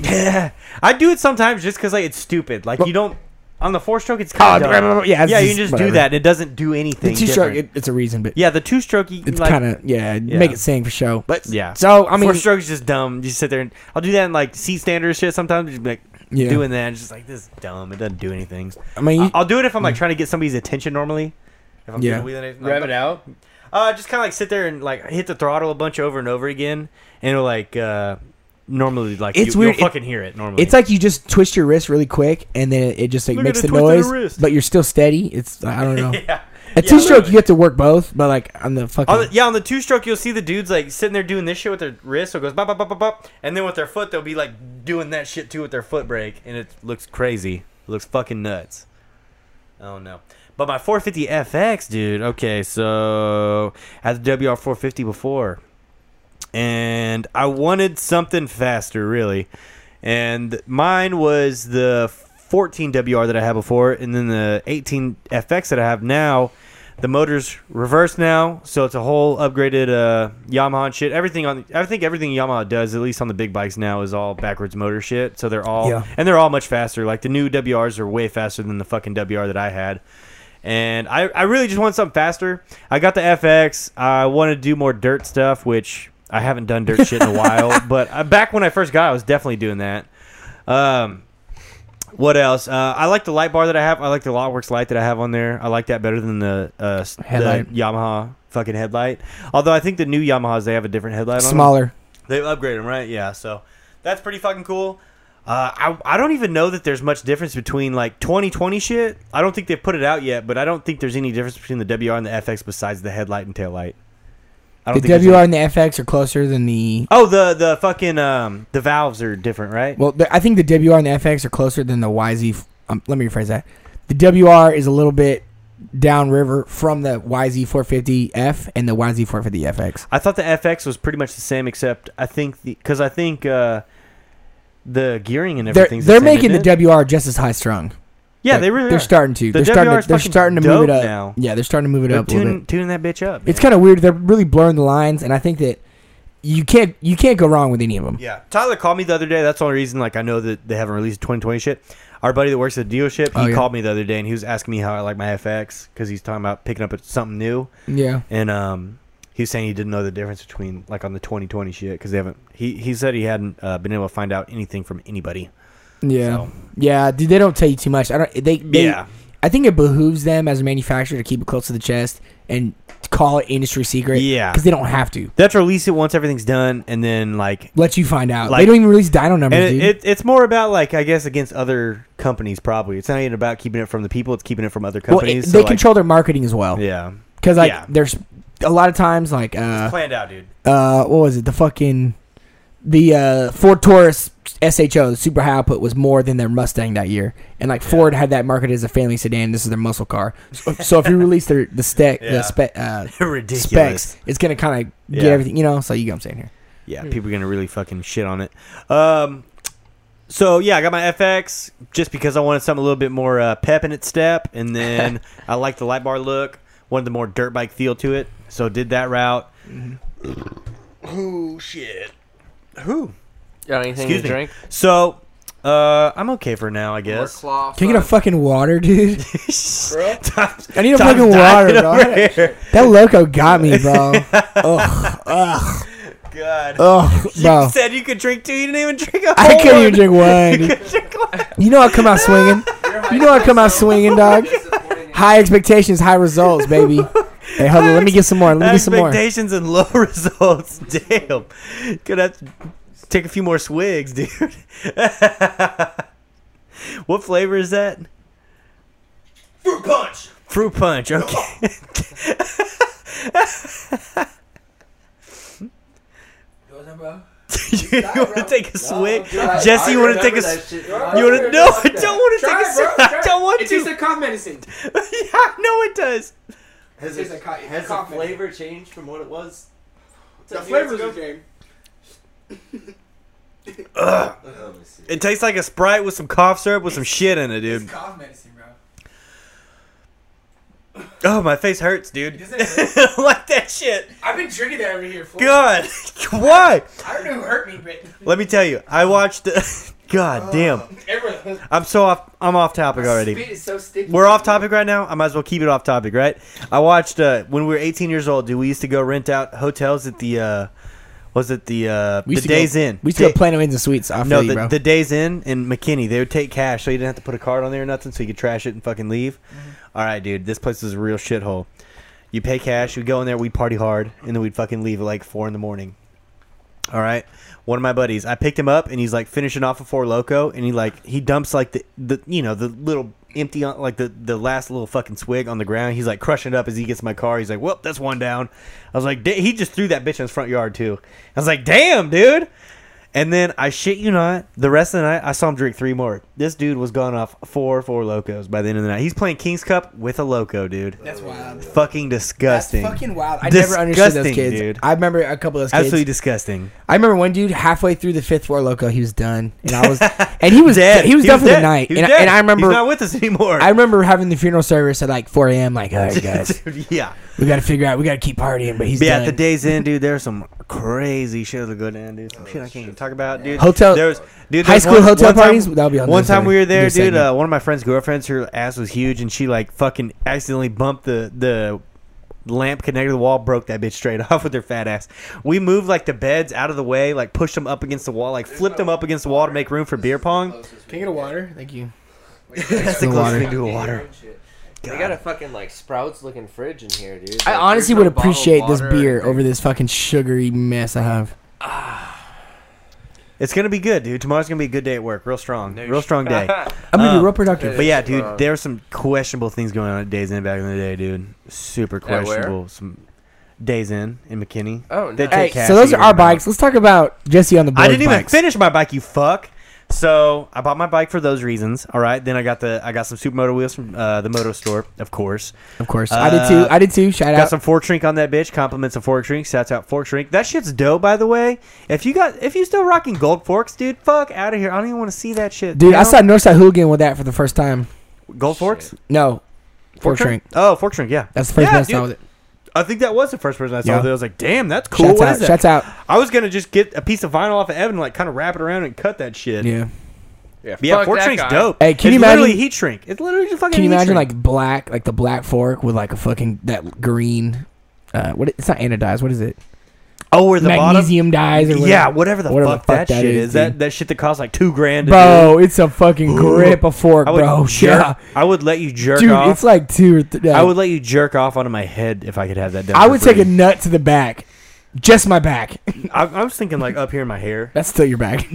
[SPEAKER 2] I do it sometimes just because like it's stupid. Like you don't on the four stroke. It's
[SPEAKER 1] Oh,
[SPEAKER 2] kind of
[SPEAKER 1] blah, blah, blah, yeah,
[SPEAKER 2] yeah,
[SPEAKER 1] it's
[SPEAKER 2] yeah. You
[SPEAKER 1] just
[SPEAKER 2] can just
[SPEAKER 1] whatever.
[SPEAKER 2] do that. and It doesn't do
[SPEAKER 1] The
[SPEAKER 2] anything.
[SPEAKER 1] two stroke,
[SPEAKER 2] different.
[SPEAKER 1] it, it's a reason, but
[SPEAKER 2] yeah, the two stroke. You,
[SPEAKER 1] it's
[SPEAKER 2] like,
[SPEAKER 1] kind of yeah,
[SPEAKER 2] yeah.
[SPEAKER 1] make it sing for show. But
[SPEAKER 2] yeah.
[SPEAKER 1] so I mean,
[SPEAKER 2] four stroke is just dumb. You sit there and I'll do that in like C standard shit sometimes. Just be like
[SPEAKER 1] Yeah.
[SPEAKER 2] doing that. It's just like this is dumb. It doesn't do anything.
[SPEAKER 1] I mean, you-
[SPEAKER 2] I- I'll do it if I'm like trying to get somebody's attention normally. If I'm
[SPEAKER 1] Yeah.
[SPEAKER 2] doing wheeling it, like,
[SPEAKER 4] Rev it out.
[SPEAKER 2] Uh, just kind of like sit there and like hit the throttle a bunch over and over again, and it'll like uh, normally like
[SPEAKER 1] It's
[SPEAKER 2] you,
[SPEAKER 1] weird. It-
[SPEAKER 2] You'll fucking hear it normally.
[SPEAKER 1] it's like you just twist your wrist really quick, and then it, it just like
[SPEAKER 2] Look at
[SPEAKER 1] makes
[SPEAKER 2] the
[SPEAKER 1] the
[SPEAKER 2] twist of the
[SPEAKER 1] noise,
[SPEAKER 2] wrist.
[SPEAKER 1] but you're still steady. It's I don't know.
[SPEAKER 2] yeah.
[SPEAKER 1] A
[SPEAKER 2] Yeah,
[SPEAKER 1] two stroke,
[SPEAKER 2] literally.
[SPEAKER 1] you have to work both, but like on the fucking
[SPEAKER 2] On the, yeah, on the two stroke, you'll see the dudes like sitting there doing this shit with their wrist. So it goes bop, bop, bop, bop, bop. And then with their foot, they'll be like doing that shit too with their foot brake. And it looks crazy. It looks fucking nuts. Oh no. But my 450 FX, dude. Okay, so I had the WR450 before. And I wanted something faster, really. And mine was the 14 WR that I had before, and then the 18 FX that I have now. The motor's reversed now, so it's a whole upgraded uh, Yamaha and shit. Everything on, I think everything Yamaha does, at least on the big bikes now, is all backwards motor shit. So they're all,
[SPEAKER 1] Yeah.
[SPEAKER 2] and they're all much faster. Like the new WRs are way faster than the fucking WR that I had. And I, I really just want something faster. I got the FX. I want to do more dirt stuff, which I haven't done dirt shit in a while. But uh back when I first got, it, I was definitely doing that. Um, what else? Uh, I like the light bar that I have. I like the Lotworks light that I have on there. I like that better than the, uh, s- the
[SPEAKER 1] Headlight.
[SPEAKER 2] Yamaha fucking headlight. Although I think the new Yamahas they have a different headlight. on them.
[SPEAKER 1] smaller.
[SPEAKER 2] They upgrade them, right? Yeah. So that's pretty fucking cool. Uh, I, I don't even know that there's much difference between like 2020 shit. I don't think they've put it out yet, but I don't think there's any difference between the WR and the FX besides the headlight and taillight.
[SPEAKER 1] The
[SPEAKER 2] I don't think there's
[SPEAKER 1] WR
[SPEAKER 2] any-
[SPEAKER 1] and the FX are closer than the.
[SPEAKER 2] Oh, the the fucking um the valves are different, right?
[SPEAKER 1] Well, the, I think the WR and the FX are closer than the YZ. f- Um, let me rephrase that. The WR is a little bit downriver from the YZ450F and the YZ450FX.
[SPEAKER 2] I thought the FX was pretty much the same, except I think because I think uh, the gearing and
[SPEAKER 1] They're,
[SPEAKER 2] everything's
[SPEAKER 1] they're
[SPEAKER 2] the same,
[SPEAKER 1] making the
[SPEAKER 2] isn't it?
[SPEAKER 1] WR just as high strung.
[SPEAKER 2] yeah
[SPEAKER 1] Like,
[SPEAKER 2] they really
[SPEAKER 1] They're
[SPEAKER 2] are.
[SPEAKER 1] starting to.
[SPEAKER 2] The
[SPEAKER 1] they're starting.
[SPEAKER 2] WR
[SPEAKER 1] To,
[SPEAKER 2] is
[SPEAKER 1] they're
[SPEAKER 2] fucking
[SPEAKER 1] starting to move it
[SPEAKER 2] dope
[SPEAKER 1] up.
[SPEAKER 2] now.
[SPEAKER 1] Yeah, they're starting to move it
[SPEAKER 2] They're
[SPEAKER 1] up. a little bit.
[SPEAKER 2] tuning, tuning that bitch up.
[SPEAKER 1] It's kind of weird. They're really blurring the lines, and I think that you can't you can't go wrong with any of them.
[SPEAKER 2] Yeah. Tyler called me the other day. That's the only reason like I know that they haven't released 2020 shit. Our buddy that works at the dealership,
[SPEAKER 1] Oh,
[SPEAKER 2] he
[SPEAKER 1] yeah.
[SPEAKER 2] called me the other day and he was asking me how I like my FX because he's talking about picking up something new.
[SPEAKER 1] Yeah.
[SPEAKER 2] And um, He was saying he didn't know the difference between like on the 2020 shit because they haven't. He he said he hadn't uh, been able to find out anything from anybody.
[SPEAKER 1] Yeah,
[SPEAKER 2] So-
[SPEAKER 1] yeah, dude. They don't tell you too much. I don't. They, they
[SPEAKER 2] Yeah.
[SPEAKER 1] I think it behooves them as a manufacturer to keep it close to the chest and call it industry secret.
[SPEAKER 2] Yeah.
[SPEAKER 1] because they don't have to
[SPEAKER 2] That's release it once everything's done, and then like,
[SPEAKER 1] let you find out. they
[SPEAKER 2] Like-
[SPEAKER 1] don't even release dyno numbers,
[SPEAKER 2] and it,
[SPEAKER 1] dude.
[SPEAKER 2] it, it's more about like I guess against other companies probably. It's not even about keeping it from the people; it's keeping it from other
[SPEAKER 1] well, it-
[SPEAKER 2] companies.
[SPEAKER 1] they
[SPEAKER 2] so, like,
[SPEAKER 1] control their marketing as well.
[SPEAKER 2] Yeah,
[SPEAKER 1] Because like
[SPEAKER 2] Yeah.
[SPEAKER 1] there's a lot of times like uh
[SPEAKER 2] planned out, dude.
[SPEAKER 1] uh what was it the fucking the uh Ford Taurus SHO the super high output was more than their Mustang that year and like Ford had that marketed as a family sedan this is their muscle car so, so if you release their the spec
[SPEAKER 2] Yeah.
[SPEAKER 1] the spec uh,
[SPEAKER 2] Ridiculous.
[SPEAKER 1] specs it's gonna kind of get
[SPEAKER 2] Yeah.
[SPEAKER 1] everything you know so you get what I'm saying here
[SPEAKER 2] Yeah, people are gonna really fucking shit on it. Um, so yeah, I got my FX just because I wanted something a little bit more uh, pep in its step, and then I like the light bar look, wanted the more dirt bike feel to it, so did that route. Oh shit! Who?
[SPEAKER 4] Got anything
[SPEAKER 2] Excuse me.
[SPEAKER 4] to drink?
[SPEAKER 2] So uh, I'm okay for now, I
[SPEAKER 4] Or uh,
[SPEAKER 2] guess.
[SPEAKER 4] claw
[SPEAKER 1] can you get a
[SPEAKER 4] from-
[SPEAKER 1] fucking water dude
[SPEAKER 2] Tom's-
[SPEAKER 1] I need a
[SPEAKER 2] Tom's
[SPEAKER 1] fucking water
[SPEAKER 2] dying
[SPEAKER 1] bro
[SPEAKER 2] over here.
[SPEAKER 1] that loco got me bro ugh ugh
[SPEAKER 2] God.
[SPEAKER 1] ugh
[SPEAKER 2] you
[SPEAKER 1] Uh, bro
[SPEAKER 2] said you could drink two. You didn't even drink a
[SPEAKER 1] I
[SPEAKER 2] whole
[SPEAKER 1] couldn't even
[SPEAKER 2] one.
[SPEAKER 1] drink one dude. You know I come out swinging. You know I come out swinging, dog. High expectations, high results, baby. Hey, hold on. Let me get some more. Let me get some more.
[SPEAKER 2] Expectations and low results. Damn. Gonna have to take a few more swigs, dude. what flavor is that? Fruit punch. Fruit punch. Okay. you want to take a swig? Jesse, you want to take a? s- You want to? No, I don't want to take a swig. I don't want to.
[SPEAKER 5] a cough medicine.
[SPEAKER 2] yeah, I know it does.
[SPEAKER 5] Has it, has
[SPEAKER 8] changed from what it was?
[SPEAKER 5] The flavors are game.
[SPEAKER 8] Let me see.
[SPEAKER 2] It tastes like a Sprite with some cough syrup with some shit in it, dude.
[SPEAKER 5] cough medicine, bro.
[SPEAKER 2] Oh, my face hurts, dude.
[SPEAKER 5] Does it hurt?
[SPEAKER 2] I like that shit.
[SPEAKER 5] I've been drinking that over here. For,
[SPEAKER 2] God, why?
[SPEAKER 5] I don't know who hurt me, but
[SPEAKER 2] Let me tell you. I watched. God damn.
[SPEAKER 5] everyone.
[SPEAKER 2] I'm so off. I'm off topic already.
[SPEAKER 5] Spit is so sticky.
[SPEAKER 2] We're off topic right now. I might as well keep it off topic, right? I watched uh, when we were 18 years old. Dude, we used to go rent out hotels at the. Uh, was it the uh,
[SPEAKER 1] We
[SPEAKER 2] the
[SPEAKER 1] used to go-
[SPEAKER 2] Days Inn?
[SPEAKER 1] We still
[SPEAKER 2] Da-
[SPEAKER 1] have Plano Inns and Suites. I feel
[SPEAKER 2] No,
[SPEAKER 1] you,
[SPEAKER 2] the,
[SPEAKER 1] bro.
[SPEAKER 2] the days in in McKinney, they would take cash, so you didn't have to put a card on there or nothing, so you could trash it and fucking leave. All right, dude, this place is a real shithole. You pay cash, we go in there, we'd party hard, and then we'd fucking leave at like four in the morning. All right, one of my buddies, I picked him up, and he's like finishing off a four loco, and he like he dumps like the the you know the little empty on like the the last little fucking swig on the ground. He's like crushing it up as he gets in my car. He's like, well, that's one down. I was like, da- he just threw that bitch in his front yard too. I was like, damn, dude. And then I shit you not, the rest of the night I saw him drink three more. This dude was gone off four four locos by the end of the night. He's playing King's Cup with a loco, dude.
[SPEAKER 1] That's wild.
[SPEAKER 2] fucking disgusting.
[SPEAKER 1] That's fucking wild. I never understood those
[SPEAKER 2] Disgusting,
[SPEAKER 1] kids.
[SPEAKER 2] dude.
[SPEAKER 1] I remember a couple of those kids.
[SPEAKER 2] Absolutely disgusting.
[SPEAKER 1] I remember one dude halfway through the fifth floor loco, he was done, and I was, and he was
[SPEAKER 2] Dead.
[SPEAKER 1] He was done for the
[SPEAKER 2] dead.
[SPEAKER 1] night,
[SPEAKER 2] He was
[SPEAKER 1] and,
[SPEAKER 2] dead.
[SPEAKER 1] and I
[SPEAKER 2] He's not
[SPEAKER 1] remember.
[SPEAKER 2] with us anymore.
[SPEAKER 1] I remember having the funeral service at like 4 a.m. Like, all right, guys,
[SPEAKER 2] Dude, yeah.
[SPEAKER 1] we got to figure out. We got to keep partying, but he's done.
[SPEAKER 2] yeah, at the days in, dude, there's some crazy shit that go down, dude. Some shit I can't even talk about, dude.
[SPEAKER 1] Hotel-
[SPEAKER 2] there's dude,
[SPEAKER 1] High
[SPEAKER 2] there's
[SPEAKER 1] school hotel parties?
[SPEAKER 2] Time,
[SPEAKER 1] That'll be on
[SPEAKER 2] one
[SPEAKER 1] this
[SPEAKER 2] time
[SPEAKER 1] side.
[SPEAKER 2] we were there,
[SPEAKER 1] This
[SPEAKER 2] dude.
[SPEAKER 1] segment.
[SPEAKER 2] Uh, one of my friend's girlfriends, her ass was huge, and she like fucking accidentally bumped the the lamp connected to the wall, broke that bitch straight off with her fat ass. We moved like the beds out of the way, like pushed them up against the wall, like flipped them up against the wall to make room for beer pong.
[SPEAKER 1] Can I get a water? Thank you.
[SPEAKER 2] That's the
[SPEAKER 1] The
[SPEAKER 2] closest
[SPEAKER 1] water.
[SPEAKER 2] thing to a water.
[SPEAKER 7] They got a fucking like Sprouts looking fridge in here, dude.
[SPEAKER 1] I
[SPEAKER 7] Like,
[SPEAKER 1] honestly
[SPEAKER 7] there's
[SPEAKER 1] would
[SPEAKER 7] no bottled
[SPEAKER 1] appreciate this
[SPEAKER 7] water or
[SPEAKER 1] beer
[SPEAKER 7] anything.
[SPEAKER 1] over this fucking sugary mess I have.
[SPEAKER 2] It's gonna be good, dude. Tomorrow's gonna be a good day at work. Real strong, real strong day.
[SPEAKER 1] I'm gonna be
[SPEAKER 2] Um,
[SPEAKER 1] real productive.
[SPEAKER 2] But yeah,
[SPEAKER 4] uh,
[SPEAKER 2] dude, there were some questionable things going on at Days In back in the day, dude. Super
[SPEAKER 4] where?
[SPEAKER 2] questionable. Some Days In in McKinney.
[SPEAKER 4] Oh,
[SPEAKER 2] They
[SPEAKER 4] nice.
[SPEAKER 2] take
[SPEAKER 1] Hey,
[SPEAKER 2] cash
[SPEAKER 1] so those
[SPEAKER 2] to
[SPEAKER 1] are
[SPEAKER 2] get
[SPEAKER 1] our
[SPEAKER 2] them out.
[SPEAKER 1] bikes. Let's talk about Jesse on the board.
[SPEAKER 2] I didn't even
[SPEAKER 1] bikes.
[SPEAKER 2] finish my bike, you fuck. So I bought my bike for those reasons. All right, then I got the I got some supermoto wheels from uh, the moto store, of course.
[SPEAKER 1] Of course, I did too. I did too. Shout
[SPEAKER 2] Uh, Got
[SPEAKER 1] out.
[SPEAKER 2] some fork shrink on that bitch. Compliments of fork shrink. Shouts out fork shrink. That shit's dope, by the way. If you got if you still rocking gold forks, dude, fuck out of here. I don't even want to see that shit.
[SPEAKER 1] dude,
[SPEAKER 2] you
[SPEAKER 1] I
[SPEAKER 2] know?
[SPEAKER 1] saw Northside Hooligan with that for the first time.
[SPEAKER 2] gold forks.
[SPEAKER 1] No, fork shrink.
[SPEAKER 2] shrink? Oh, fork shrink. Yeah,
[SPEAKER 1] That's the first
[SPEAKER 2] Yeah,
[SPEAKER 1] one I saw
[SPEAKER 2] dude.
[SPEAKER 1] with it.
[SPEAKER 2] I think that was the first person I saw.
[SPEAKER 1] Yeah.
[SPEAKER 2] That I was like, "Damn, that's cool."
[SPEAKER 1] Shouts
[SPEAKER 2] What
[SPEAKER 1] out.
[SPEAKER 2] is that?
[SPEAKER 1] Shouts out.
[SPEAKER 2] I was gonna just get a piece of vinyl off of Evan, and, like kind of wrap it around and cut that shit.
[SPEAKER 1] Yeah.
[SPEAKER 2] But yeah.
[SPEAKER 4] Fuck
[SPEAKER 2] Fork
[SPEAKER 4] that
[SPEAKER 2] shrink's
[SPEAKER 4] guy.
[SPEAKER 2] dope.
[SPEAKER 1] Hey, can
[SPEAKER 2] it's
[SPEAKER 1] you imagine-
[SPEAKER 2] Literally heat shrink. It's literally just fucking.
[SPEAKER 1] Can you
[SPEAKER 2] heat
[SPEAKER 1] imagine
[SPEAKER 2] shrink.
[SPEAKER 1] like black, like the black fork with like a fucking that green? uh, what it's not anodized. What is it?
[SPEAKER 2] Oh, where the
[SPEAKER 1] Magnesium dyes or
[SPEAKER 2] bottom.
[SPEAKER 1] whatever.
[SPEAKER 2] Yeah, whatever the
[SPEAKER 1] Whatever
[SPEAKER 2] fuck, that, shit is.
[SPEAKER 1] dude.
[SPEAKER 2] That that shit that costs like two grand. To
[SPEAKER 1] bro, it's a fucking grip of fork,
[SPEAKER 2] do. I would
[SPEAKER 1] bro.
[SPEAKER 2] jerk.
[SPEAKER 1] Yeah.
[SPEAKER 2] I would let you jerk
[SPEAKER 1] Dude,
[SPEAKER 2] off.
[SPEAKER 1] it's like two or three.
[SPEAKER 2] I would let you jerk off onto my head if I could have that done.
[SPEAKER 1] I
[SPEAKER 2] for
[SPEAKER 1] would
[SPEAKER 2] free.
[SPEAKER 1] take a nut to the back, just my back.
[SPEAKER 2] I, I was thinking like up here in my hair.
[SPEAKER 1] That's still your back.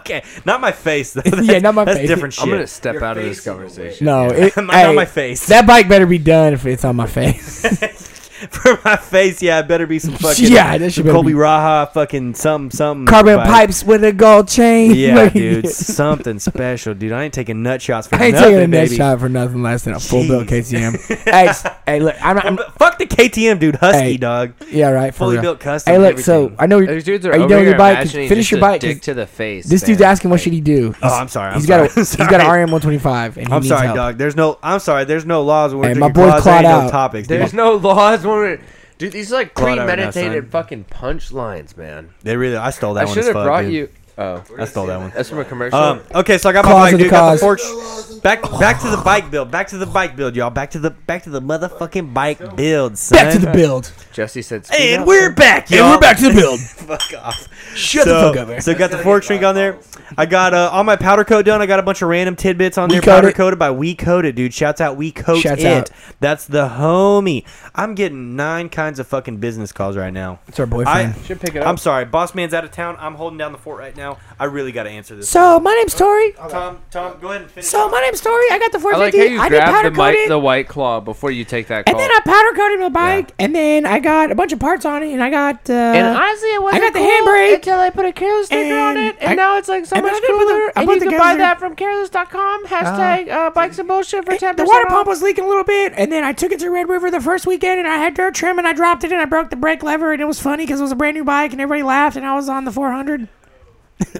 [SPEAKER 2] okay, not my face. Though. That's,
[SPEAKER 1] Yeah, not my
[SPEAKER 2] that's
[SPEAKER 1] face.
[SPEAKER 2] different shit.
[SPEAKER 4] I'm gonna step
[SPEAKER 8] Your
[SPEAKER 4] out of
[SPEAKER 8] face
[SPEAKER 4] this
[SPEAKER 8] is a
[SPEAKER 4] conversation.
[SPEAKER 1] no,
[SPEAKER 2] Yeah.
[SPEAKER 1] it,
[SPEAKER 2] Not
[SPEAKER 1] hey,
[SPEAKER 2] my face.
[SPEAKER 1] That bike better be done if it's on my face.
[SPEAKER 2] for my face, yeah, it better be some fucking
[SPEAKER 1] Yeah, that shit
[SPEAKER 2] some
[SPEAKER 1] better
[SPEAKER 2] Kobe
[SPEAKER 1] be-
[SPEAKER 2] Raha fucking some some
[SPEAKER 1] Carbon
[SPEAKER 2] vibe.
[SPEAKER 1] pipes with a gold chain.
[SPEAKER 2] Yeah,
[SPEAKER 1] Like,
[SPEAKER 2] dude, something special, dude. I ain't taking nut shots for
[SPEAKER 1] I ain't
[SPEAKER 2] nothing,
[SPEAKER 1] taking a net
[SPEAKER 2] baby.
[SPEAKER 1] shot for nothing less than a full
[SPEAKER 2] Jeez.
[SPEAKER 1] bill KTM. hey, s- hey, look, I'm, I'm
[SPEAKER 2] But Fuck the KTM, dude. Husky
[SPEAKER 1] Hey.
[SPEAKER 2] dog.
[SPEAKER 1] yeah, right. For
[SPEAKER 2] Fully
[SPEAKER 1] real.
[SPEAKER 2] built custom.
[SPEAKER 1] Hey, look,
[SPEAKER 2] everything.
[SPEAKER 1] so I know you're,
[SPEAKER 4] Those dudes are,
[SPEAKER 1] are you
[SPEAKER 4] over
[SPEAKER 1] done with
[SPEAKER 4] here
[SPEAKER 1] your bike? 'Cause
[SPEAKER 4] imagining
[SPEAKER 1] Finish
[SPEAKER 4] just
[SPEAKER 1] your
[SPEAKER 4] a
[SPEAKER 1] bike. 'cause
[SPEAKER 4] Dick to the face.
[SPEAKER 1] This dude's
[SPEAKER 4] man.
[SPEAKER 1] asking what should he do.
[SPEAKER 2] Oh,
[SPEAKER 1] He's-
[SPEAKER 2] I'm sorry. I'm
[SPEAKER 1] he's
[SPEAKER 2] sorry.
[SPEAKER 1] got a he's got an RM 125 and he
[SPEAKER 2] I'm
[SPEAKER 1] needs
[SPEAKER 2] sorry,
[SPEAKER 1] help.
[SPEAKER 2] dog. There's no. I'm sorry. There's no laws when we're
[SPEAKER 1] Hey, my
[SPEAKER 2] drinking
[SPEAKER 1] boy
[SPEAKER 2] claws. There ain't
[SPEAKER 1] clawed
[SPEAKER 2] no
[SPEAKER 1] out.
[SPEAKER 2] topics.
[SPEAKER 4] There's
[SPEAKER 2] dude.
[SPEAKER 4] no laws when we're. Dude, these are like
[SPEAKER 2] Claude Everett, no,
[SPEAKER 4] premeditated
[SPEAKER 2] son.
[SPEAKER 4] fucking punchlines, man.
[SPEAKER 2] They really. I stole that
[SPEAKER 4] I
[SPEAKER 2] one.
[SPEAKER 4] should
[SPEAKER 2] as
[SPEAKER 4] have
[SPEAKER 2] fuck,
[SPEAKER 4] brought
[SPEAKER 2] dude.
[SPEAKER 4] you. Oh,
[SPEAKER 2] I stole that one.
[SPEAKER 4] that's from a commercial.
[SPEAKER 2] Um, okay, so I got my
[SPEAKER 1] Claws
[SPEAKER 2] bike,
[SPEAKER 1] of the
[SPEAKER 2] dude. Got the
[SPEAKER 1] cause.
[SPEAKER 2] fork. Back, back to the bike build. Back to the bike build, y'all. Back to the, back to the motherfucking bike build, son.
[SPEAKER 1] Back to the build.
[SPEAKER 4] Jesse said. "Speak
[SPEAKER 2] And
[SPEAKER 4] up,
[SPEAKER 2] we're back, y'all.
[SPEAKER 1] And we're back to the build.
[SPEAKER 2] Fuck off.
[SPEAKER 1] Shut
[SPEAKER 2] so,
[SPEAKER 1] the fuck up, man.
[SPEAKER 2] So got the fork shrink on there. I got uh, all my powder coat done. I got a bunch of random tidbits on
[SPEAKER 1] We
[SPEAKER 2] there.
[SPEAKER 1] Coat
[SPEAKER 2] Powder
[SPEAKER 1] It.
[SPEAKER 2] coated by We Coated, dude. Shouts out We Coat
[SPEAKER 1] Shouts
[SPEAKER 2] It.
[SPEAKER 1] out.
[SPEAKER 2] That's the homie. I'm getting nine kinds of fucking business calls right now.
[SPEAKER 1] It's our boyfriend.
[SPEAKER 2] I-
[SPEAKER 4] Should pick it up.
[SPEAKER 2] I'm sorry, boss man's out of town. I'm holding down the fort right now. I really got to answer this.
[SPEAKER 1] so my name's Tori.
[SPEAKER 2] Tom, Tom, go ahead and finish.
[SPEAKER 1] So my name's Tori. I got the
[SPEAKER 4] I like
[SPEAKER 1] 450.
[SPEAKER 4] how you
[SPEAKER 1] I did
[SPEAKER 4] grab
[SPEAKER 1] powder
[SPEAKER 4] the,
[SPEAKER 1] coat
[SPEAKER 4] mic,
[SPEAKER 1] it,
[SPEAKER 4] the white claw before you take that
[SPEAKER 1] and
[SPEAKER 4] call.
[SPEAKER 1] then I powder coated my bike, and then I got a bunch of parts on it, and I got uh, and
[SPEAKER 4] honestly, it
[SPEAKER 1] wasn't got the cool handbrake,
[SPEAKER 4] until I put a Careless
[SPEAKER 1] sticker on and it, and I- now
[SPEAKER 4] it's like so
[SPEAKER 1] and then much I did put the- cooler, I and put you the can buy Careless- that
[SPEAKER 4] from careless.com. Hashtag uh, bikes and bullshit for
[SPEAKER 1] the water pump was leaking a little bit, and then I took it to Red River the first weekend, and I had dirt trim, and I dropped it, and I broke the brake lever, and it was funny because it was a brand new bike, and everybody laughed, and I was on the 400.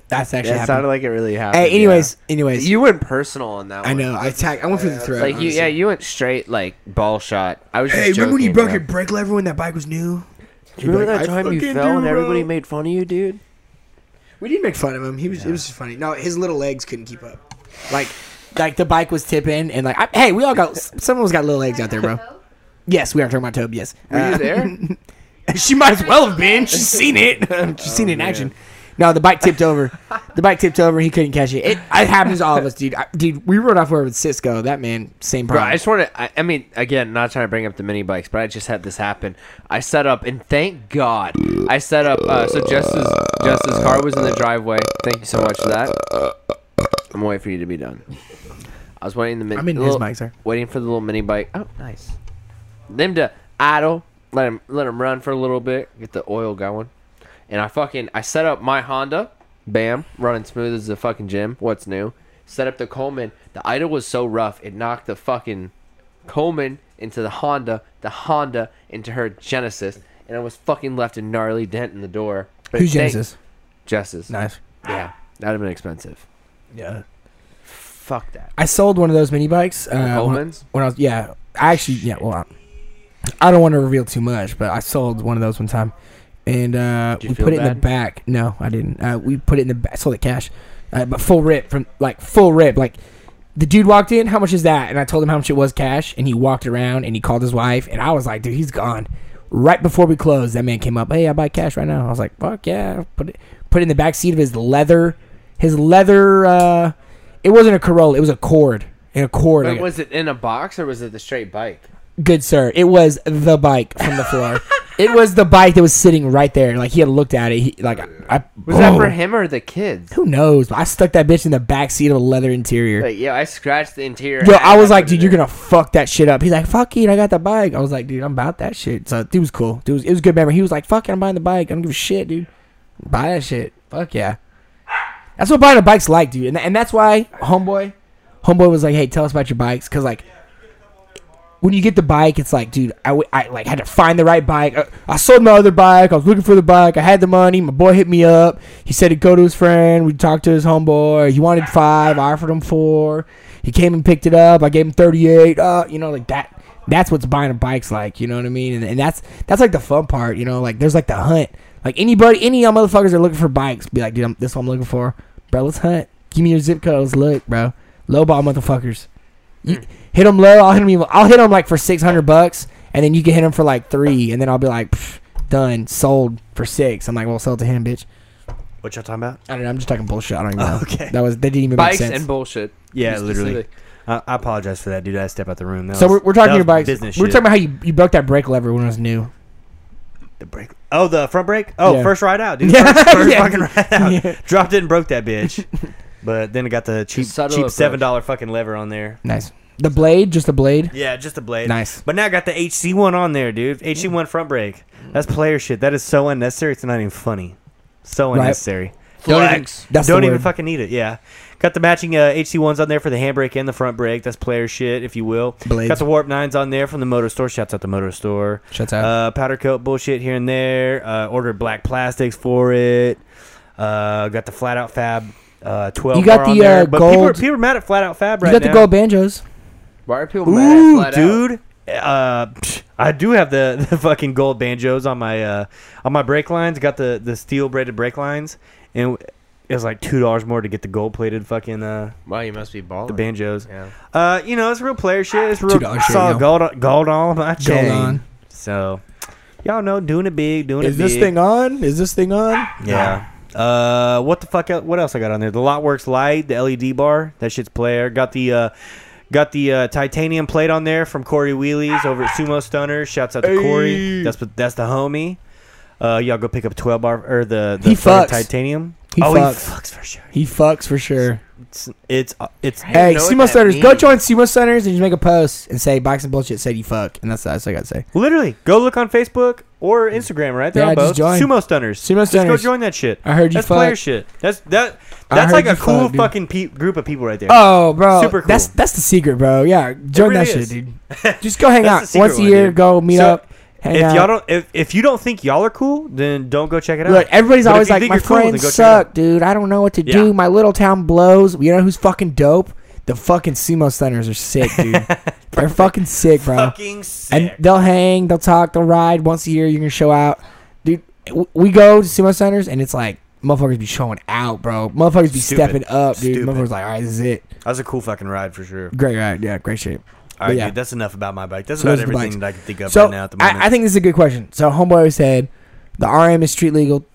[SPEAKER 1] That's actually
[SPEAKER 4] It sounded like it really happened.
[SPEAKER 1] Hey, anyways, anyways,
[SPEAKER 4] you went personal on that.
[SPEAKER 1] I
[SPEAKER 4] one.
[SPEAKER 1] know I attack. I went for the throat.
[SPEAKER 4] Like you, yeah, you went straight like ball shot. I was.
[SPEAKER 1] Hey,
[SPEAKER 4] just
[SPEAKER 1] remember when you
[SPEAKER 4] joking,
[SPEAKER 1] broke
[SPEAKER 4] bro.
[SPEAKER 1] your brake lever when that bike was new?
[SPEAKER 4] Remember that time you fell and everybody made fun of you, dude?
[SPEAKER 1] We didn't make fun of him. He was it was just funny. No, his little legs couldn't keep up. Like like the bike was tipping and like I, hey, we all got someone's got little legs out there, bro. Yes, we are talking about Tobe. Yes,
[SPEAKER 4] Were you
[SPEAKER 1] Uh,
[SPEAKER 4] there?
[SPEAKER 1] she might as well have been. She's seen it. She's seen it in action. No, the bike tipped over. The bike tipped over. He couldn't catch it. It, it happens to all of us, dude. I, dude, we rode off where with Cisco. That man, same
[SPEAKER 4] Bro,
[SPEAKER 1] problem.
[SPEAKER 4] I just want to. I, I mean, again, not trying to bring up the mini bikes, but I just had this happen. I set up, and thank God, I set up. Uh, so Justice, Justice's car was in the driveway. Thank you so much for that. I'm waiting for you to be done. I was waiting the mini.
[SPEAKER 1] I'm in his
[SPEAKER 4] little,
[SPEAKER 1] mic, sir.
[SPEAKER 4] Waiting for the little mini bike. Oh, nice. Them to idle. Let him let him run for a little bit. Get the oil going. And I fucking I set up my Honda. Bam, running smooth as a fucking gym. What's new? Set up the Coleman. The idle was so rough it knocked the fucking Coleman into the Honda, the Honda into her Genesis, and I was fucking left a gnarly dent in the door. But
[SPEAKER 1] Who's
[SPEAKER 4] thank-
[SPEAKER 1] Genesis?
[SPEAKER 4] Genesis.
[SPEAKER 1] Nice.
[SPEAKER 4] Yeah, that'd have been expensive.
[SPEAKER 1] Yeah.
[SPEAKER 4] Fuck that.
[SPEAKER 1] I sold one of those mini bikes. Uh, when-
[SPEAKER 4] Coleman's.
[SPEAKER 1] when I was yeah, I actually yeah. Well, I, I don't want to reveal too much, but I sold one of those one time, and uh,
[SPEAKER 4] you
[SPEAKER 1] we
[SPEAKER 4] feel
[SPEAKER 1] put it in the
[SPEAKER 4] bad?
[SPEAKER 1] back. No, I didn't. Uh, we put it in the back. Sold it cash, uh, but full rip from like full rip. Like the dude walked in, how much is that? And I told him how much it was cash, and he walked around and he called his wife, and I was like, dude, he's gone. Right before we closed, that man came up. Hey, I buy cash right now. I was like, fuck yeah. Put it put it in the back seat of his leather, his leather. uh It wasn't a Corolla. It was a Cord. And a Cord.
[SPEAKER 4] But
[SPEAKER 1] like a-
[SPEAKER 4] was it in a box or was it the straight bike?
[SPEAKER 1] good sir, it was the bike from the floor. it was the bike that was sitting right there. Like he had looked at it. He, like I
[SPEAKER 4] Was that for
[SPEAKER 1] Oh,
[SPEAKER 4] him or the kids?
[SPEAKER 1] Who knows? But I stuck that bitch in the back seat of a leather interior.
[SPEAKER 4] Like, yeah, I scratched the interior.
[SPEAKER 1] Yo,
[SPEAKER 4] and
[SPEAKER 1] I was
[SPEAKER 4] put
[SPEAKER 1] like,
[SPEAKER 4] it
[SPEAKER 1] dude,
[SPEAKER 4] in.
[SPEAKER 1] you're gonna fuck that shit up. He's like, fuck it, I got the bike. I was like, dude, I'm about that shit. So dude was cool. Dude, was, it was a good memory. He was like, fuck it, I'm buying the bike. I don't give a shit, dude. Buy that shit. Fuck yeah. That's what buying a bike's like, dude. And, and that's why homeboy, homeboy was like, hey, tell us about your bikes, cause like. When you get the bike, it's like, dude, I, w- I like had to find the right bike. I, I sold my other bike. I was looking for the bike. I had the money. My boy hit me up. He said he'd go to his friend. We talked to his homeboy. He wanted five. I offered him four. He came and picked it up. I gave him thirty-eight. Uh, you know, like that. That's what's buying a bike's like. You know what I mean? And, and that's that's like the fun part. You know, like there's like the hunt. Like anybody, any of y'all motherfuckers are looking for bikes. Be like, dude, I'm, this is what I'm looking for, bro. Let's hunt. Give me your zip code. Let's look, bro. Lowball motherfuckers. You- Hit them low. I'll hit them. I'll hit them like for six hundred bucks, and then you can hit him for like three, and then I'll be like, "Pff, done, sold for six. I'm like, well, sell it to him, bitch.
[SPEAKER 2] What y'all talking about?
[SPEAKER 1] I don't know. I'm just talking bullshit. I don't even know.
[SPEAKER 2] Okay.
[SPEAKER 1] That was that didn't even
[SPEAKER 4] Bikes
[SPEAKER 1] make sense.
[SPEAKER 4] and bullshit.
[SPEAKER 2] Yeah,
[SPEAKER 4] Be
[SPEAKER 2] literally.
[SPEAKER 4] specific.
[SPEAKER 2] I, I apologize for that, dude. I stepped out the room. That
[SPEAKER 1] so
[SPEAKER 2] was-
[SPEAKER 1] we're, we're
[SPEAKER 2] that
[SPEAKER 1] talking
[SPEAKER 2] was
[SPEAKER 1] about bikes.
[SPEAKER 2] business.
[SPEAKER 1] We're
[SPEAKER 2] shit.
[SPEAKER 1] talking about how you, you broke that brake lever when it was new.
[SPEAKER 2] the break. Oh, the front brake. Oh,
[SPEAKER 1] Yeah.
[SPEAKER 2] first ride out, dude.
[SPEAKER 1] Yeah.
[SPEAKER 2] First, first
[SPEAKER 1] Yeah.
[SPEAKER 2] fucking ride out.
[SPEAKER 1] Yeah.
[SPEAKER 2] Dropped it and broke that bitch. but then it got the cheap,
[SPEAKER 7] subtle
[SPEAKER 2] cheap
[SPEAKER 7] approach.
[SPEAKER 2] seven dollar fucking lever on there.
[SPEAKER 1] Nice. The blade, just the blade.
[SPEAKER 2] Yeah, just a blade.
[SPEAKER 1] Nice. Mm.
[SPEAKER 2] But now I got the HC one on there, dude. HC one front brake. That's player shit. That is so unnecessary. It's not even funny. So
[SPEAKER 1] Right.
[SPEAKER 2] unnecessary.
[SPEAKER 1] Don't even-
[SPEAKER 2] Flex.
[SPEAKER 1] that's the
[SPEAKER 2] Don't even
[SPEAKER 1] word.
[SPEAKER 2] fucking need it. Yeah. Got the matching uh, HC ones on there for the handbrake and the front brake. That's player shit, if you will.
[SPEAKER 1] Blades.
[SPEAKER 2] Got the warp nines on there from the motor store. Shouts out the motor store.
[SPEAKER 1] Shuts out.
[SPEAKER 2] Uh, powder coat bullshit here and there. Uh, ordered black plastics for it. Uh, got the flat out fab. Uh, 12
[SPEAKER 1] You got
[SPEAKER 2] bar on
[SPEAKER 1] the,
[SPEAKER 2] there.
[SPEAKER 1] uh,
[SPEAKER 2] but people are,
[SPEAKER 1] gold-
[SPEAKER 2] people are mad at flat out fab
[SPEAKER 1] you
[SPEAKER 2] right
[SPEAKER 1] got
[SPEAKER 2] now
[SPEAKER 1] the gold banjos.
[SPEAKER 7] Why are people mad at flat out?
[SPEAKER 2] dude. Uh, psh, I do have the, the fucking gold banjos on my uh, on my brake lines. Got the the steel braided brake lines, and it was like two dollars more to get the gold plated fucking uh,
[SPEAKER 7] Wow, you must be balling.
[SPEAKER 2] the banjos.
[SPEAKER 7] Yeah.
[SPEAKER 2] Uh, you know, it's real player shit. It's real.
[SPEAKER 1] $2
[SPEAKER 2] I
[SPEAKER 1] Ah, shit,
[SPEAKER 2] saw
[SPEAKER 1] yo.
[SPEAKER 2] gold gold on my chain.
[SPEAKER 1] on.
[SPEAKER 2] So, y'all know, doing it big, doing
[SPEAKER 1] Is
[SPEAKER 2] it big.
[SPEAKER 1] this thing on? Is this thing on?
[SPEAKER 2] Yeah. Uh, what the fuck? el- What else I got on there? The LotWorks light, the LED bar. That shit's player. Got the uh, got the uh, titanium plate on there from Corey Wheelies over at Sumo Stunner. Shouts out to Corey. That's what- that's the homie. Uh, y'all go pick up twelve bar or the the
[SPEAKER 1] He
[SPEAKER 2] fucking
[SPEAKER 1] fucks.
[SPEAKER 2] titanium.
[SPEAKER 1] He
[SPEAKER 2] oh,
[SPEAKER 1] fucks.
[SPEAKER 2] he fucks for sure.
[SPEAKER 1] He fucks for sure.
[SPEAKER 2] It's it's uh, it's
[SPEAKER 1] Hey,
[SPEAKER 7] know what
[SPEAKER 1] Sumo
[SPEAKER 7] that
[SPEAKER 1] Centers, go
[SPEAKER 7] means.
[SPEAKER 1] join Sumo Centers and just make a post and say Bikes and Bullshit said you fuck. And that's, that's what I got to say.
[SPEAKER 2] literally go look on Facebook or Instagram. Right there
[SPEAKER 1] Yeah,
[SPEAKER 2] on
[SPEAKER 1] just
[SPEAKER 2] both
[SPEAKER 1] join.
[SPEAKER 2] Sumo Stunners.
[SPEAKER 1] Sumo
[SPEAKER 2] Just go
[SPEAKER 1] Stunners.
[SPEAKER 2] join that shit.
[SPEAKER 1] I heard you
[SPEAKER 2] That's player
[SPEAKER 1] fuck.
[SPEAKER 2] shit. That's that.
[SPEAKER 1] I
[SPEAKER 2] That's
[SPEAKER 1] heard
[SPEAKER 2] like a
[SPEAKER 1] you
[SPEAKER 2] cool
[SPEAKER 1] fuck, dude.
[SPEAKER 2] fucking pe- group of people right there.
[SPEAKER 1] Oh, bro.
[SPEAKER 2] Super cool.
[SPEAKER 1] That's, that's the secret, bro. Yeah, join
[SPEAKER 2] really
[SPEAKER 1] that
[SPEAKER 2] is.
[SPEAKER 1] shit, dude. Just go hang
[SPEAKER 2] That's the
[SPEAKER 1] out.
[SPEAKER 2] secret
[SPEAKER 1] Once a
[SPEAKER 2] one,
[SPEAKER 1] year,
[SPEAKER 2] dude.
[SPEAKER 1] go meet
[SPEAKER 2] So,
[SPEAKER 1] up. Hang
[SPEAKER 2] if
[SPEAKER 1] out.
[SPEAKER 2] y'all don't, if, if you don't think y'all are cool, then don't go check it out.
[SPEAKER 1] Look, everybody's
[SPEAKER 2] But if
[SPEAKER 1] always
[SPEAKER 2] you
[SPEAKER 1] like,
[SPEAKER 2] think
[SPEAKER 1] my
[SPEAKER 2] you're cool, then
[SPEAKER 1] friends
[SPEAKER 2] go check it
[SPEAKER 1] suck,
[SPEAKER 2] out."
[SPEAKER 1] dude. I don't know what to
[SPEAKER 2] Yeah.
[SPEAKER 1] do. My little town blows. You know who's fucking dope? The fucking Sumo Centers are sick, dude. They're fucking sick, bro.
[SPEAKER 2] Fucking sick.
[SPEAKER 1] and they'll hang, they'll talk, they'll ride once a year. You're gonna show out, dude. w- We go to sumo centers, and it's like motherfuckers be showing out, bro. Motherfuckers be
[SPEAKER 2] Stupid.
[SPEAKER 1] stepping up, dude.
[SPEAKER 2] Stupid.
[SPEAKER 1] Motherfuckers like, all right, this is it.
[SPEAKER 2] that was a cool fucking ride for sure.
[SPEAKER 1] Great ride, yeah, great shape.
[SPEAKER 2] All right,
[SPEAKER 1] yeah.
[SPEAKER 2] dude, that's enough about my bike. That's
[SPEAKER 1] So
[SPEAKER 2] about
[SPEAKER 1] those are the bikes.
[SPEAKER 2] everything that I can think of
[SPEAKER 1] So
[SPEAKER 2] right now at the moment.
[SPEAKER 1] I, I think this is a good question. So homeboy said, the RM is street legal.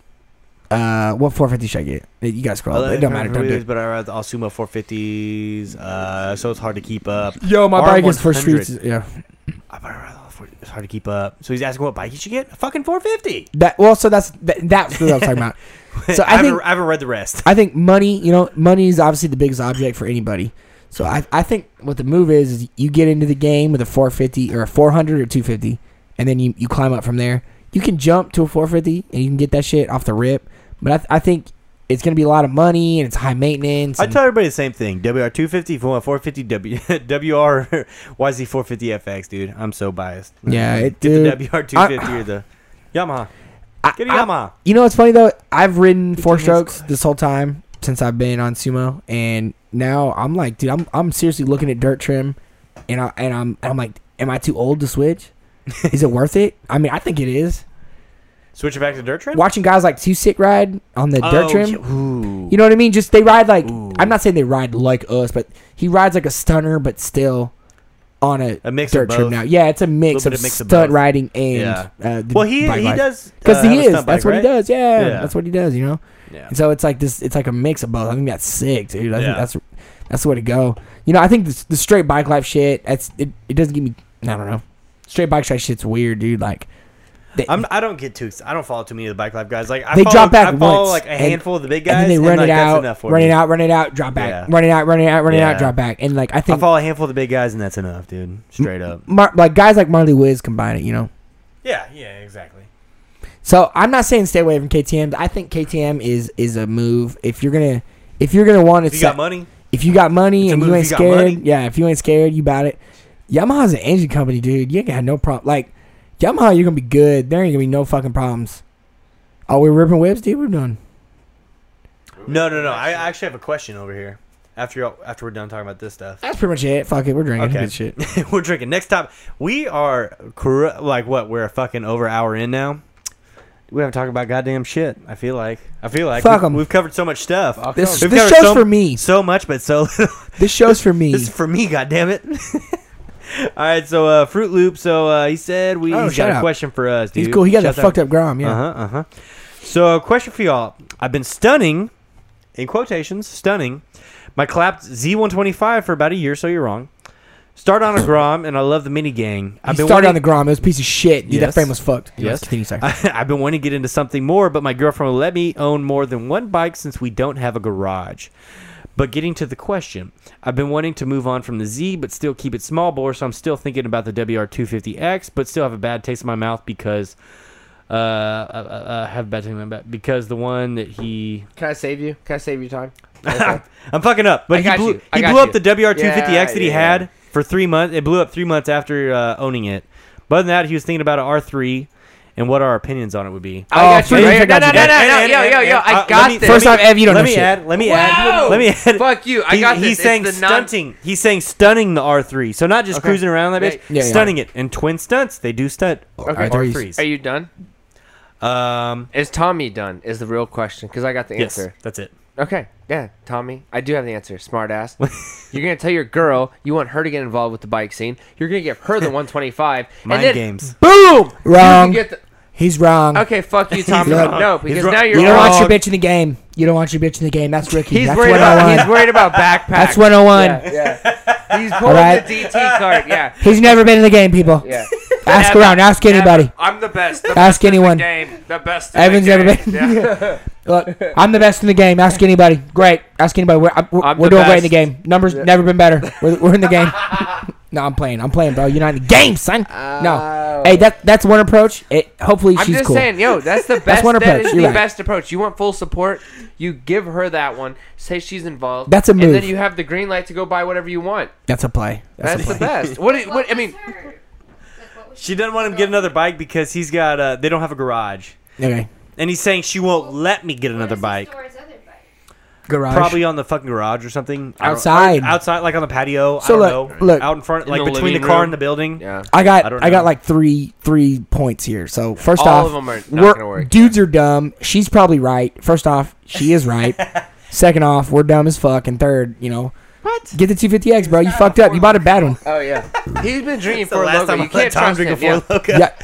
[SPEAKER 1] Uh, what 450 should I get? You guys scroll.
[SPEAKER 2] I
[SPEAKER 1] up.
[SPEAKER 2] love
[SPEAKER 1] It don't matter. Don't do
[SPEAKER 2] wheelies,
[SPEAKER 1] it.
[SPEAKER 2] But I ride the Alsuma 450s, uh, so it's hard to keep up.
[SPEAKER 1] Yo, my
[SPEAKER 2] RM
[SPEAKER 1] bike is for
[SPEAKER 2] 100.
[SPEAKER 1] streets. Yeah.
[SPEAKER 2] I but I ride all four- It's hard to keep up. So he's asking what bike you should get. A fucking 450.
[SPEAKER 1] That well, so that's that, that's what I was talking about. So I
[SPEAKER 2] haven't,
[SPEAKER 1] think
[SPEAKER 2] I haven't read the rest.
[SPEAKER 1] I think money, you know, money is obviously the biggest object for anybody. So I, I think what the move is is you get into the game with a 450 or a 400 or 250, and then you, you climb up from there. You can jump to a 450 and you can get that shit off the rip. But I, th- I think it's gonna be a lot of money and it's high maintenance.
[SPEAKER 2] I
[SPEAKER 1] And
[SPEAKER 2] tell everybody the same thing. WR250, if you want 450, W WR YZ450FX, dude. I'm so biased.
[SPEAKER 1] Yeah, it-
[SPEAKER 2] Get the
[SPEAKER 1] dude,
[SPEAKER 2] WR250 or the Yamaha.
[SPEAKER 1] I-
[SPEAKER 2] Get a
[SPEAKER 1] I-
[SPEAKER 2] Yamaha.
[SPEAKER 1] you know what's funny though? I've ridden four
[SPEAKER 2] Jesus
[SPEAKER 1] strokes
[SPEAKER 2] Christ.
[SPEAKER 1] this whole time since I've been on sumo, and now I'm like, dude, I'm I'm seriously looking at dirt trim, and I and I'm I'm like, am I too old to switch? is it worth it? I mean, I think it is.
[SPEAKER 2] Switch it back to dirt trim. Oh,
[SPEAKER 1] watching guys like Two Sick ride on the dirt trim.
[SPEAKER 2] yeah. Ooh.
[SPEAKER 1] You know what I mean? Just they ride like
[SPEAKER 2] Ooh.
[SPEAKER 1] I'm not saying they ride like us, but he rides like a stunner, but still on a,
[SPEAKER 2] A mix of
[SPEAKER 1] dirt trim
[SPEAKER 2] both.
[SPEAKER 1] now. Yeah, it's a mix
[SPEAKER 2] Little
[SPEAKER 1] of
[SPEAKER 2] bit of mix of
[SPEAKER 1] stunt
[SPEAKER 2] both.
[SPEAKER 1] riding and
[SPEAKER 2] Yeah.
[SPEAKER 1] uh, the
[SPEAKER 2] well, he
[SPEAKER 1] bike
[SPEAKER 2] he
[SPEAKER 1] life.
[SPEAKER 2] does
[SPEAKER 1] because he
[SPEAKER 2] uh, have a
[SPEAKER 1] is. That's
[SPEAKER 2] stunt bike,
[SPEAKER 1] what he
[SPEAKER 2] right?
[SPEAKER 1] does. Yeah.
[SPEAKER 2] Yeah.
[SPEAKER 1] that's what he does. You know.
[SPEAKER 2] Yeah.
[SPEAKER 1] And so it's like this. It's like a mix of both. I think that's sick, dude. I
[SPEAKER 2] Yeah.
[SPEAKER 1] think that's that's the way to go. You know, I think the, the straight bike life shit. That's it. It doesn't give me. I don't know. Straight bike life shit's weird, dude. Like, they,
[SPEAKER 2] I'm, I don't get too. exci- I don't follow too many of the bike life guys. Like I
[SPEAKER 1] They
[SPEAKER 2] follow,
[SPEAKER 1] drop back
[SPEAKER 2] I follow
[SPEAKER 1] once,
[SPEAKER 2] like a
[SPEAKER 1] and-
[SPEAKER 2] handful of the big guys,
[SPEAKER 1] and then they run
[SPEAKER 2] like,
[SPEAKER 1] it
[SPEAKER 2] that's
[SPEAKER 1] out,
[SPEAKER 2] enough for
[SPEAKER 1] run
[SPEAKER 2] me.
[SPEAKER 1] it out, run it out, drop back,
[SPEAKER 2] Yeah.
[SPEAKER 1] run it out, run it out, run it
[SPEAKER 2] Yeah.
[SPEAKER 1] out, drop back, and like I
[SPEAKER 2] I
[SPEAKER 1] think
[SPEAKER 2] follow a handful of the big guys, and that's enough, dude. Straight up.
[SPEAKER 1] Mar- like guys like Marley Wiz combine it, you know.
[SPEAKER 2] Yeah, yeah, exactly.
[SPEAKER 1] So I'm not saying stay away from KTM. I think KTM is is a move if you're gonna if you're gonna want to
[SPEAKER 2] If you got money,
[SPEAKER 1] if you got money
[SPEAKER 2] It's a
[SPEAKER 1] and you
[SPEAKER 2] move if
[SPEAKER 1] ain't
[SPEAKER 2] you got money.
[SPEAKER 1] scared, yeah, if you ain't scared, you bout it. Yamaha's an engine company, dude. You ain't got no problem. Like Yamaha, you're gonna be good. There ain't gonna be no fucking problems. Oh, we're ripping whips, dude. We're done.
[SPEAKER 2] no, no, no. I actually have a question over here. After y'all- after we're done talking about this stuff,
[SPEAKER 1] That's pretty much it. Fuck it, we're drinking
[SPEAKER 2] Okay.
[SPEAKER 1] good shit.
[SPEAKER 2] we're drinking. Next top, we are cor- like what? We're a fucking over hour in now. We haven't talked about goddamn shit. I feel like I feel like
[SPEAKER 1] Fuck
[SPEAKER 2] we,
[SPEAKER 1] 'em.
[SPEAKER 2] We've covered so much stuff.
[SPEAKER 1] This,
[SPEAKER 2] We've
[SPEAKER 1] this
[SPEAKER 2] covered
[SPEAKER 1] show's
[SPEAKER 2] so-
[SPEAKER 1] for me.
[SPEAKER 2] So much, but so little.
[SPEAKER 1] This show's for me.
[SPEAKER 2] This is for me, goddammit. All right, so uh, Fruit Loop. So uh, he said we
[SPEAKER 1] Oh,
[SPEAKER 2] he's
[SPEAKER 1] shout
[SPEAKER 2] got a
[SPEAKER 1] out.
[SPEAKER 2] question for us. Dude.
[SPEAKER 1] He's cool. He got that
[SPEAKER 2] Shout out.
[SPEAKER 1] fucked up Grom. Yeah.
[SPEAKER 2] Uh huh. Uh huh. So, a question for y'all. I've been stunning, in quotations, stunning, my clapped Z125 for about a year. So you're wrong. Start on a Grom, and I love the mini gang.
[SPEAKER 1] He
[SPEAKER 2] I've been
[SPEAKER 1] started on the Grom. It was a piece of shit. Dude,
[SPEAKER 2] Yes.
[SPEAKER 1] that frame was fucked.
[SPEAKER 2] Yes.
[SPEAKER 1] Continue, sorry.
[SPEAKER 2] I, I've been wanting to get into something more, but my girlfriend will let me own more than one bike since we don't have a garage. But getting to the question, I've been wanting to move on from the Z, but still keep it small bore. So I'm still thinking about the WR250X, but still have a bad taste in my mouth because uh, uh, uh, uh, have a bad taste in my mouth because the one that he
[SPEAKER 4] Can I save you? Can I save you time?
[SPEAKER 2] I'm fucking up,
[SPEAKER 4] I
[SPEAKER 2] but he
[SPEAKER 4] got
[SPEAKER 2] blew,
[SPEAKER 4] you. I
[SPEAKER 2] he
[SPEAKER 4] got
[SPEAKER 2] blew up
[SPEAKER 4] you.
[SPEAKER 2] the WR250X
[SPEAKER 4] Yeah,
[SPEAKER 2] that he
[SPEAKER 4] yeah.
[SPEAKER 2] had for three months. It blew up three months after uh, owning it. But other than that, he was thinking about an R3 and what our opinions on it would be.
[SPEAKER 1] Oh,
[SPEAKER 4] I got you.
[SPEAKER 1] please,
[SPEAKER 4] right
[SPEAKER 1] I
[SPEAKER 4] here. No,
[SPEAKER 1] got
[SPEAKER 4] no,
[SPEAKER 1] you.
[SPEAKER 4] no, no,
[SPEAKER 2] And-
[SPEAKER 4] no,
[SPEAKER 2] and-
[SPEAKER 4] yo,
[SPEAKER 2] and-
[SPEAKER 4] yo, yo!
[SPEAKER 2] and- uh,
[SPEAKER 4] I
[SPEAKER 2] let
[SPEAKER 4] got
[SPEAKER 2] me-
[SPEAKER 4] this.
[SPEAKER 1] First time, Ev, you don't
[SPEAKER 2] let
[SPEAKER 1] know
[SPEAKER 2] me
[SPEAKER 1] shit.
[SPEAKER 2] add. Let me
[SPEAKER 4] Wow.
[SPEAKER 2] add. Let me add.
[SPEAKER 4] Fuck you! I
[SPEAKER 2] He-
[SPEAKER 4] got this.
[SPEAKER 2] He's
[SPEAKER 4] It's
[SPEAKER 2] saying
[SPEAKER 4] the non-
[SPEAKER 2] stunting. He's saying stunning the R3. So not just
[SPEAKER 4] Okay.
[SPEAKER 2] cruising around that bitch,
[SPEAKER 1] Yeah, yeah.
[SPEAKER 2] stunning it. And twin stunts, they do stunt
[SPEAKER 1] Okay.
[SPEAKER 2] R3s.
[SPEAKER 4] Are you done?
[SPEAKER 2] um,
[SPEAKER 4] Is Tommy done? Is the real question? Because I got the
[SPEAKER 2] yes,
[SPEAKER 4] answer.
[SPEAKER 2] that's it.
[SPEAKER 4] Okay, yeah, Tommy, I do have the answer. Smart ass. You're gonna tell your girl you want her to get involved with the bike scene. You're gonna give her the 125,
[SPEAKER 2] Mind
[SPEAKER 4] and then
[SPEAKER 2] games.
[SPEAKER 4] boom, you
[SPEAKER 1] Wrong.
[SPEAKER 2] Um,
[SPEAKER 4] can get the-
[SPEAKER 1] He's wrong.
[SPEAKER 4] okay, fuck you, Tommy.
[SPEAKER 1] wrong.
[SPEAKER 4] no,
[SPEAKER 2] He's
[SPEAKER 4] because
[SPEAKER 2] wrong.
[SPEAKER 4] now
[SPEAKER 2] You
[SPEAKER 4] you're
[SPEAKER 1] You don't
[SPEAKER 4] wrong.
[SPEAKER 1] want your bitch in the game. You don't want your bitch in the game. That's Ricky.
[SPEAKER 4] He's
[SPEAKER 1] That's
[SPEAKER 4] worried about.
[SPEAKER 1] 101.
[SPEAKER 4] He's worried about backpack.
[SPEAKER 1] That's 101.
[SPEAKER 4] Yeah, yeah. he's pulling
[SPEAKER 1] right.
[SPEAKER 4] the DT card. Yeah,
[SPEAKER 1] He's never been in the game, people.
[SPEAKER 4] yeah.
[SPEAKER 1] Ask
[SPEAKER 4] Evan-
[SPEAKER 1] around. Ask anybody.
[SPEAKER 4] Evan, I'm the best. The
[SPEAKER 1] Ask
[SPEAKER 4] best in the
[SPEAKER 1] anyone.
[SPEAKER 4] game. The best. in the
[SPEAKER 1] Evan's never
[SPEAKER 4] game.
[SPEAKER 1] been.
[SPEAKER 4] Yeah.
[SPEAKER 1] Look, I'm the best in the game. Ask anybody. Great. Ask anybody. We're, I'm- we're,
[SPEAKER 4] I'm
[SPEAKER 1] we're
[SPEAKER 4] the
[SPEAKER 1] doing great in
[SPEAKER 4] best.
[SPEAKER 1] the game. Numbers never been better. We're, we're in the game. no, I'm playing. I'm playing, bro. You're not in the game, son. No. Hey, that that's one approach. It, hopefully
[SPEAKER 4] Oh. I'm
[SPEAKER 1] she's
[SPEAKER 4] just
[SPEAKER 1] cool.
[SPEAKER 4] saying, yo, that's the best.
[SPEAKER 1] one
[SPEAKER 4] that
[SPEAKER 1] approach,
[SPEAKER 4] is
[SPEAKER 1] you're
[SPEAKER 4] the
[SPEAKER 1] right.
[SPEAKER 4] best approach. You want full support, you give her that one. Say she's involved.
[SPEAKER 1] That's a
[SPEAKER 4] And then
[SPEAKER 1] move.
[SPEAKER 4] you have the green light to go buy whatever you want.
[SPEAKER 1] That's a play. That's,
[SPEAKER 4] That's
[SPEAKER 1] a
[SPEAKER 4] the
[SPEAKER 1] play.
[SPEAKER 4] best. What? do- What? I
[SPEAKER 3] was
[SPEAKER 4] mean,
[SPEAKER 3] her? Like, what was
[SPEAKER 2] She doesn't want him to get another bike because he's got. Uh, they don't have a garage,
[SPEAKER 1] Okay.
[SPEAKER 2] and he's saying she won't let me get
[SPEAKER 3] Where
[SPEAKER 2] another
[SPEAKER 3] does he
[SPEAKER 2] bike.
[SPEAKER 3] store his other bike?
[SPEAKER 1] Garage.
[SPEAKER 2] Probably on the fucking garage or something. I don't-
[SPEAKER 1] Outside.
[SPEAKER 2] or outside, like on the patio.
[SPEAKER 1] So
[SPEAKER 2] I don't
[SPEAKER 1] look-
[SPEAKER 2] know.
[SPEAKER 1] look.
[SPEAKER 2] out in front,
[SPEAKER 4] In
[SPEAKER 2] like
[SPEAKER 4] the
[SPEAKER 2] between the
[SPEAKER 4] living
[SPEAKER 2] car
[SPEAKER 4] room.
[SPEAKER 2] and the building.
[SPEAKER 4] yeah.
[SPEAKER 1] I
[SPEAKER 2] I
[SPEAKER 1] got
[SPEAKER 2] don't
[SPEAKER 1] I,
[SPEAKER 2] know.
[SPEAKER 1] got like three three points here. So first
[SPEAKER 4] All
[SPEAKER 1] off,
[SPEAKER 4] of 'em are not
[SPEAKER 1] we're-
[SPEAKER 4] gonna work.
[SPEAKER 1] dudes are dumb. She's probably right. First off, she is right. Second off, we're dumb as fuck. And third, you know,
[SPEAKER 4] What?
[SPEAKER 1] get the 250X, bro. You fucked up. You bought a bad one.
[SPEAKER 4] Oh yeah. He's been drinking
[SPEAKER 2] The
[SPEAKER 4] for
[SPEAKER 2] last
[SPEAKER 4] logo.
[SPEAKER 2] time I
[SPEAKER 4] You can't
[SPEAKER 2] let Tom
[SPEAKER 4] trust
[SPEAKER 2] drink
[SPEAKER 4] him.
[SPEAKER 2] a
[SPEAKER 4] Yeah.
[SPEAKER 2] Four Loko.
[SPEAKER 1] Yeah. yeah.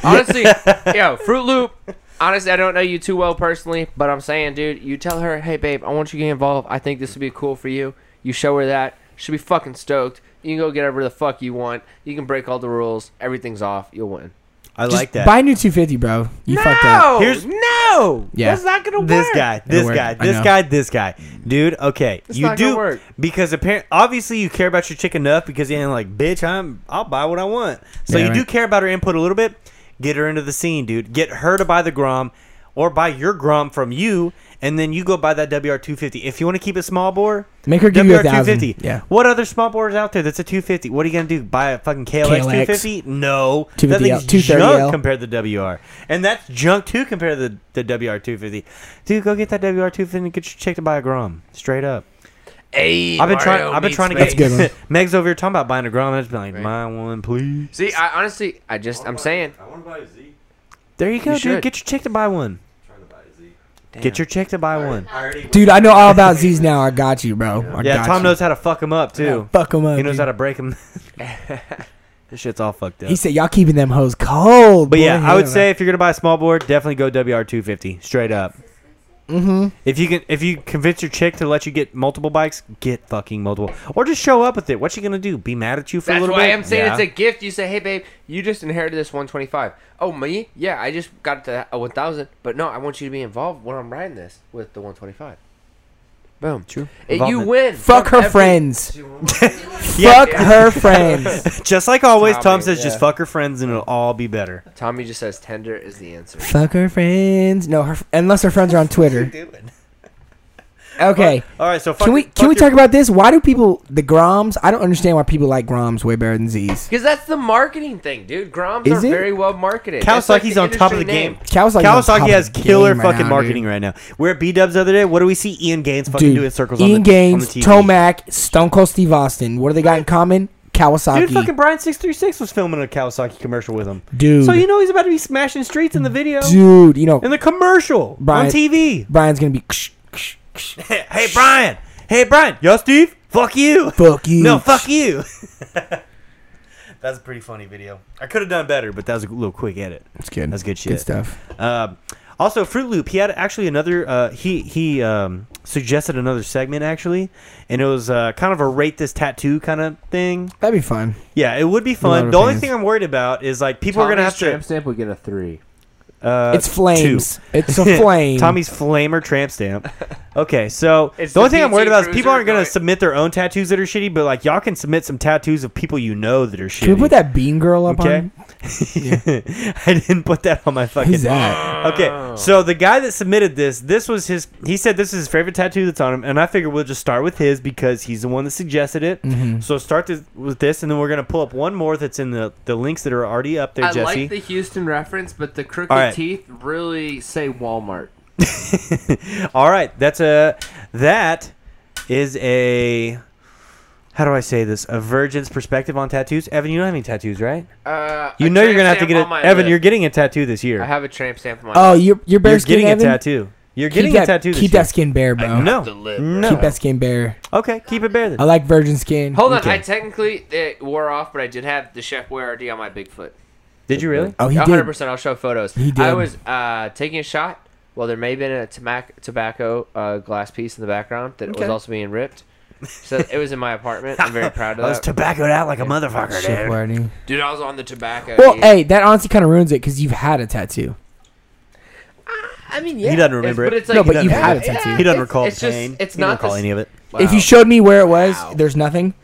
[SPEAKER 4] Honestly, yo, Fruit Loop. Honestly, I don't know you too well personally, but I'm saying, dude, you tell her, hey, babe, I want you to get involved. I think this would be cool for you. You show her that. She'll be fucking stoked. You can go get whatever the fuck you want. You can break all the rules. Everything's off. You'll win.
[SPEAKER 2] I
[SPEAKER 1] Just
[SPEAKER 2] like that.
[SPEAKER 1] Buy a new 250, bro. You fucked up.
[SPEAKER 2] Here's no.
[SPEAKER 1] Yeah.
[SPEAKER 4] not gonna
[SPEAKER 2] This guy, this
[SPEAKER 1] work.
[SPEAKER 2] guy,
[SPEAKER 1] I
[SPEAKER 2] this
[SPEAKER 1] know.
[SPEAKER 2] guy, this guy, dude. Okay,
[SPEAKER 4] It's
[SPEAKER 2] you
[SPEAKER 4] not gonna
[SPEAKER 2] do
[SPEAKER 4] work.
[SPEAKER 2] because apparently, obviously, you care about your chick enough because you're like, bitch, I'm, I'll buy what I want. So
[SPEAKER 1] Yeah,
[SPEAKER 2] you do
[SPEAKER 1] right.
[SPEAKER 2] care about her input a little bit. Get her into the scene, dude. Get her to buy the Grom, or buy your Grom from you, and then you go buy that WR250. If you want to keep it small bore,
[SPEAKER 1] Make her give you a thousand. Yeah.
[SPEAKER 2] What other small bores out there that's a 250? What are you gonna do? Buy a fucking KLX,
[SPEAKER 1] KLX.
[SPEAKER 2] 250? No,
[SPEAKER 1] 250L,
[SPEAKER 2] that thing's junk
[SPEAKER 1] 230L.
[SPEAKER 2] compared to the WR, and that's junk too compared to the, the WR 250. Dude, go get that WR 250 and get your chick to buy a Grom straight up.
[SPEAKER 4] Hey,
[SPEAKER 2] I've been trying.
[SPEAKER 4] Mario
[SPEAKER 2] I've been
[SPEAKER 4] meets
[SPEAKER 2] trying to
[SPEAKER 4] Mace.
[SPEAKER 2] get
[SPEAKER 1] That's a good
[SPEAKER 2] Meg's over here talking about buying a Grom. and I've been like, my one, please.
[SPEAKER 4] See, I honestly, I just, I'm saying,
[SPEAKER 8] I want to buy a Z.
[SPEAKER 2] There you go, dude.
[SPEAKER 4] should.
[SPEAKER 2] Get your chick to buy one.
[SPEAKER 8] trying to buy a Z.
[SPEAKER 2] Get your chick to buy one.
[SPEAKER 8] I already
[SPEAKER 1] Dude, I know all about Z's now. I got you, bro. I
[SPEAKER 2] Yeah,
[SPEAKER 1] got
[SPEAKER 2] Tom
[SPEAKER 1] you.
[SPEAKER 2] knows how to fuck him up too.
[SPEAKER 1] Fuck him up.
[SPEAKER 2] He knows
[SPEAKER 1] dude.
[SPEAKER 2] how to break him. this shit's all fucked up.
[SPEAKER 1] He said, y'all keeping them hoes cold.
[SPEAKER 2] But
[SPEAKER 1] boy.
[SPEAKER 2] yeah, I would
[SPEAKER 1] Hell
[SPEAKER 2] say if you're gonna buy a small board, definitely go WR250 straight up.
[SPEAKER 1] no. Mhm.
[SPEAKER 2] If you can, if you convince your chick to let you get multiple bikes, get fucking multiple, or just show up with it. What's she gonna do? Be mad at you for a
[SPEAKER 4] that's
[SPEAKER 2] little
[SPEAKER 4] why
[SPEAKER 2] bit?
[SPEAKER 4] I'm saying
[SPEAKER 2] Yeah.
[SPEAKER 4] it's a gift. You say, hey, babe, you just inherited this 125. Oh, me? Yeah, I just got to a 1,000, but no, I want you to be involved when I'm riding this with the 125. Boom. True. you
[SPEAKER 2] Involvement.
[SPEAKER 4] win.
[SPEAKER 1] Fuck her
[SPEAKER 4] every-
[SPEAKER 1] friends.
[SPEAKER 2] Yeah.
[SPEAKER 1] Fuck her friends.
[SPEAKER 2] just like always. Tom
[SPEAKER 4] Tommy,
[SPEAKER 2] says, just
[SPEAKER 4] yeah.
[SPEAKER 2] fuck her friends and it'll all be better.
[SPEAKER 4] Tommy just says tender is the answer.
[SPEAKER 1] Fuck her friends. No, her, unless her friends are on Twitter. Okay.
[SPEAKER 2] All right, so fuck
[SPEAKER 1] Can we
[SPEAKER 2] your-
[SPEAKER 1] can we
[SPEAKER 2] fuck your-
[SPEAKER 1] talk about this? Why do people the Groms? I don't understand why people like Groms way better than Z's.
[SPEAKER 4] Because that's the marketing thing, dude. Groms
[SPEAKER 1] Is
[SPEAKER 4] are
[SPEAKER 1] it?
[SPEAKER 4] very well marketed. That's
[SPEAKER 2] Kawasaki's
[SPEAKER 4] the
[SPEAKER 2] on top of the
[SPEAKER 4] industry name.
[SPEAKER 2] game.
[SPEAKER 1] Kawasaki's on top of
[SPEAKER 2] Kawasaki
[SPEAKER 1] the
[SPEAKER 2] has killer
[SPEAKER 1] game right
[SPEAKER 2] fucking
[SPEAKER 1] now,
[SPEAKER 2] marketing
[SPEAKER 1] dude.
[SPEAKER 2] right now. We're at B Dubs the other day. What do we see? Ian Gaines fucking
[SPEAKER 1] Dude,
[SPEAKER 2] doing circles
[SPEAKER 1] Ian
[SPEAKER 2] on the,
[SPEAKER 1] Games,
[SPEAKER 2] on the TV.
[SPEAKER 1] Tomac, Stone Cold Steve Austin. What do they got in common? Kawasaki.
[SPEAKER 2] Dude, fucking Brian six three six was filming a Kawasaki commercial with him.
[SPEAKER 1] Dude.
[SPEAKER 2] so you know he's about to be smashing streets in the video,
[SPEAKER 1] Dude, you know
[SPEAKER 2] in the commercial
[SPEAKER 1] Brian-
[SPEAKER 2] on TV.
[SPEAKER 1] Brian's gonna be. Ksh, ksh, ksh.
[SPEAKER 2] Hey, hey, Brian. Hey, Brian. Yo, Steve. Fuck you.
[SPEAKER 1] Fuck you.
[SPEAKER 2] No, fuck you. That's That's a pretty funny video. I could have done better, but that was a little quick edit.
[SPEAKER 1] That's good.
[SPEAKER 2] That's good shit.
[SPEAKER 1] Good stuff.
[SPEAKER 2] Um, also, Fruit Loop. He had actually another. Uh, he he um, suggested another segment actually, and it was uh, kind of a rate this tattoo kind of thing.
[SPEAKER 1] That'd be fun.
[SPEAKER 2] Yeah, it would be
[SPEAKER 1] lot
[SPEAKER 2] fun.
[SPEAKER 1] of
[SPEAKER 2] The only
[SPEAKER 1] things.
[SPEAKER 2] thing I'm worried about is like people are gonna have
[SPEAKER 7] Tommy's
[SPEAKER 2] to.
[SPEAKER 7] Tramp stamp would get a three.
[SPEAKER 2] Uh,
[SPEAKER 1] it's flames. It's a flame.
[SPEAKER 2] Tommy's flamer tramp stamp. Okay, so
[SPEAKER 4] It's
[SPEAKER 2] the only
[SPEAKER 4] the
[SPEAKER 2] thing I'm worried
[SPEAKER 4] BT
[SPEAKER 2] about is people
[SPEAKER 4] Cruiser
[SPEAKER 2] aren't gonna
[SPEAKER 4] joint.
[SPEAKER 2] submit their own tattoos that are shitty, but like y'all can submit some tattoos of people you know that are shitty.
[SPEAKER 1] Can we put that bean girl up
[SPEAKER 2] Okay.
[SPEAKER 1] on?
[SPEAKER 2] I didn't put that on my fucking.
[SPEAKER 1] Who's that?
[SPEAKER 2] Okay, so the guy that submitted this, this was his. He said this is his favorite tattoo that's on him, and I figure we'll just start with his because he's the one that suggested it.
[SPEAKER 1] Mm-hmm.
[SPEAKER 2] So start this, with this, and then we're gonna pull up one more that's in the the links that are already up there,
[SPEAKER 4] I
[SPEAKER 2] Jesse.
[SPEAKER 4] like the Houston reference, but the crooked
[SPEAKER 2] All right.
[SPEAKER 4] teeth really say Walmart.
[SPEAKER 2] All right, that's a that is a how do I say this? A virgin's perspective on tattoos. Evan, you don't have any tattoos, right?
[SPEAKER 4] Uh,
[SPEAKER 2] You
[SPEAKER 4] a
[SPEAKER 2] know you're
[SPEAKER 4] tramp
[SPEAKER 2] gonna have to
[SPEAKER 4] stamp
[SPEAKER 2] get
[SPEAKER 4] on my
[SPEAKER 2] it. Evan,
[SPEAKER 4] lip.
[SPEAKER 2] you're getting a tattoo this year.
[SPEAKER 4] I have a tramp stamp on my
[SPEAKER 1] Oh, you're you're bare
[SPEAKER 2] you're
[SPEAKER 1] skin.
[SPEAKER 2] getting
[SPEAKER 1] Evan?
[SPEAKER 2] a tattoo. You're
[SPEAKER 1] Keep
[SPEAKER 2] getting
[SPEAKER 1] that,
[SPEAKER 2] a tattoo this
[SPEAKER 1] Keep
[SPEAKER 2] year.
[SPEAKER 1] that skin bare, bro.
[SPEAKER 2] no,
[SPEAKER 4] the lip,
[SPEAKER 2] no.
[SPEAKER 1] Keep that skin bare.
[SPEAKER 2] Okay, keep it bare. Then.
[SPEAKER 1] I like virgin skin.
[SPEAKER 4] Hold on,
[SPEAKER 2] Okay.
[SPEAKER 4] I technically it wore off, but I did have the Chef Boyardee on my Bigfoot.
[SPEAKER 2] Did you really?
[SPEAKER 1] Oh, he
[SPEAKER 4] hundred
[SPEAKER 1] did.
[SPEAKER 4] percent. I'll show photos.
[SPEAKER 1] He did.
[SPEAKER 4] I was uh, taking a shot. Well, there may have been a tobacco, tobacco uh, glass piece in the background that was also being ripped. So it was in my apartment. I'm very proud of
[SPEAKER 2] I was
[SPEAKER 4] that.
[SPEAKER 2] tobaccoed out like a motherfucker,
[SPEAKER 1] Uh, Shit,
[SPEAKER 2] dude.
[SPEAKER 1] Barney.
[SPEAKER 4] Dude, I was on the tobacco.
[SPEAKER 1] Well, oh,
[SPEAKER 4] dude.
[SPEAKER 1] hey, that honestly kind of ruins it because you've had a tattoo.
[SPEAKER 4] I mean,
[SPEAKER 2] He doesn't remember
[SPEAKER 4] It's-
[SPEAKER 2] it.
[SPEAKER 4] But it's like,
[SPEAKER 1] No, but
[SPEAKER 2] he
[SPEAKER 1] you've
[SPEAKER 2] doesn't
[SPEAKER 1] had a
[SPEAKER 2] remember it.
[SPEAKER 1] tattoo.
[SPEAKER 2] He doesn't
[SPEAKER 4] It's-
[SPEAKER 2] recall
[SPEAKER 4] it's just-
[SPEAKER 2] pain.
[SPEAKER 4] it's
[SPEAKER 2] he doesn't
[SPEAKER 4] not
[SPEAKER 2] recall
[SPEAKER 4] this-
[SPEAKER 2] any of it.
[SPEAKER 1] If you showed me where it was, there's nothing.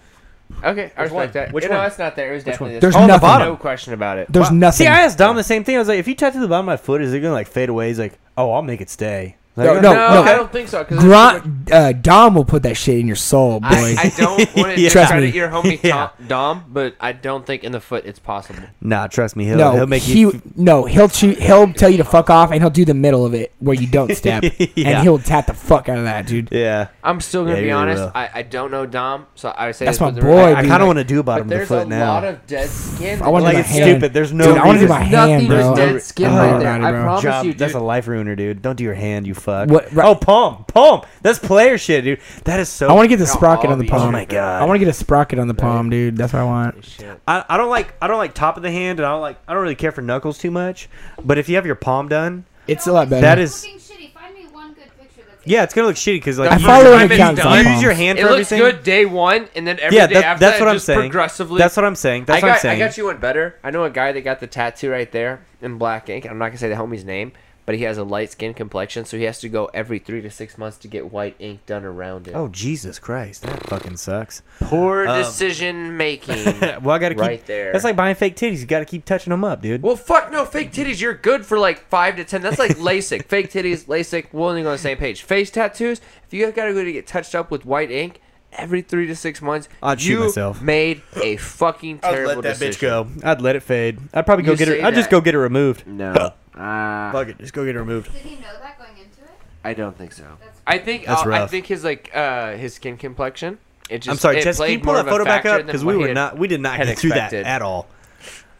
[SPEAKER 4] okay, I
[SPEAKER 2] one?
[SPEAKER 4] respect that.
[SPEAKER 2] Which
[SPEAKER 4] Which
[SPEAKER 2] one?
[SPEAKER 4] No, it's not there. It was definitely
[SPEAKER 1] one?
[SPEAKER 4] this.
[SPEAKER 1] There's
[SPEAKER 4] one.
[SPEAKER 1] nothing.
[SPEAKER 4] No question about it.
[SPEAKER 1] There's
[SPEAKER 2] Wow.
[SPEAKER 1] nothing.
[SPEAKER 2] See, I asked Dom the same thing. I was like, if you tattoo the bottom of my foot, is it gonna like fade away? He's like, oh, I'll make it stay. Like,
[SPEAKER 1] No, no,
[SPEAKER 4] No,
[SPEAKER 1] no.
[SPEAKER 4] I don't think so. 'cause it's-
[SPEAKER 1] Grunt, uh, Dom will put that shit in your soul, boy.
[SPEAKER 4] I, I don't want to
[SPEAKER 2] Yeah.
[SPEAKER 1] Trust
[SPEAKER 4] discredit
[SPEAKER 1] me.
[SPEAKER 4] your homie
[SPEAKER 2] Yeah.
[SPEAKER 4] Tom, Dom, but I don't think in the foot it's possible.
[SPEAKER 2] Nah, trust me, he'll
[SPEAKER 1] no,
[SPEAKER 2] he'll make
[SPEAKER 1] he,
[SPEAKER 2] you.
[SPEAKER 1] no, he'll choo- he'll tell you to fuck off, and he'll do the middle of it where you don't step,
[SPEAKER 2] Yeah.
[SPEAKER 1] and he'll tat the fuck out of that dude.
[SPEAKER 2] Yeah,
[SPEAKER 4] I'm still
[SPEAKER 2] Yeah,
[SPEAKER 4] gonna
[SPEAKER 2] you
[SPEAKER 4] be
[SPEAKER 2] really
[SPEAKER 4] honest.
[SPEAKER 2] will.
[SPEAKER 4] I, I don't know Dom, so I would say
[SPEAKER 1] That's
[SPEAKER 4] this
[SPEAKER 1] my
[SPEAKER 4] was a-
[SPEAKER 1] boy.
[SPEAKER 2] I
[SPEAKER 1] dude,
[SPEAKER 2] kind of
[SPEAKER 1] like-
[SPEAKER 2] want to do
[SPEAKER 7] But
[SPEAKER 2] bottom of the
[SPEAKER 7] there's a
[SPEAKER 2] foot now.
[SPEAKER 7] lot of dead skin.
[SPEAKER 1] I want
[SPEAKER 2] Like,
[SPEAKER 1] to do my
[SPEAKER 2] it's
[SPEAKER 1] hand.
[SPEAKER 2] stupid. There's no
[SPEAKER 1] Dude, I want to do my
[SPEAKER 2] reason.
[SPEAKER 1] hand,
[SPEAKER 7] Nothing.
[SPEAKER 1] bro.
[SPEAKER 7] There's
[SPEAKER 1] I
[SPEAKER 7] dead skin
[SPEAKER 1] don't know
[SPEAKER 7] right
[SPEAKER 1] about
[SPEAKER 7] there.
[SPEAKER 1] it,
[SPEAKER 7] I
[SPEAKER 1] bro.
[SPEAKER 7] promise
[SPEAKER 2] Job,
[SPEAKER 7] you, dude.
[SPEAKER 2] Oh, that's a life ruiner, dude. Don't do your hand, you fuck.
[SPEAKER 1] What- right-
[SPEAKER 2] Oh, palm, palm. That's player shit, dude. That is so.
[SPEAKER 1] I want to get the sprocket on the
[SPEAKER 4] obvious.
[SPEAKER 1] palm.
[SPEAKER 2] Oh my God.
[SPEAKER 1] I want to get a sprocket on the palm, dude. That's what I want.
[SPEAKER 2] I, I don't like I don't like top of the hand, and I don't like I don't really care for knuckles too much. But if you have your palm done,
[SPEAKER 1] It's a lot better.
[SPEAKER 2] That is-
[SPEAKER 3] Looking shitty. Find me one good picture that's
[SPEAKER 2] yeah, it's gonna look shitty because like
[SPEAKER 4] I
[SPEAKER 2] you-
[SPEAKER 4] follow
[SPEAKER 2] you
[SPEAKER 4] an
[SPEAKER 2] use-
[SPEAKER 4] account
[SPEAKER 2] You
[SPEAKER 4] on
[SPEAKER 2] use your
[SPEAKER 1] palms.
[SPEAKER 2] hand
[SPEAKER 4] It
[SPEAKER 2] for
[SPEAKER 4] looks
[SPEAKER 2] everything.
[SPEAKER 4] good day one, and then every day
[SPEAKER 2] Yeah, that,
[SPEAKER 4] after
[SPEAKER 2] that's
[SPEAKER 4] that,
[SPEAKER 2] what I'm
[SPEAKER 4] just
[SPEAKER 2] saying.
[SPEAKER 4] progressively.
[SPEAKER 2] That's what I'm saying. That's
[SPEAKER 4] I got,
[SPEAKER 2] what I'm saying.
[SPEAKER 4] I got you one better. I know a guy that got the tattoo right there in black ink. I'm not gonna say the homie's name, but he has a light skin complexion, so he has to go every three to six months to get white ink done around it.
[SPEAKER 2] Oh Jesus Christ, that fucking sucks.
[SPEAKER 4] poor
[SPEAKER 2] um,
[SPEAKER 4] decision making.
[SPEAKER 2] well, I gotta keep.
[SPEAKER 4] Right there.
[SPEAKER 2] That's like buying fake titties. You gotta keep touching them up, dude.
[SPEAKER 4] well, fuck no, fake titties. You're good for like five to ten. That's like LASIK, fake titties, LASIK. We're only on the same page. Face tattoos. If you have got to go to get touched up with white ink every three to six months,
[SPEAKER 2] I'd shoot
[SPEAKER 4] you
[SPEAKER 2] myself.
[SPEAKER 4] made a fucking terrible decision.
[SPEAKER 2] I'd let it fade. I'd probably go
[SPEAKER 4] You
[SPEAKER 2] get
[SPEAKER 4] say
[SPEAKER 2] it. I'd just
[SPEAKER 4] that.
[SPEAKER 2] go get it removed.
[SPEAKER 4] No, uh,
[SPEAKER 2] Fuck it, just go get it removed.
[SPEAKER 3] Did he know that going into it?
[SPEAKER 4] I don't think so.
[SPEAKER 3] That's
[SPEAKER 4] I think
[SPEAKER 2] That's
[SPEAKER 4] uh, I
[SPEAKER 2] rough.
[SPEAKER 4] think his like uh his skin complexion. It just
[SPEAKER 2] I'm sorry,
[SPEAKER 4] it
[SPEAKER 2] Jess. Can you
[SPEAKER 4] played
[SPEAKER 2] pull
[SPEAKER 4] more
[SPEAKER 2] that
[SPEAKER 4] of a
[SPEAKER 2] photo back
[SPEAKER 4] factor
[SPEAKER 2] up
[SPEAKER 4] than
[SPEAKER 2] because
[SPEAKER 4] what
[SPEAKER 2] we
[SPEAKER 4] he
[SPEAKER 2] were
[SPEAKER 4] had-
[SPEAKER 2] not Uh, we did not
[SPEAKER 4] had
[SPEAKER 2] get through that
[SPEAKER 4] expected.
[SPEAKER 2] at all.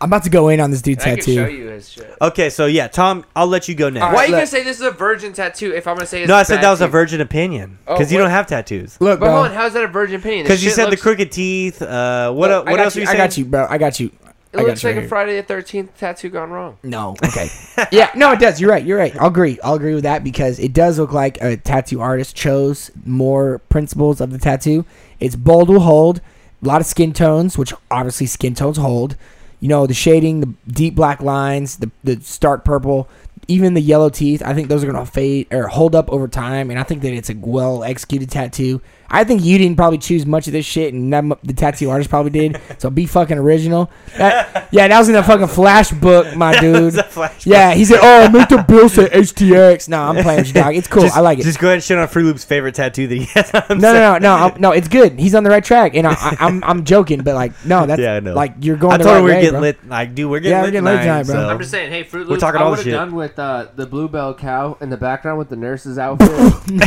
[SPEAKER 1] I'm about to go in on this dude
[SPEAKER 4] I can show
[SPEAKER 1] tattoo.
[SPEAKER 4] you his shit.
[SPEAKER 2] Okay, so yeah, Tom, I'll let you go next.
[SPEAKER 4] Why are you
[SPEAKER 1] look.
[SPEAKER 4] gonna say this is a virgin tattoo if I'm gonna say it's
[SPEAKER 2] No, I said
[SPEAKER 4] bad
[SPEAKER 2] that was a
[SPEAKER 4] teeth?
[SPEAKER 2] virgin opinion
[SPEAKER 4] Oh,
[SPEAKER 2] because you
[SPEAKER 4] what-
[SPEAKER 2] don't have tattoos.
[SPEAKER 1] Look,
[SPEAKER 4] But hold on,
[SPEAKER 1] bro.
[SPEAKER 4] how's that a virgin opinion? This
[SPEAKER 2] Because you
[SPEAKER 4] shit
[SPEAKER 2] said the
[SPEAKER 4] looks-
[SPEAKER 2] crooked teeth. Uh, what
[SPEAKER 4] Look,
[SPEAKER 2] uh,
[SPEAKER 4] I
[SPEAKER 2] what
[SPEAKER 4] got
[SPEAKER 2] else are
[SPEAKER 4] you-
[SPEAKER 2] you
[SPEAKER 1] I
[SPEAKER 2] saying?
[SPEAKER 1] got you, bro. I got you.
[SPEAKER 4] It
[SPEAKER 1] I got
[SPEAKER 4] looks
[SPEAKER 1] you
[SPEAKER 4] like
[SPEAKER 1] right
[SPEAKER 4] a
[SPEAKER 1] here.
[SPEAKER 4] Friday the Thirteenth tattoo gone wrong.
[SPEAKER 1] No. Okay. yeah. No, it does. You're right. You're right. I'll agree. I'll agree with that because it does look like a tattoo artist chose more principles of the tattoo. It's bold will hold. A lot of skin tones, which obviously skin tones hold. You know the shading, the deep black lines, the the stark purple, even the yellow teeth. I think those are gonna fade or hold up over time, and I think that it's a well executed tattoo. I think you didn't probably choose much of this shit, and that, mu- the tattoo artist probably did. So be fucking original. That- yeah, that was in a fucking flash book, my dude.
[SPEAKER 2] It's a flashback.
[SPEAKER 1] Yeah, he said, "Oh, make the bill say HTX." No, I'm playing with you, dog. It's cool.
[SPEAKER 2] Just-
[SPEAKER 1] I like it.
[SPEAKER 2] Just go ahead and shit on Free Loop's favorite tattoo that he has. On
[SPEAKER 1] no, no, no, no, I'm- no. It's good. He's on the right track, and I, I, I'm I'm joking, but like, no, that's
[SPEAKER 2] Yeah, I know.
[SPEAKER 1] like you're going.
[SPEAKER 2] I
[SPEAKER 1] the
[SPEAKER 2] told
[SPEAKER 1] right
[SPEAKER 2] him we were
[SPEAKER 1] way,
[SPEAKER 2] getting
[SPEAKER 1] bro.
[SPEAKER 2] lit. Like, dude, we're getting
[SPEAKER 1] Yeah,
[SPEAKER 2] lit
[SPEAKER 1] we're getting
[SPEAKER 2] tonight,
[SPEAKER 1] lit tonight, bro.
[SPEAKER 2] so-
[SPEAKER 4] I'm just saying, hey, Fruit Loops.
[SPEAKER 2] We're talking
[SPEAKER 4] I
[SPEAKER 2] all
[SPEAKER 4] would
[SPEAKER 2] the
[SPEAKER 4] have
[SPEAKER 2] shit.
[SPEAKER 4] done with uh, the bluebell cow in the background with the nurse's outfit.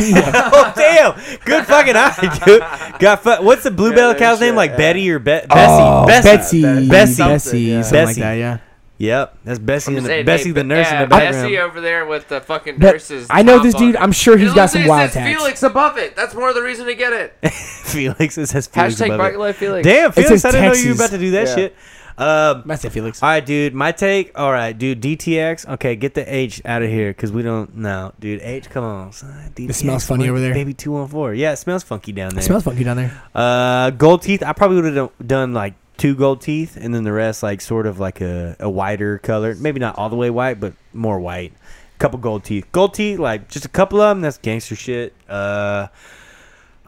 [SPEAKER 2] oh damn! Good fucking eye, dude. Got fu- what's the bluebell
[SPEAKER 4] no
[SPEAKER 2] cow's name?
[SPEAKER 4] shit,
[SPEAKER 2] Like
[SPEAKER 4] yeah.
[SPEAKER 2] Betty or Be- Bessie?
[SPEAKER 1] Oh, Betsy, Bessie, Bessie,
[SPEAKER 2] Bessie.
[SPEAKER 1] something,
[SPEAKER 2] Bessie.
[SPEAKER 1] like that. Yeah.
[SPEAKER 2] Yep, that's Bessie.
[SPEAKER 4] I'm
[SPEAKER 2] In the,
[SPEAKER 4] saying,
[SPEAKER 2] Bessie
[SPEAKER 4] hey,
[SPEAKER 2] the
[SPEAKER 4] Be-
[SPEAKER 2] nurse
[SPEAKER 4] yeah,
[SPEAKER 2] in the background.
[SPEAKER 4] Bessie over there with the fucking
[SPEAKER 1] But
[SPEAKER 4] nurses.
[SPEAKER 1] I know
[SPEAKER 4] top
[SPEAKER 1] this
[SPEAKER 4] on.
[SPEAKER 1] dude. I'm sure
[SPEAKER 4] It
[SPEAKER 1] he's
[SPEAKER 4] looks
[SPEAKER 1] got some
[SPEAKER 4] like it
[SPEAKER 1] wild
[SPEAKER 4] says
[SPEAKER 1] hacks.
[SPEAKER 4] Felix above it. That's more of the reason to get it.
[SPEAKER 2] Felix. It says Felix
[SPEAKER 4] Hashtag
[SPEAKER 2] above
[SPEAKER 4] Bike
[SPEAKER 2] it.
[SPEAKER 4] Life Felix.
[SPEAKER 2] Damn, Felix!
[SPEAKER 1] says
[SPEAKER 2] I didn't know you were
[SPEAKER 1] Texas.
[SPEAKER 2] about to do that
[SPEAKER 4] Yeah.
[SPEAKER 2] shit. Um,
[SPEAKER 1] Must say Felix.
[SPEAKER 2] all right, dude. My take. All right, dude. DTX. Okay, get the H out of here because we don't know, dude. H, come on. son. DTX,
[SPEAKER 1] smells funny
[SPEAKER 2] what?
[SPEAKER 1] over there.
[SPEAKER 2] Baby two one four. Yeah, it smells funky down there.
[SPEAKER 1] It smells funky down there.
[SPEAKER 2] Uh, gold teeth. I probably would have done like two gold teeth, and then the rest like sort of like a, a whiter color. Maybe not all the way white, but more white. Couple gold teeth. Gold teeth, like just a couple of them. That's gangster shit. Uh,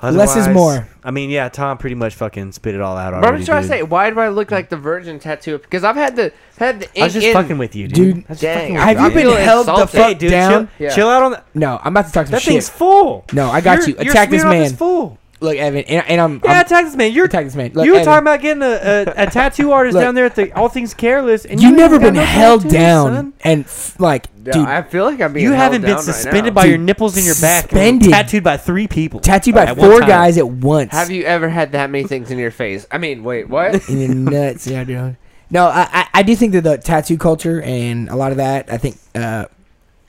[SPEAKER 1] Less is
[SPEAKER 2] otherwise-
[SPEAKER 1] more.
[SPEAKER 2] I mean, yeah. Tom pretty much fucking spit it all out already.
[SPEAKER 4] But I'm just trying to
[SPEAKER 2] dude.
[SPEAKER 4] say, why do I look like the virgin tattoo? Because I've had the had the ink
[SPEAKER 2] I was just
[SPEAKER 4] in.
[SPEAKER 2] fucking with you, dude.
[SPEAKER 1] Dude,
[SPEAKER 2] I was just fucking
[SPEAKER 4] Dang,
[SPEAKER 2] with
[SPEAKER 1] have you
[SPEAKER 4] I
[SPEAKER 1] been
[SPEAKER 4] feel
[SPEAKER 1] held the
[SPEAKER 4] insulted.
[SPEAKER 1] fuck
[SPEAKER 2] Hey, dude,
[SPEAKER 1] down?
[SPEAKER 2] chill,
[SPEAKER 4] Yeah.
[SPEAKER 2] chill out on the,
[SPEAKER 1] No, I'm about to talk some
[SPEAKER 2] that
[SPEAKER 1] shit.
[SPEAKER 2] thing's full.
[SPEAKER 1] No, I got you.
[SPEAKER 2] You're- you're
[SPEAKER 1] Attack this
[SPEAKER 2] smeared off as
[SPEAKER 1] man.
[SPEAKER 2] Full.
[SPEAKER 1] Look, Evan, and, and I'm,
[SPEAKER 2] Yeah,
[SPEAKER 1] I'm
[SPEAKER 2] attack this man. You're
[SPEAKER 1] attack this man. Look,
[SPEAKER 2] you were
[SPEAKER 1] Evan,
[SPEAKER 2] talking about getting a, a, a tattoo artist
[SPEAKER 1] Look.
[SPEAKER 2] down there at the All Things Careless, and
[SPEAKER 1] you've
[SPEAKER 2] ain't
[SPEAKER 1] never
[SPEAKER 2] got
[SPEAKER 1] been
[SPEAKER 2] no
[SPEAKER 1] held
[SPEAKER 2] tattoos,
[SPEAKER 1] down
[SPEAKER 2] son.
[SPEAKER 1] and f- like,
[SPEAKER 4] Yeah,
[SPEAKER 1] dude,
[SPEAKER 4] I feel like I'm being
[SPEAKER 2] You
[SPEAKER 4] held
[SPEAKER 2] havened been
[SPEAKER 4] down right
[SPEAKER 2] suspended
[SPEAKER 4] now.
[SPEAKER 2] by your
[SPEAKER 1] Dude,
[SPEAKER 2] nipples and your back, and
[SPEAKER 1] suspended.
[SPEAKER 2] tattooed by three people,
[SPEAKER 1] tattooed by
[SPEAKER 2] Oh, at one
[SPEAKER 1] four
[SPEAKER 2] time.
[SPEAKER 1] guys at once.
[SPEAKER 4] Have you ever had that many things in your face? I mean, wait, what?
[SPEAKER 1] in your nuts. Yeah, dude. No, I, I, I do think that the tattoo culture and a lot of that. I think uh,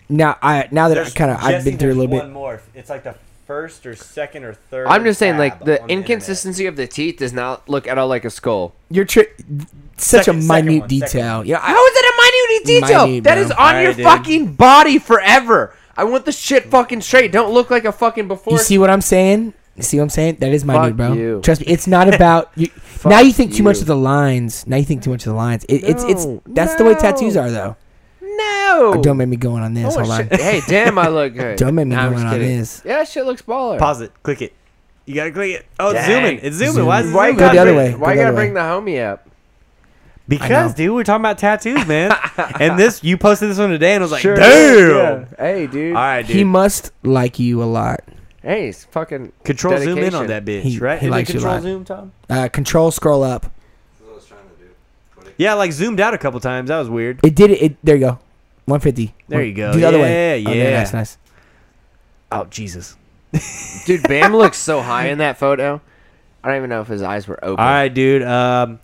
[SPEAKER 1] now I now that I
[SPEAKER 2] There's-
[SPEAKER 1] kind of I've
[SPEAKER 2] Jesse,
[SPEAKER 1] been through a
[SPEAKER 2] there's
[SPEAKER 1] little bit.
[SPEAKER 2] one more. It's like the first or second or third.
[SPEAKER 4] I'm just saying, like
[SPEAKER 2] tab
[SPEAKER 4] the
[SPEAKER 2] on internet.
[SPEAKER 4] inconsistency of the teeth does not look at all like a skull.
[SPEAKER 1] You're tri- such
[SPEAKER 2] Second-
[SPEAKER 1] a
[SPEAKER 2] second
[SPEAKER 1] minute
[SPEAKER 2] one, second
[SPEAKER 1] detail. You know, I,
[SPEAKER 4] How is that a minute detail?
[SPEAKER 1] Minute,
[SPEAKER 4] that
[SPEAKER 1] bro.
[SPEAKER 4] is on
[SPEAKER 2] Alright,
[SPEAKER 4] your
[SPEAKER 2] dude.
[SPEAKER 4] fucking body forever. I want the shit fucking straight. Don't look like a fucking before.
[SPEAKER 1] you see what I'm saying? You see what I'm saying? That is minute,
[SPEAKER 4] Fuck
[SPEAKER 1] bro.
[SPEAKER 4] you.
[SPEAKER 1] Trust me, it's not about you. now you think too much
[SPEAKER 4] you.
[SPEAKER 1] of the lines. Now you think too much of the lines. It, it's it's
[SPEAKER 4] No,
[SPEAKER 1] that's the way
[SPEAKER 4] no.
[SPEAKER 1] tattoos are though.
[SPEAKER 4] no.
[SPEAKER 1] Don't make me going on this.
[SPEAKER 4] Oh,
[SPEAKER 1] Hold on.
[SPEAKER 4] shit. Hey, damn, I look good.
[SPEAKER 1] Don't make me
[SPEAKER 4] Nah, I'm
[SPEAKER 1] going
[SPEAKER 4] just
[SPEAKER 1] on
[SPEAKER 4] kidding.
[SPEAKER 1] this.
[SPEAKER 4] Yeah, that shit looks baller.
[SPEAKER 2] Pause it. Click it. You gotta click it. Oh, it's
[SPEAKER 4] Dang.
[SPEAKER 2] zooming. It's zooming. Why is it
[SPEAKER 1] Zoom. Why
[SPEAKER 2] zooming?
[SPEAKER 1] Go the
[SPEAKER 4] gotta
[SPEAKER 1] other
[SPEAKER 4] bring-
[SPEAKER 1] way. Go
[SPEAKER 4] Why
[SPEAKER 1] the
[SPEAKER 4] you gotta
[SPEAKER 1] other way.
[SPEAKER 4] bring the homie up?
[SPEAKER 2] Because,
[SPEAKER 1] know.
[SPEAKER 2] dude, we're talking about tattoos, man. and this, you posted this one today, and I was like,
[SPEAKER 4] Sure.
[SPEAKER 2] damn.
[SPEAKER 4] Yeah. Hey, dude.
[SPEAKER 2] All right, dude.
[SPEAKER 1] He must like you a lot.
[SPEAKER 4] Hey, it's fucking
[SPEAKER 2] control zoom in on
[SPEAKER 4] dedication.
[SPEAKER 2] that bitch,
[SPEAKER 1] He-
[SPEAKER 2] right?
[SPEAKER 1] he
[SPEAKER 2] Did they
[SPEAKER 1] likes you a
[SPEAKER 2] control
[SPEAKER 1] lot.
[SPEAKER 2] zoom, Tom?
[SPEAKER 1] Uh, control scroll up.
[SPEAKER 8] That's what I was trying to do. But it,
[SPEAKER 2] Yeah, like zoomed out a couple times. That was weird.
[SPEAKER 1] It did it. it there you go. 150.
[SPEAKER 2] There
[SPEAKER 1] One-
[SPEAKER 2] you go.
[SPEAKER 1] Do the other way.
[SPEAKER 2] Yeah,
[SPEAKER 1] Okay,
[SPEAKER 2] yeah.
[SPEAKER 1] nice, nice.
[SPEAKER 2] Oh, Jesus.
[SPEAKER 4] dude. Bam looks so high in that photo. I don't even know if his eyes were open.
[SPEAKER 2] All right, dude. Um,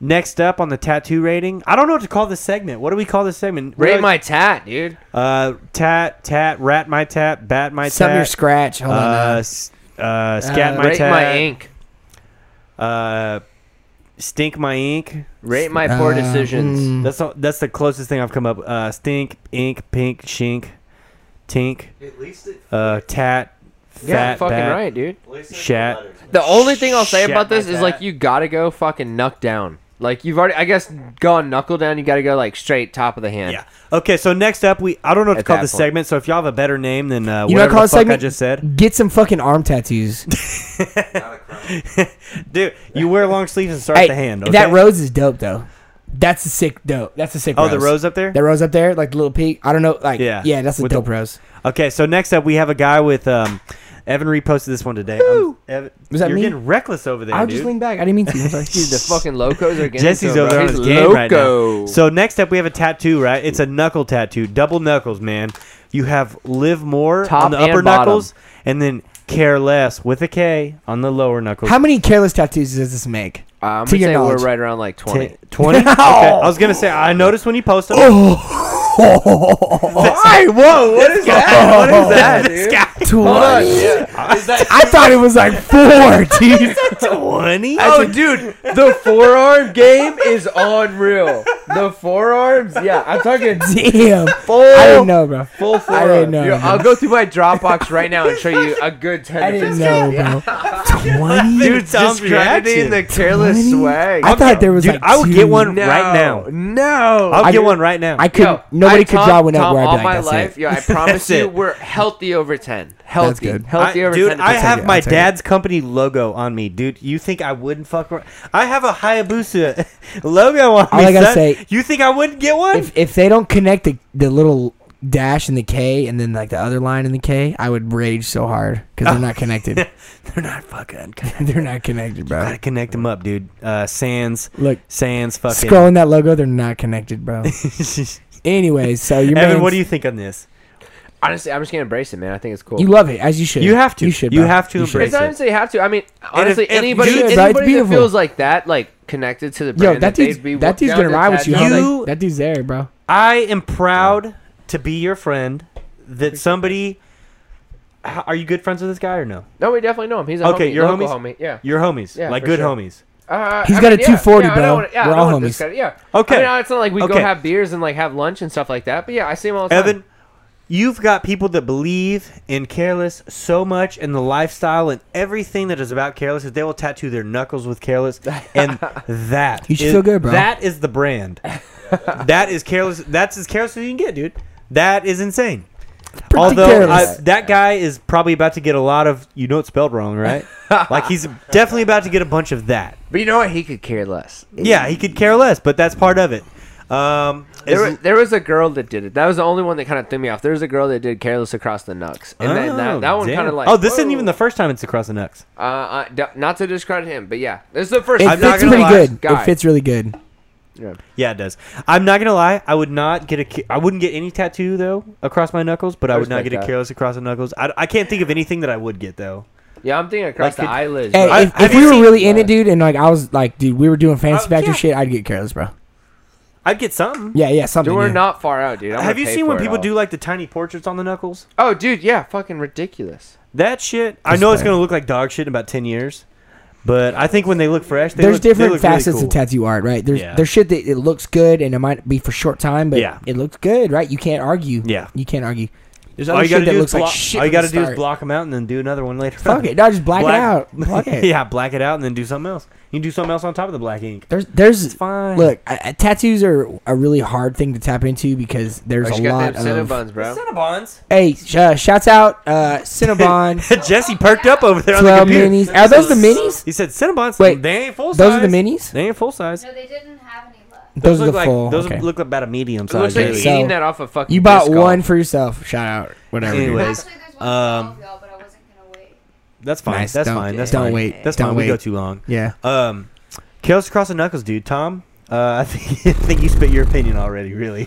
[SPEAKER 2] next up on the tattoo rating, I don't know what to call this segment. What do we call this segment? What
[SPEAKER 4] Rate
[SPEAKER 2] do
[SPEAKER 4] my tat, dude.
[SPEAKER 2] I- uh tat tat rat my tat bat my
[SPEAKER 1] Something your
[SPEAKER 2] tat
[SPEAKER 1] scratch. Hold on.
[SPEAKER 2] uh,
[SPEAKER 1] uh,
[SPEAKER 2] s- uh scat
[SPEAKER 1] Uh,
[SPEAKER 2] my
[SPEAKER 4] Rate
[SPEAKER 2] tat
[SPEAKER 4] my ink.
[SPEAKER 2] uh stink my ink.
[SPEAKER 4] Rate my poor
[SPEAKER 1] Uh,
[SPEAKER 4] decisions.
[SPEAKER 1] mm.
[SPEAKER 2] That's all, that's the closest thing I've come up. Uh, stink ink pink shink tink
[SPEAKER 8] at least it.
[SPEAKER 2] uh tat fat
[SPEAKER 4] yeah, fucking
[SPEAKER 2] bat.
[SPEAKER 4] right, dude.
[SPEAKER 8] At least it's
[SPEAKER 2] Shat.
[SPEAKER 8] The letters, man.
[SPEAKER 4] The only thing I'll say
[SPEAKER 2] Shit
[SPEAKER 4] about this
[SPEAKER 2] like
[SPEAKER 4] is
[SPEAKER 2] that.
[SPEAKER 4] like you gotta go fucking knuck down. Like you've already, I guess, gone knuckle down. You gotta go like straight top of the hand.
[SPEAKER 2] Yeah. Okay. So next up, we I don't know what to
[SPEAKER 4] At
[SPEAKER 2] call
[SPEAKER 4] that
[SPEAKER 2] this
[SPEAKER 4] point.
[SPEAKER 2] segment. So if y'all have a better name than uh,
[SPEAKER 1] You know what I
[SPEAKER 2] whatever
[SPEAKER 1] call
[SPEAKER 2] the
[SPEAKER 1] this
[SPEAKER 2] fuck I
[SPEAKER 1] segment?
[SPEAKER 2] just said,
[SPEAKER 1] Get some fucking arm tattoos.
[SPEAKER 8] Not a crime.
[SPEAKER 2] dude, you wear long sleeves and start
[SPEAKER 1] hey,
[SPEAKER 2] the hand. Okay?
[SPEAKER 1] That rose is dope though. That's a sick dope. That's a sick.
[SPEAKER 2] Oh,
[SPEAKER 1] rose.
[SPEAKER 2] the rose up there.
[SPEAKER 1] That rose up there, like the little peak. I don't know. Like
[SPEAKER 2] Yeah.
[SPEAKER 1] yeah, that's a
[SPEAKER 2] With
[SPEAKER 1] dope
[SPEAKER 2] the-
[SPEAKER 1] rose.
[SPEAKER 2] Okay. So next up, we have a guy with um, Evan reposted this one today. Um, Evan,
[SPEAKER 1] Was that
[SPEAKER 2] you're
[SPEAKER 1] me?
[SPEAKER 2] getting reckless over there,
[SPEAKER 1] I'll
[SPEAKER 2] dude.
[SPEAKER 1] just lean back. I didn't mean to. I'm sorry.
[SPEAKER 4] Dude, the fucking locos are getting
[SPEAKER 2] Jesse's
[SPEAKER 4] to him,
[SPEAKER 2] over
[SPEAKER 4] bro.
[SPEAKER 2] there on
[SPEAKER 4] He's
[SPEAKER 2] his game right now.
[SPEAKER 4] loco.
[SPEAKER 2] So next up, we have a tattoo, right? It's a knuckle tattoo, double knuckles, man. You have live more
[SPEAKER 4] Top
[SPEAKER 2] on the
[SPEAKER 4] and
[SPEAKER 2] upper
[SPEAKER 4] bottom.
[SPEAKER 2] knuckles, and then care less with a K on the lower knuckles.
[SPEAKER 1] How many careless tattoos does this make?
[SPEAKER 4] Uh, I'm
[SPEAKER 1] To
[SPEAKER 4] gonna
[SPEAKER 1] your
[SPEAKER 4] say
[SPEAKER 1] knowledge.
[SPEAKER 4] we're right around like 20.
[SPEAKER 2] 20? Okay. I was going to say, I noticed when you posted. Oh. Why? Whoa, what is that? What is that, dude?
[SPEAKER 1] Twenty. I thought it was like four, dude.
[SPEAKER 2] 20?
[SPEAKER 4] Oh, dude, the forearm game is unreal. The forearms, yeah, I'm talking
[SPEAKER 1] Damn.
[SPEAKER 4] full,
[SPEAKER 1] I didn't know, bro.
[SPEAKER 4] full
[SPEAKER 1] I
[SPEAKER 4] forearm.
[SPEAKER 1] didn't know.
[SPEAKER 4] Yo, I'll go through my Dropbox right now and show you a good 10
[SPEAKER 1] I
[SPEAKER 4] to
[SPEAKER 1] didn't
[SPEAKER 4] 15.
[SPEAKER 1] know, bro. Twenty.
[SPEAKER 2] Dude, Tom's reaction.
[SPEAKER 4] Discrediting the careless
[SPEAKER 1] 20?
[SPEAKER 4] swag.
[SPEAKER 1] I thought there was
[SPEAKER 2] Dude,
[SPEAKER 1] like
[SPEAKER 2] I would
[SPEAKER 1] two.
[SPEAKER 2] get one right now.
[SPEAKER 4] No.
[SPEAKER 2] I'll
[SPEAKER 1] I
[SPEAKER 2] get
[SPEAKER 1] do-
[SPEAKER 2] one right now.
[SPEAKER 1] I could.
[SPEAKER 4] Yo,
[SPEAKER 1] not nobody
[SPEAKER 4] I-
[SPEAKER 1] could
[SPEAKER 4] Tom-
[SPEAKER 1] draw one up
[SPEAKER 4] Tom,
[SPEAKER 1] where I'd
[SPEAKER 4] all
[SPEAKER 1] be like,
[SPEAKER 4] my
[SPEAKER 1] that's
[SPEAKER 4] life,
[SPEAKER 1] it.
[SPEAKER 4] yo, I promise
[SPEAKER 2] That's
[SPEAKER 4] you,
[SPEAKER 2] it.
[SPEAKER 4] we're healthy over 10. Healthy.
[SPEAKER 1] good.
[SPEAKER 4] Healthy
[SPEAKER 2] I-
[SPEAKER 4] over
[SPEAKER 2] dude,
[SPEAKER 4] 10.
[SPEAKER 2] I have
[SPEAKER 1] it,
[SPEAKER 2] my
[SPEAKER 1] I'll take it.
[SPEAKER 2] dad's company logo on me, dude. You think I wouldn't fuck? ar- I have a Hayabusa logo on
[SPEAKER 1] All
[SPEAKER 2] me.
[SPEAKER 1] I gotta
[SPEAKER 2] son.
[SPEAKER 1] say-
[SPEAKER 2] you think I wouldn't get one?
[SPEAKER 1] If if they don't connect the the little dash and the K and then like the other line in the K, I would rage so hard because they're not connected.
[SPEAKER 2] They're not fucking.
[SPEAKER 1] they're not connected, bro.
[SPEAKER 2] Gotta connect them up, dude. Uh, Sans,
[SPEAKER 1] Look,
[SPEAKER 2] Sans, fucking.
[SPEAKER 1] scrolling that logo, they're not connected, bro. Anyways, so you
[SPEAKER 2] Evan, what do you think on this?
[SPEAKER 4] Honestly, I'm just going to embrace it, man. I think it's cool.
[SPEAKER 1] You love it as you should.
[SPEAKER 2] You have to.
[SPEAKER 1] You should.
[SPEAKER 2] You
[SPEAKER 1] bro.
[SPEAKER 2] have to
[SPEAKER 1] You should.
[SPEAKER 2] embrace
[SPEAKER 4] It's not
[SPEAKER 2] it.
[SPEAKER 4] even say you have to. I mean, honestly,
[SPEAKER 2] if- if
[SPEAKER 4] anybody,
[SPEAKER 2] you-
[SPEAKER 1] Dude, that's
[SPEAKER 4] anybody that
[SPEAKER 1] beautiful.
[SPEAKER 4] feels like that, like connected to the brand,
[SPEAKER 1] Yo, that
[SPEAKER 4] they'd
[SPEAKER 1] dude's
[SPEAKER 4] be
[SPEAKER 1] that dude's
[SPEAKER 4] down
[SPEAKER 1] gonna
[SPEAKER 4] to
[SPEAKER 1] ride with
[SPEAKER 4] that
[SPEAKER 1] you.
[SPEAKER 4] job.
[SPEAKER 1] huh? Like,
[SPEAKER 2] You-
[SPEAKER 1] that dude's there, bro.
[SPEAKER 2] I am proud to be your friend. That somebody. H- Are you good friends with this guy or no?
[SPEAKER 4] No, we definitely know him. He's a
[SPEAKER 2] Okay,
[SPEAKER 4] homie,
[SPEAKER 2] your
[SPEAKER 4] local
[SPEAKER 2] homies?
[SPEAKER 4] homie. Yeah.
[SPEAKER 2] Your homies,
[SPEAKER 4] Yeah,
[SPEAKER 2] like
[SPEAKER 4] for
[SPEAKER 2] good
[SPEAKER 4] sure.
[SPEAKER 2] homies.
[SPEAKER 4] Uh,
[SPEAKER 1] He's
[SPEAKER 4] I
[SPEAKER 1] got
[SPEAKER 4] mean,
[SPEAKER 1] a
[SPEAKER 4] yeah,
[SPEAKER 1] 240,
[SPEAKER 4] yeah, I
[SPEAKER 1] bro.
[SPEAKER 4] don't wanna- yeah, I
[SPEAKER 1] We're
[SPEAKER 4] don't
[SPEAKER 1] all
[SPEAKER 4] wanna
[SPEAKER 1] homies.
[SPEAKER 4] discredit- yeah.
[SPEAKER 2] Okay.
[SPEAKER 4] I mean, it's not like we go
[SPEAKER 2] Okay.
[SPEAKER 4] have beers and like have lunch and stuff like that. But yeah, I see him all the time.
[SPEAKER 2] Evan, you've got people that believe in Careless so much and the lifestyle and everything that is about Careless that they will tattoo their knuckles with Careless, and that
[SPEAKER 1] You should
[SPEAKER 2] is-
[SPEAKER 1] feel good, bro.
[SPEAKER 2] That is the brand. that is Careless. That's as Careless as you can get, dude. That is insane. Although I,
[SPEAKER 1] Careless.
[SPEAKER 2] that guy is probably about to get a lot of, you know, it's spelled wrong, right? like he's definitely about to get a bunch of that.
[SPEAKER 4] but you know what? He could care less.
[SPEAKER 2] Yeah, he could care less, but that's part of it. Um,
[SPEAKER 4] There,
[SPEAKER 2] is-
[SPEAKER 4] was, there was a girl that did it. That was the only one that kind of threw me off. There was a girl that did careless across the knucks, and then that, that one
[SPEAKER 2] damn.
[SPEAKER 4] kind of like
[SPEAKER 2] oh, this isn't
[SPEAKER 4] whoa.
[SPEAKER 2] even the first time it's across the Nux.
[SPEAKER 4] uh, uh, d- not to discredit him, but yeah, this is the first.
[SPEAKER 1] It
[SPEAKER 4] I'm not
[SPEAKER 1] fits
[SPEAKER 4] gonna
[SPEAKER 1] pretty
[SPEAKER 4] lie.
[SPEAKER 1] good.
[SPEAKER 4] Guy.
[SPEAKER 1] It fits really good.
[SPEAKER 2] Yeah, it does. I'm not gonna lie. I would not get a. ca- I wouldn't get any tattoo though across my knuckles, but I, would not
[SPEAKER 4] respect
[SPEAKER 2] get a
[SPEAKER 4] that.
[SPEAKER 2] careless across the knuckles. I, I can't think of anything that I would get though.
[SPEAKER 4] Yeah, I'm thinking
[SPEAKER 2] Like,
[SPEAKER 4] across the
[SPEAKER 2] it-
[SPEAKER 4] eyelids.
[SPEAKER 1] Hey,
[SPEAKER 4] bro.
[SPEAKER 2] I-
[SPEAKER 1] if,
[SPEAKER 2] have
[SPEAKER 1] if
[SPEAKER 2] you
[SPEAKER 1] we were
[SPEAKER 2] seen-
[SPEAKER 1] really in it, dude, and like I was like, dude, we were doing fancy
[SPEAKER 2] Oh,
[SPEAKER 1] factory
[SPEAKER 2] yeah.
[SPEAKER 1] shit, I'd get careless, bro.
[SPEAKER 2] I'd get something.
[SPEAKER 1] Yeah, yeah, something.
[SPEAKER 4] Dude, we're
[SPEAKER 1] yeah.
[SPEAKER 4] not far out, dude. I'm
[SPEAKER 2] Have
[SPEAKER 4] gonna
[SPEAKER 2] you
[SPEAKER 4] pay
[SPEAKER 2] seen
[SPEAKER 4] for
[SPEAKER 2] when
[SPEAKER 4] it
[SPEAKER 2] people
[SPEAKER 4] all.
[SPEAKER 2] do like the tiny portraits on the knuckles?
[SPEAKER 4] Oh, dude, yeah, fucking ridiculous.
[SPEAKER 2] That shit. I know it's
[SPEAKER 1] Respect.
[SPEAKER 2] gonna look like dog shit in about ten years, but I think when they look fresh, they
[SPEAKER 1] There's
[SPEAKER 2] look, they
[SPEAKER 1] different
[SPEAKER 2] look really
[SPEAKER 1] facets
[SPEAKER 2] cool.
[SPEAKER 1] of tattoo art, right? There's
[SPEAKER 2] Yeah.
[SPEAKER 1] there's shit that it looks good and it might be for short time, but
[SPEAKER 2] Yeah.
[SPEAKER 1] it looks good, right? You can't argue.
[SPEAKER 2] Yeah.
[SPEAKER 1] you can't argue. There's
[SPEAKER 2] All
[SPEAKER 1] other
[SPEAKER 2] you
[SPEAKER 1] shit
[SPEAKER 2] gotta
[SPEAKER 1] that
[SPEAKER 2] do is
[SPEAKER 1] looks
[SPEAKER 2] block.
[SPEAKER 1] like shit.
[SPEAKER 2] all you
[SPEAKER 1] got
[SPEAKER 2] gotta
[SPEAKER 1] to
[SPEAKER 2] do is block them out and then do another one later.
[SPEAKER 1] Fuck it, no, just black, it out. Black it.
[SPEAKER 2] yeah, black it out and then do something else. You can do something else on top of the black ink.
[SPEAKER 1] There's there's
[SPEAKER 2] Fine.
[SPEAKER 1] look, I, I- tattoos are a really hard thing to tap into because there's
[SPEAKER 4] Oh,
[SPEAKER 1] a
[SPEAKER 4] she got
[SPEAKER 1] lot
[SPEAKER 4] them
[SPEAKER 1] of.
[SPEAKER 4] Cinnabons, bro.
[SPEAKER 2] Cinnabons.
[SPEAKER 1] Hey, sh- uh, shouts out uh, Cinnabon,
[SPEAKER 2] Jesse perked up over there on the
[SPEAKER 1] twelve
[SPEAKER 2] computer.
[SPEAKER 1] minis. Are those the minis?
[SPEAKER 2] He said Cinnabons.
[SPEAKER 1] Wait,
[SPEAKER 2] they ain't full
[SPEAKER 1] those
[SPEAKER 2] size.
[SPEAKER 1] are the minis?
[SPEAKER 2] They ain't full size.
[SPEAKER 3] No, they didn't have any left.
[SPEAKER 1] Those, are
[SPEAKER 2] look
[SPEAKER 1] the
[SPEAKER 2] like,
[SPEAKER 1] full.
[SPEAKER 2] Those
[SPEAKER 1] okay.
[SPEAKER 2] look about a medium
[SPEAKER 4] It looks
[SPEAKER 2] size.
[SPEAKER 4] like
[SPEAKER 1] Okay,
[SPEAKER 4] he's
[SPEAKER 1] so-
[SPEAKER 4] eating that off a fucking.
[SPEAKER 1] You bought
[SPEAKER 4] disc golf.
[SPEAKER 1] one for yourself. Shout out. Whatever. dude.
[SPEAKER 2] Anyway. Anyways,
[SPEAKER 3] Actually, there's one for all of y'all, but I wasn't gonna wait.
[SPEAKER 2] That's fine.
[SPEAKER 1] Nice,
[SPEAKER 2] That's
[SPEAKER 1] don't-
[SPEAKER 2] fine. That's
[SPEAKER 1] don't
[SPEAKER 2] fine.
[SPEAKER 1] wait,
[SPEAKER 2] That's
[SPEAKER 1] don't
[SPEAKER 2] fine. We
[SPEAKER 1] wait.
[SPEAKER 2] go too long.
[SPEAKER 1] Yeah.
[SPEAKER 2] Um, Kales across the knuckles, dude. Tom, uh, I think I think you spit your opinion already. Really.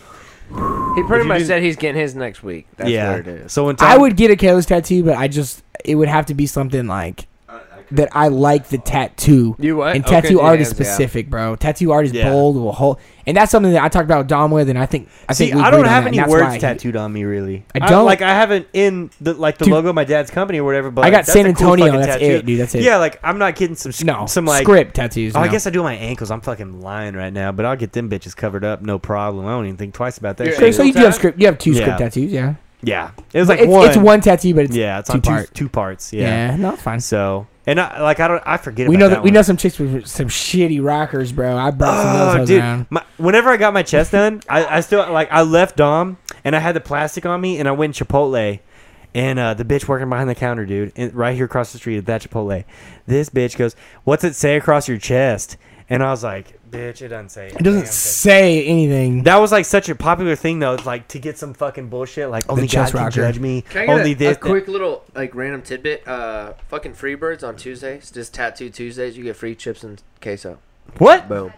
[SPEAKER 4] He
[SPEAKER 2] If
[SPEAKER 4] pretty
[SPEAKER 2] you
[SPEAKER 4] much
[SPEAKER 2] didn't-
[SPEAKER 4] said he's getting his next week. That's
[SPEAKER 2] yeah.
[SPEAKER 4] where it is.
[SPEAKER 2] So when Tom,
[SPEAKER 1] I would get a careless tattoo, but I just it would have to be something like
[SPEAKER 8] I, I could,
[SPEAKER 1] that. I like the tattoo.
[SPEAKER 4] You what?
[SPEAKER 1] And
[SPEAKER 4] Okay,
[SPEAKER 1] tattoo
[SPEAKER 4] yeah,
[SPEAKER 1] art is
[SPEAKER 4] yeah.
[SPEAKER 1] specific, bro. Tattoo art is
[SPEAKER 2] Yeah.
[SPEAKER 1] bold, will hold, and that's something that I talked about with Dom with, and I think I
[SPEAKER 2] See,
[SPEAKER 1] think we
[SPEAKER 2] I
[SPEAKER 1] agreed
[SPEAKER 2] don't
[SPEAKER 1] on
[SPEAKER 2] have
[SPEAKER 1] that, and
[SPEAKER 2] any
[SPEAKER 1] that's why
[SPEAKER 2] words
[SPEAKER 1] I-
[SPEAKER 2] tattooed on me, really.
[SPEAKER 1] I don't-
[SPEAKER 2] like. I haven't in the like the
[SPEAKER 1] Dude.
[SPEAKER 2] logo of my dad's company or whatever. But
[SPEAKER 1] I got
[SPEAKER 2] that's
[SPEAKER 1] San
[SPEAKER 2] a cool
[SPEAKER 1] Antonio,
[SPEAKER 2] fucking
[SPEAKER 1] that's
[SPEAKER 2] tattoo.
[SPEAKER 1] it, dude, that's it.
[SPEAKER 2] Yeah, like I'm not getting some s-
[SPEAKER 1] No,
[SPEAKER 2] some like
[SPEAKER 1] script tattoes.
[SPEAKER 2] Oh, I
[SPEAKER 1] no.
[SPEAKER 2] guess I do my ankles. I'm fucking lying right now, but I'll get them bitches covered up, no problem. I don't even think twice about that.
[SPEAKER 4] You're
[SPEAKER 2] shit.
[SPEAKER 1] Okay, so you do have
[SPEAKER 4] Tat-
[SPEAKER 1] script. You have two
[SPEAKER 2] Yeah.
[SPEAKER 1] script tattoos, yeah.
[SPEAKER 2] yeah, it was like
[SPEAKER 1] It's,
[SPEAKER 2] one.
[SPEAKER 1] it's one tattoo, but it's
[SPEAKER 2] Yeah, it's
[SPEAKER 1] two
[SPEAKER 2] on two,
[SPEAKER 1] part.
[SPEAKER 2] two parts. Yeah.
[SPEAKER 1] yeah. no, it's fine.
[SPEAKER 2] So and I like I don't I forget.
[SPEAKER 1] We
[SPEAKER 2] about
[SPEAKER 1] know
[SPEAKER 2] that,
[SPEAKER 1] that we
[SPEAKER 2] one.
[SPEAKER 1] know some chicks with some shitty rockers, bro. I brought some of those
[SPEAKER 2] Oh,
[SPEAKER 1] hoes
[SPEAKER 2] dude!
[SPEAKER 1] around.
[SPEAKER 2] My, whenever I got my chest done, I, I still like I left Dom and I had the plastic on me, and I went Chipotle, and uh, the bitch working behind the counter, dude, and right here across the street at that Chipotle, this bitch goes, "What's it say across your chest?" And I was like, "Bitch, it doesn't say."
[SPEAKER 1] It doesn't say anything.
[SPEAKER 2] That was like such a popular thing though, it's like to get some fucking bullshit. Like
[SPEAKER 5] oh,
[SPEAKER 2] only God
[SPEAKER 1] chest
[SPEAKER 2] can
[SPEAKER 1] rocker.
[SPEAKER 2] judge me.
[SPEAKER 4] Can I get
[SPEAKER 2] only
[SPEAKER 4] a,
[SPEAKER 2] this.
[SPEAKER 4] a quick little like random tidbit? Uh, fucking Freebirds on Tuesdays, just Tattoo Tuesdays. You get free chips and queso.
[SPEAKER 2] What?
[SPEAKER 4] Boom.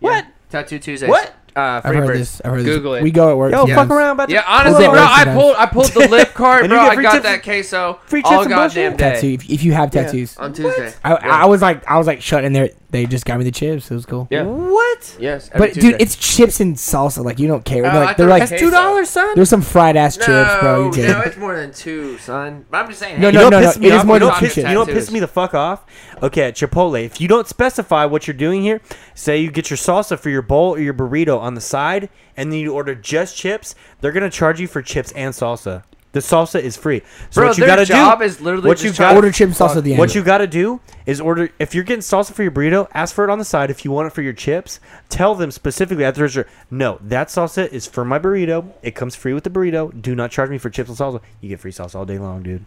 [SPEAKER 2] What?
[SPEAKER 4] Tattoo Tuesdays.
[SPEAKER 2] What?
[SPEAKER 4] Uh,
[SPEAKER 1] I've
[SPEAKER 4] Freebirds.
[SPEAKER 1] heard this. I've heard
[SPEAKER 4] Google
[SPEAKER 1] this.
[SPEAKER 4] it.
[SPEAKER 1] We go at work.
[SPEAKER 2] Yo,
[SPEAKER 1] sometimes.
[SPEAKER 2] fuck around about
[SPEAKER 4] yeah,
[SPEAKER 2] the-
[SPEAKER 4] honestly,
[SPEAKER 1] Google
[SPEAKER 4] bro,
[SPEAKER 1] it
[SPEAKER 4] I
[SPEAKER 1] sometimes.
[SPEAKER 4] pulled I pulled the lip card,
[SPEAKER 2] And you
[SPEAKER 4] bro.
[SPEAKER 2] get
[SPEAKER 4] I
[SPEAKER 2] free
[SPEAKER 4] got
[SPEAKER 2] chips
[SPEAKER 4] that queso
[SPEAKER 2] free chips
[SPEAKER 4] all
[SPEAKER 2] and
[SPEAKER 4] goddamn
[SPEAKER 2] bullshit?
[SPEAKER 4] day
[SPEAKER 1] tattoo. If, if you have
[SPEAKER 4] Yeah,
[SPEAKER 1] tattoos,
[SPEAKER 4] on Tuesday.
[SPEAKER 1] I,
[SPEAKER 4] yeah.
[SPEAKER 1] I was like, I was like shut in there. They just got me the chips. It was cool.
[SPEAKER 4] yeah.
[SPEAKER 2] What?
[SPEAKER 4] Yes, every
[SPEAKER 1] But dude,
[SPEAKER 4] Tuesday.
[SPEAKER 1] it's chips and salsa. Like you don't care. They're
[SPEAKER 4] Oh, I
[SPEAKER 1] like, they're
[SPEAKER 4] thought it
[SPEAKER 1] like
[SPEAKER 4] was
[SPEAKER 2] That's two dollars, son.
[SPEAKER 1] there's some fried ass
[SPEAKER 4] no,
[SPEAKER 1] chips, bro. You did.
[SPEAKER 4] no, it's more than two, son. But I'm just saying.
[SPEAKER 1] No,
[SPEAKER 4] hey,
[SPEAKER 2] You
[SPEAKER 1] no,
[SPEAKER 2] know
[SPEAKER 4] you
[SPEAKER 2] what
[SPEAKER 1] no, no,
[SPEAKER 2] pisses me
[SPEAKER 1] it is
[SPEAKER 2] off?
[SPEAKER 1] more than
[SPEAKER 2] you know what
[SPEAKER 1] two
[SPEAKER 2] piss- you
[SPEAKER 1] chips.
[SPEAKER 2] know what pissed me the fuck off? Okay, at Chipotle, if you don't specify what you're doing here, say you get your salsa for your bowl or your burrito on the side, and then you order just chips, they're gonna charge you for chips and salsa. The salsa is free. So
[SPEAKER 4] Bro,
[SPEAKER 2] what you
[SPEAKER 4] their
[SPEAKER 2] gotta
[SPEAKER 4] job
[SPEAKER 2] do?
[SPEAKER 4] is literally
[SPEAKER 2] what
[SPEAKER 4] just
[SPEAKER 2] you
[SPEAKER 4] try-
[SPEAKER 2] gotta,
[SPEAKER 1] Order chips and salsa at the end.
[SPEAKER 2] What you gotta do is order. If you're getting salsa for your burrito, ask for it on the side. If you want it for your chips, tell them specifically at the register. No, that salsa is for my burrito. It comes free with the burrito. Do not charge me for chips and salsa. You get free salsa all day long, dude.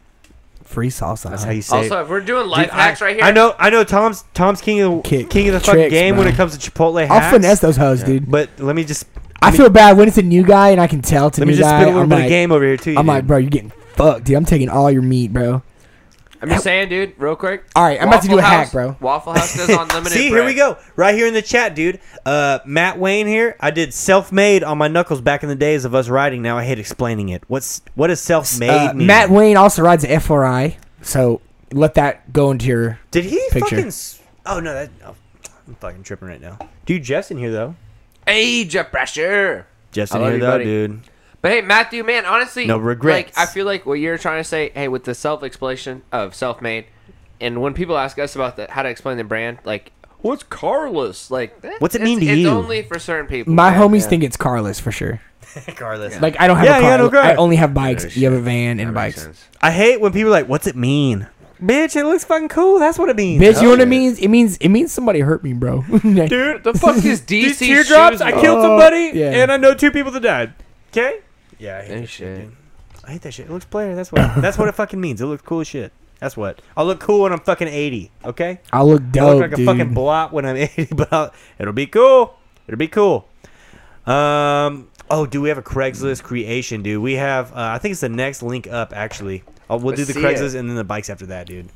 [SPEAKER 1] free salsa.
[SPEAKER 2] That's
[SPEAKER 1] huh?
[SPEAKER 2] how you say. it.
[SPEAKER 4] Also, if we're doing life
[SPEAKER 2] Dude,
[SPEAKER 4] hacks
[SPEAKER 2] I,
[SPEAKER 4] right here,
[SPEAKER 2] I know, I know. Tom's Tom's king of the
[SPEAKER 1] Kick
[SPEAKER 2] king of the fucking
[SPEAKER 1] tricks,
[SPEAKER 2] game when
[SPEAKER 1] bro.
[SPEAKER 2] it comes to Chipotle hacks.
[SPEAKER 1] I'll finesse those hoes, dude.
[SPEAKER 2] But let me just
[SPEAKER 1] I feel bad when it's a new guy and I can tell to
[SPEAKER 2] let me
[SPEAKER 1] new
[SPEAKER 2] just
[SPEAKER 1] guy.
[SPEAKER 2] spit a little
[SPEAKER 1] I'm
[SPEAKER 2] bit
[SPEAKER 1] like,
[SPEAKER 2] of game over here too.
[SPEAKER 1] I'm like, bro, you're getting fucked, dude. I'm taking all your meat, bro.
[SPEAKER 4] I'm just saying, dude, real quick.
[SPEAKER 1] All right, I'm about to do
[SPEAKER 4] Waffle
[SPEAKER 1] a hack,
[SPEAKER 4] House-
[SPEAKER 1] bro.
[SPEAKER 4] Waffle House does unlimited.
[SPEAKER 2] See, here
[SPEAKER 4] bread.
[SPEAKER 2] we go, right here in the chat, dude. Uh, Matt Wayne here. I did self-made on my knuckles back in the days of us riding. Now I hate explaining it. What's what does self-made
[SPEAKER 1] Uh,
[SPEAKER 2] mean?
[SPEAKER 1] Matt Wayne also rides a FRI, so let that go into your.
[SPEAKER 2] did he
[SPEAKER 1] Picture.
[SPEAKER 2] fucking? s- Oh no, that, oh, I'm fucking tripping right now, dude. Jeff's in here though.
[SPEAKER 4] Hey, Jeff Brasher.
[SPEAKER 2] Jeff's
[SPEAKER 4] I
[SPEAKER 2] in
[SPEAKER 4] love
[SPEAKER 2] here
[SPEAKER 4] you,
[SPEAKER 2] though,
[SPEAKER 4] buddy.
[SPEAKER 2] dude.
[SPEAKER 4] But hey, Matthew, man, honestly,
[SPEAKER 2] No regrets.
[SPEAKER 4] Like, I feel like what you're trying to say, hey, with the self-explanation of self-made, and when people ask us about the, how to explain the brand, like what's carless? Like, eh,
[SPEAKER 5] What's it
[SPEAKER 4] it's-
[SPEAKER 5] mean to
[SPEAKER 4] it's
[SPEAKER 5] you?
[SPEAKER 4] only for certain people.
[SPEAKER 1] My
[SPEAKER 4] man.
[SPEAKER 1] homies think it's carless for sure.
[SPEAKER 5] Regardless.
[SPEAKER 1] Like I don't have
[SPEAKER 5] Yeah,
[SPEAKER 1] a
[SPEAKER 5] you
[SPEAKER 1] car.
[SPEAKER 5] got no car.
[SPEAKER 1] I only have bikes.
[SPEAKER 9] That
[SPEAKER 1] you have a van and bikes.
[SPEAKER 5] I hate when people are like, "What's it mean?" Bitch, it looks fucking cool. That's what it means.
[SPEAKER 1] Bitch, you know what
[SPEAKER 9] yeah.
[SPEAKER 1] it means? It means it means somebody hurt me, bro. Dude,
[SPEAKER 5] dude.
[SPEAKER 4] The fuck is
[SPEAKER 5] These
[SPEAKER 4] DC
[SPEAKER 5] teardrops.
[SPEAKER 4] shoes,
[SPEAKER 5] I
[SPEAKER 4] bro?
[SPEAKER 5] killed
[SPEAKER 1] Oh,
[SPEAKER 5] somebody,
[SPEAKER 1] yeah.
[SPEAKER 5] and I know two people that died. Okay. Yeah, I hate
[SPEAKER 9] Hey,
[SPEAKER 5] that shit.
[SPEAKER 9] shit.
[SPEAKER 5] dude. I hate that shit. It looks player. That's what. that's what it fucking means. It looks cool as shit. That's what. I'll look cool when I'm fucking eighty. Okay.
[SPEAKER 1] I look
[SPEAKER 5] I look
[SPEAKER 1] dope,
[SPEAKER 5] like
[SPEAKER 1] Oh, dude.
[SPEAKER 5] a fucking blot when I'm 80, but I'll, it'll be cool. It'll be cool. Um. Oh, do we have a Craigslist creation, dude? We have. Uh, I think it's the next link up. Actually, oh, we'll do
[SPEAKER 9] Let's
[SPEAKER 5] the
[SPEAKER 9] see it.
[SPEAKER 5] Craigslist and then the bikes after that, dude.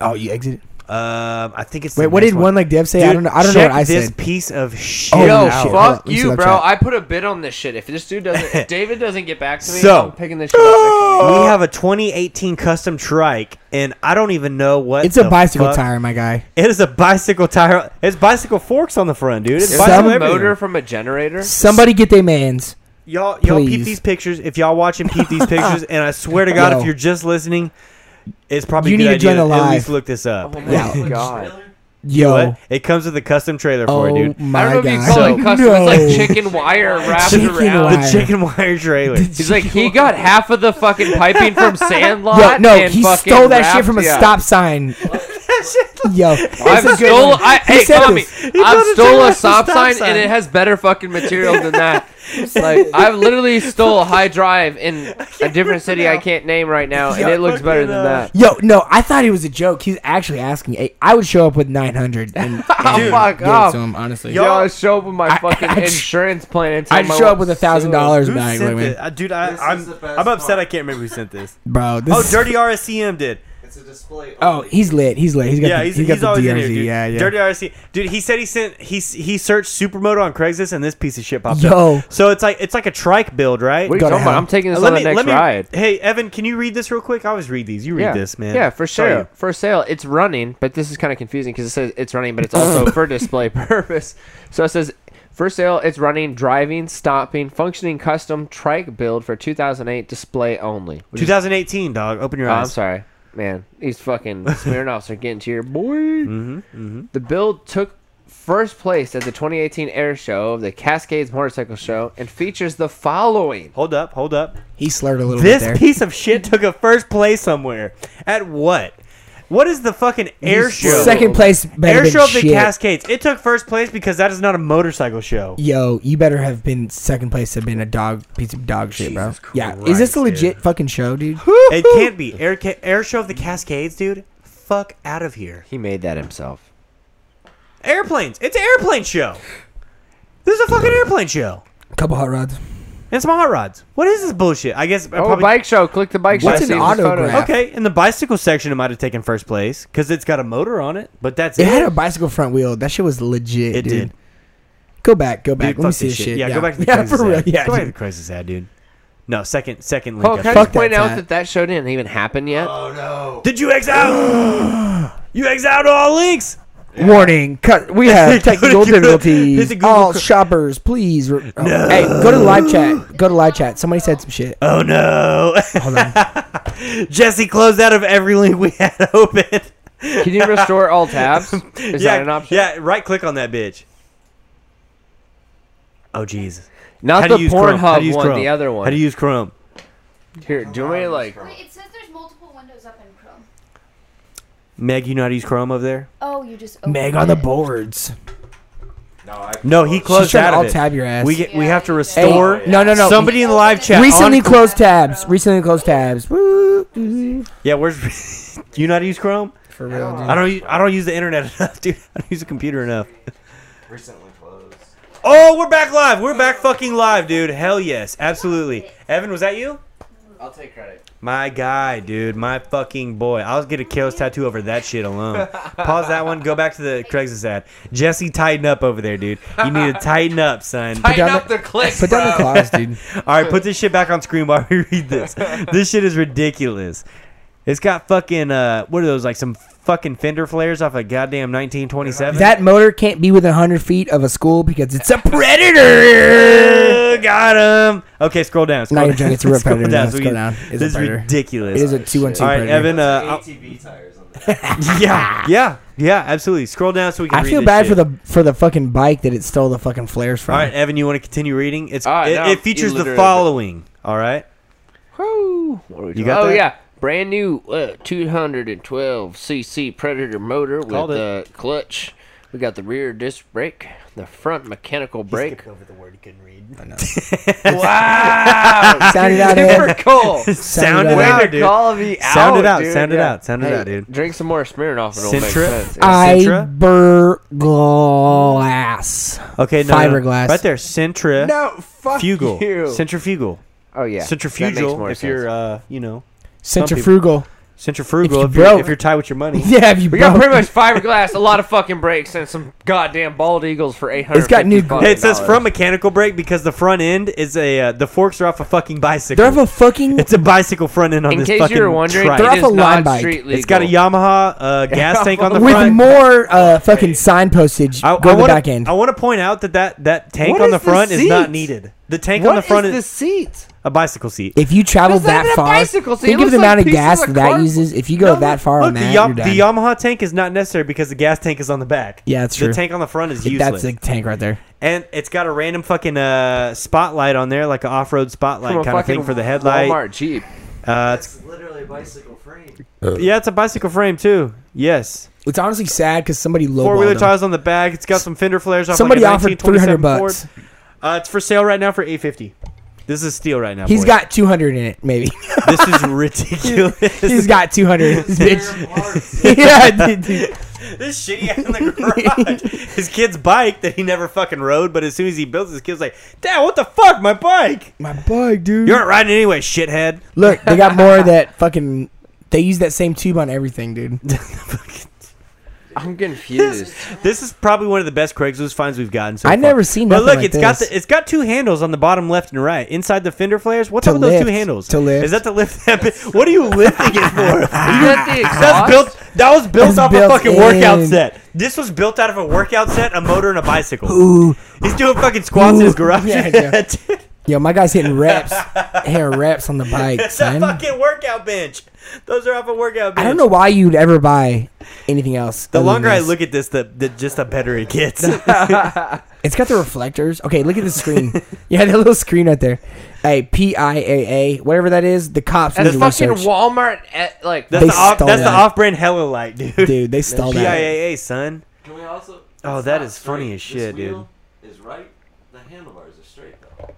[SPEAKER 1] oh, you exited.
[SPEAKER 5] Um, I think it's. the
[SPEAKER 1] Wait, what
[SPEAKER 5] next
[SPEAKER 1] did one like Dev say? I
[SPEAKER 5] Dude,
[SPEAKER 1] don't know. I don't know
[SPEAKER 5] check
[SPEAKER 1] what I
[SPEAKER 5] this
[SPEAKER 1] said.
[SPEAKER 5] piece of shit.
[SPEAKER 1] Oh,
[SPEAKER 4] Yo,
[SPEAKER 1] shit. Hold on,
[SPEAKER 4] fuck
[SPEAKER 1] let me see
[SPEAKER 4] you,
[SPEAKER 1] that
[SPEAKER 4] bro.
[SPEAKER 1] track.
[SPEAKER 4] I put a bid on this shit. If this dude doesn't, if David doesn't get back to me,
[SPEAKER 5] So-
[SPEAKER 4] I'm picking this shit up.
[SPEAKER 1] Oh.
[SPEAKER 5] We have a 2018 custom trike, and I don't even know what.
[SPEAKER 1] It's a
[SPEAKER 5] the
[SPEAKER 1] bicycle
[SPEAKER 5] fuck-
[SPEAKER 1] tire, my guy.
[SPEAKER 5] It is a bicycle tire. It's bicycle forks on the front, dude. It's
[SPEAKER 4] Is
[SPEAKER 1] Some
[SPEAKER 4] that
[SPEAKER 5] bicycle
[SPEAKER 4] a
[SPEAKER 5] everything.
[SPEAKER 4] motor from a generator? oh
[SPEAKER 1] Somebody get their man's.
[SPEAKER 5] Y'all, y'all peep
[SPEAKER 1] Please.
[SPEAKER 5] these pictures. If y'all watching, peep these pictures. And I swear to God,
[SPEAKER 1] Yo.
[SPEAKER 5] if you're just listening, it's probably
[SPEAKER 1] You
[SPEAKER 5] a good
[SPEAKER 1] need to
[SPEAKER 5] idea
[SPEAKER 1] join the
[SPEAKER 5] at
[SPEAKER 1] live.
[SPEAKER 5] least look this up.
[SPEAKER 4] Oh my
[SPEAKER 1] Yeah.
[SPEAKER 4] god!
[SPEAKER 1] Yo.
[SPEAKER 5] But it comes with a custom trailer for
[SPEAKER 1] Oh
[SPEAKER 5] it, dude.
[SPEAKER 1] my
[SPEAKER 4] I don't know if
[SPEAKER 1] god.
[SPEAKER 4] you call
[SPEAKER 5] So-
[SPEAKER 4] it custom. It's
[SPEAKER 1] No.
[SPEAKER 4] like chicken wire wrapped
[SPEAKER 1] Chicken
[SPEAKER 4] around.
[SPEAKER 1] wire.
[SPEAKER 5] The chicken wire trailer.
[SPEAKER 4] He's like, he got half of the fucking piping from Sandlot.
[SPEAKER 1] Yo, no,
[SPEAKER 4] and
[SPEAKER 1] he
[SPEAKER 4] fucking
[SPEAKER 1] stole that shit
[SPEAKER 4] wrapped-
[SPEAKER 1] from a
[SPEAKER 4] yeah.
[SPEAKER 1] stop sign. Yo,
[SPEAKER 4] I've
[SPEAKER 1] it's a good
[SPEAKER 4] stole,
[SPEAKER 1] one.
[SPEAKER 4] I,
[SPEAKER 1] He
[SPEAKER 4] hey,
[SPEAKER 1] said
[SPEAKER 4] Tommy,
[SPEAKER 1] this.
[SPEAKER 5] built
[SPEAKER 4] I've
[SPEAKER 5] a
[SPEAKER 4] stole
[SPEAKER 5] trailer
[SPEAKER 4] a
[SPEAKER 5] with
[SPEAKER 4] stop
[SPEAKER 5] stop
[SPEAKER 4] sign,
[SPEAKER 5] sign.
[SPEAKER 4] and it has better fucking material than that. like I've literally stole a high drive in a different city I can't name right now, and
[SPEAKER 5] Yeah,
[SPEAKER 4] it looks better
[SPEAKER 5] fucking,
[SPEAKER 4] than
[SPEAKER 5] uh,
[SPEAKER 4] that.
[SPEAKER 1] Yo, no, I thought he was a joke. He was actually asking. Hey, I would show up with 900 and,
[SPEAKER 5] Oh
[SPEAKER 1] and
[SPEAKER 4] Dude. Fuck
[SPEAKER 1] give
[SPEAKER 4] off.
[SPEAKER 1] it to him, honestly.
[SPEAKER 4] Yo, I show up with my
[SPEAKER 1] I-
[SPEAKER 4] fucking
[SPEAKER 1] I'd-
[SPEAKER 4] insurance plan and tell
[SPEAKER 1] I'd
[SPEAKER 4] my
[SPEAKER 1] show up
[SPEAKER 4] wife-
[SPEAKER 1] with a thousand dollars
[SPEAKER 5] Who
[SPEAKER 1] and I
[SPEAKER 5] sent
[SPEAKER 1] like,
[SPEAKER 5] it? Uh, dude, I,
[SPEAKER 2] This
[SPEAKER 5] I'm,
[SPEAKER 2] is the best
[SPEAKER 5] I'm upset
[SPEAKER 2] part.
[SPEAKER 5] I can't remember who sent this.
[SPEAKER 1] bro. This
[SPEAKER 5] Oh,
[SPEAKER 1] is-
[SPEAKER 5] Dirty RSCM did.
[SPEAKER 2] It's a display.
[SPEAKER 1] Oh,
[SPEAKER 2] only.
[SPEAKER 1] he's lit. He's lit. He's got.
[SPEAKER 5] yeah,
[SPEAKER 1] the,
[SPEAKER 5] he's,
[SPEAKER 1] he's got
[SPEAKER 5] he's
[SPEAKER 1] the
[SPEAKER 5] always in
[SPEAKER 1] DRZ.
[SPEAKER 5] here, dude.
[SPEAKER 1] yeah, yeah.
[SPEAKER 5] Dirty RC. Dude, he said he sent he s- he searched supermoto on Craigslist and this piece of shit popped
[SPEAKER 1] Yo.
[SPEAKER 5] up. So it's like it's like a trike build, right?
[SPEAKER 4] What are you
[SPEAKER 1] Go to
[SPEAKER 4] talking about?
[SPEAKER 1] hell.
[SPEAKER 4] I'm taking
[SPEAKER 5] Uh,
[SPEAKER 4] this
[SPEAKER 5] let
[SPEAKER 4] on the
[SPEAKER 5] me-
[SPEAKER 4] next
[SPEAKER 5] let me-
[SPEAKER 4] ride.
[SPEAKER 5] Hey, Evan, can you read this real quick? I always read these. You read
[SPEAKER 4] yeah.
[SPEAKER 5] this, man.
[SPEAKER 4] Yeah, for
[SPEAKER 5] Sorry.
[SPEAKER 4] sale. For sale. It's running, but this is kind of confusing because it says it's running, but it's also for display purpose. So it says for sale, it's running, driving, stopping, functioning custom trike build for 2008 display only. Which is-
[SPEAKER 5] 2018, dog. Open your
[SPEAKER 4] oh, I'm
[SPEAKER 5] eyes.
[SPEAKER 4] sorry. Man, these fucking Smirnoffs are getting to your boy.
[SPEAKER 5] Mm-hmm,
[SPEAKER 4] The build took first place at the 2018 air show of the Cascades Motorcycle Show and features the following.
[SPEAKER 5] Hold up, hold up.
[SPEAKER 1] He slurred a little
[SPEAKER 5] This
[SPEAKER 1] bit there.
[SPEAKER 5] piece of shit took a first place somewhere. At what? What is the fucking air show?
[SPEAKER 1] Second place better
[SPEAKER 5] air
[SPEAKER 1] than
[SPEAKER 5] show of the
[SPEAKER 1] shit.
[SPEAKER 5] Cascades. It took first place because that is not a motorcycle show.
[SPEAKER 1] Yo, you better have been second place. Have been a dog piece of dog shit, bro.
[SPEAKER 5] Jesus
[SPEAKER 1] Yeah, is this
[SPEAKER 5] Christ,
[SPEAKER 1] a legit
[SPEAKER 5] dude.
[SPEAKER 1] fucking show, dude?
[SPEAKER 5] It can't be air ca- air show of the Cascades, dude. Fuck out of here.
[SPEAKER 4] He made that himself.
[SPEAKER 5] Airplanes. It's an airplane show. This is a fucking airplane show.
[SPEAKER 1] Couple hot rods.
[SPEAKER 5] And some hot rods. What is this bullshit? I guess. I
[SPEAKER 4] Oh,
[SPEAKER 5] probably-
[SPEAKER 4] bike show. Click the bike
[SPEAKER 1] What's
[SPEAKER 4] show.
[SPEAKER 1] an
[SPEAKER 4] See this photo.
[SPEAKER 1] autograph?
[SPEAKER 5] Okay, in the bicycle section, it might have taken first place because it's got a motor on it. But that's
[SPEAKER 1] It
[SPEAKER 5] it.
[SPEAKER 1] had a bicycle front wheel. That shit was legit.
[SPEAKER 5] It
[SPEAKER 1] dude.
[SPEAKER 5] did.
[SPEAKER 1] Go back. Go back. Let
[SPEAKER 5] Dude,
[SPEAKER 1] me
[SPEAKER 5] fuck
[SPEAKER 1] see
[SPEAKER 5] this
[SPEAKER 1] this shit.
[SPEAKER 5] shit. Yeah, go back to the
[SPEAKER 1] yeah,
[SPEAKER 5] crisis
[SPEAKER 1] for real.
[SPEAKER 5] ad.
[SPEAKER 1] Yeah,
[SPEAKER 5] go back to
[SPEAKER 1] dude.
[SPEAKER 5] the crisis ad, dude. No, second, second link.
[SPEAKER 4] Oh,
[SPEAKER 5] up
[SPEAKER 4] can I
[SPEAKER 5] there.
[SPEAKER 1] Fuck
[SPEAKER 4] just point
[SPEAKER 1] that
[SPEAKER 4] out
[SPEAKER 1] tat.
[SPEAKER 4] that that show didn't even happen yet?
[SPEAKER 2] Oh no.
[SPEAKER 5] Did you X out? you X out all links.
[SPEAKER 1] Warning. Cut. We have technical
[SPEAKER 5] Go to- go to-
[SPEAKER 1] difficulties.
[SPEAKER 5] hit the Google
[SPEAKER 1] All
[SPEAKER 5] cr-
[SPEAKER 1] shoppers, please. re- oh. Hey, go to live chat. Go to live chat. Somebody said some shit.
[SPEAKER 5] Oh no!
[SPEAKER 1] Hold on.
[SPEAKER 5] Jesse closed out of every link we had open.
[SPEAKER 4] Can you restore all tabs? Is
[SPEAKER 5] yeah,
[SPEAKER 4] that an option?
[SPEAKER 5] Yeah, right click on that bitch. Oh Jesus!
[SPEAKER 4] Not
[SPEAKER 5] How do
[SPEAKER 4] the
[SPEAKER 5] you use Chrome? How do
[SPEAKER 4] Pornhub
[SPEAKER 5] you use
[SPEAKER 4] one,
[SPEAKER 5] Chrome?
[SPEAKER 4] the other one.
[SPEAKER 5] How do you use Chrome?
[SPEAKER 4] Here, do you want me to like?
[SPEAKER 3] Wait, it says there's multiple windows up in Chrome.
[SPEAKER 5] Meg, you know how to use Chrome over there?
[SPEAKER 3] Oh, you just opened
[SPEAKER 1] Meg on the
[SPEAKER 3] it.
[SPEAKER 1] boards.
[SPEAKER 2] No, I
[SPEAKER 5] No, he
[SPEAKER 1] She's
[SPEAKER 5] closed
[SPEAKER 1] trying
[SPEAKER 5] out
[SPEAKER 1] to
[SPEAKER 5] of
[SPEAKER 1] all
[SPEAKER 5] it.
[SPEAKER 1] tab your ass.
[SPEAKER 5] we get, we
[SPEAKER 3] Yeah,
[SPEAKER 5] have to
[SPEAKER 3] you did.
[SPEAKER 1] Hey,
[SPEAKER 5] restore.
[SPEAKER 1] no, no, no.
[SPEAKER 5] Somebody in the live chat.
[SPEAKER 1] Recently
[SPEAKER 5] on-
[SPEAKER 1] closed tabs. Recently closed tabs. Woo. Do
[SPEAKER 5] yeah, where's? do you know how to use Chrome?
[SPEAKER 1] For real, dude.
[SPEAKER 5] I don't. u- I don't use the internet enough, dude. I don't use the computer enough.
[SPEAKER 2] recently closed.
[SPEAKER 5] Oh, we're back live. We're back fucking live, dude. Hell yes, absolutely. Evan, was that you?
[SPEAKER 4] I'll take credit.
[SPEAKER 5] My guy, dude. My fucking boy. I was gonna kill his tattoo over that shit alone. Pause that one. Go back to the Craigslist ad. Jesse, tighten up over there, dude. You need to tighten up, son.
[SPEAKER 4] Tighten
[SPEAKER 1] down
[SPEAKER 4] up the clicks,
[SPEAKER 1] Put down the
[SPEAKER 4] bro.
[SPEAKER 1] claws, dude.
[SPEAKER 5] All right, put this shit back on screen while we read this. This shit is ridiculous. It's got fucking uh, what are those like some fucking fender flares off a goddamn 1927?
[SPEAKER 1] That motor can't be within 100 feet of a school because it's a predator.
[SPEAKER 5] Uh, got him. Okay, scroll down. Scroll
[SPEAKER 1] Not even joking, it's a real
[SPEAKER 5] Scroll
[SPEAKER 1] predator,
[SPEAKER 5] down
[SPEAKER 1] no,
[SPEAKER 5] so we
[SPEAKER 1] scroll
[SPEAKER 5] can-
[SPEAKER 1] down. It's a
[SPEAKER 5] This is
[SPEAKER 1] predator.
[SPEAKER 5] ridiculous.
[SPEAKER 1] It is a two-on-two
[SPEAKER 5] All right,
[SPEAKER 1] predator.
[SPEAKER 5] Evan. Uh, I'll-
[SPEAKER 2] ATV tires on
[SPEAKER 5] yeah, yeah, yeah. Absolutely. Scroll down so we can.
[SPEAKER 1] I
[SPEAKER 5] read
[SPEAKER 1] feel
[SPEAKER 5] this
[SPEAKER 1] bad for
[SPEAKER 5] shit.
[SPEAKER 1] the for the fucking bike that it stole the fucking flares from.
[SPEAKER 5] All right, Evan, you want to continue reading? It's
[SPEAKER 4] Ah,
[SPEAKER 5] it,
[SPEAKER 4] no,
[SPEAKER 5] it
[SPEAKER 4] you
[SPEAKER 5] features the
[SPEAKER 4] literally-
[SPEAKER 5] following. All right. You got
[SPEAKER 4] oh
[SPEAKER 5] that?
[SPEAKER 4] yeah, brand new uh, 212 cc Predator motor
[SPEAKER 5] Called
[SPEAKER 4] with
[SPEAKER 5] it.
[SPEAKER 4] the clutch. We got the rear disc brake, the front mechanical brake.
[SPEAKER 5] over the word he couldn't read.
[SPEAKER 4] Wow,
[SPEAKER 1] Sound it out,
[SPEAKER 4] super
[SPEAKER 1] Ed.
[SPEAKER 4] cool.
[SPEAKER 5] Sound it
[SPEAKER 1] Way
[SPEAKER 5] out,
[SPEAKER 1] to
[SPEAKER 5] dude.
[SPEAKER 4] Call me out,
[SPEAKER 5] Sound it out.
[SPEAKER 4] dude,
[SPEAKER 5] Sound it
[SPEAKER 4] yeah.
[SPEAKER 5] out. Sound it
[SPEAKER 4] Hey,
[SPEAKER 5] out, dude. Ah,
[SPEAKER 4] Drink some more Smirnoff and it'll make
[SPEAKER 5] Cintra?
[SPEAKER 4] sense. yeah.
[SPEAKER 5] Cintra?
[SPEAKER 1] Fiberglass.
[SPEAKER 5] Okay, no, no, no.
[SPEAKER 1] Fiberglass.
[SPEAKER 5] Right there, centrifugal.
[SPEAKER 4] No, fuck you.
[SPEAKER 5] Centrifugal.
[SPEAKER 4] oh yeah, that makes
[SPEAKER 5] Centrifugal.
[SPEAKER 4] more
[SPEAKER 5] If
[SPEAKER 4] sense.
[SPEAKER 5] you're, uh, you know,
[SPEAKER 1] Centrifugal.
[SPEAKER 5] centrifugal.
[SPEAKER 1] If
[SPEAKER 5] If,
[SPEAKER 1] you
[SPEAKER 5] you're,
[SPEAKER 1] broke.
[SPEAKER 5] if you're tied with your money.
[SPEAKER 1] Yeah, if you
[SPEAKER 4] we got
[SPEAKER 1] broke-
[SPEAKER 4] pretty much fiberglass, a lot of fucking brakes, and some goddamn bald eagles for eight hundred.
[SPEAKER 1] It's got new-
[SPEAKER 5] Hey, it says from mechanical brake because the front end is a uh, the forks are off a fucking bicycle.
[SPEAKER 1] They're off a fucking.
[SPEAKER 5] it's a bicycle front end on
[SPEAKER 4] In
[SPEAKER 5] this
[SPEAKER 4] case
[SPEAKER 5] fucking
[SPEAKER 4] you were wondering,
[SPEAKER 5] trike.
[SPEAKER 1] They're
[SPEAKER 4] it
[SPEAKER 1] off
[SPEAKER 4] is
[SPEAKER 1] a line
[SPEAKER 4] not
[SPEAKER 1] bike.
[SPEAKER 4] street legal.
[SPEAKER 5] It's got a Yamaha uh, gas tank on the
[SPEAKER 1] with
[SPEAKER 5] front.
[SPEAKER 1] more uh, fucking sign postage
[SPEAKER 5] I,
[SPEAKER 1] go
[SPEAKER 5] I
[SPEAKER 1] to the
[SPEAKER 5] wanna,
[SPEAKER 1] back end.
[SPEAKER 5] I want to point out that that, that tank
[SPEAKER 4] What
[SPEAKER 5] on the
[SPEAKER 4] is the
[SPEAKER 5] front is not
[SPEAKER 4] seat?
[SPEAKER 5] needed. The tank
[SPEAKER 4] What
[SPEAKER 5] on the front is,
[SPEAKER 4] the seat?
[SPEAKER 5] a bicycle seat.
[SPEAKER 1] if you travel
[SPEAKER 4] It's not
[SPEAKER 1] that
[SPEAKER 4] even a
[SPEAKER 1] far,
[SPEAKER 4] bicycle, so it
[SPEAKER 1] think of
[SPEAKER 4] looks
[SPEAKER 1] the
[SPEAKER 4] like
[SPEAKER 1] amount of
[SPEAKER 4] pieces
[SPEAKER 1] gas
[SPEAKER 4] of
[SPEAKER 1] that that
[SPEAKER 4] cardboard.
[SPEAKER 1] uses. If you go that far
[SPEAKER 5] Look,
[SPEAKER 1] on that,
[SPEAKER 5] the, Yam-
[SPEAKER 1] you're done.
[SPEAKER 5] the Yamaha tank is not necessary because the gas tank is on the back.
[SPEAKER 1] Yeah, that's
[SPEAKER 5] The
[SPEAKER 1] true.
[SPEAKER 5] tank on the front is
[SPEAKER 1] that's
[SPEAKER 5] useless.
[SPEAKER 1] the tank right there.
[SPEAKER 5] and it's got a random fucking uh, spotlight on there, like an off-road spotlight
[SPEAKER 4] From a
[SPEAKER 5] kind of thing
[SPEAKER 4] fucking
[SPEAKER 5] for the headlight.
[SPEAKER 4] Walmart Jeep.
[SPEAKER 5] Uh, it's,
[SPEAKER 10] It's literally a bicycle frame.
[SPEAKER 5] yeah, it's a bicycle frame too. Yes,
[SPEAKER 1] It's honestly sad because somebody low
[SPEAKER 5] four-wheeler tires on the back. It's got some fender flares. Off
[SPEAKER 1] Somebody
[SPEAKER 5] like a
[SPEAKER 1] offered three hundred
[SPEAKER 5] 1927
[SPEAKER 1] bucks.
[SPEAKER 5] Ford. Uh, it's for sale right now for eight fifty. This is steel right now.
[SPEAKER 1] He's
[SPEAKER 5] boys.
[SPEAKER 1] got two hundred in it, maybe.
[SPEAKER 5] this is ridiculous.
[SPEAKER 1] He's got two hundred. in this bitch.
[SPEAKER 10] They're parts.
[SPEAKER 1] yeah, dude, dude.
[SPEAKER 5] this shit he had in the garage. his kid's bike that he never fucking rode, but as soon as he builds his kid's like, Dad, what the fuck? My bike.
[SPEAKER 1] my bug, dude.
[SPEAKER 5] You aren't riding anyway, shithead.
[SPEAKER 1] Look, they got more of that fucking. They use that same tube on everything, dude.
[SPEAKER 4] I'm confused.
[SPEAKER 5] This is probably one of the best Craigslist finds we've gotten so
[SPEAKER 1] I
[SPEAKER 5] far.
[SPEAKER 1] never seen
[SPEAKER 5] But
[SPEAKER 1] nothing
[SPEAKER 5] look,
[SPEAKER 1] like
[SPEAKER 5] it's got
[SPEAKER 1] this.
[SPEAKER 5] the, it's got two handles on the bottom left and right. Inside the fender flares, what's
[SPEAKER 1] To
[SPEAKER 5] up with those two
[SPEAKER 1] lift.
[SPEAKER 5] handles?
[SPEAKER 1] To lift.
[SPEAKER 5] Is that to lift that bit? What are you lifting it for?
[SPEAKER 4] Is that the exhaust?
[SPEAKER 5] That's built. That was built
[SPEAKER 1] That's
[SPEAKER 5] off
[SPEAKER 1] built
[SPEAKER 5] a fucking workout
[SPEAKER 1] in.
[SPEAKER 5] set. This was built out of a workout set, a motor, and a bicycle. He's doing fucking squats in his
[SPEAKER 1] Ooh.
[SPEAKER 5] garage.
[SPEAKER 1] Yeah, yeah. Yo, my guy's hitting reps, hair reps on the bike,
[SPEAKER 5] It's a
[SPEAKER 1] son. I
[SPEAKER 5] fucking workout bench. Those are off a workout bench.
[SPEAKER 1] don't know why you'd ever buy anything else.
[SPEAKER 5] The
[SPEAKER 1] other than
[SPEAKER 5] longer I
[SPEAKER 1] this.
[SPEAKER 5] look at this, the, the just the better it gets.
[SPEAKER 1] It's got the reflectors. Okay, look at the screen. yeah, that little screen right there. Hey, P I A A, whatever that is. The cops need
[SPEAKER 4] That's
[SPEAKER 1] to
[SPEAKER 4] fucking
[SPEAKER 1] research.
[SPEAKER 4] Walmart. At, like
[SPEAKER 5] That's
[SPEAKER 1] They
[SPEAKER 5] the off,
[SPEAKER 1] stole
[SPEAKER 5] that's the
[SPEAKER 1] that.
[SPEAKER 5] off-brand hella light, dude.
[SPEAKER 1] Dude, they stole that.
[SPEAKER 5] PIAA, son.
[SPEAKER 10] Can we also?
[SPEAKER 5] Oh,
[SPEAKER 10] it's
[SPEAKER 5] that
[SPEAKER 10] not
[SPEAKER 5] is funny
[SPEAKER 10] straight. This
[SPEAKER 5] as shit, dude.
[SPEAKER 10] wheel Is right. The handlebars are straight though.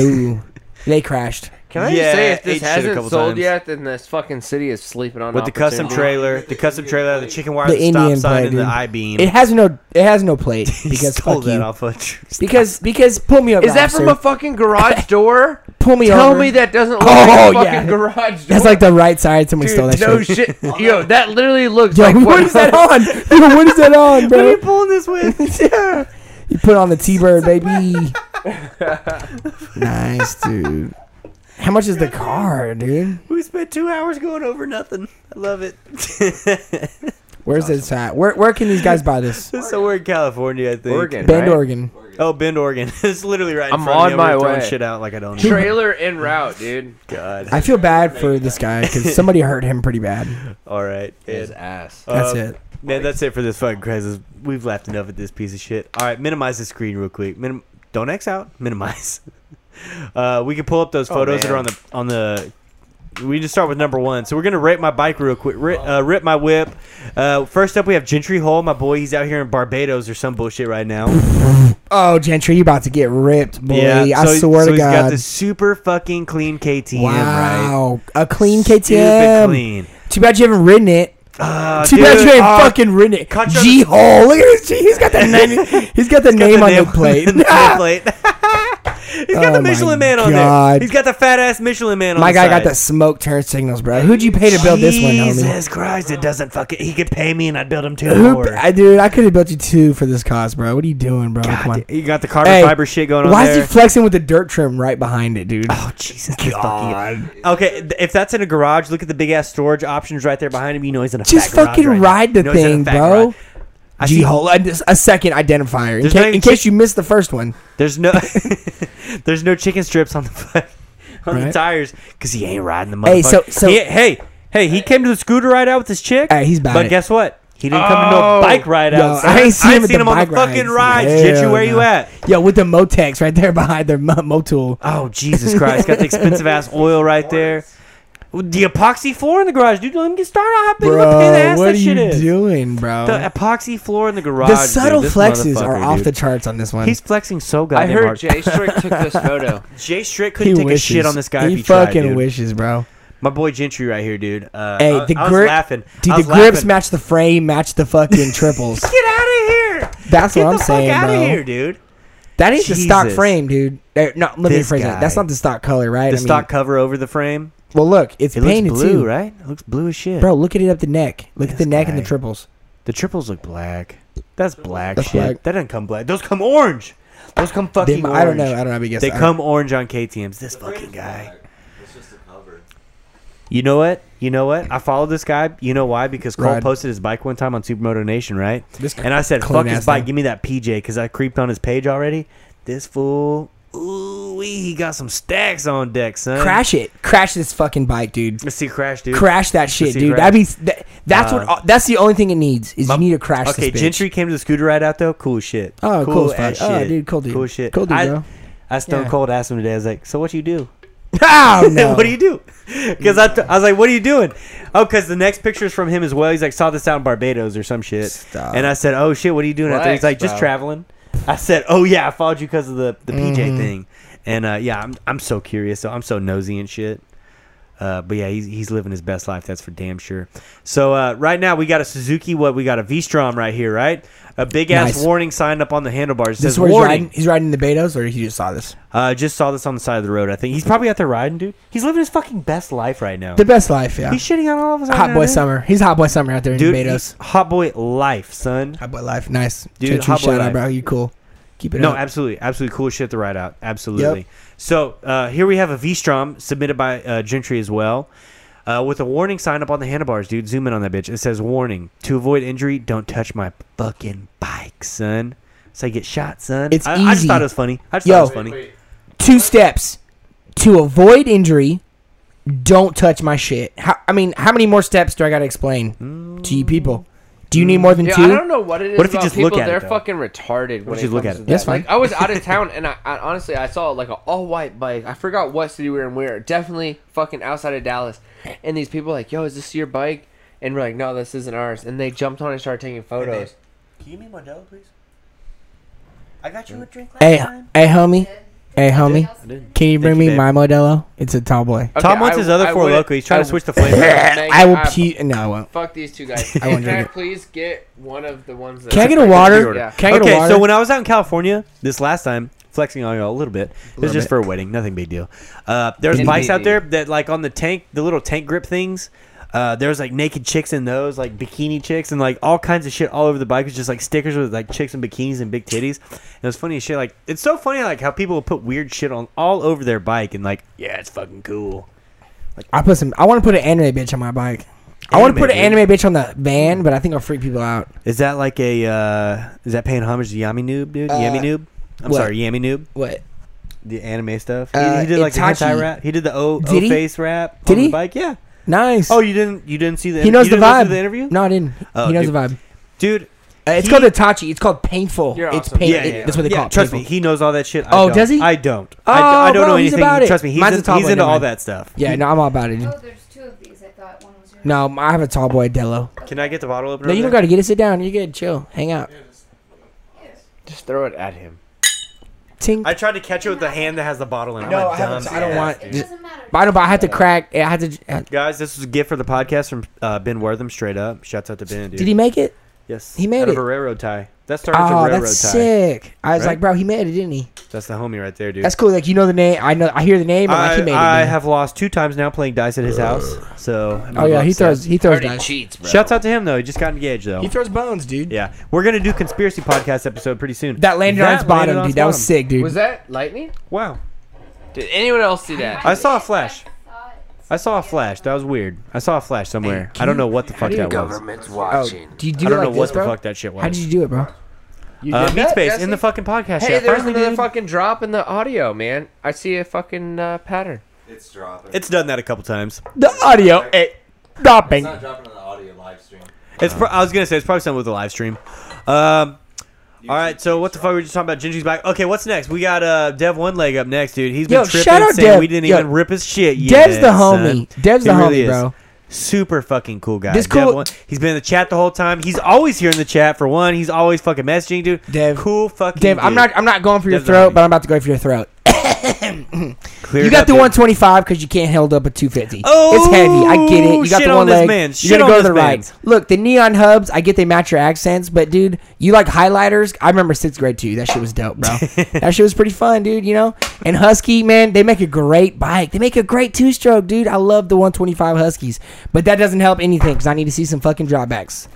[SPEAKER 1] Ooh, they crashed.
[SPEAKER 4] Can I
[SPEAKER 5] Yeah,
[SPEAKER 4] just say if
[SPEAKER 5] it
[SPEAKER 4] this
[SPEAKER 5] should a
[SPEAKER 4] hasn't
[SPEAKER 5] couple
[SPEAKER 4] sold
[SPEAKER 5] times.
[SPEAKER 4] yet, then this fucking city is sleeping on
[SPEAKER 5] With the custom
[SPEAKER 4] opportunity.
[SPEAKER 5] trailer, the custom trailer, the chicken wire, the,
[SPEAKER 1] The
[SPEAKER 5] stop
[SPEAKER 1] Indian
[SPEAKER 5] sign,
[SPEAKER 1] plate,
[SPEAKER 5] and the
[SPEAKER 1] dude.
[SPEAKER 5] I-beam.
[SPEAKER 1] It has no, it has no plate
[SPEAKER 5] He
[SPEAKER 1] because
[SPEAKER 5] stole
[SPEAKER 1] fuck
[SPEAKER 5] that
[SPEAKER 1] you.
[SPEAKER 5] off a tr-
[SPEAKER 1] Because because pull me up.
[SPEAKER 4] Is that from a fucking garage door?
[SPEAKER 1] pull me
[SPEAKER 4] Tell
[SPEAKER 1] over.
[SPEAKER 4] me that doesn't look
[SPEAKER 1] Oh,
[SPEAKER 4] like a fucking
[SPEAKER 1] yeah.
[SPEAKER 4] garage door.
[SPEAKER 1] That's like the right side. Someone stole that
[SPEAKER 4] Dude, no
[SPEAKER 1] shit.
[SPEAKER 4] shit. Yo, that literally looks
[SPEAKER 1] Yo,
[SPEAKER 4] like
[SPEAKER 1] what is that on? Yo, what is that on,
[SPEAKER 5] What are
[SPEAKER 1] bro?
[SPEAKER 5] you pulling this with?
[SPEAKER 1] yeah. You put on the T Bird, baby. nice, dude. How much is the car, dude?
[SPEAKER 5] we spent two hours going over nothing. I love it.
[SPEAKER 1] Where's this at? Where where can these guys buy this?
[SPEAKER 5] so we're in California, I think.
[SPEAKER 4] Oregon.
[SPEAKER 1] Bend,
[SPEAKER 4] right?
[SPEAKER 1] Oregon.
[SPEAKER 5] Oh, Bend, Oregon. it's literally right. In
[SPEAKER 4] I'm
[SPEAKER 5] front of me.
[SPEAKER 4] on my
[SPEAKER 5] over throwing
[SPEAKER 4] way.
[SPEAKER 5] Shit out like I don't. know.
[SPEAKER 4] Trailer en route, dude.
[SPEAKER 5] God.
[SPEAKER 1] I feel bad for this guy because somebody hurt him pretty bad.
[SPEAKER 5] All right.
[SPEAKER 4] His
[SPEAKER 5] Ed.
[SPEAKER 4] ass.
[SPEAKER 1] That's
[SPEAKER 5] Um,
[SPEAKER 1] it.
[SPEAKER 5] Man, that's it for this fucking crisis. We've laughed enough at this piece of shit. All right, minimize the screen real quick. Minim- don't X out. Minimize. Uh, we can pull up
[SPEAKER 1] Oh,
[SPEAKER 5] those photos that are on the on the. We just start with number one. So we're gonna rip my bike real quick. Rip, uh, rip my whip. Uh, first up, we have Gentry Hole. My boy, he's out here in Barbados or some bullshit right now.
[SPEAKER 1] Oh, Gentry, you about to get ripped, boy. I
[SPEAKER 5] so,
[SPEAKER 1] swear
[SPEAKER 5] so
[SPEAKER 1] to
[SPEAKER 5] he's got
[SPEAKER 1] God.
[SPEAKER 5] this super fucking clean KTM, right?
[SPEAKER 1] Wow. A clean
[SPEAKER 5] Stupid
[SPEAKER 1] KTM.
[SPEAKER 5] clean.
[SPEAKER 1] Too bad you haven't ridden it.
[SPEAKER 5] Ah,
[SPEAKER 1] Too bad
[SPEAKER 5] dude,
[SPEAKER 1] you ain't
[SPEAKER 5] ah,
[SPEAKER 1] fucking written it.
[SPEAKER 5] cut your-
[SPEAKER 1] G Hall. Look at this. G. He's got the name. He's got the
[SPEAKER 5] got
[SPEAKER 1] name
[SPEAKER 5] the
[SPEAKER 1] on the plate.
[SPEAKER 5] the nameplate. He's got
[SPEAKER 1] Oh my
[SPEAKER 5] the Michelin man on
[SPEAKER 1] God.
[SPEAKER 5] there. He's got the fat ass Michelin man on
[SPEAKER 1] My
[SPEAKER 5] the
[SPEAKER 1] guy
[SPEAKER 5] side.
[SPEAKER 1] got the smoke turn signals, bro. Who'd you pay to build this one, homie?
[SPEAKER 5] Jesus Christ, it doesn't fucking. He could pay me and I'd build him two
[SPEAKER 1] Who,
[SPEAKER 5] more.
[SPEAKER 1] I, dude, I could have built you two for this cost, bro. What are you doing, bro? Come on.
[SPEAKER 5] God, you got the carbon
[SPEAKER 1] Hey,
[SPEAKER 5] fiber shit going on
[SPEAKER 1] Why
[SPEAKER 5] there.
[SPEAKER 1] is he flexing with the dirt trim right behind it, dude?
[SPEAKER 5] Oh Jesus God! Okay, th- if that's in a garage, look at the big ass storage options right there behind him. You know he's in a fat
[SPEAKER 1] Just
[SPEAKER 5] garage
[SPEAKER 1] fucking
[SPEAKER 5] right now.
[SPEAKER 1] ride the
[SPEAKER 5] You know he's in a
[SPEAKER 1] thing,
[SPEAKER 5] fat
[SPEAKER 1] bro.
[SPEAKER 5] garage. I
[SPEAKER 1] G
[SPEAKER 5] see-
[SPEAKER 1] Hall. A, a second identifier in,
[SPEAKER 5] There's
[SPEAKER 1] ca-
[SPEAKER 5] not
[SPEAKER 1] in
[SPEAKER 5] even
[SPEAKER 1] case you missed the first one.
[SPEAKER 5] There's no, there's no chicken strips on the fu- on the
[SPEAKER 1] Right.
[SPEAKER 5] tires because he ain't riding the motherfucker.
[SPEAKER 1] Hey, so- so-
[SPEAKER 5] He- hey, Hey, he came to the scooter ride out with his chick.
[SPEAKER 1] Hey, he's about
[SPEAKER 5] But
[SPEAKER 1] it.
[SPEAKER 5] guess what? He didn't come to no
[SPEAKER 4] Oh.
[SPEAKER 5] bike ride
[SPEAKER 1] Yo,
[SPEAKER 5] out. son.
[SPEAKER 1] I ain't seen him, at the
[SPEAKER 5] on the
[SPEAKER 1] bike
[SPEAKER 5] fucking rides.
[SPEAKER 1] rides.
[SPEAKER 5] Jitchu,
[SPEAKER 1] Hell
[SPEAKER 5] where you
[SPEAKER 1] no.
[SPEAKER 5] at?
[SPEAKER 1] Yo, with the Motex right there behind their Mo- Motul.
[SPEAKER 5] Oh Jesus Christ! Got the expensive ass oil right there. The epoxy floor in the garage, dude. Let me get started on how big of a pain in the
[SPEAKER 1] Bro,
[SPEAKER 5] ass
[SPEAKER 1] what are
[SPEAKER 5] that shit
[SPEAKER 1] you
[SPEAKER 5] is.
[SPEAKER 1] doing, bro?
[SPEAKER 5] The epoxy floor in the garage.
[SPEAKER 1] The subtle
[SPEAKER 5] dude, This
[SPEAKER 1] flexes are
[SPEAKER 5] motherfucker,
[SPEAKER 1] off the
[SPEAKER 5] dude.
[SPEAKER 1] charts on this one.
[SPEAKER 5] He's flexing so
[SPEAKER 4] I
[SPEAKER 5] goddamn
[SPEAKER 4] heard
[SPEAKER 5] hard.
[SPEAKER 4] Jay Strick took this photo.
[SPEAKER 5] Jay Strick
[SPEAKER 1] he
[SPEAKER 5] couldn't take
[SPEAKER 1] wishes.
[SPEAKER 5] a shit on this guy.
[SPEAKER 1] He,
[SPEAKER 5] if he tried,
[SPEAKER 1] fucking
[SPEAKER 5] dude.
[SPEAKER 1] wishes, bro.
[SPEAKER 5] My boy Gentry right here, dude. Uh,
[SPEAKER 1] Hey,
[SPEAKER 5] I,
[SPEAKER 1] the
[SPEAKER 5] I was
[SPEAKER 1] grip-
[SPEAKER 5] laughing.
[SPEAKER 1] Dude,
[SPEAKER 5] I
[SPEAKER 1] the
[SPEAKER 5] was
[SPEAKER 1] grips
[SPEAKER 5] laughing.
[SPEAKER 1] match the frame, match the fucking triples.
[SPEAKER 5] Get out of here!
[SPEAKER 1] That's
[SPEAKER 5] Get
[SPEAKER 1] what I'm
[SPEAKER 5] the
[SPEAKER 1] saying,
[SPEAKER 5] fuck out
[SPEAKER 1] bro.
[SPEAKER 5] of here, dude.
[SPEAKER 1] That ain't the stock
[SPEAKER 5] Jesus.
[SPEAKER 1] frame, dude. Eh, No, let me
[SPEAKER 5] This
[SPEAKER 1] rephrase that. That's
[SPEAKER 5] guy.
[SPEAKER 1] not the stock color, right?
[SPEAKER 5] The
[SPEAKER 1] I mean,
[SPEAKER 5] stock cover over the frame.
[SPEAKER 1] Well, look, it's
[SPEAKER 5] It looks
[SPEAKER 1] painted
[SPEAKER 5] blue,
[SPEAKER 1] too,
[SPEAKER 5] right? It looks blue as shit.
[SPEAKER 1] bro. Look at it up the neck. Look at the
[SPEAKER 5] This
[SPEAKER 1] neck and the
[SPEAKER 5] guy.
[SPEAKER 1] triples.
[SPEAKER 5] the triples look black. That's black
[SPEAKER 1] That's
[SPEAKER 5] shit.
[SPEAKER 1] black.
[SPEAKER 5] That doesn't come black. Those come orange. Those come
[SPEAKER 1] They mi-
[SPEAKER 5] fucking orange.
[SPEAKER 1] I don't know. I don't know. I guess
[SPEAKER 5] They
[SPEAKER 1] I don't-
[SPEAKER 5] come orange on KTM's. This fucking guy.
[SPEAKER 2] Like, It's just a cover.
[SPEAKER 5] You know what? You know what? I followed this guy. You know why? Because Cole
[SPEAKER 1] Rod.
[SPEAKER 5] posted his bike one time on Supermoto Nation, right?
[SPEAKER 1] This
[SPEAKER 5] and I said,
[SPEAKER 1] clone
[SPEAKER 5] "Fuck his
[SPEAKER 1] ass
[SPEAKER 5] bike.
[SPEAKER 1] thing.
[SPEAKER 5] Give me that PJ," because I creeped on his page already. This fool, ooh, wee, he got some stacks on deck, son.
[SPEAKER 1] Crash it. Crash this fucking bike, dude.
[SPEAKER 5] Let's see, crash, dude.
[SPEAKER 1] Crash that shit,
[SPEAKER 5] see
[SPEAKER 1] dude.
[SPEAKER 5] crash.
[SPEAKER 1] That'd be that, that's
[SPEAKER 5] Uh,
[SPEAKER 1] what that's the only thing it needs is
[SPEAKER 5] My-
[SPEAKER 1] you need to crash.
[SPEAKER 5] Okay,
[SPEAKER 1] this bitch.
[SPEAKER 5] Gentry came to the scooter ride out though. Cool as shit.
[SPEAKER 1] Oh, cool as
[SPEAKER 5] as
[SPEAKER 1] fuck. Oh, dude, cool dude.
[SPEAKER 5] Cool as shit.
[SPEAKER 1] Cool dude,
[SPEAKER 5] I,
[SPEAKER 1] bro.
[SPEAKER 5] I stone
[SPEAKER 1] Yeah.
[SPEAKER 5] cold asked him today. I was like, "So what you do?"
[SPEAKER 1] Oh no!
[SPEAKER 5] what do you do? Because I, t- I was like, "What are you doing?" Oh, because the next picture is from him as well. He's like, "Saw this out in Barbados or some shit."
[SPEAKER 1] Stop.
[SPEAKER 5] And I said, "Oh shit, what are you doing out there?" He's
[SPEAKER 4] Flex,
[SPEAKER 5] like, "Just
[SPEAKER 4] bro.
[SPEAKER 5] traveling." I said, "Oh yeah, I followed you because of the the PJ
[SPEAKER 1] Mm-hmm.
[SPEAKER 5] thing." And uh, yeah, I'm I'm so curious. So I'm so nosy and shit. Uh, but yeah, he's, he's living his best life. That's for damn sure. So uh, right now we got a Suzuki. What we got a V-Strom right here, right? A big ass
[SPEAKER 1] Nice.
[SPEAKER 5] warning sign up on the handlebars.
[SPEAKER 1] this
[SPEAKER 5] It says
[SPEAKER 1] is where he's
[SPEAKER 5] warning.
[SPEAKER 1] riding. He's riding the Betos, or he just saw this.
[SPEAKER 5] Uh, just saw this on the side of the road. I think he's probably out there riding, dude. He's living his fucking best life right now.
[SPEAKER 1] The best life, yeah.
[SPEAKER 5] he's shitting on all of us. right
[SPEAKER 1] Hot
[SPEAKER 5] now,
[SPEAKER 1] boy
[SPEAKER 5] dude.
[SPEAKER 1] summer. He's hot boy summer out there in
[SPEAKER 5] dude.
[SPEAKER 1] the
[SPEAKER 5] he's
[SPEAKER 1] Betos.
[SPEAKER 5] Hot boy life, son.
[SPEAKER 1] Hot boy life, nice.
[SPEAKER 5] Dude,
[SPEAKER 1] Gentry,
[SPEAKER 5] hot boy
[SPEAKER 1] shout out,
[SPEAKER 5] life.
[SPEAKER 1] bro. You cool? Keep it
[SPEAKER 5] No,
[SPEAKER 1] up.
[SPEAKER 5] absolutely, absolutely cool shit to ride out. Absolutely. So uh, here we have a V-Strom submitted by uh, Gentry as well, uh, with a warning sign up on the handlebars, dude. Zoom in on that bitch. It says warning to avoid injury. Don't touch my fucking bike, son. So I get shot, son.
[SPEAKER 1] It's
[SPEAKER 5] I, I just
[SPEAKER 1] easy.
[SPEAKER 5] thought it was funny. I just
[SPEAKER 1] Yo.
[SPEAKER 5] thought it was funny.
[SPEAKER 2] Wait,
[SPEAKER 1] two steps to avoid injury. Don't touch my shit. How, I mean, how many more steps do I got to explain to you people? Do you need more than
[SPEAKER 4] Yeah,
[SPEAKER 1] two?
[SPEAKER 4] I don't know what it is.
[SPEAKER 5] What if you
[SPEAKER 4] about
[SPEAKER 5] just
[SPEAKER 4] people,
[SPEAKER 5] look at it,
[SPEAKER 4] They're
[SPEAKER 5] though?
[SPEAKER 4] fucking retarded. When
[SPEAKER 5] if you
[SPEAKER 4] it
[SPEAKER 5] look
[SPEAKER 4] comes
[SPEAKER 5] at
[SPEAKER 4] to
[SPEAKER 5] it?
[SPEAKER 4] that.
[SPEAKER 1] That's fine.
[SPEAKER 4] Like, I was out of town, and I, I honestly I saw like an all white bike. I forgot what city we were in. We were definitely fucking outside of Dallas, and these people like, "Yo, is this your bike?" And we're like, "No, this isn't ours." And they jumped on and started taking photos.
[SPEAKER 11] Can you give me Modelo, please? I got you a drink last
[SPEAKER 1] Hey,
[SPEAKER 11] time.
[SPEAKER 1] hey, homie. Hey, homie. Can you bring
[SPEAKER 5] Thank
[SPEAKER 1] me
[SPEAKER 5] you, babe.
[SPEAKER 1] my Modelo? It's a tall boy.
[SPEAKER 4] Okay,
[SPEAKER 5] Tom wants
[SPEAKER 4] I-
[SPEAKER 5] his other
[SPEAKER 4] I
[SPEAKER 5] four
[SPEAKER 4] would-
[SPEAKER 5] loco. He's trying
[SPEAKER 4] I
[SPEAKER 5] to switch the flavor.
[SPEAKER 4] Meg,
[SPEAKER 1] I will
[SPEAKER 4] I-
[SPEAKER 1] pee. No, I won't.
[SPEAKER 4] Fuck these two guys.
[SPEAKER 1] I won't
[SPEAKER 4] Can I
[SPEAKER 1] drink it.
[SPEAKER 4] please get one of the ones that?
[SPEAKER 1] Can I get a water?
[SPEAKER 4] Yeah.
[SPEAKER 1] Can I get
[SPEAKER 5] okay,
[SPEAKER 1] a water?
[SPEAKER 5] so when I was out in California this last time, flexing on y'all a little bit, it was
[SPEAKER 1] Little
[SPEAKER 5] just
[SPEAKER 1] bit.
[SPEAKER 5] for a wedding, nothing big deal. Uh, there's
[SPEAKER 4] Indeed.
[SPEAKER 5] bikes out there that like on the tank, the little tank grip things. Uh, there's like naked chicks in those, like bikini chicks, and like all kinds of shit all over the bike. It's just like stickers with like chicks and bikinis and big titties. And it's funny as shit. Like it's so funny, like how people will put weird shit on all over their bike and like, yeah, it's fucking cool.
[SPEAKER 1] I put some. I want to put an anime bitch on my bike. I want to
[SPEAKER 5] Anime
[SPEAKER 1] put an
[SPEAKER 5] bitch?
[SPEAKER 1] anime bitch on the van, but I think I'll freak people out.
[SPEAKER 5] Is that like a? Uh, is that paying homage to Yami Noob, dude? Yami Noob. I'm
[SPEAKER 1] Uh, what?
[SPEAKER 5] sorry, Yami Noob.
[SPEAKER 1] What?
[SPEAKER 5] The anime stuff.
[SPEAKER 1] Uh,
[SPEAKER 5] he, he did like the
[SPEAKER 1] Itachi.
[SPEAKER 5] hentai rap. He did the O,
[SPEAKER 1] Did
[SPEAKER 5] o
[SPEAKER 1] he?
[SPEAKER 5] face rap.
[SPEAKER 1] Did
[SPEAKER 5] on the
[SPEAKER 1] he?
[SPEAKER 5] bike, yeah.
[SPEAKER 1] Nice.
[SPEAKER 5] Oh, you didn't. You didn't see the.
[SPEAKER 1] he
[SPEAKER 5] you
[SPEAKER 1] knows the
[SPEAKER 5] didn't listen to
[SPEAKER 1] vibe.
[SPEAKER 5] The interview.
[SPEAKER 1] No, I didn't.
[SPEAKER 5] Oh,
[SPEAKER 1] he knows
[SPEAKER 5] dude.
[SPEAKER 1] the vibe.
[SPEAKER 5] dude.
[SPEAKER 1] Uh, it's
[SPEAKER 5] He-
[SPEAKER 1] called Itachi. It's called painful.
[SPEAKER 4] You're
[SPEAKER 1] it's
[SPEAKER 4] awesome.
[SPEAKER 1] pain.
[SPEAKER 5] Yeah,
[SPEAKER 1] it-
[SPEAKER 4] yeah,
[SPEAKER 1] That's what they
[SPEAKER 5] yeah,
[SPEAKER 1] call it.
[SPEAKER 5] trust me,
[SPEAKER 1] painful.
[SPEAKER 5] he knows all that shit. I
[SPEAKER 1] Oh,
[SPEAKER 5] don't.
[SPEAKER 1] does he?
[SPEAKER 5] I don't. I, don't-
[SPEAKER 1] Oh,
[SPEAKER 5] I don't
[SPEAKER 1] bro,
[SPEAKER 5] know
[SPEAKER 1] he's
[SPEAKER 5] anything.
[SPEAKER 1] about it.
[SPEAKER 5] Trust me, he's,
[SPEAKER 1] Mine's
[SPEAKER 5] in-
[SPEAKER 1] a tall
[SPEAKER 5] he's
[SPEAKER 1] boy,
[SPEAKER 5] into
[SPEAKER 1] never
[SPEAKER 5] all
[SPEAKER 1] mind.
[SPEAKER 5] that stuff.
[SPEAKER 1] Yeah, no, I'm all about it.
[SPEAKER 3] Oh, there's two of these. I thought one was yours.
[SPEAKER 1] No, I have a tall boy Dello.
[SPEAKER 5] Can I get the bottle opener?
[SPEAKER 1] No, you don't got to get it. Sit down. You're good. Chill. Hang out.
[SPEAKER 4] Just throw it at him.
[SPEAKER 1] Tink.
[SPEAKER 5] I tried to catch it with the hand that has the bottle in it.
[SPEAKER 1] No,
[SPEAKER 5] I'm a
[SPEAKER 1] I haven't-
[SPEAKER 5] dumb
[SPEAKER 1] I don't
[SPEAKER 5] ass.
[SPEAKER 1] want-
[SPEAKER 3] It
[SPEAKER 1] Just-
[SPEAKER 3] doesn't matter.
[SPEAKER 1] But I don't. But I had to crack. I had to. uh,
[SPEAKER 5] Guys, this is a gift for the podcast from uh, Ben Wortham. Straight up, shouts out to Ben. Dude.
[SPEAKER 1] Did he make it?
[SPEAKER 5] Yes,
[SPEAKER 1] he made
[SPEAKER 5] out
[SPEAKER 1] it.
[SPEAKER 5] Of a railroad tie. That started as a
[SPEAKER 1] Oh,
[SPEAKER 5] railroad
[SPEAKER 1] that's
[SPEAKER 5] tie.
[SPEAKER 1] sick. I was
[SPEAKER 5] Right?
[SPEAKER 1] like, bro, he made it, didn't he?
[SPEAKER 5] That's the homie right there, dude.
[SPEAKER 1] That's cool. Like you know the name. I know. I hear the name. I'm like, he made it.
[SPEAKER 5] I, I
[SPEAKER 1] man.
[SPEAKER 5] have lost two times now playing dice at his house. So I'm
[SPEAKER 1] Oh yeah, he
[SPEAKER 5] upset.
[SPEAKER 1] throws. He throws
[SPEAKER 4] Already
[SPEAKER 1] dice.
[SPEAKER 4] cheats, bro.
[SPEAKER 5] Shouts out to him though. He just got engaged though.
[SPEAKER 1] He throws bones, dude.
[SPEAKER 5] yeah, we're gonna do conspiracy podcast episode pretty soon.
[SPEAKER 1] That landed on his
[SPEAKER 5] landed
[SPEAKER 1] bottom,
[SPEAKER 5] on
[SPEAKER 1] dude.
[SPEAKER 5] his
[SPEAKER 1] That was
[SPEAKER 5] bottom.
[SPEAKER 1] sick, dude.
[SPEAKER 4] Was that lightning?
[SPEAKER 5] Wow,
[SPEAKER 4] Did anyone else see that?
[SPEAKER 5] I saw a flash.
[SPEAKER 3] Thought-
[SPEAKER 5] I saw a flash. That was weird. I saw a flash somewhere. I don't know what the fuck that was.
[SPEAKER 1] oh, do you do
[SPEAKER 5] I
[SPEAKER 1] it
[SPEAKER 5] don't know
[SPEAKER 1] like this,
[SPEAKER 5] what the
[SPEAKER 1] bro?
[SPEAKER 5] fuck that shit was.
[SPEAKER 1] How did you do it, bro?
[SPEAKER 5] uh, Meat
[SPEAKER 4] that,
[SPEAKER 5] Space
[SPEAKER 4] Jesse?
[SPEAKER 5] in the fucking podcast.
[SPEAKER 4] Hey,
[SPEAKER 5] chat.
[SPEAKER 4] there's
[SPEAKER 5] Finally,
[SPEAKER 4] another
[SPEAKER 5] dude.
[SPEAKER 4] fucking drop in the audio, man. I see a fucking uh, pattern.
[SPEAKER 2] It's dropping.
[SPEAKER 5] It's done that a couple times.
[SPEAKER 1] The audio.
[SPEAKER 12] It's
[SPEAKER 1] stopping.
[SPEAKER 12] not dropping on the audio live stream.
[SPEAKER 5] It's. Pro- I was gonna say it's probably something with the live stream. Um, all right. So what the fuck were we just talking about? Gingy's back. Okay. What's next? We got uh Dev one leg up next, dude. He's been
[SPEAKER 1] Yo,
[SPEAKER 5] tripping,
[SPEAKER 1] shout out
[SPEAKER 5] saying
[SPEAKER 1] Dev.
[SPEAKER 5] we didn't
[SPEAKER 1] Yo,
[SPEAKER 5] even rip his shit.
[SPEAKER 1] Dev's
[SPEAKER 5] yet,
[SPEAKER 1] the
[SPEAKER 5] son.
[SPEAKER 1] homie. Dev's
[SPEAKER 5] He
[SPEAKER 1] the
[SPEAKER 5] really
[SPEAKER 1] homie,
[SPEAKER 5] is.
[SPEAKER 1] bro.
[SPEAKER 5] Super fucking cool guy.
[SPEAKER 1] This
[SPEAKER 5] Dev
[SPEAKER 1] cool-
[SPEAKER 5] one- he's been in the chat the whole time. He's always here in the chat for one. He's always fucking messaging, dude.
[SPEAKER 1] Dev-
[SPEAKER 5] cool fucking.
[SPEAKER 1] Dave, I'm
[SPEAKER 5] dude.
[SPEAKER 1] not. I'm not going for your
[SPEAKER 5] Dev's the
[SPEAKER 1] throat,
[SPEAKER 5] homie.
[SPEAKER 1] but I'm about to go for your throat.
[SPEAKER 5] Cleared
[SPEAKER 1] You got
[SPEAKER 5] up,
[SPEAKER 1] the
[SPEAKER 5] dude.
[SPEAKER 1] 125 because you can't hold up a 250.
[SPEAKER 5] Oh,
[SPEAKER 1] it's heavy. I get it. You got
[SPEAKER 5] shit
[SPEAKER 1] the
[SPEAKER 5] on
[SPEAKER 1] one
[SPEAKER 5] this
[SPEAKER 1] leg.
[SPEAKER 5] man.
[SPEAKER 1] You
[SPEAKER 5] Shit
[SPEAKER 1] gotta
[SPEAKER 5] on
[SPEAKER 1] go to
[SPEAKER 5] this
[SPEAKER 1] the
[SPEAKER 5] man.
[SPEAKER 1] right. Look, the neon hubs. I get they match your accents, but dude, you like highlighters. I remember sixth grade too. That shit was dope, bro. that shit was pretty fun, dude. You know. And Husky, man, they make a great bike. They make a great two stroke, dude. I love the 125 Huskies, but that doesn't help anything because I need to see some fucking dropbacks.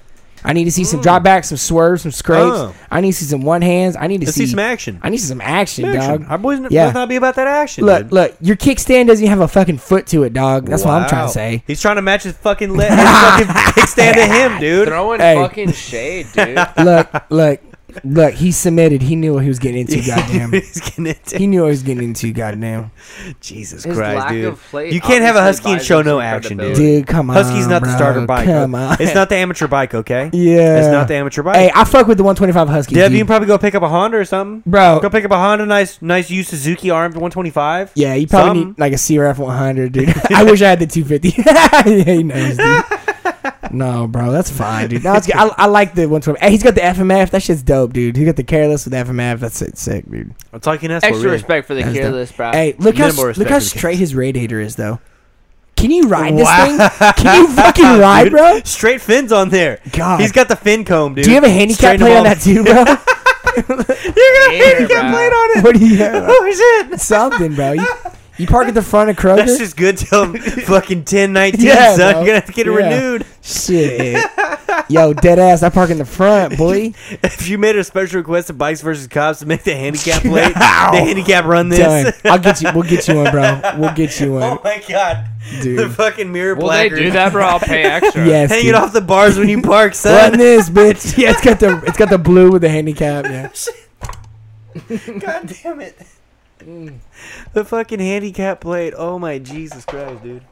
[SPEAKER 1] I need to see some dropbacks, some swerves, some scrapes.
[SPEAKER 5] Mm. Oh.
[SPEAKER 1] I need to see some one hands. I need to
[SPEAKER 5] Let's see some action.
[SPEAKER 1] I need to see some action,
[SPEAKER 5] Action.
[SPEAKER 1] dog.
[SPEAKER 5] Our boys n-
[SPEAKER 1] Yeah.
[SPEAKER 5] must not be about that action.
[SPEAKER 1] Look,
[SPEAKER 5] dude.
[SPEAKER 1] look, your kickstand doesn't even have a fucking foot to it, dog. That's what I'm trying
[SPEAKER 5] Wow.
[SPEAKER 1] to say.
[SPEAKER 5] He's trying to match his fucking le- his fucking kickstand to him, dude.
[SPEAKER 4] Throwing
[SPEAKER 1] Hey.
[SPEAKER 4] fucking shade, dude.
[SPEAKER 1] Look, look, look, he submitted. He knew what he was getting into, goddamn.
[SPEAKER 5] He's gonna take-
[SPEAKER 1] He knew what he was getting into, goddamn.
[SPEAKER 5] Jesus
[SPEAKER 4] His
[SPEAKER 5] Christ,
[SPEAKER 4] lack
[SPEAKER 5] dude.
[SPEAKER 4] of play
[SPEAKER 5] you can't have a
[SPEAKER 4] obviously
[SPEAKER 5] Husky and show
[SPEAKER 4] buys him
[SPEAKER 5] no
[SPEAKER 4] some
[SPEAKER 5] action, dude.
[SPEAKER 4] credibility.
[SPEAKER 1] Dude, come on.
[SPEAKER 5] Huski's not the
[SPEAKER 1] bro.
[SPEAKER 5] starter bike.
[SPEAKER 1] Come on.
[SPEAKER 5] It's not the amateur bike, okay?
[SPEAKER 1] Yeah.
[SPEAKER 5] It's not the amateur bike.
[SPEAKER 1] Hey, I fuck with the 125 Husky.
[SPEAKER 5] Dev, you
[SPEAKER 1] dude.
[SPEAKER 5] can probably go pick up a Honda or something.
[SPEAKER 1] Bro.
[SPEAKER 5] Go pick up a Honda, nice nice used Suzuki armed 125.
[SPEAKER 1] yeah, you probably
[SPEAKER 5] Something.
[SPEAKER 1] need like a CRF 100, dude. I wish I had the 250. yeah, he knows, dude. No, bro, that's fine, dude. No, it's good. I, I like the 125. Hey, he's got the FMF. That shit's dope, dude. He got the careless with FMF. That's sick, dude.
[SPEAKER 5] I'm talking that's
[SPEAKER 4] Extra
[SPEAKER 5] what really.
[SPEAKER 4] respect for the
[SPEAKER 1] That's
[SPEAKER 4] careless, bro.
[SPEAKER 1] Hey, look how
[SPEAKER 5] Uh, Minimal
[SPEAKER 1] look
[SPEAKER 5] respect
[SPEAKER 1] how
[SPEAKER 5] for the
[SPEAKER 1] straight his radiator is, though. Can you ride this
[SPEAKER 5] Wow.
[SPEAKER 1] thing? Can you fucking ride,
[SPEAKER 5] Dude,
[SPEAKER 1] bro?
[SPEAKER 5] Straight fins on there.
[SPEAKER 1] God.
[SPEAKER 5] He's got the fin comb, dude.
[SPEAKER 1] Do you have a handicap
[SPEAKER 5] Straighten
[SPEAKER 1] plate
[SPEAKER 5] them
[SPEAKER 1] on
[SPEAKER 5] all-
[SPEAKER 1] that too, bro?
[SPEAKER 5] You got a
[SPEAKER 4] Here,
[SPEAKER 5] handicap
[SPEAKER 4] bro.
[SPEAKER 5] plate on it.
[SPEAKER 1] what do you have?
[SPEAKER 5] Oh, shit.
[SPEAKER 1] Something, bro. You, you park at the front of Kroger.
[SPEAKER 5] That's just good till fucking 10, 19,
[SPEAKER 1] Yeah,
[SPEAKER 5] son.
[SPEAKER 1] bro.
[SPEAKER 5] You're going to have to get it
[SPEAKER 1] Yeah.
[SPEAKER 5] renewed.
[SPEAKER 1] Shit. Yo, dead ass. I park in the front, boy.
[SPEAKER 5] If you made a special request to Bikes versus Cops to make the handicap plate, the handicap run this.
[SPEAKER 1] Done. I'll get you. We'll get you one, bro. We'll get you
[SPEAKER 5] oh
[SPEAKER 1] one,
[SPEAKER 5] my god, the
[SPEAKER 1] dude.
[SPEAKER 5] fucking mirror
[SPEAKER 4] Will they
[SPEAKER 5] blacker.
[SPEAKER 4] do that, bro? I'll pay extra.
[SPEAKER 1] Yes.
[SPEAKER 5] Hang
[SPEAKER 1] dude.
[SPEAKER 5] it off the bars when you park,
[SPEAKER 1] Run
[SPEAKER 5] son.
[SPEAKER 1] this, bitch. Yeah, it's got the it's got the blue with the handicap. Yeah.
[SPEAKER 5] god damn it. The fucking handicap plate. Oh my Jesus Christ, dude.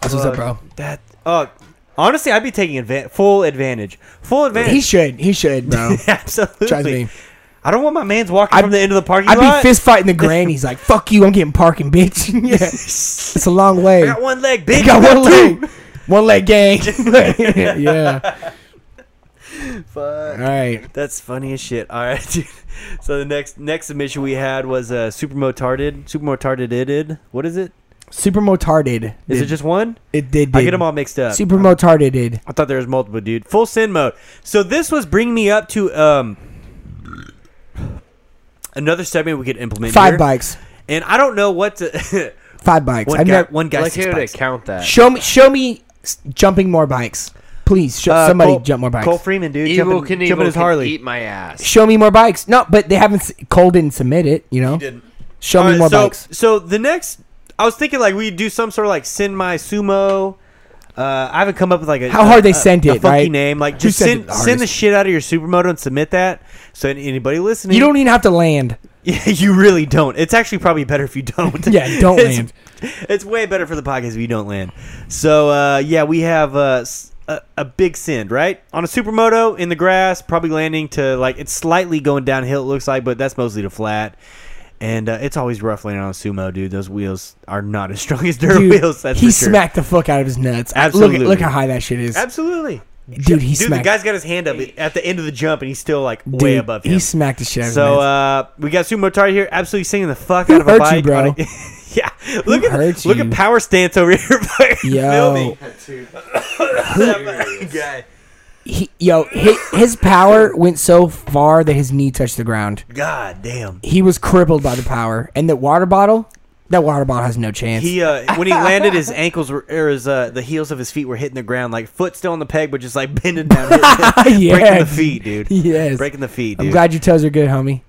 [SPEAKER 1] That's what's up,
[SPEAKER 5] Fuck.
[SPEAKER 1] bro.
[SPEAKER 5] That. Oh, honestly, I'd be taking adva- full advantage. Full advantage.
[SPEAKER 1] He should. He should, bro.
[SPEAKER 5] Absolutely.
[SPEAKER 1] Trust me.
[SPEAKER 5] I don't want my man's walking
[SPEAKER 1] I'd-
[SPEAKER 5] from the end of the parking
[SPEAKER 1] I'd
[SPEAKER 5] lot.
[SPEAKER 1] be fist fighting the grannies like, "Fuck you, I'm getting parking, bitch." yeah, it's a long way.
[SPEAKER 5] I got one leg, bitch.
[SPEAKER 1] You got
[SPEAKER 5] you
[SPEAKER 1] one leg, one leg gang. yeah.
[SPEAKER 5] two. Fuck.
[SPEAKER 1] All right.
[SPEAKER 5] That's funny as shit. All right, dude. So the next next submission we had was uh, super motarded. Super motarded. Ited. What is it?
[SPEAKER 1] Super motarded.
[SPEAKER 5] Is it
[SPEAKER 1] Did-
[SPEAKER 5] just one?
[SPEAKER 1] It did.
[SPEAKER 5] I
[SPEAKER 1] did.
[SPEAKER 5] get them all mixed up.
[SPEAKER 1] Super motarded.
[SPEAKER 5] I thought there was multiple, dude. Full sin mode. So this was bringing me up to um another segment we could implement.
[SPEAKER 1] Five
[SPEAKER 5] here.
[SPEAKER 1] bikes.
[SPEAKER 5] And I don't know what to.
[SPEAKER 1] Five bikes.
[SPEAKER 5] one
[SPEAKER 1] I've
[SPEAKER 5] guy.
[SPEAKER 1] never-
[SPEAKER 5] one guy.
[SPEAKER 4] Like,
[SPEAKER 5] six
[SPEAKER 4] who to
[SPEAKER 5] bikes.
[SPEAKER 4] count that?
[SPEAKER 1] show me. Show me s- jumping more bikes, please. Show,
[SPEAKER 5] Uh,
[SPEAKER 1] somebody
[SPEAKER 5] Cole-
[SPEAKER 1] jump more bikes.
[SPEAKER 5] Cole Freeman, dude.
[SPEAKER 4] Evil
[SPEAKER 5] jumping,
[SPEAKER 4] Knievel
[SPEAKER 5] jumping his
[SPEAKER 4] can
[SPEAKER 5] Harley.
[SPEAKER 4] eat my ass.
[SPEAKER 1] show me more bikes. No, but they haven't. s- Cole didn't submit it. You know.
[SPEAKER 5] didn't.
[SPEAKER 1] Show
[SPEAKER 5] All
[SPEAKER 1] me
[SPEAKER 5] right,
[SPEAKER 1] more
[SPEAKER 5] so,
[SPEAKER 1] bikes.
[SPEAKER 5] So the next, I was thinking like we'd do some sort of like send my sumo. Uh, I haven't come up with like a
[SPEAKER 1] How hard
[SPEAKER 5] a-
[SPEAKER 1] they
[SPEAKER 5] a-
[SPEAKER 1] sent
[SPEAKER 5] a
[SPEAKER 1] it,
[SPEAKER 5] funky
[SPEAKER 1] right?
[SPEAKER 5] name. Like
[SPEAKER 1] Who
[SPEAKER 5] just
[SPEAKER 1] sent
[SPEAKER 5] send
[SPEAKER 1] it the
[SPEAKER 5] send the
[SPEAKER 1] hardest?
[SPEAKER 5] shit out of your supermoto and submit that. So an- anybody listening,
[SPEAKER 1] You don't even have to land.
[SPEAKER 5] Yeah, you really don't. It's actually probably better if you don't.
[SPEAKER 1] Yeah, don't
[SPEAKER 5] It's-
[SPEAKER 1] land.
[SPEAKER 5] It's way better for the podcast if you don't land. So uh, yeah, we have uh, s- a, a big send right on a supermoto in the grass, probably landing to like it's slightly going downhill. It looks like, but that's mostly to flat. And uh, it's always rough landing on a sumo, dude. Those wheels are not as strong as dirt
[SPEAKER 1] Dude,
[SPEAKER 5] wheels. That's
[SPEAKER 1] he
[SPEAKER 5] for sure.
[SPEAKER 1] smacked the fuck out of his nuts.
[SPEAKER 5] Absolutely.
[SPEAKER 1] Look, at- look how high that shit is.
[SPEAKER 5] Absolutely,
[SPEAKER 1] Dude, he
[SPEAKER 5] dude. The
[SPEAKER 1] smacked.
[SPEAKER 5] guy's got his hand up at the end of the jump, and he's still like
[SPEAKER 1] Dude,
[SPEAKER 5] way above him.
[SPEAKER 1] He smacked the shit out of
[SPEAKER 5] So
[SPEAKER 1] his nuts.
[SPEAKER 5] uh, we got Super Motard here, absolutely singing the fuck
[SPEAKER 1] Who
[SPEAKER 5] out of a
[SPEAKER 1] hurt
[SPEAKER 5] bike.
[SPEAKER 1] you, bro?
[SPEAKER 5] on a- yeah, look at
[SPEAKER 1] hurt
[SPEAKER 5] look
[SPEAKER 1] you?
[SPEAKER 5] at power stance over here. fucking
[SPEAKER 1] Yo,
[SPEAKER 5] filming.
[SPEAKER 12] Dude,
[SPEAKER 5] guy,
[SPEAKER 1] he, yo, his, his power went so far that his knee touched the ground.
[SPEAKER 5] god damn.
[SPEAKER 1] He was crippled by the power, and that water bottle, that water bottle has no chance.
[SPEAKER 5] He uh, when he landed, his ankles were or his uh, the heels of his feet were hitting the ground, like foot still on the peg, but just like bending down, breaking the
[SPEAKER 1] Yes.
[SPEAKER 5] feet, dude.
[SPEAKER 1] Yes.
[SPEAKER 5] breaking the feet, dude.
[SPEAKER 1] I'm glad your toes are good, homie.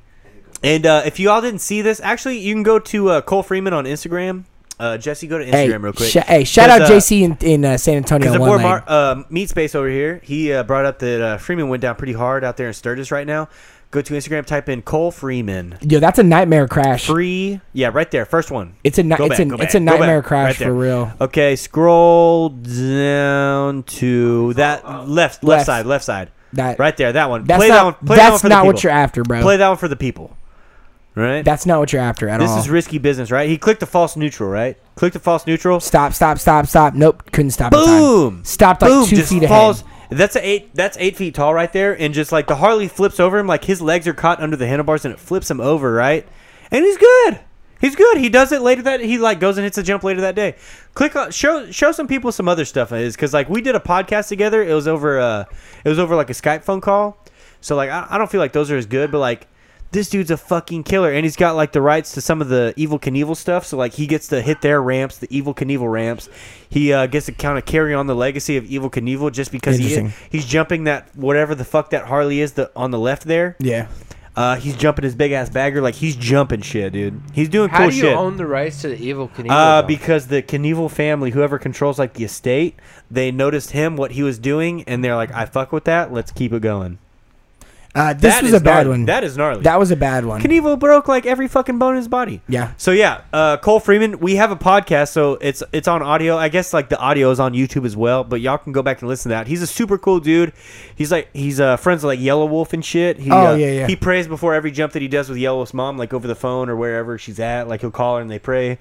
[SPEAKER 5] And uh, if you all didn't see this, actually, you can go to uh, Cole Freeman on Instagram. Uh, Jesse, go to Instagram
[SPEAKER 1] Hey,
[SPEAKER 5] real quick.
[SPEAKER 1] sh- hey, shout out
[SPEAKER 5] Because, uh,
[SPEAKER 1] JC in, in uh, San Antonio.
[SPEAKER 5] Because
[SPEAKER 1] on One
[SPEAKER 5] the board
[SPEAKER 1] Leg.
[SPEAKER 5] Mar- uh, meat space over here, he uh, brought up that uh, Freeman went down pretty hard out there in Sturgis right now. Go to Instagram, type in Cole Freeman.
[SPEAKER 1] Yo, that's a nightmare crash.
[SPEAKER 5] Free, yeah, right there, first one.
[SPEAKER 1] It's a ni-
[SPEAKER 5] Go
[SPEAKER 1] it's
[SPEAKER 5] back,
[SPEAKER 1] an,
[SPEAKER 5] go
[SPEAKER 1] it's a
[SPEAKER 5] back, go
[SPEAKER 1] nightmare
[SPEAKER 5] back,
[SPEAKER 1] crash
[SPEAKER 5] right
[SPEAKER 1] for
[SPEAKER 5] there.
[SPEAKER 1] real.
[SPEAKER 5] Okay, scroll down to that left, left,
[SPEAKER 1] Left.
[SPEAKER 5] side, left side,
[SPEAKER 1] That
[SPEAKER 5] right there. That one.
[SPEAKER 1] that's
[SPEAKER 5] play that one.
[SPEAKER 1] not
[SPEAKER 5] Play that one
[SPEAKER 1] that's
[SPEAKER 5] for the
[SPEAKER 1] not
[SPEAKER 5] people.
[SPEAKER 1] what you're after, bro.
[SPEAKER 5] Play that one for the people. Right.
[SPEAKER 1] that's not what you're after at
[SPEAKER 5] this
[SPEAKER 1] all.
[SPEAKER 5] is risky business, right? He clicked the false neutral, right? Click the false neutral.
[SPEAKER 1] stop, stop, stop, stop. Nope, couldn't stop. in time.
[SPEAKER 5] Boom.
[SPEAKER 1] Stopped like
[SPEAKER 5] Boom,
[SPEAKER 1] two
[SPEAKER 5] just
[SPEAKER 1] feet
[SPEAKER 5] falls.
[SPEAKER 1] ahead.
[SPEAKER 5] That's a eight. That's eight feet tall right there, and just like the Harley flips over him, like his legs are caught under the handlebars, and it flips him over, right? And he's good. He's good. He does it later that he like goes and hits a jump later that day. Click on show show some people some other stuff it is because like we did a podcast together. It was over uh it was over like a Skype phone call. So like I, I don't feel like those are as good, but like this dude's a fucking killer, and he's got like the rights to some of the Evil Knievel stuff. So like he gets to hit their ramps, the Evil Knievel ramps. He uh, gets to kind of carry on the legacy of Evil Knievel just because he
[SPEAKER 1] Interesting.
[SPEAKER 5] he's jumping that whatever the fuck that Harley is the, on the left there.
[SPEAKER 1] Yeah.
[SPEAKER 5] Uh, he's jumping his big ass bagger like he's jumping shit, dude. He's doing
[SPEAKER 4] How
[SPEAKER 5] cool
[SPEAKER 4] do you
[SPEAKER 5] shit.
[SPEAKER 4] own the rights to the evil Knievel?
[SPEAKER 5] Uh,
[SPEAKER 4] though?
[SPEAKER 5] because the Knievel family, whoever controls like the estate, they noticed him what he was doing, and they're like, "I fuck with that. Let's keep it going."
[SPEAKER 1] Uh, this
[SPEAKER 5] That
[SPEAKER 1] was
[SPEAKER 5] is
[SPEAKER 1] a bad
[SPEAKER 5] gnarly.
[SPEAKER 1] one. That,
[SPEAKER 5] That is gnarly.
[SPEAKER 1] was a bad one.
[SPEAKER 5] Knievel broke like every fucking bone in his body.
[SPEAKER 1] yeah.
[SPEAKER 5] So yeah, uh, Cole Freeman. We have a podcast, so it's it's on audio. I guess like the audio is on YouTube as well, but y'all can go back and listen to that. He's a super cool dude. He's like he's uh, friends with like Yellow Wolf and shit. He,
[SPEAKER 1] Oh,
[SPEAKER 5] uh,
[SPEAKER 1] yeah, yeah.
[SPEAKER 5] He prays before every jump that he does with Yellow Wolf's mom, like over the phone or wherever she's at. Like he'll call her and they pray.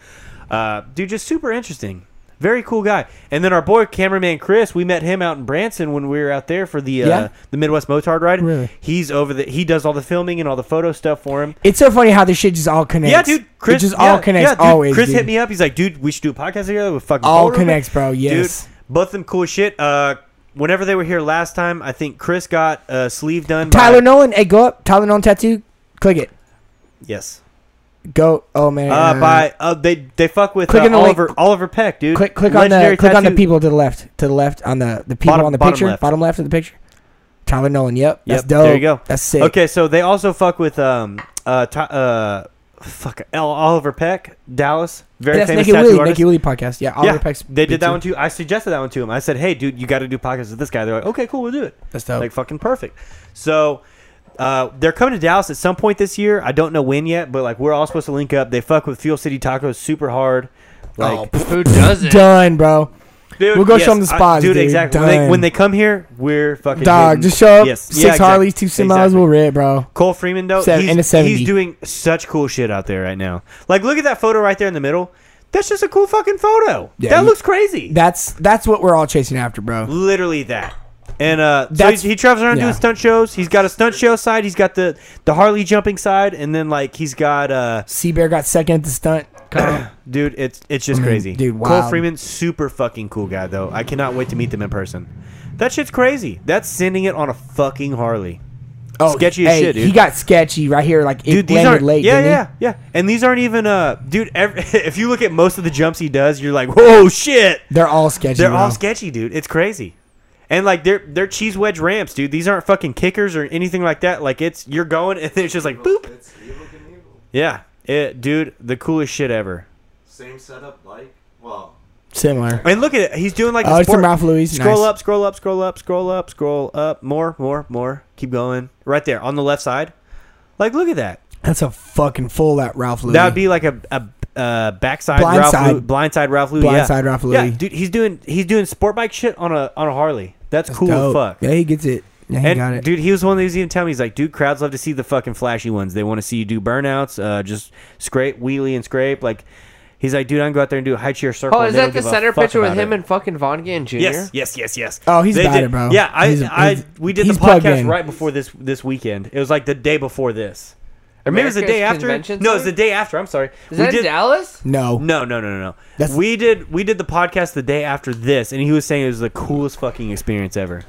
[SPEAKER 5] Uh, dude, just super interesting. Very cool guy. And then our boy cameraman Chris, we met him out in Branson when we were out there for the uh,
[SPEAKER 1] Yeah.
[SPEAKER 5] the Midwest Motard ride.
[SPEAKER 1] Really?
[SPEAKER 5] He's over the he does all the filming and all the photo stuff for him.
[SPEAKER 1] It's so funny how this shit just all connects.
[SPEAKER 5] Yeah, dude. Chris
[SPEAKER 1] it just
[SPEAKER 5] yeah,
[SPEAKER 1] all connects.
[SPEAKER 5] yeah, dude,
[SPEAKER 1] always.
[SPEAKER 5] Chris
[SPEAKER 1] dude.
[SPEAKER 5] hit me up. He's like, dude, we should do a podcast together. With fucking
[SPEAKER 1] All
[SPEAKER 5] Paul Rubin."
[SPEAKER 1] connects, bro. Yes.
[SPEAKER 5] Dude, both them cool as shit. Uh, whenever they were here last time, I think Chris got a sleeve done. by-
[SPEAKER 1] Tyler Nolan. Hey, go up. Tyler Nolan tattoo. Click it.
[SPEAKER 5] Yes.
[SPEAKER 1] Go. Oh man.
[SPEAKER 5] Uh, by uh, they they fuck with uh,
[SPEAKER 1] Click on the link.
[SPEAKER 5] Oliver Oliver Peck, dude.
[SPEAKER 1] click click on the
[SPEAKER 5] Legendary
[SPEAKER 1] click on the
[SPEAKER 5] tattoo.
[SPEAKER 1] people to the left to the left on the the people
[SPEAKER 5] Bottom-
[SPEAKER 1] on the
[SPEAKER 5] bottom
[SPEAKER 1] picture
[SPEAKER 5] left.
[SPEAKER 1] bottom left of the picture. Tyler Nolan. Yep. That's
[SPEAKER 5] Yep,
[SPEAKER 1] dope.
[SPEAKER 5] there you go.
[SPEAKER 1] That's sick.
[SPEAKER 5] Okay, so they also fuck with um uh Ty- uh fuck L- Oliver Peck, Dallas, very
[SPEAKER 1] That's
[SPEAKER 5] famous
[SPEAKER 1] Naked
[SPEAKER 5] tattoo
[SPEAKER 1] Willie.
[SPEAKER 5] artist.
[SPEAKER 1] Naked Willie podcast. Yeah. Oliver
[SPEAKER 5] yeah,
[SPEAKER 1] Peck's
[SPEAKER 5] they
[SPEAKER 1] big
[SPEAKER 5] did that
[SPEAKER 1] too.
[SPEAKER 5] one too. I suggested that one to him. I said, "Hey, dude, you got to do podcasts with this guy." They're like, "Okay, cool, we'll do it."
[SPEAKER 1] That's dope.
[SPEAKER 5] Like fucking perfect. So uh, they're coming to Dallas at some point this year. I don't know when yet, but like we're all supposed to link up. They fuck with Fuel City Tacos super hard. Like,
[SPEAKER 4] who does it?
[SPEAKER 1] Done, bro.
[SPEAKER 5] dude,
[SPEAKER 1] We'll go show 'em the
[SPEAKER 5] I-
[SPEAKER 1] spots, dude.
[SPEAKER 5] Exactly. When they,
[SPEAKER 1] Done.
[SPEAKER 5] when they come here, we're fucking
[SPEAKER 1] Dog,
[SPEAKER 5] hitting-
[SPEAKER 1] just show up.
[SPEAKER 5] Yes.
[SPEAKER 1] Six
[SPEAKER 5] Yeah, exact-
[SPEAKER 1] Harleys, two semis.
[SPEAKER 5] exactly.
[SPEAKER 1] We'll rip, bro.
[SPEAKER 5] Cole Freeman though,
[SPEAKER 1] Seven-
[SPEAKER 5] he's,
[SPEAKER 1] and a 70.
[SPEAKER 5] he's doing such cool shit out there right now. Like, look at that photo right there in the middle. That's just a cool fucking photo.
[SPEAKER 1] Yeah,
[SPEAKER 5] that
[SPEAKER 1] you-
[SPEAKER 5] looks crazy.
[SPEAKER 1] That's that's what we're all chasing after, bro.
[SPEAKER 5] literally that. And uh, so
[SPEAKER 1] That's-
[SPEAKER 5] he's- he travels around
[SPEAKER 1] yeah.
[SPEAKER 5] doing stunt shows. He's got a stunt show side. He's got the the Harley jumping side, and then like he's got uh,
[SPEAKER 1] Sea Bear got second at the stunt.
[SPEAKER 5] dude, it's it's just crazy.
[SPEAKER 1] Mm-hmm. dude,
[SPEAKER 5] Cole
[SPEAKER 1] wild.
[SPEAKER 5] Freeman, super fucking cool guy though. I cannot wait to meet them in person. That shit's crazy. That's sending it on a fucking Harley,
[SPEAKER 1] Oh,
[SPEAKER 5] Sketchy as shit, dude.
[SPEAKER 1] He got sketchy right here, like it
[SPEAKER 5] dude. These
[SPEAKER 1] landed
[SPEAKER 5] aren't
[SPEAKER 1] late.
[SPEAKER 5] yeah,
[SPEAKER 1] didn't he?
[SPEAKER 5] yeah, yeah. And these aren't even uh, dude. Every, if you look at most of the jumps he does, you're like, whoa, shit.
[SPEAKER 1] They're all sketchy.
[SPEAKER 5] They're all
[SPEAKER 1] bro.
[SPEAKER 5] sketchy, dude. It's crazy. And like they're they're cheese wedge ramps, dude. These aren't fucking kickers or anything like that. Like it's you're going and it's just like boop.
[SPEAKER 13] It's evil can evil.
[SPEAKER 5] Yeah. It, dude, the coolest shit ever.
[SPEAKER 13] Same setup, like well,
[SPEAKER 1] similar.
[SPEAKER 5] And look at it. He's doing like
[SPEAKER 1] Oh,
[SPEAKER 5] the
[SPEAKER 1] it's some
[SPEAKER 5] sport-
[SPEAKER 1] Ralph Louis.
[SPEAKER 5] Scroll
[SPEAKER 1] Nice.
[SPEAKER 5] up, scroll up, scroll up, scroll up, scroll up. More, more, more. Keep going. Right there on the left side. Like look at that.
[SPEAKER 1] That's a fucking full that Ralph Louis.
[SPEAKER 5] That would be like a, a uh, backside Ralph
[SPEAKER 1] Blindside.
[SPEAKER 5] Lou, blindside Ralph Louis. yeah.
[SPEAKER 1] Blindside Ralph
[SPEAKER 5] Yeah,
[SPEAKER 1] Louis.
[SPEAKER 5] dude, he's doing he's doing sport bike shit on a on a Harley. That's,
[SPEAKER 1] That's
[SPEAKER 5] cool as
[SPEAKER 1] dope.
[SPEAKER 5] fuck.
[SPEAKER 1] Yeah, he gets it. Yeah, he
[SPEAKER 5] and
[SPEAKER 1] got it.
[SPEAKER 5] dude, he was one that was even telling me he's like, dude, crowds love to see the fucking flashy ones. They want to see you do burnouts, uh, just scrape, wheelie and scrape. Like, he's like, dude, I can go out there and do a high chair circle.
[SPEAKER 4] Oh,
[SPEAKER 5] and
[SPEAKER 4] is
[SPEAKER 5] they don't
[SPEAKER 4] that the
[SPEAKER 5] give a
[SPEAKER 4] center
[SPEAKER 5] fuck
[SPEAKER 4] picture with
[SPEAKER 5] about
[SPEAKER 4] him
[SPEAKER 5] it."
[SPEAKER 4] and fucking Von Gann Jr.?
[SPEAKER 5] Yes, yes, yes, yes.
[SPEAKER 1] Oh, he's
[SPEAKER 5] They
[SPEAKER 1] about
[SPEAKER 5] did-
[SPEAKER 1] it, bro.
[SPEAKER 5] Yeah, I,
[SPEAKER 1] He's-
[SPEAKER 5] I,
[SPEAKER 1] he's-
[SPEAKER 5] we did the
[SPEAKER 1] he's plugged
[SPEAKER 5] podcast
[SPEAKER 1] in.
[SPEAKER 5] right before this this weekend. It was like the day before this, or maybe it was the
[SPEAKER 4] America's
[SPEAKER 5] day after.
[SPEAKER 4] Convention
[SPEAKER 5] No, it was the
[SPEAKER 4] Center?
[SPEAKER 5] day after. I'm sorry.
[SPEAKER 4] Is that in
[SPEAKER 5] did,
[SPEAKER 4] Dallas?
[SPEAKER 1] No.
[SPEAKER 5] no, no, no, no,
[SPEAKER 1] That's-
[SPEAKER 5] no. We did we did the podcast the day after this, and he was saying it was the coolest fucking experience ever.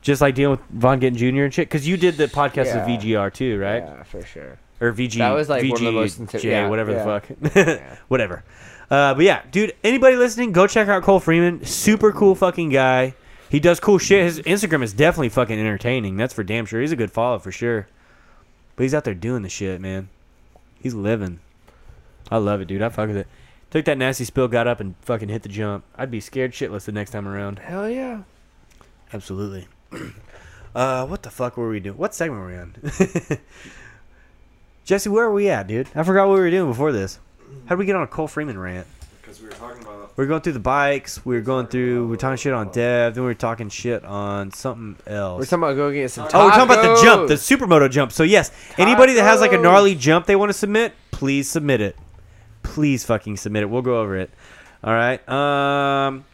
[SPEAKER 5] Just like dealing with Von Getton Jr. and shit, because you did the podcast
[SPEAKER 4] Yeah.
[SPEAKER 5] with VGR too, right?
[SPEAKER 4] Yeah, for sure.
[SPEAKER 5] Or VG.
[SPEAKER 4] That was, like,
[SPEAKER 5] VG,
[SPEAKER 4] one of the most inter-
[SPEAKER 5] J,
[SPEAKER 4] yeah,
[SPEAKER 5] whatever the fuck, whatever. Uh, but yeah, dude. Anybody listening, go check out Cole Freeman. Super cool fucking guy. He does cool shit. His Instagram is definitely fucking entertaining. That's for damn sure. He's a good follow for sure. But he's out there doing the shit, man. He's living. I love it, dude. I fuck with it. Took that nasty spill, got up, and fucking hit the jump. I'd be scared shitless the next time around.
[SPEAKER 4] Hell yeah.
[SPEAKER 5] Absolutely. Uh, what the fuck were we doing? What segment were we on? Jesse, where are we at, dude? I forgot what we were doing before this. How did we get on a Cole Freeman rant?
[SPEAKER 14] Because we were talking about
[SPEAKER 5] We were going through the bikes. We were going through. We were talking shit on Dev. Then we were talking shit on something else.
[SPEAKER 4] We're talking about going get some.
[SPEAKER 5] oh, we're talking about the jump, the
[SPEAKER 4] tacos.
[SPEAKER 5] supermoto jump. So yes, anybody that has like a
[SPEAKER 4] Tacos.
[SPEAKER 5] gnarly jump they want to submit, please submit it. Please fucking submit it. We'll go over it. All right. Um.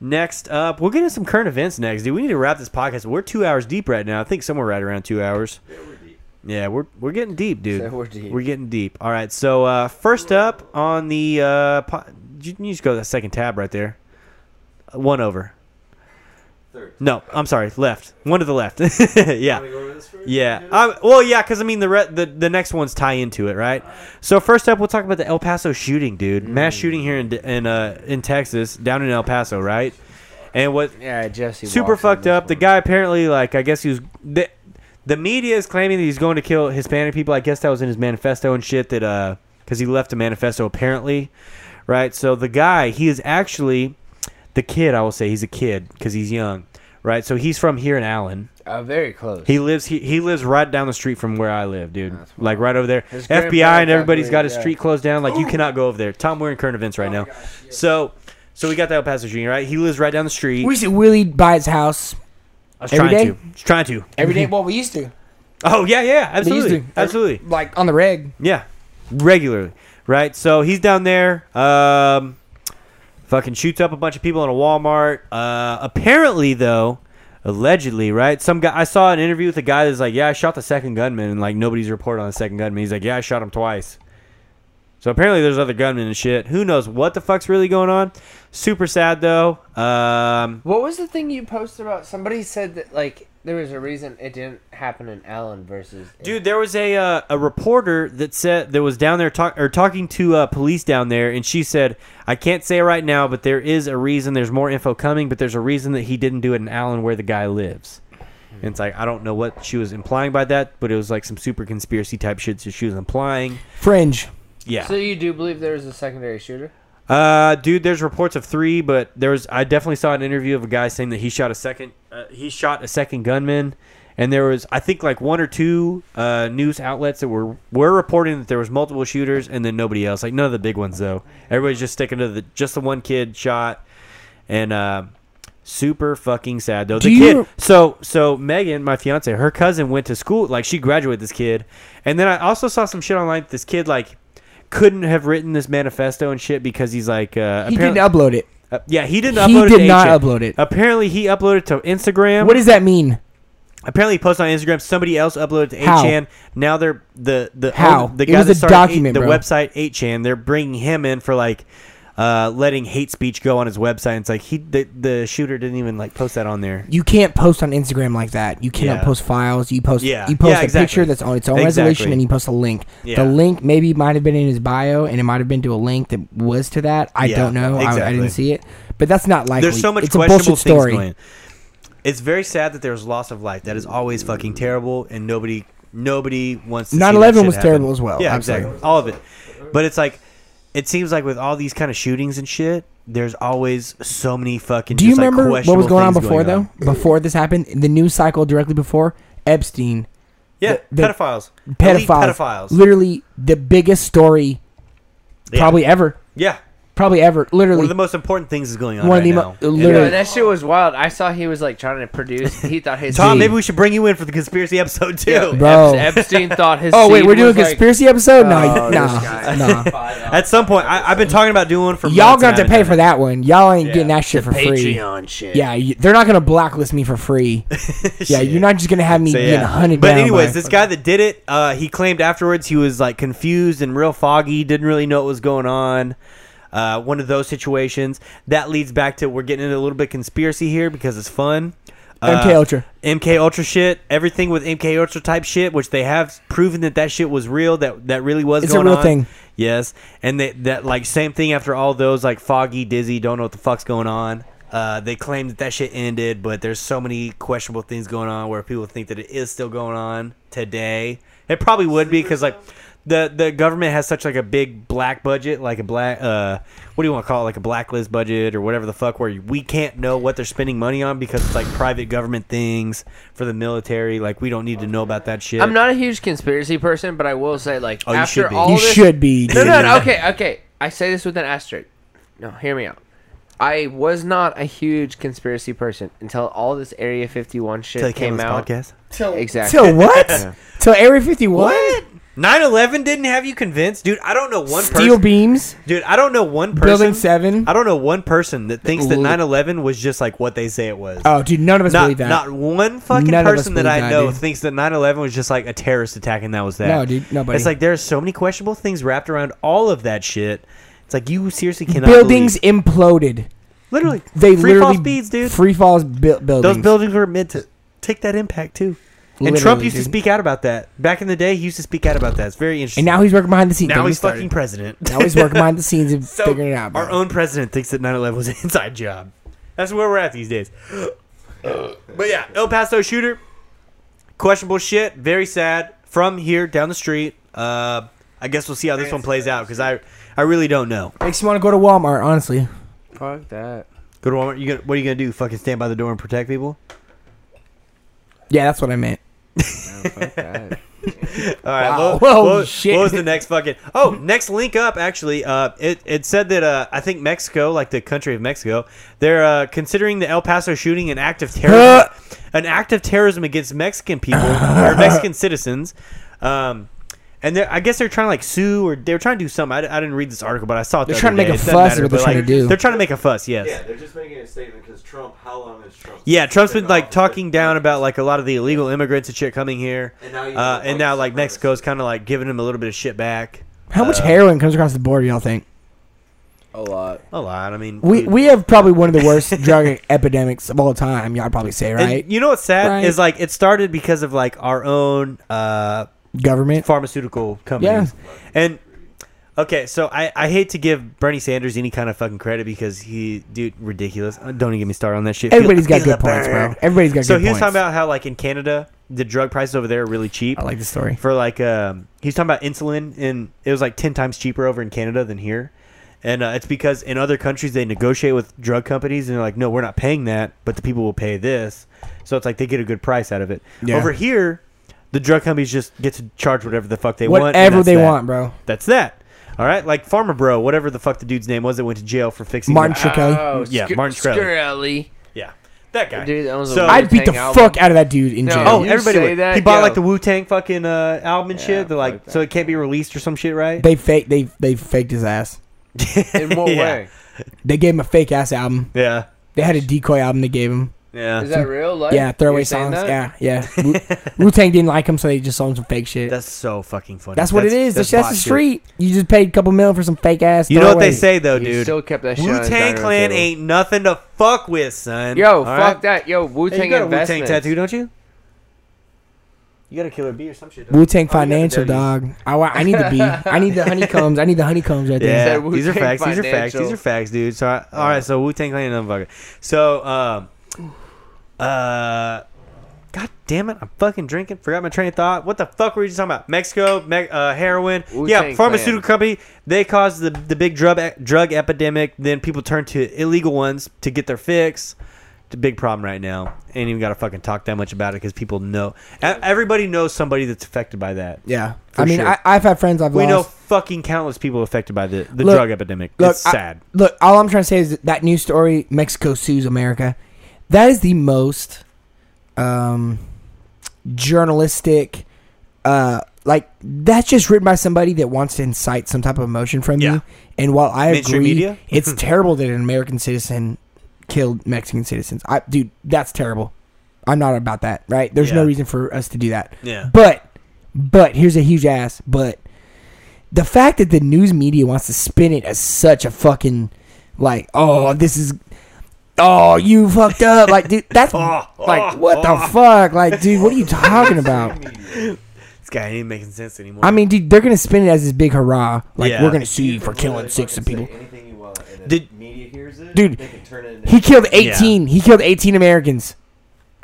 [SPEAKER 5] Next up, we'll get into some current events next, dude. We need to wrap this podcast. We're two hours deep right now. I think somewhere right around two hours.
[SPEAKER 14] yeah, we're deep.
[SPEAKER 5] Yeah, we're we're getting deep, dude.
[SPEAKER 4] So we're deep.
[SPEAKER 5] We're getting deep. All right. So uh, first up on the uh, po- you, you just go to that second tab right there. Uh, One over.
[SPEAKER 14] Third.
[SPEAKER 5] No, I'm sorry. Left. One to the left.
[SPEAKER 14] Can we
[SPEAKER 5] yeah.
[SPEAKER 14] go over this first?
[SPEAKER 5] Yeah. Um, well, yeah, because I mean the, re- the the next ones tie into it, right? So first up, we'll talk about the El Paso shooting, dude. Mass
[SPEAKER 14] Mm.
[SPEAKER 5] shooting here in in uh, in Texas, down in El Paso, right? And what
[SPEAKER 4] Yeah, Jesse.
[SPEAKER 5] super
[SPEAKER 4] walks on
[SPEAKER 5] fucked
[SPEAKER 4] this
[SPEAKER 5] up. The
[SPEAKER 4] one.
[SPEAKER 5] guy apparently, like, I guess he was. The, the media is claiming that he's going to kill Hispanic people. I guess that was in his manifesto and shit. That uh, because he left a manifesto apparently, right? So the guy, he is actually the kid. I will say he's a kid because he's young, right? So he's from here in Allen.
[SPEAKER 4] Uh, very close.
[SPEAKER 5] He lives he, he lives right down the street from where I live, dude. like right over there.
[SPEAKER 4] His
[SPEAKER 5] FBI and
[SPEAKER 4] grandparents
[SPEAKER 5] everybody's got his
[SPEAKER 4] actually, yeah. Oh
[SPEAKER 5] street closed down. Like you cannot go over there. Tom, we're in current events right now. So so we got that El Paso Junior, right? He lives right down the street.
[SPEAKER 1] We used to Willie buy his house
[SPEAKER 5] I was
[SPEAKER 1] Every
[SPEAKER 5] trying
[SPEAKER 1] day?
[SPEAKER 5] to. Just trying to.
[SPEAKER 1] every day. Well, we used to
[SPEAKER 5] Oh yeah, yeah,
[SPEAKER 1] We used
[SPEAKER 5] absolutely,
[SPEAKER 1] to.
[SPEAKER 5] absolutely,
[SPEAKER 1] like on the reg.
[SPEAKER 5] yeah, regularly, right? So he's down there, um, fucking shoots up a bunch of people in a Walmart. Uh, apparently, though, allegedly, right? Some guy I saw an interview with a guy that's like, yeah, I shot the second gunman, and like nobody's reported on the second gunman. He's like, yeah, I shot him twice. So apparently, there's other gunmen and shit. Who knows what the fuck's really going on? Super sad though. Um,
[SPEAKER 4] What was the thing you posted about? Somebody said that like there was a reason it didn't happen in Allen versus.
[SPEAKER 5] Dude, there was a uh, a reporter that said that was down there talk, or talking to uh, police down there, and she said, "I can't say right now, but there is a reason. There's more info coming, but there's a reason that he didn't do it in Allen, where the guy lives." And it's like I don't know what she was implying by that, but it was like some super conspiracy type shit. So she was implying,
[SPEAKER 1] Fringe.
[SPEAKER 5] yeah.
[SPEAKER 4] So you do believe there was a secondary shooter?
[SPEAKER 5] Uh, dude, there's reports of three, but there was I definitely saw an interview of a guy saying that he shot a second, uh, he shot a second gunman, and there was I think like one or two uh, news outlets that were were reporting that there was multiple shooters, and then nobody else, like none of the big ones though. Everybody's just sticking to the just the one kid shot, and uh, super fucking sad though.
[SPEAKER 1] Do
[SPEAKER 5] the
[SPEAKER 1] you-
[SPEAKER 5] kid, so so Megan, my fiance, her cousin went to school, like she graduated with this kid, and then I also saw some shit online. that This kid like couldn't have written this manifesto and shit because he's like uh,
[SPEAKER 1] He
[SPEAKER 5] apparent-
[SPEAKER 1] didn't upload it.
[SPEAKER 5] uh, yeah he didn't
[SPEAKER 1] He
[SPEAKER 5] upload it
[SPEAKER 1] did
[SPEAKER 5] to
[SPEAKER 1] not
[SPEAKER 5] Ancient.
[SPEAKER 1] upload it.
[SPEAKER 5] apparently he uploaded to Instagram
[SPEAKER 1] What does that mean?
[SPEAKER 5] apparently he posted on Instagram somebody else uploaded to
[SPEAKER 1] How?
[SPEAKER 5] 8chan now they're the the
[SPEAKER 1] How?
[SPEAKER 5] owner- the
[SPEAKER 1] It
[SPEAKER 5] guy
[SPEAKER 1] was
[SPEAKER 5] that
[SPEAKER 1] a
[SPEAKER 5] started
[SPEAKER 1] document,
[SPEAKER 5] eight- the
[SPEAKER 1] bro.
[SPEAKER 5] website 8chan they're bringing him in for like uh, letting hate speech go on his website it's like he the, the shooter didn't even like post that on there
[SPEAKER 1] You can't post on Instagram like that. You cannot
[SPEAKER 5] Yeah.
[SPEAKER 1] post files. You post
[SPEAKER 5] Yeah.
[SPEAKER 1] you post
[SPEAKER 5] Yeah,
[SPEAKER 1] a
[SPEAKER 5] exactly.
[SPEAKER 1] picture that's on its own
[SPEAKER 5] Exactly.
[SPEAKER 1] resolution and you post a link.
[SPEAKER 5] Yeah.
[SPEAKER 1] The link maybe might have been in his bio and it might have been to a link that was to that. I
[SPEAKER 5] Yeah,
[SPEAKER 1] don't know. I, I
[SPEAKER 5] exactly.
[SPEAKER 1] didn't see it. But that's not likely.
[SPEAKER 5] There's so much
[SPEAKER 1] it's a
[SPEAKER 5] questionable
[SPEAKER 1] bullshit
[SPEAKER 5] things
[SPEAKER 1] story.
[SPEAKER 5] going. It's very sad that there was loss of life. That is always fucking terrible, and nobody nobody wants. to see that
[SPEAKER 1] 9/11 was
[SPEAKER 5] shit happen.
[SPEAKER 1] terrible as well,
[SPEAKER 5] Yeah,
[SPEAKER 1] absolutely.
[SPEAKER 5] exactly. All of it, but it's like it seems like with all these kind of shootings and shit, there's always so many fucking.
[SPEAKER 1] Do you
[SPEAKER 5] just, like,
[SPEAKER 1] remember what was
[SPEAKER 5] questionable
[SPEAKER 1] going on
[SPEAKER 5] things
[SPEAKER 1] before
[SPEAKER 5] going on.
[SPEAKER 1] though? Before this happened, the news cycle directly before Epstein,
[SPEAKER 5] Yeah,
[SPEAKER 1] The- the-
[SPEAKER 5] pedophiles,
[SPEAKER 1] pedophiles,
[SPEAKER 5] Elite pedophiles.
[SPEAKER 1] literally the biggest story
[SPEAKER 5] Yeah.
[SPEAKER 1] probably ever,
[SPEAKER 5] Yeah,
[SPEAKER 1] probably ever.
[SPEAKER 5] one
[SPEAKER 1] Literally
[SPEAKER 5] of the most important things is going on
[SPEAKER 1] One
[SPEAKER 5] right
[SPEAKER 1] of the
[SPEAKER 5] now.
[SPEAKER 1] mo-
[SPEAKER 5] And-
[SPEAKER 1] literally-
[SPEAKER 4] No, that shit was wild. I saw he was like trying to produce. He thought his
[SPEAKER 5] Tom,
[SPEAKER 1] Dude.
[SPEAKER 5] maybe we should bring you in for the conspiracy episode too.
[SPEAKER 4] Yeah,
[SPEAKER 1] Bro.
[SPEAKER 4] Ep- Epstein thought his.
[SPEAKER 1] Oh wait,
[SPEAKER 4] seed
[SPEAKER 1] we're doing a
[SPEAKER 4] was, like-
[SPEAKER 1] conspiracy episode? No,
[SPEAKER 4] Oh, this
[SPEAKER 1] nah,
[SPEAKER 4] guy.
[SPEAKER 1] nah.
[SPEAKER 5] At some point, I, I've been talking about doing one for
[SPEAKER 1] Y'all
[SPEAKER 5] months, and
[SPEAKER 1] got to
[SPEAKER 5] I haven't
[SPEAKER 1] pay
[SPEAKER 5] done
[SPEAKER 1] for
[SPEAKER 5] it.
[SPEAKER 1] that one. Y'all ain't getting that shit for free.
[SPEAKER 4] Patreon shit.
[SPEAKER 1] Yeah, you, they're not gonna blacklist me for free. yeah,
[SPEAKER 5] Shit.
[SPEAKER 1] you're not just gonna have me
[SPEAKER 5] So,
[SPEAKER 1] getting hunted
[SPEAKER 5] But
[SPEAKER 1] down.
[SPEAKER 5] anyways,
[SPEAKER 1] by-
[SPEAKER 5] this guy that did it, uh, he claimed afterwards he was like confused and real foggy, didn't really know what was going on. Uh, one of those situations that leads back to we're getting into a little bit conspiracy here because it's fun. Uh,
[SPEAKER 1] MK Ultra.
[SPEAKER 5] MK Ultra shit, everything with MK Ultra type shit, which they have proven that that shit was real. That that really was
[SPEAKER 1] It's a
[SPEAKER 5] going
[SPEAKER 1] real
[SPEAKER 5] on.
[SPEAKER 1] thing.
[SPEAKER 5] Yes, and they, that like same thing after all those like foggy, dizzy, don't know what the fuck's going on. Uh, they claim that that shit ended, but there's so many questionable things going on where people think that it is still going on today. It probably would be because like the the government has such like a big black budget, like a black uh, what do you want to call it, like a blacklist budget or whatever the fuck, where we can't know what they're spending money on because it's like private government things for the military. Like we don't need to know about that shit.
[SPEAKER 4] I'm not a huge conspiracy person, but I will say, like,
[SPEAKER 5] Oh, you should
[SPEAKER 4] after
[SPEAKER 5] be.
[SPEAKER 4] all
[SPEAKER 1] you
[SPEAKER 4] this,
[SPEAKER 1] should be.
[SPEAKER 4] No,
[SPEAKER 1] Dude.
[SPEAKER 4] no, no. Okay, okay. I say this with an asterisk. No, hear me out. I was not a huge conspiracy person until all this Area 51 shit
[SPEAKER 5] Till they
[SPEAKER 4] came
[SPEAKER 5] on this
[SPEAKER 4] out.
[SPEAKER 5] podcast.
[SPEAKER 4] Exactly.
[SPEAKER 1] Till what? Till Area 51?
[SPEAKER 5] 9/11 didn't have you convinced, dude. I don't know one
[SPEAKER 1] Steel
[SPEAKER 5] person.
[SPEAKER 1] beams?
[SPEAKER 5] Dude, I don't know one person.
[SPEAKER 1] Building 7?
[SPEAKER 5] I don't know one person that thinks that
[SPEAKER 1] Ooh.
[SPEAKER 5] 9/11 was just like what they say it was.
[SPEAKER 1] Oh, dude, none of us
[SPEAKER 5] not,
[SPEAKER 1] believe that.
[SPEAKER 5] not one fucking
[SPEAKER 1] None of us
[SPEAKER 5] person that I
[SPEAKER 1] believe that,
[SPEAKER 5] know
[SPEAKER 1] dude.
[SPEAKER 5] thinks that 9/11 was just like a terrorist attack and that was that.
[SPEAKER 1] No, dude, nobody.
[SPEAKER 5] It's like there's so many questionable things wrapped around all of that shit. It's like you seriously cannot
[SPEAKER 1] buildings
[SPEAKER 5] believe-
[SPEAKER 1] imploded.
[SPEAKER 5] literally
[SPEAKER 1] They
[SPEAKER 5] free
[SPEAKER 1] literally
[SPEAKER 5] fall speeds, dude.
[SPEAKER 1] Free falls bu- buildings.
[SPEAKER 5] Those buildings were meant to take that impact too. And
[SPEAKER 1] Literally,
[SPEAKER 5] Trump used to
[SPEAKER 1] dude.
[SPEAKER 5] speak out about that. Back in the day, he used to speak out about that. It's very interesting.
[SPEAKER 1] And now he's working behind the scenes.
[SPEAKER 5] now
[SPEAKER 1] Don't get
[SPEAKER 5] he's
[SPEAKER 1] started.
[SPEAKER 5] fucking president.
[SPEAKER 1] Now he's working behind the scenes and
[SPEAKER 5] So,
[SPEAKER 1] figuring it out. Bro.
[SPEAKER 5] Our own president thinks that 9/11 was an inside job. That's where we're at these days. but yeah, El Paso shooter, questionable shit. Very sad. From here down the street. Uh, I guess we'll see how this one plays out because I, I really don't know.
[SPEAKER 1] Makes you want to go to Walmart, honestly.
[SPEAKER 15] Fuck that.
[SPEAKER 5] Go to Walmart. You gonna, what are you gonna do? Fucking stand by the door and protect people?
[SPEAKER 1] Yeah, that's what I meant.
[SPEAKER 15] Fuck that.
[SPEAKER 5] All right.
[SPEAKER 1] Wow.
[SPEAKER 5] What,
[SPEAKER 1] Holy
[SPEAKER 5] what-
[SPEAKER 1] shit.
[SPEAKER 5] what was the next fucking? Oh, next link up. Actually, uh, it it said that uh, I think Mexico, like the country of Mexico, they're uh, considering the El Paso shooting an act of terrorism, an act of terrorism against Mexican people or Mexican citizens. Um, and they're- I guess they're trying to like sue or they're trying to do something. I, d- I didn't read this article, but I saw it. the
[SPEAKER 1] They're
[SPEAKER 5] other
[SPEAKER 1] trying to make
[SPEAKER 5] day.
[SPEAKER 1] a
[SPEAKER 5] It doesn't
[SPEAKER 1] fuss is what
[SPEAKER 5] but,
[SPEAKER 1] they're trying
[SPEAKER 5] like,
[SPEAKER 1] to do.
[SPEAKER 5] They're trying to make a fuss. Yes.
[SPEAKER 16] Yeah, they're just making a statement because Trump. How long has Trump?
[SPEAKER 5] Yeah, Trump's been
[SPEAKER 16] been
[SPEAKER 5] like
[SPEAKER 16] off
[SPEAKER 5] talking
[SPEAKER 16] the-
[SPEAKER 5] down about like a lot of the illegal immigrants and shit coming here,
[SPEAKER 16] And now you
[SPEAKER 5] uh,
[SPEAKER 16] have
[SPEAKER 5] and
[SPEAKER 16] white
[SPEAKER 5] now like
[SPEAKER 16] supremacists.
[SPEAKER 5] Mexico's kind of like giving him a little bit of shit back.
[SPEAKER 1] How
[SPEAKER 5] Uh,
[SPEAKER 1] much heroin comes across the border, y'all think?
[SPEAKER 15] A lot.
[SPEAKER 5] A lot. I mean,
[SPEAKER 1] We
[SPEAKER 5] dude.
[SPEAKER 1] we have probably one of the worst drug epidemics of all time, y'all probably say,
[SPEAKER 5] And
[SPEAKER 1] right?
[SPEAKER 5] you know what's sad
[SPEAKER 1] Right.
[SPEAKER 5] is like it started because of like our own uh,
[SPEAKER 1] Government.
[SPEAKER 5] pharmaceutical companies. And okay, so I, I hate to give Bernie Sanders any kind of fucking credit because he dude ridiculous. Uh, Don't even get me started on that shit.
[SPEAKER 1] Everybody's got
[SPEAKER 5] Feel
[SPEAKER 1] good
[SPEAKER 5] the
[SPEAKER 1] points, bro.
[SPEAKER 5] burn.
[SPEAKER 1] Everybody's got
[SPEAKER 5] So
[SPEAKER 1] good
[SPEAKER 5] he was
[SPEAKER 1] points.
[SPEAKER 5] talking about how like in Canada the drug prices over there are really cheap.
[SPEAKER 1] I like this story.
[SPEAKER 5] for like um he's talking about insulin and it was like 10 times cheaper over in canada than here and uh, it's because in other countries they negotiate with drug companies and they're like no we're not paying that but the people will pay this so it's like they get a good price out of it
[SPEAKER 1] Yeah.
[SPEAKER 5] over here the drug companies just get to charge whatever the fuck they want and
[SPEAKER 1] Whatever
[SPEAKER 5] that's
[SPEAKER 1] they
[SPEAKER 5] that.
[SPEAKER 1] want, bro.
[SPEAKER 5] that's that all right like farmer bro whatever the fuck the dude's name was that went to jail for fixing
[SPEAKER 1] Martin
[SPEAKER 5] the-
[SPEAKER 1] Shkreli.
[SPEAKER 4] Oh,
[SPEAKER 5] Yeah, Martin Shkreli.
[SPEAKER 4] Shkreli.
[SPEAKER 5] yeah that guy
[SPEAKER 15] Dude, that was a
[SPEAKER 5] so
[SPEAKER 15] weird-
[SPEAKER 1] I'd beat the
[SPEAKER 15] Wu-Tang
[SPEAKER 1] fuck out of that dude in
[SPEAKER 4] No.
[SPEAKER 1] jail.
[SPEAKER 5] Oh,
[SPEAKER 4] You
[SPEAKER 5] everybody!
[SPEAKER 4] say
[SPEAKER 5] would.
[SPEAKER 4] that,
[SPEAKER 5] he bought
[SPEAKER 4] yo.
[SPEAKER 5] like the Wu Tang fucking uh, album and shit.
[SPEAKER 15] Yeah,
[SPEAKER 5] They're like,
[SPEAKER 15] fuck
[SPEAKER 5] so it can't be released or some shit, right?
[SPEAKER 1] They fake they they faked his ass.
[SPEAKER 15] In what
[SPEAKER 5] Yeah.
[SPEAKER 15] way?
[SPEAKER 1] They gave him a fake ass album.
[SPEAKER 5] Yeah.
[SPEAKER 1] They had a decoy album they gave him.
[SPEAKER 5] Yeah.
[SPEAKER 4] Is that real? Like,
[SPEAKER 1] Yeah, throwaway
[SPEAKER 4] you're saying
[SPEAKER 1] songs.
[SPEAKER 4] that?
[SPEAKER 1] Yeah, yeah. Wu Tang didn't like him, so they just sold him some fake shit. That's,
[SPEAKER 5] that's so fucking funny.
[SPEAKER 1] what it is. That's, that's
[SPEAKER 5] bot
[SPEAKER 1] the
[SPEAKER 5] shit.
[SPEAKER 1] street. You just paid a couple mil for some fake ass.
[SPEAKER 5] You know what they
[SPEAKER 1] throwaway-
[SPEAKER 5] say though,
[SPEAKER 15] He
[SPEAKER 5] dude.
[SPEAKER 15] still kept that shit on
[SPEAKER 5] Wu
[SPEAKER 15] his
[SPEAKER 5] Tang
[SPEAKER 15] dining room
[SPEAKER 5] Clan
[SPEAKER 15] table.
[SPEAKER 5] ain't nothing to fuck with, son.
[SPEAKER 4] Yo,
[SPEAKER 5] All
[SPEAKER 4] fuck
[SPEAKER 5] right?
[SPEAKER 4] that. Yo, Wu
[SPEAKER 5] Hey,
[SPEAKER 4] Tang
[SPEAKER 5] you got a Wu Tang
[SPEAKER 4] investment.
[SPEAKER 5] tattoo, don't you? You got a Killer B or some shit.
[SPEAKER 1] Wu Tang Financial dog. I, wa- I need the bee. I need the honeycombs. I need the honeycombs right there.
[SPEAKER 5] Yeah,
[SPEAKER 4] Said
[SPEAKER 5] these are
[SPEAKER 4] Wu-Tang
[SPEAKER 5] facts. These are facts. These
[SPEAKER 4] Financial.
[SPEAKER 5] are facts, dude. So, I, all right. So Wu Tang Clan, ain't nothing fucking. So, um, uh, god damn it, I'm fucking drinking. Forgot my train of thought. What the fuck were you just talking about? Mexico, me- uh, heroin. yeah,
[SPEAKER 15] Wu-Tang
[SPEAKER 5] pharmaceutical company. They caused the the big drug drug epidemic. Then people turn to illegal ones to get their fix. It's a big problem right now. Ain't even got to fucking talk that much about it because people know. e- Everybody knows somebody that's affected by that.
[SPEAKER 1] Yeah.
[SPEAKER 5] For
[SPEAKER 1] I mean,
[SPEAKER 5] sure.
[SPEAKER 1] I, I've had friends I've
[SPEAKER 5] We know
[SPEAKER 1] lost.
[SPEAKER 5] fucking countless people affected by the, the
[SPEAKER 1] Look-
[SPEAKER 5] drug epidemic.
[SPEAKER 1] Look,
[SPEAKER 5] it's
[SPEAKER 1] I-
[SPEAKER 5] sad.
[SPEAKER 1] look, all I'm trying to say is that, that news story, Mexico sues America. That is the most um, journalistic. Uh, like that's just written by somebody that wants to incite some type of emotion from
[SPEAKER 5] Yeah.
[SPEAKER 1] you. And while I
[SPEAKER 5] Mainstream
[SPEAKER 1] agree,
[SPEAKER 5] media?
[SPEAKER 1] it's terrible that an American citizen killed Mexican citizens. I, dude, that's terrible. I'm not about that. Right? There's no
[SPEAKER 5] Yeah.
[SPEAKER 1] reason for us to do that.
[SPEAKER 5] Yeah.
[SPEAKER 1] But, but here's a huge ass. But the fact that the news media wants to spin it as such a fucking like, oh, this is, oh, you fucked up, like, dude, that's
[SPEAKER 5] Oh,
[SPEAKER 1] like,
[SPEAKER 5] oh,
[SPEAKER 1] what
[SPEAKER 5] oh.
[SPEAKER 1] the fuck, like, dude, what are you talking about?
[SPEAKER 5] This guy ain't making sense anymore.
[SPEAKER 1] I mean, dude, they're gonna spin it as this big hurrah, like,
[SPEAKER 5] Yeah.
[SPEAKER 1] we're gonna sue you for killing six of people.
[SPEAKER 16] Anything you want, and if
[SPEAKER 5] Did-
[SPEAKER 16] media hears it,
[SPEAKER 1] Dude,
[SPEAKER 16] they can turn it into
[SPEAKER 1] He killed eighteen. He killed eighteen Americans.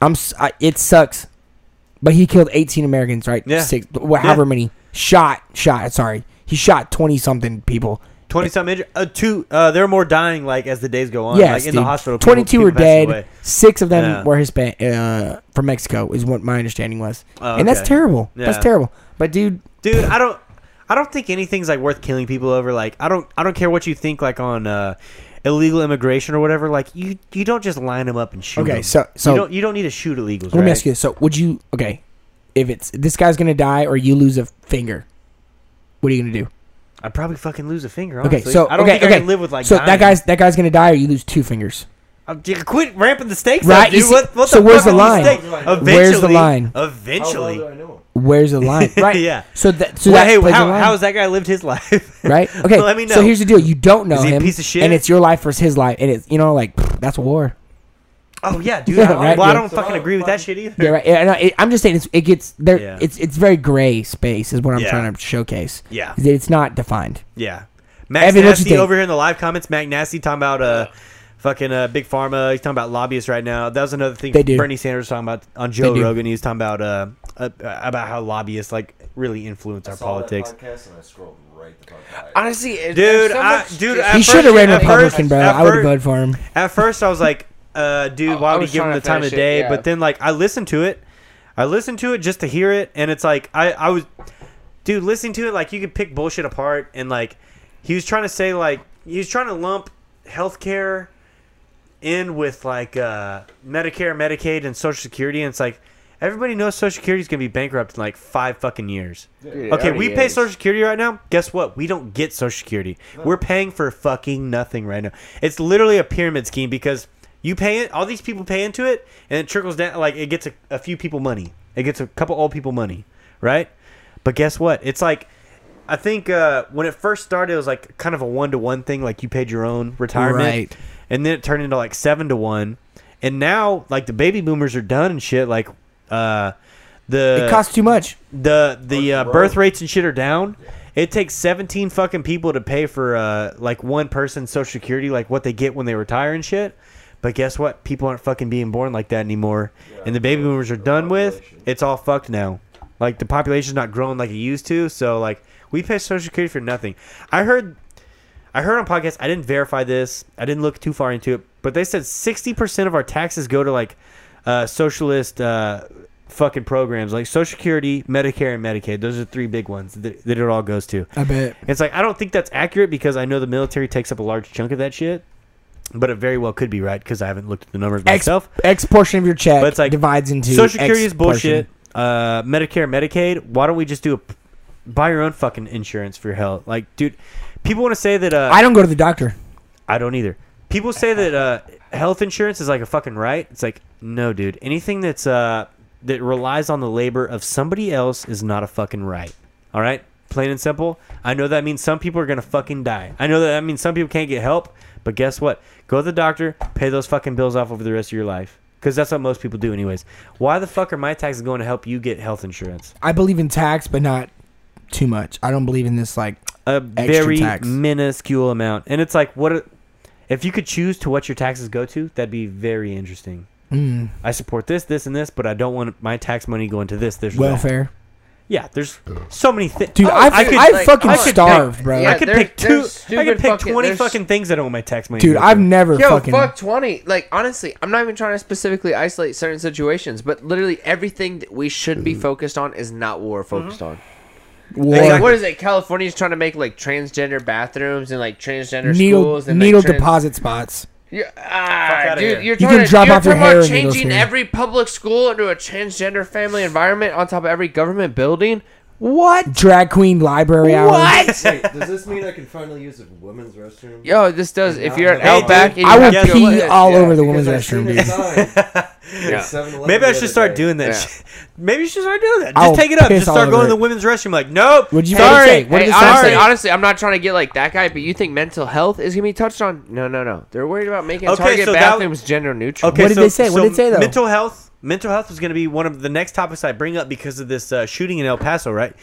[SPEAKER 1] I'm. s- I, it sucks, but he killed eighteen Americans, right?
[SPEAKER 5] Yeah.
[SPEAKER 1] Six. wh- However many. shot shot. Sorry, he shot twenty something people.
[SPEAKER 5] Twenty some injured. Uh, two. Uh, there are more dying like as the days go on.
[SPEAKER 1] yes,
[SPEAKER 5] like in
[SPEAKER 1] dude.
[SPEAKER 5] the hospital. people-
[SPEAKER 1] Twenty-two
[SPEAKER 5] people
[SPEAKER 1] were
[SPEAKER 5] passing
[SPEAKER 1] dead.
[SPEAKER 5] away.
[SPEAKER 1] Six of them
[SPEAKER 5] Yeah.
[SPEAKER 1] were Hispan uh, from Mexico, is what my understanding was.
[SPEAKER 5] Oh,
[SPEAKER 1] And that's
[SPEAKER 5] okay.
[SPEAKER 1] terrible. That's
[SPEAKER 5] Yeah.
[SPEAKER 1] terrible. But dude,
[SPEAKER 5] dude i don't i don't think anything's like worth killing people over like i don't i don't care what you think like on uh illegal immigration or whatever like you you don't just line them up and shoot
[SPEAKER 1] Okay,
[SPEAKER 5] 'em.
[SPEAKER 1] so- so-
[SPEAKER 5] you don't you don't need to shoot illegals
[SPEAKER 1] let
[SPEAKER 5] right?
[SPEAKER 1] me ask you. this. So would you? Okay, if it's this guy's gonna die or you lose a finger, what are you gonna do?
[SPEAKER 5] i'd probably fucking lose a finger
[SPEAKER 1] Okay,
[SPEAKER 5] honestly.
[SPEAKER 1] so
[SPEAKER 5] i don't
[SPEAKER 1] okay,
[SPEAKER 5] think
[SPEAKER 1] okay.
[SPEAKER 5] i can live with like
[SPEAKER 1] so that
[SPEAKER 5] dying.
[SPEAKER 1] guy's that guy's gonna die or you lose two fingers.
[SPEAKER 5] I'm- dude, Um, quit ramping the stakes
[SPEAKER 1] Right,
[SPEAKER 5] up,
[SPEAKER 1] you
[SPEAKER 5] dude.
[SPEAKER 1] see-
[SPEAKER 5] what, what
[SPEAKER 1] so
[SPEAKER 5] the
[SPEAKER 1] where's
[SPEAKER 5] fuck
[SPEAKER 1] the
[SPEAKER 5] are these
[SPEAKER 1] line?
[SPEAKER 5] stakes? eventually,
[SPEAKER 1] Where's the line?
[SPEAKER 8] How well
[SPEAKER 5] eventually
[SPEAKER 8] do I know him?
[SPEAKER 1] Where's the line? Right.
[SPEAKER 5] Yeah.
[SPEAKER 1] So that so
[SPEAKER 5] well,
[SPEAKER 1] that
[SPEAKER 5] hey
[SPEAKER 1] plays
[SPEAKER 5] how,
[SPEAKER 1] a line,
[SPEAKER 5] how has that guy lived his life
[SPEAKER 1] right? Okay.
[SPEAKER 5] let me know
[SPEAKER 1] So here's the deal: you don't know
[SPEAKER 5] Is he a
[SPEAKER 1] him,
[SPEAKER 5] piece of shit?
[SPEAKER 1] and it's your life versus his life, and it's you know like pfft, that's war.
[SPEAKER 5] oh yeah dude
[SPEAKER 1] Yeah,
[SPEAKER 5] I,
[SPEAKER 1] right,
[SPEAKER 5] well i
[SPEAKER 1] yeah.
[SPEAKER 5] don't fucking agree with that shit either
[SPEAKER 1] Yeah, right. Yeah, no, it, I'm just saying it's, it gets there.
[SPEAKER 5] Yeah.
[SPEAKER 1] It's it's very gray space is what I'm
[SPEAKER 5] Yeah.
[SPEAKER 1] trying to showcase.
[SPEAKER 5] Yeah.
[SPEAKER 1] Is that it's not defined.
[SPEAKER 5] Yeah. Max
[SPEAKER 1] Evan, what you
[SPEAKER 5] Nasty
[SPEAKER 1] think?
[SPEAKER 5] over here in the live comments. Mac Nasty talking about uh, fucking uh, Big Pharma. He's talking about lobbyists right now. That was another thing
[SPEAKER 1] They do.
[SPEAKER 5] Bernie Sanders was talking about on Joe
[SPEAKER 1] They do.
[SPEAKER 5] Rogan. He was talking about uh, uh, about how lobbyists like really influence our
[SPEAKER 8] I saw that
[SPEAKER 5] politics.
[SPEAKER 8] podcast and I scrolled right the fuck by it.
[SPEAKER 4] Honestly, it-
[SPEAKER 5] Dude,
[SPEAKER 4] there's so
[SPEAKER 5] I-
[SPEAKER 4] much
[SPEAKER 5] dude,
[SPEAKER 4] just-
[SPEAKER 5] I- At
[SPEAKER 1] he should have
[SPEAKER 5] first-
[SPEAKER 1] ran
[SPEAKER 5] at
[SPEAKER 1] Republican,
[SPEAKER 5] first-
[SPEAKER 1] bro.
[SPEAKER 5] at
[SPEAKER 1] I would have
[SPEAKER 5] first-
[SPEAKER 1] voted for him.
[SPEAKER 5] At first, I was like, uh, dude,
[SPEAKER 4] I-
[SPEAKER 5] why
[SPEAKER 4] Oh, I
[SPEAKER 5] would you
[SPEAKER 4] was
[SPEAKER 5] give him
[SPEAKER 4] trying
[SPEAKER 5] the
[SPEAKER 4] to
[SPEAKER 5] time of
[SPEAKER 4] finish it,
[SPEAKER 5] day?
[SPEAKER 4] yeah.
[SPEAKER 5] But then, like, I listened to it. I listened to it just to hear it, and it's like I, I was, dude, listening to it like you could pick bullshit apart, and like he was trying to say like he was trying to lump healthcare in with like uh, Medicare, Medicaid, and Social Security, and it's like everybody knows Social Security is gonna be bankrupt in like five fucking years.
[SPEAKER 17] Dude, it
[SPEAKER 5] Okay, we
[SPEAKER 17] already
[SPEAKER 5] pay
[SPEAKER 17] is.
[SPEAKER 5] Social Security right now. Guess what? We don't get Social Security. We're paying for fucking nothing right now. It's literally a pyramid scheme because you pay it, all these people pay into it, and it trickles down. Like it gets a, a few people money. It gets a couple old people money, right? But guess what? It's like I think uh, when it first started, it was like kind of a one to one thing. Like you paid your own retirement,
[SPEAKER 1] Right.
[SPEAKER 5] and then it turned into like seven to one, and now like the baby boomers are done and shit. Like uh, the
[SPEAKER 1] It costs too much.
[SPEAKER 5] the the uh,
[SPEAKER 8] Bro.
[SPEAKER 5] birth rates and shit are down. It takes 17 fucking people to pay for uh, like one person's social security, like what they get when they retire and shit. But guess what? People aren't fucking being born like that anymore, and the baby boomers are done with.
[SPEAKER 8] population.
[SPEAKER 5] It's all fucked now. Like the population's not growing like it used to, so like we pay social security for nothing. I heard, I heard on podcast. I didn't verify this. I didn't look too far into it, but they said 60 percent of our taxes go to like uh, socialist uh, fucking programs like Social Security, Medicare, and Medicaid. Those are three big ones that, that it all goes to.
[SPEAKER 1] I bet.
[SPEAKER 5] It's like I don't think that's accurate because I know the military takes up a large chunk of that shit, but it very well could be right because I haven't looked at the numbers
[SPEAKER 1] X,
[SPEAKER 5] myself.
[SPEAKER 1] X portion of your check
[SPEAKER 5] But it's like,
[SPEAKER 1] divides into
[SPEAKER 5] Social Security
[SPEAKER 1] X
[SPEAKER 5] is bullshit. Uh, Medicare, Medicaid. Why don't we just do a buy your own fucking insurance for your health? Like, dude, people want to say that. Uh,
[SPEAKER 1] portion. I don't go to the doctor.
[SPEAKER 5] I don't either. People say that uh, health insurance is like a fucking right. It's like no, dude. Anything that's uh, that relies on the labor of somebody else is not a fucking right. All right, plain and simple. I know that means some people are gonna fucking die. I know that that means some people can't get help. But guess what? Go to the doctor, pay those fucking bills off over the rest of your life. Because that's what most people do, anyways. Why the fuck are my taxes going to help you get health insurance?
[SPEAKER 1] I believe in tax, but not too much. I don't believe in this like
[SPEAKER 5] a very
[SPEAKER 1] tax.
[SPEAKER 5] minuscule amount. And it's like, what a- if you could choose to what your taxes go to? That'd be very interesting.
[SPEAKER 1] mm,
[SPEAKER 5] I support this, this, and this, but I don't want my tax money going to this. There's
[SPEAKER 1] welfare.
[SPEAKER 5] Yeah, there's so many things.
[SPEAKER 1] Dude, I've, I
[SPEAKER 5] I could,
[SPEAKER 1] have
[SPEAKER 4] like,
[SPEAKER 1] fucking
[SPEAKER 5] I could
[SPEAKER 1] starved,
[SPEAKER 5] pick-
[SPEAKER 1] bro.
[SPEAKER 4] Yeah,
[SPEAKER 5] I could
[SPEAKER 4] there's-
[SPEAKER 5] pick two.
[SPEAKER 4] there's
[SPEAKER 5] I could
[SPEAKER 4] stupid
[SPEAKER 5] pick
[SPEAKER 4] fucking-
[SPEAKER 5] twenty
[SPEAKER 4] there's-
[SPEAKER 5] fucking things I don't want my tax money.
[SPEAKER 1] Dude,
[SPEAKER 5] to go
[SPEAKER 1] I've
[SPEAKER 5] to.
[SPEAKER 1] never
[SPEAKER 4] Yo,
[SPEAKER 1] fucking.
[SPEAKER 4] fuck 20. Like, honestly, I'm not even trying to specifically isolate certain situations, but literally everything that we should be focused on is not what we're focused
[SPEAKER 5] Mm-hmm.
[SPEAKER 4] on.
[SPEAKER 1] war.
[SPEAKER 4] Like, what is it? California's trying to make, like, transgender bathrooms and, like, transgender
[SPEAKER 1] needle
[SPEAKER 4] schools. And,
[SPEAKER 1] needle
[SPEAKER 4] like, trans-
[SPEAKER 1] deposit spots.
[SPEAKER 4] You're, ah,
[SPEAKER 5] outta
[SPEAKER 4] dude,
[SPEAKER 5] here.
[SPEAKER 4] you're
[SPEAKER 1] You
[SPEAKER 4] trying
[SPEAKER 1] can
[SPEAKER 4] to,
[SPEAKER 1] drop
[SPEAKER 4] you're
[SPEAKER 1] off your
[SPEAKER 4] talking
[SPEAKER 1] hair
[SPEAKER 4] about
[SPEAKER 1] in needles
[SPEAKER 4] changing
[SPEAKER 1] here.
[SPEAKER 4] every public school into a transgender family environment on top of every government building. What?
[SPEAKER 1] Drag queen library hours.
[SPEAKER 4] What?
[SPEAKER 8] Wait, does this mean I can finally use a women's restroom?
[SPEAKER 4] Yo, this does. If you're an
[SPEAKER 8] Hey,
[SPEAKER 4] outback, and
[SPEAKER 5] dude,
[SPEAKER 4] you
[SPEAKER 1] I
[SPEAKER 4] have
[SPEAKER 1] will
[SPEAKER 5] guess
[SPEAKER 4] to-
[SPEAKER 1] pee
[SPEAKER 5] what?
[SPEAKER 1] all over the women's
[SPEAKER 8] Because I
[SPEAKER 1] restroom,
[SPEAKER 8] seen
[SPEAKER 1] dude.
[SPEAKER 8] a sign
[SPEAKER 4] Yeah.
[SPEAKER 8] at 7-Eleven
[SPEAKER 5] Maybe
[SPEAKER 8] the
[SPEAKER 5] I
[SPEAKER 8] other
[SPEAKER 5] should start
[SPEAKER 8] day.
[SPEAKER 5] doing that.
[SPEAKER 4] Yeah.
[SPEAKER 5] shit. Maybe you should start doing that. Just
[SPEAKER 1] I'll
[SPEAKER 5] take it up.
[SPEAKER 1] piss
[SPEAKER 5] Just
[SPEAKER 1] all
[SPEAKER 5] start
[SPEAKER 1] over
[SPEAKER 5] going to
[SPEAKER 1] it.
[SPEAKER 5] the women's restroom. Like, nope.
[SPEAKER 1] What'd you fucking
[SPEAKER 5] sorry.
[SPEAKER 1] say? What did
[SPEAKER 4] Hey,
[SPEAKER 1] you say?
[SPEAKER 4] honestly,
[SPEAKER 5] Sorry.
[SPEAKER 4] honestly, I'm not trying to get like that guy, but you think mental health is gonna be touched on? No, no, no. They're worried about making
[SPEAKER 5] Okay,
[SPEAKER 4] Target
[SPEAKER 5] so that-
[SPEAKER 4] bathrooms gender neutral.
[SPEAKER 1] What did they say? What did it say, though?
[SPEAKER 5] Mental health. Mental health is going to be one of the next topics I bring up because of this uh, shooting in El Paso, right?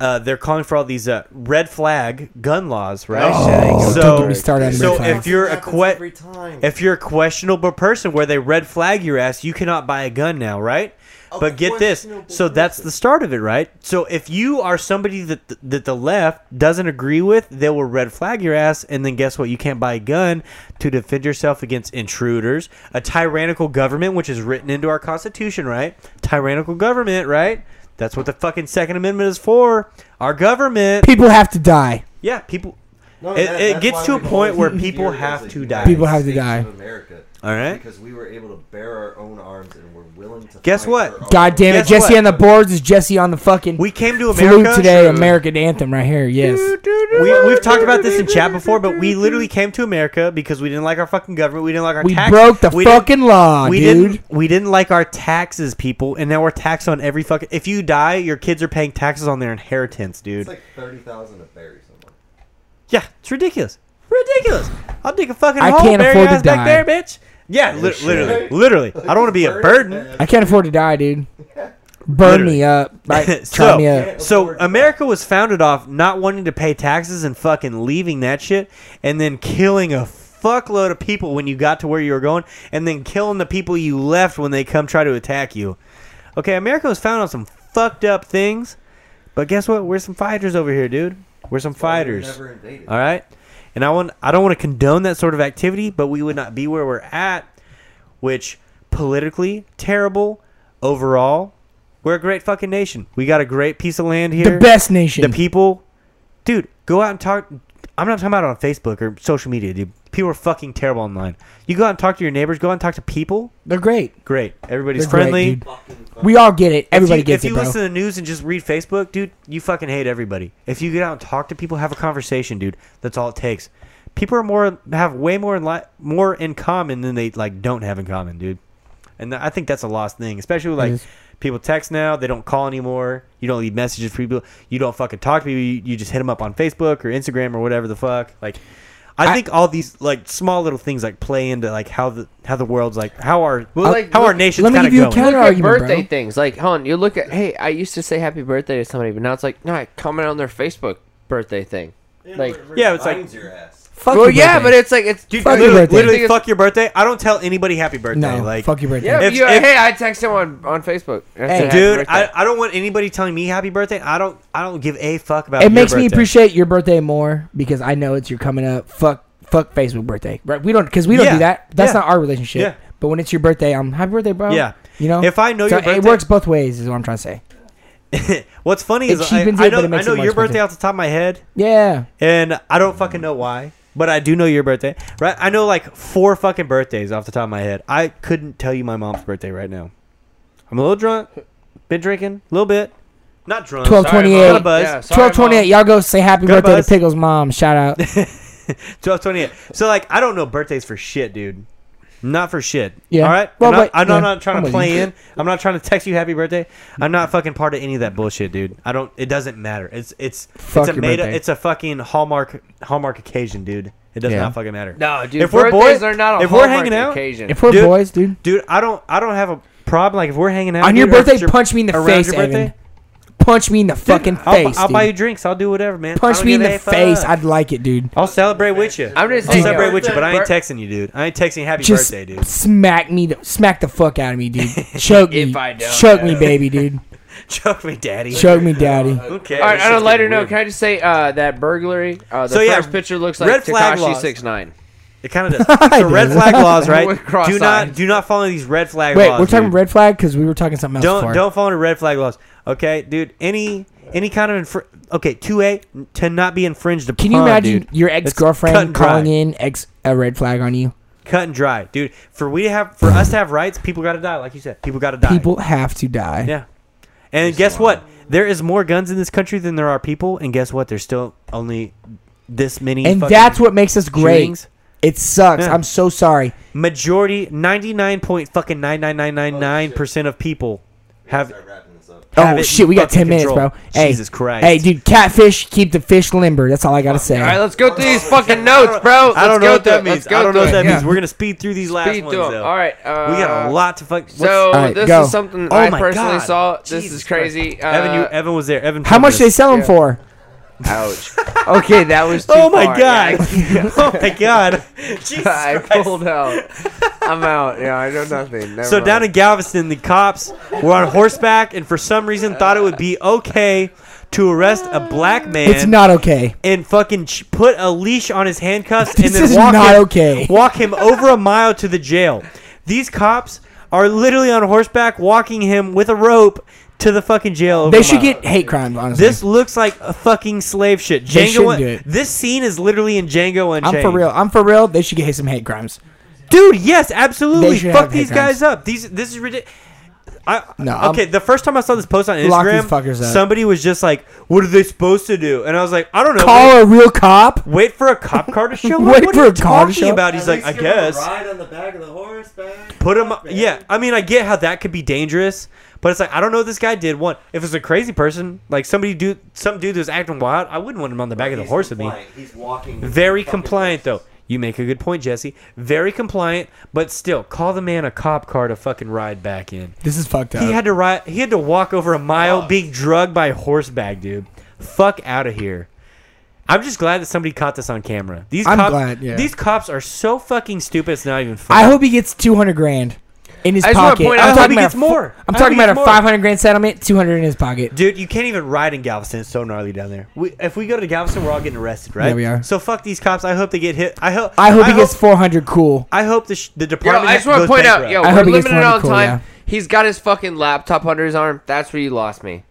[SPEAKER 5] uh, they're calling for all these uh, red flag gun laws, right?
[SPEAKER 1] Oh,
[SPEAKER 5] so
[SPEAKER 1] don't get me started on
[SPEAKER 5] so
[SPEAKER 1] red flags.
[SPEAKER 5] if you're a
[SPEAKER 18] Happens
[SPEAKER 5] que-
[SPEAKER 18] every time.
[SPEAKER 5] if you're a questionable person where they red flag your ass, you cannot buy a gun now, right? but get this.
[SPEAKER 18] questionable
[SPEAKER 5] So that's the start of it, right? So if you are somebody that th- that the left doesn't agree with, they will red flag your ass, and then guess what? You can't buy a gun to defend yourself against intruders, a tyrannical government, which is written into our constitution, right? Tyrannical government, right? That's what the fucking Second Amendment is for. Our government.
[SPEAKER 1] People have to die.
[SPEAKER 5] Yeah, people.
[SPEAKER 18] No,
[SPEAKER 5] It,
[SPEAKER 18] that-
[SPEAKER 5] it
[SPEAKER 18] that's
[SPEAKER 5] gets
[SPEAKER 18] why
[SPEAKER 5] to a
[SPEAKER 18] we
[SPEAKER 5] point
[SPEAKER 18] always
[SPEAKER 5] where
[SPEAKER 18] hear
[SPEAKER 5] people
[SPEAKER 18] as
[SPEAKER 5] have
[SPEAKER 18] a
[SPEAKER 5] to
[SPEAKER 18] United
[SPEAKER 5] die. Eh.
[SPEAKER 1] People have to
[SPEAKER 8] States
[SPEAKER 1] die.
[SPEAKER 8] of America.
[SPEAKER 5] All right.
[SPEAKER 8] Because we were able to bear our own arms and we're willing to.
[SPEAKER 5] Guess
[SPEAKER 8] fight
[SPEAKER 5] what?
[SPEAKER 8] for our
[SPEAKER 1] God damn it,
[SPEAKER 5] Guess
[SPEAKER 1] Jesse
[SPEAKER 5] what?
[SPEAKER 1] on the boards is Jesse on the fucking
[SPEAKER 5] We came to
[SPEAKER 1] flu
[SPEAKER 5] America
[SPEAKER 1] today American anthem right here. Yes.
[SPEAKER 5] We, we've talked about this in chat before, but we literally came to America because we didn't like our fucking government. We didn't like our
[SPEAKER 1] We
[SPEAKER 5] tax-
[SPEAKER 1] broke the
[SPEAKER 5] we didn't-
[SPEAKER 1] fucking law,
[SPEAKER 5] we
[SPEAKER 1] dude.
[SPEAKER 5] Didn't, we didn't like our taxes, people, and now we're taxed on every fucking. If you die, your kids are paying taxes on their inheritance, dude.
[SPEAKER 8] It's like thirty thousand to bury someone.
[SPEAKER 5] yeah, it's ridiculous. Ridiculous. I'll dig a fucking
[SPEAKER 1] I
[SPEAKER 5] hole,
[SPEAKER 1] can't
[SPEAKER 5] bury
[SPEAKER 1] afford
[SPEAKER 5] your
[SPEAKER 1] to
[SPEAKER 5] ass back
[SPEAKER 1] die.
[SPEAKER 5] there, bitch. Yeah, li-
[SPEAKER 8] shit.
[SPEAKER 5] literally, literally. I don't want to be a burden.
[SPEAKER 1] I can't afford to die, dude. Burn
[SPEAKER 5] Literally.
[SPEAKER 1] me up. Like,
[SPEAKER 5] so,
[SPEAKER 1] tie me up.
[SPEAKER 5] so America was founded off not wanting to pay taxes and fucking leaving that shit, and then killing a fuckload of people when you got to where you were going, and then killing the people you left when they come try to attack you. Okay, America was founded on some fucked up things, but guess what? We're some fighters over here, dude. We're some fighters.
[SPEAKER 8] Never invaded.
[SPEAKER 5] All right. And I want I don't want to condone that sort of activity, but we would not be where we're at, which politically terrible overall. We're a great fucking nation. We got a great piece of land here.
[SPEAKER 1] The best nation.
[SPEAKER 5] The people Dude, go out and talk I'm not talking about on Facebook or social media, dude. People are fucking terrible online. You go out and talk to your neighbors, go out and talk to people.
[SPEAKER 1] They're great.
[SPEAKER 5] Great. Everybody's
[SPEAKER 1] They're
[SPEAKER 5] friendly.
[SPEAKER 1] Great, dude. We all get it. Everybody
[SPEAKER 5] if you,
[SPEAKER 1] gets
[SPEAKER 5] if
[SPEAKER 1] it,
[SPEAKER 5] you
[SPEAKER 1] bro.
[SPEAKER 5] listen to the news and just read Facebook, dude, you fucking hate everybody. If you get out and talk to people, have a conversation, dude. That's all it takes. People are more have way more in li- more in common than they like don't have in common, dude. And th- I think that's a lost thing, especially with, like
[SPEAKER 1] is.
[SPEAKER 5] people text now. They don't call anymore. You don't leave messages for people. You don't fucking talk to people. You, you just hit them up on Facebook or Instagram or whatever the fuck. Like, I,
[SPEAKER 1] I-
[SPEAKER 5] think all these like small little things like play into like how the how the world's like how our
[SPEAKER 4] like,
[SPEAKER 5] how our
[SPEAKER 4] look-
[SPEAKER 5] nation's
[SPEAKER 1] let me
[SPEAKER 5] kind of
[SPEAKER 1] give you a
[SPEAKER 5] going.
[SPEAKER 1] counter-
[SPEAKER 4] look at
[SPEAKER 1] argument,
[SPEAKER 4] birthday
[SPEAKER 1] bro.
[SPEAKER 4] things. Like, hon, you look at hey, I used to say happy birthday to somebody, but now it's like, no, I comment on their Facebook birthday thing. Like,
[SPEAKER 5] yeah, it's like
[SPEAKER 8] Minds your ass.
[SPEAKER 1] Fuck
[SPEAKER 4] well,
[SPEAKER 1] your
[SPEAKER 4] yeah,
[SPEAKER 1] birthday.
[SPEAKER 4] but it's like it's
[SPEAKER 5] Dude,
[SPEAKER 1] Fuck your
[SPEAKER 5] literally,
[SPEAKER 1] birthday.
[SPEAKER 5] literally
[SPEAKER 4] Think it's-
[SPEAKER 5] fuck your birthday. I don't tell anybody happy birthday.
[SPEAKER 1] no.
[SPEAKER 5] like,
[SPEAKER 1] fuck your birthday.
[SPEAKER 4] yeah.
[SPEAKER 5] If-
[SPEAKER 4] but you're,
[SPEAKER 5] if-
[SPEAKER 4] hey, I text someone on Facebook. and I
[SPEAKER 1] Hey,
[SPEAKER 4] said happy
[SPEAKER 5] dude,
[SPEAKER 4] birthday.
[SPEAKER 5] I, I don't want anybody telling me happy birthday. I don't I don't give a fuck about.
[SPEAKER 1] it
[SPEAKER 5] your
[SPEAKER 1] makes me
[SPEAKER 5] birthday.
[SPEAKER 1] appreciate your birthday more because I know it's your coming up. Fuck, fuck Facebook birthday. Right? We don't because we don't
[SPEAKER 5] Yeah.
[SPEAKER 1] do that. That's
[SPEAKER 5] Yeah.
[SPEAKER 1] not our relationship.
[SPEAKER 5] Yeah.
[SPEAKER 1] But when it's your birthday, I'm happy birthday, bro.
[SPEAKER 5] Yeah.
[SPEAKER 1] You know,
[SPEAKER 5] If I know
[SPEAKER 1] So
[SPEAKER 5] your birthday,
[SPEAKER 1] it works both ways. Is what I'm trying to say.
[SPEAKER 5] What's funny
[SPEAKER 1] It
[SPEAKER 5] is I,
[SPEAKER 1] cheapens
[SPEAKER 5] I
[SPEAKER 1] it,
[SPEAKER 5] know
[SPEAKER 1] but it
[SPEAKER 5] I
[SPEAKER 1] makes it
[SPEAKER 5] know
[SPEAKER 1] more
[SPEAKER 5] your birthday
[SPEAKER 1] expensive.
[SPEAKER 5] off the top of my head, Oh,
[SPEAKER 1] Yeah.
[SPEAKER 5] and I don't fucking know why, but I do know your birthday. Right? I know like four fucking birthdays off the top of my head. I couldn't tell you my mom's birthday right now. I'm a little drunk. Been drinking a little bit. Not drunk.
[SPEAKER 1] Twelve
[SPEAKER 5] sorry,
[SPEAKER 1] twenty
[SPEAKER 5] Mom. Got a
[SPEAKER 1] eight.
[SPEAKER 5] buzz.
[SPEAKER 4] Yeah, sorry,
[SPEAKER 1] Twelve twenty eight. Y'all go say happy
[SPEAKER 5] Got a
[SPEAKER 1] birthday
[SPEAKER 5] buzz.
[SPEAKER 1] to Pickles' mom. Shout out.
[SPEAKER 5] Twelve twenty eight. So like, I don't know birthdays for shit, dude. Not for shit.
[SPEAKER 1] Yeah.
[SPEAKER 5] All right.
[SPEAKER 1] Well,
[SPEAKER 5] I'm, not,
[SPEAKER 1] but-
[SPEAKER 5] I'm not-
[SPEAKER 1] yeah,
[SPEAKER 5] I'm not trying
[SPEAKER 1] I'm
[SPEAKER 5] to
[SPEAKER 1] with
[SPEAKER 5] play
[SPEAKER 1] you.
[SPEAKER 5] in. I'm not trying to text you happy birthday. I'm not fucking part of any of that bullshit, dude. I don't. It doesn't matter. It's it's
[SPEAKER 1] Fuck
[SPEAKER 5] it's a
[SPEAKER 1] your
[SPEAKER 5] made up.
[SPEAKER 1] birthday.
[SPEAKER 5] It's a fucking hallmark hallmark occasion, dude. It does
[SPEAKER 1] Yeah.
[SPEAKER 5] not fucking matter.
[SPEAKER 4] no, dude,
[SPEAKER 5] if we're
[SPEAKER 4] birthdays
[SPEAKER 5] boys-
[SPEAKER 4] are not a
[SPEAKER 5] if we're
[SPEAKER 4] hallmark
[SPEAKER 5] hanging out-
[SPEAKER 4] occasion.
[SPEAKER 1] If we're
[SPEAKER 5] Dude.
[SPEAKER 1] boys, dude,
[SPEAKER 5] Dude, I don't. I don't have a problem. Like if we're hanging out
[SPEAKER 1] on your
[SPEAKER 5] dude, or if
[SPEAKER 1] birthday,
[SPEAKER 5] it's your-
[SPEAKER 1] punch me in the
[SPEAKER 5] around
[SPEAKER 1] face,
[SPEAKER 5] your birthday,
[SPEAKER 1] Evan. Punch me in the
[SPEAKER 5] dude,
[SPEAKER 1] fucking
[SPEAKER 5] I'll, bu-
[SPEAKER 1] face,
[SPEAKER 5] I'll buy you
[SPEAKER 1] dude.
[SPEAKER 5] drinks. I'll do whatever, man. I
[SPEAKER 1] Punch
[SPEAKER 5] don't
[SPEAKER 1] me in
[SPEAKER 5] give
[SPEAKER 1] the
[SPEAKER 5] a
[SPEAKER 1] face.
[SPEAKER 5] fuck.
[SPEAKER 1] I'd like it, dude.
[SPEAKER 5] I'll celebrate with you.
[SPEAKER 4] I'm just
[SPEAKER 5] I'll
[SPEAKER 4] saying,
[SPEAKER 5] celebrate with you, but I ain't
[SPEAKER 4] Bur-
[SPEAKER 5] texting you, dude. I ain't texting happy
[SPEAKER 1] Just
[SPEAKER 5] birthday, dude.
[SPEAKER 1] smack me, to- smack the fuck out of me, dude. Choke me,
[SPEAKER 4] If I don't,
[SPEAKER 1] choke me, baby, dude.
[SPEAKER 5] Choke me, daddy.
[SPEAKER 1] Choke me, daddy.
[SPEAKER 5] Okay.
[SPEAKER 4] All right,
[SPEAKER 5] this
[SPEAKER 4] on a
[SPEAKER 5] shit's
[SPEAKER 4] lighter
[SPEAKER 5] getting
[SPEAKER 4] note,
[SPEAKER 5] weird.
[SPEAKER 4] can I just say uh, that burglary? Uh, the
[SPEAKER 5] So, yeah,
[SPEAKER 4] first picture looks like
[SPEAKER 5] red flag
[SPEAKER 4] Takashi
[SPEAKER 5] laws.
[SPEAKER 4] six nine.
[SPEAKER 5] It kind of does. So red
[SPEAKER 1] does.
[SPEAKER 5] flag laws,
[SPEAKER 4] We're
[SPEAKER 5] right? Do
[SPEAKER 4] cross-eyed.
[SPEAKER 5] not do not follow these red flag
[SPEAKER 1] Wait,
[SPEAKER 5] laws.
[SPEAKER 1] we're talking
[SPEAKER 5] dude.
[SPEAKER 1] red flag because we were talking something else.
[SPEAKER 5] Don't
[SPEAKER 1] before.
[SPEAKER 5] don't fall into red flag laws. Okay, dude. Any any kind of infr- okay two A to not be infringed upon.
[SPEAKER 1] Can you imagine
[SPEAKER 5] dude.
[SPEAKER 1] your ex girlfriend
[SPEAKER 5] and dry.
[SPEAKER 1] calling in ex a red flag on you?
[SPEAKER 5] Cut and dry, dude. For we to have for us to have rights, people got to die. Like you said, people got to die.
[SPEAKER 1] People have to die.
[SPEAKER 5] Yeah. And guess what? There is more guns in this country than there are people. And guess what? There's still only this many.
[SPEAKER 1] And
[SPEAKER 5] fucking
[SPEAKER 1] that's what makes us great.
[SPEAKER 5] shootings.
[SPEAKER 1] It sucks.
[SPEAKER 5] Yeah.
[SPEAKER 1] I'm so sorry.
[SPEAKER 5] majority 99 point fucking 99999% of people have
[SPEAKER 8] Start wrapping this up.
[SPEAKER 5] Have
[SPEAKER 1] Oh
[SPEAKER 5] it
[SPEAKER 1] shit, we got
[SPEAKER 5] fucking
[SPEAKER 1] ten minutes,
[SPEAKER 5] control.
[SPEAKER 1] bro. Hey,
[SPEAKER 5] Jesus Christ.
[SPEAKER 1] Hey, dude, catfish keep the fish limber. That's all I gotta say.
[SPEAKER 4] All right, let's go through these fucking notes, bro. Let's
[SPEAKER 5] I don't
[SPEAKER 4] go
[SPEAKER 5] know what
[SPEAKER 4] through
[SPEAKER 5] that
[SPEAKER 4] it.
[SPEAKER 5] means.
[SPEAKER 4] Let's
[SPEAKER 5] I
[SPEAKER 4] go
[SPEAKER 5] don't know
[SPEAKER 4] through
[SPEAKER 5] what that
[SPEAKER 4] it.
[SPEAKER 5] means. We're gonna speed through these last
[SPEAKER 4] Speed
[SPEAKER 5] ones
[SPEAKER 4] through 'em.
[SPEAKER 5] though.
[SPEAKER 4] All right. Uh,
[SPEAKER 5] we got a lot to fuck.
[SPEAKER 4] So
[SPEAKER 5] what's-
[SPEAKER 1] right,
[SPEAKER 4] this
[SPEAKER 1] go.
[SPEAKER 4] is something
[SPEAKER 5] oh
[SPEAKER 4] I
[SPEAKER 5] my
[SPEAKER 4] personally
[SPEAKER 5] God.
[SPEAKER 4] saw. This
[SPEAKER 5] Jesus
[SPEAKER 4] is crazy.
[SPEAKER 5] Christ. Evan, you,
[SPEAKER 4] Uh,
[SPEAKER 5] Evan was there. Evan,
[SPEAKER 1] How
[SPEAKER 5] filmed
[SPEAKER 1] much they
[SPEAKER 5] this.
[SPEAKER 1] sell them for?
[SPEAKER 4] ouch. Okay, that was too
[SPEAKER 5] Oh my
[SPEAKER 4] far.
[SPEAKER 5] god!
[SPEAKER 4] Yeah,
[SPEAKER 5] oh my god! Jesus
[SPEAKER 4] I, I
[SPEAKER 5] Christ.
[SPEAKER 4] pulled out. I'm out. Yeah, I know nothing. Never
[SPEAKER 5] So
[SPEAKER 4] mind.
[SPEAKER 5] down in Galveston, the cops were on horseback and for some reason thought it would be okay to arrest a black man
[SPEAKER 1] It's not okay.
[SPEAKER 5] and fucking ch- put a leash on his handcuffs and
[SPEAKER 1] This
[SPEAKER 5] then
[SPEAKER 1] is
[SPEAKER 5] walk
[SPEAKER 1] not
[SPEAKER 5] him,
[SPEAKER 1] okay.
[SPEAKER 5] walk him over a mile to the jail. These cops are literally on horseback walking him with a rope to the fucking jail. Over
[SPEAKER 1] They
[SPEAKER 5] a
[SPEAKER 1] should
[SPEAKER 5] mile.
[SPEAKER 1] get hate crimes, honestly.
[SPEAKER 5] This looks like a fucking slave shit.
[SPEAKER 1] They
[SPEAKER 5] Django.
[SPEAKER 1] shouldn't do it.
[SPEAKER 5] This scene is literally in Django
[SPEAKER 1] I'm
[SPEAKER 5] Unchained.
[SPEAKER 1] for real. I'm for real. They should get some hate crimes.
[SPEAKER 5] dude. Yes, absolutely.
[SPEAKER 1] They should
[SPEAKER 5] Fuck
[SPEAKER 1] have hate
[SPEAKER 5] these
[SPEAKER 1] crimes.
[SPEAKER 5] guys up. These. This is ridiculous. I,
[SPEAKER 1] No, I'm-
[SPEAKER 5] okay. The first time I saw this post on
[SPEAKER 1] Lock these
[SPEAKER 5] Instagram,
[SPEAKER 1] fuckers up.
[SPEAKER 5] somebody was just like, "What are they supposed to do?" And I was like, "I don't know.
[SPEAKER 1] Call a real cop.
[SPEAKER 5] wait, wait for a cop car to show up.
[SPEAKER 1] Wait
[SPEAKER 5] what
[SPEAKER 1] for
[SPEAKER 5] are you
[SPEAKER 1] a car to
[SPEAKER 5] talking
[SPEAKER 1] show up?
[SPEAKER 5] about?" He's like, "I guess."
[SPEAKER 19] Ride on the back of the horse, man.
[SPEAKER 5] Put him. Yeah, I mean, I get how that could be dangerous, but it's like I don't know what this guy did. One, if it's a crazy person, like somebody do some dude that was acting wild, I wouldn't want him on the back of the
[SPEAKER 8] He's
[SPEAKER 5] horse with me.
[SPEAKER 8] compliant. He's walking. with
[SPEAKER 5] Very
[SPEAKER 8] the fucking
[SPEAKER 5] compliant
[SPEAKER 8] horse.
[SPEAKER 5] though. You make a good point, Jesse. Very compliant, but still, call the man a cop car to fucking ride back in.
[SPEAKER 1] This is fucked up.
[SPEAKER 5] He had to ride. He had to walk over a mile, being drugged by a horseback, dude. Fuck out of here. I'm just glad that somebody caught this on camera. These
[SPEAKER 1] I'm
[SPEAKER 5] cops,
[SPEAKER 1] glad, yeah.
[SPEAKER 5] these cops are so fucking stupid. It's not even funny.
[SPEAKER 1] I hope he gets 200 grand in his
[SPEAKER 4] I just wanna
[SPEAKER 1] pocket.
[SPEAKER 4] point
[SPEAKER 5] out- I
[SPEAKER 1] I'm
[SPEAKER 5] hope
[SPEAKER 1] talking
[SPEAKER 5] he
[SPEAKER 1] about
[SPEAKER 5] gets
[SPEAKER 1] a fu-
[SPEAKER 5] more.
[SPEAKER 1] I'm
[SPEAKER 5] I
[SPEAKER 1] talking
[SPEAKER 5] hope he
[SPEAKER 1] about a
[SPEAKER 5] gets more.
[SPEAKER 1] 500 grand settlement, 200 in his pocket.
[SPEAKER 5] Dude, you can't even ride in Galveston. It's so gnarly down there. We, if we go to Galveston, we're all getting arrested, right?
[SPEAKER 1] Yeah, we are.
[SPEAKER 5] So fuck these cops. I hope they get hit. I hope.
[SPEAKER 1] I hope he
[SPEAKER 5] I
[SPEAKER 1] gets 400 cool.
[SPEAKER 5] I hope the, sh- the
[SPEAKER 4] Yo,
[SPEAKER 5] department.
[SPEAKER 4] I just
[SPEAKER 5] want to
[SPEAKER 4] point out, yo,
[SPEAKER 1] I hope
[SPEAKER 4] we're
[SPEAKER 1] he gets
[SPEAKER 4] limited
[SPEAKER 1] one
[SPEAKER 4] on
[SPEAKER 1] cool,
[SPEAKER 4] time.
[SPEAKER 1] yeah.
[SPEAKER 4] He's got his fucking laptop under his arm. That's where you lost me.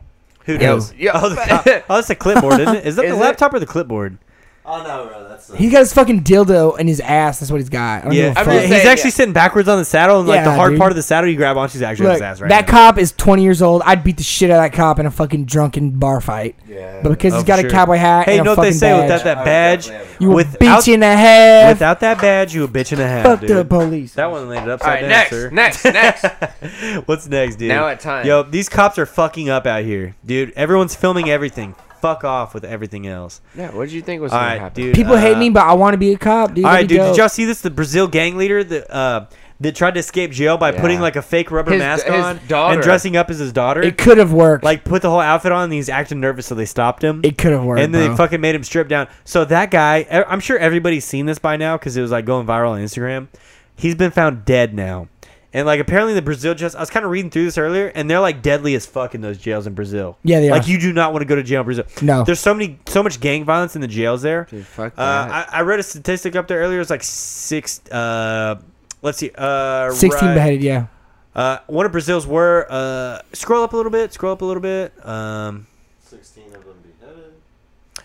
[SPEAKER 5] Who
[SPEAKER 1] Yo,
[SPEAKER 5] knows?
[SPEAKER 4] yo.
[SPEAKER 5] oh, the cop- oh, that's a clipboard, isn't it? Is that
[SPEAKER 4] Is
[SPEAKER 5] the
[SPEAKER 4] it?
[SPEAKER 5] laptop or the clipboard?
[SPEAKER 8] Oh no, bro, that's. the-
[SPEAKER 1] He's got his fucking dildo in his ass. That's what he's got. I don't
[SPEAKER 5] Yeah,
[SPEAKER 1] give a
[SPEAKER 4] I'm
[SPEAKER 1] fuck.
[SPEAKER 4] just
[SPEAKER 5] he's
[SPEAKER 4] saying,
[SPEAKER 5] actually
[SPEAKER 4] yeah.
[SPEAKER 5] sitting backwards on the saddle, and like the
[SPEAKER 1] Yeah,
[SPEAKER 5] hard
[SPEAKER 1] dude.
[SPEAKER 5] part of the saddle you grab onto is actually
[SPEAKER 1] Look,
[SPEAKER 5] his ass right
[SPEAKER 1] that
[SPEAKER 5] now.
[SPEAKER 1] cop is 20 years old. I'd beat the shit out of that cop in a fucking drunken bar fight.
[SPEAKER 8] Yeah.
[SPEAKER 1] But because
[SPEAKER 5] Oh,
[SPEAKER 1] he's got
[SPEAKER 5] sure.
[SPEAKER 1] a cowboy hat
[SPEAKER 5] Hey, you
[SPEAKER 1] and
[SPEAKER 5] know
[SPEAKER 1] a
[SPEAKER 5] what they
[SPEAKER 1] fucking
[SPEAKER 5] say
[SPEAKER 1] badge,
[SPEAKER 5] without that
[SPEAKER 8] I would
[SPEAKER 5] badge?
[SPEAKER 8] definitely have it.
[SPEAKER 1] you were
[SPEAKER 5] without-
[SPEAKER 1] bitch and a half.
[SPEAKER 5] Without that badge, you a bitch and a half.
[SPEAKER 1] Fuck
[SPEAKER 5] dude.
[SPEAKER 1] the police.
[SPEAKER 5] That one landed
[SPEAKER 4] All
[SPEAKER 5] upside
[SPEAKER 4] right,
[SPEAKER 5] down,
[SPEAKER 4] next,
[SPEAKER 5] sir.
[SPEAKER 4] next, next.
[SPEAKER 5] What's next, dude?
[SPEAKER 4] Now at time.
[SPEAKER 5] Yo, these cops are fucking up out here, dude. Everyone's filming everything. Fuck off with everything else.
[SPEAKER 4] yeah, what did you think was
[SPEAKER 5] All
[SPEAKER 4] gonna
[SPEAKER 5] right,
[SPEAKER 4] happen?
[SPEAKER 5] dude.
[SPEAKER 1] People hate
[SPEAKER 5] uh,
[SPEAKER 1] me, but I want to be a cop, dude.
[SPEAKER 5] All right,
[SPEAKER 1] That'd be
[SPEAKER 5] dude. Did
[SPEAKER 1] dope.
[SPEAKER 5] y'all see this? The Brazil gang leader that uh, that tried to escape jail by
[SPEAKER 4] Yeah.
[SPEAKER 5] putting like a fake rubber
[SPEAKER 4] His-
[SPEAKER 5] mask
[SPEAKER 4] his
[SPEAKER 5] on
[SPEAKER 4] daughter.
[SPEAKER 5] and dressing up as his daughter.
[SPEAKER 1] It could have worked.
[SPEAKER 5] like put the whole outfit on, and he's acting nervous, so they stopped him.
[SPEAKER 1] it could have worked.
[SPEAKER 5] and then they
[SPEAKER 1] bro.
[SPEAKER 5] fucking made him strip down. So that guy, e- I'm sure everybody's seen this by now because it was like going viral on Instagram. He's been found dead now, and like apparently the Brazil just I was kind of reading through this earlier, and they're like deadly as fuck in those jails in Brazil.
[SPEAKER 1] Yeah, they
[SPEAKER 5] Like
[SPEAKER 1] are.
[SPEAKER 5] you do not want to go to jail in Brazil.
[SPEAKER 1] No.
[SPEAKER 5] there's so many so much gang violence in the jails there.
[SPEAKER 4] Dude, fuck
[SPEAKER 5] Uh,
[SPEAKER 4] that.
[SPEAKER 5] I, I read a statistic up there earlier. It's like six. Uh, let's see. Uh,
[SPEAKER 1] 16
[SPEAKER 5] right-
[SPEAKER 1] beheaded, yeah.
[SPEAKER 5] Uh, one of Brazil's were. Uh, scroll up a little bit. Scroll up a little bit. Um,
[SPEAKER 8] Sixteen of them beheaded.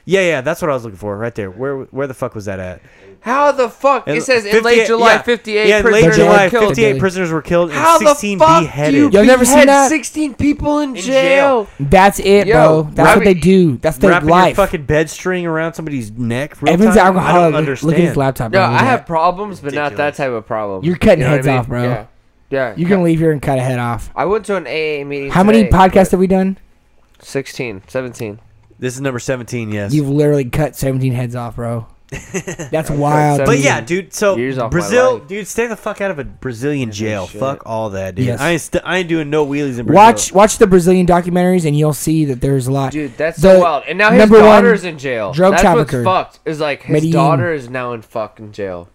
[SPEAKER 5] yeah, yeah, that's what I was looking for right there. Where where the fuck was that at?
[SPEAKER 4] How the fuck?
[SPEAKER 5] And
[SPEAKER 4] It says in late
[SPEAKER 5] 58
[SPEAKER 4] July,
[SPEAKER 5] yeah.
[SPEAKER 4] 58
[SPEAKER 5] Yeah, in late
[SPEAKER 4] prisoners
[SPEAKER 5] July,
[SPEAKER 4] were killed.
[SPEAKER 5] 58 prisoners were killed and
[SPEAKER 4] How the
[SPEAKER 5] 16
[SPEAKER 4] fuck
[SPEAKER 5] beheaded.
[SPEAKER 4] do you
[SPEAKER 1] Y'all never seen
[SPEAKER 4] behead
[SPEAKER 1] that?
[SPEAKER 4] 16 people in
[SPEAKER 5] jail.
[SPEAKER 4] jail?
[SPEAKER 1] That's it,
[SPEAKER 4] Yo,
[SPEAKER 1] bro. That's
[SPEAKER 4] wrapping-
[SPEAKER 1] what they do. That's their
[SPEAKER 5] Wrapping your
[SPEAKER 1] life.
[SPEAKER 5] fucking bed string around somebody's neck. Real
[SPEAKER 1] Evan's
[SPEAKER 5] time? I
[SPEAKER 1] alcoholic.
[SPEAKER 5] don't
[SPEAKER 1] Look- Look at his
[SPEAKER 5] understand.
[SPEAKER 1] laptop.
[SPEAKER 4] No,
[SPEAKER 1] bro. Look
[SPEAKER 4] I
[SPEAKER 1] at
[SPEAKER 4] have
[SPEAKER 1] that.
[SPEAKER 4] problems, but not that
[SPEAKER 5] Ridiculous.
[SPEAKER 4] type of problem.
[SPEAKER 1] You're cutting
[SPEAKER 4] know what
[SPEAKER 1] heads
[SPEAKER 4] I mean?
[SPEAKER 1] off, bro.
[SPEAKER 4] Yeah. yeah.
[SPEAKER 1] You're gonna leave here and cut a head off.
[SPEAKER 4] I went to an AA meeting.
[SPEAKER 1] How many
[SPEAKER 4] today,
[SPEAKER 1] podcasts
[SPEAKER 4] but-
[SPEAKER 1] have we done?
[SPEAKER 4] 16, 17.
[SPEAKER 5] This is number 17, yes.
[SPEAKER 1] You've literally cut 17 heads off, bro. That's wild.
[SPEAKER 5] but
[SPEAKER 1] dude.
[SPEAKER 5] yeah, dude. So
[SPEAKER 4] Years off my
[SPEAKER 5] Brazil,
[SPEAKER 4] life.
[SPEAKER 5] dude, stay the fuck out of a Brazilian jail.
[SPEAKER 4] shit.
[SPEAKER 5] Fuck all that, dude.
[SPEAKER 1] Yes.
[SPEAKER 5] I ain't st- I ain't doing no wheelies in Brazil.
[SPEAKER 1] watch watch the Brazilian documentaries and you'll see that there's a lot.
[SPEAKER 4] Dude, that's so
[SPEAKER 1] The
[SPEAKER 4] wild. And now his
[SPEAKER 1] number one
[SPEAKER 4] daughter's in jail.
[SPEAKER 1] drug
[SPEAKER 4] That's
[SPEAKER 1] trafficker.
[SPEAKER 4] what's fucked. Is like his
[SPEAKER 1] Medellin.
[SPEAKER 4] daughter is now in fucking jail.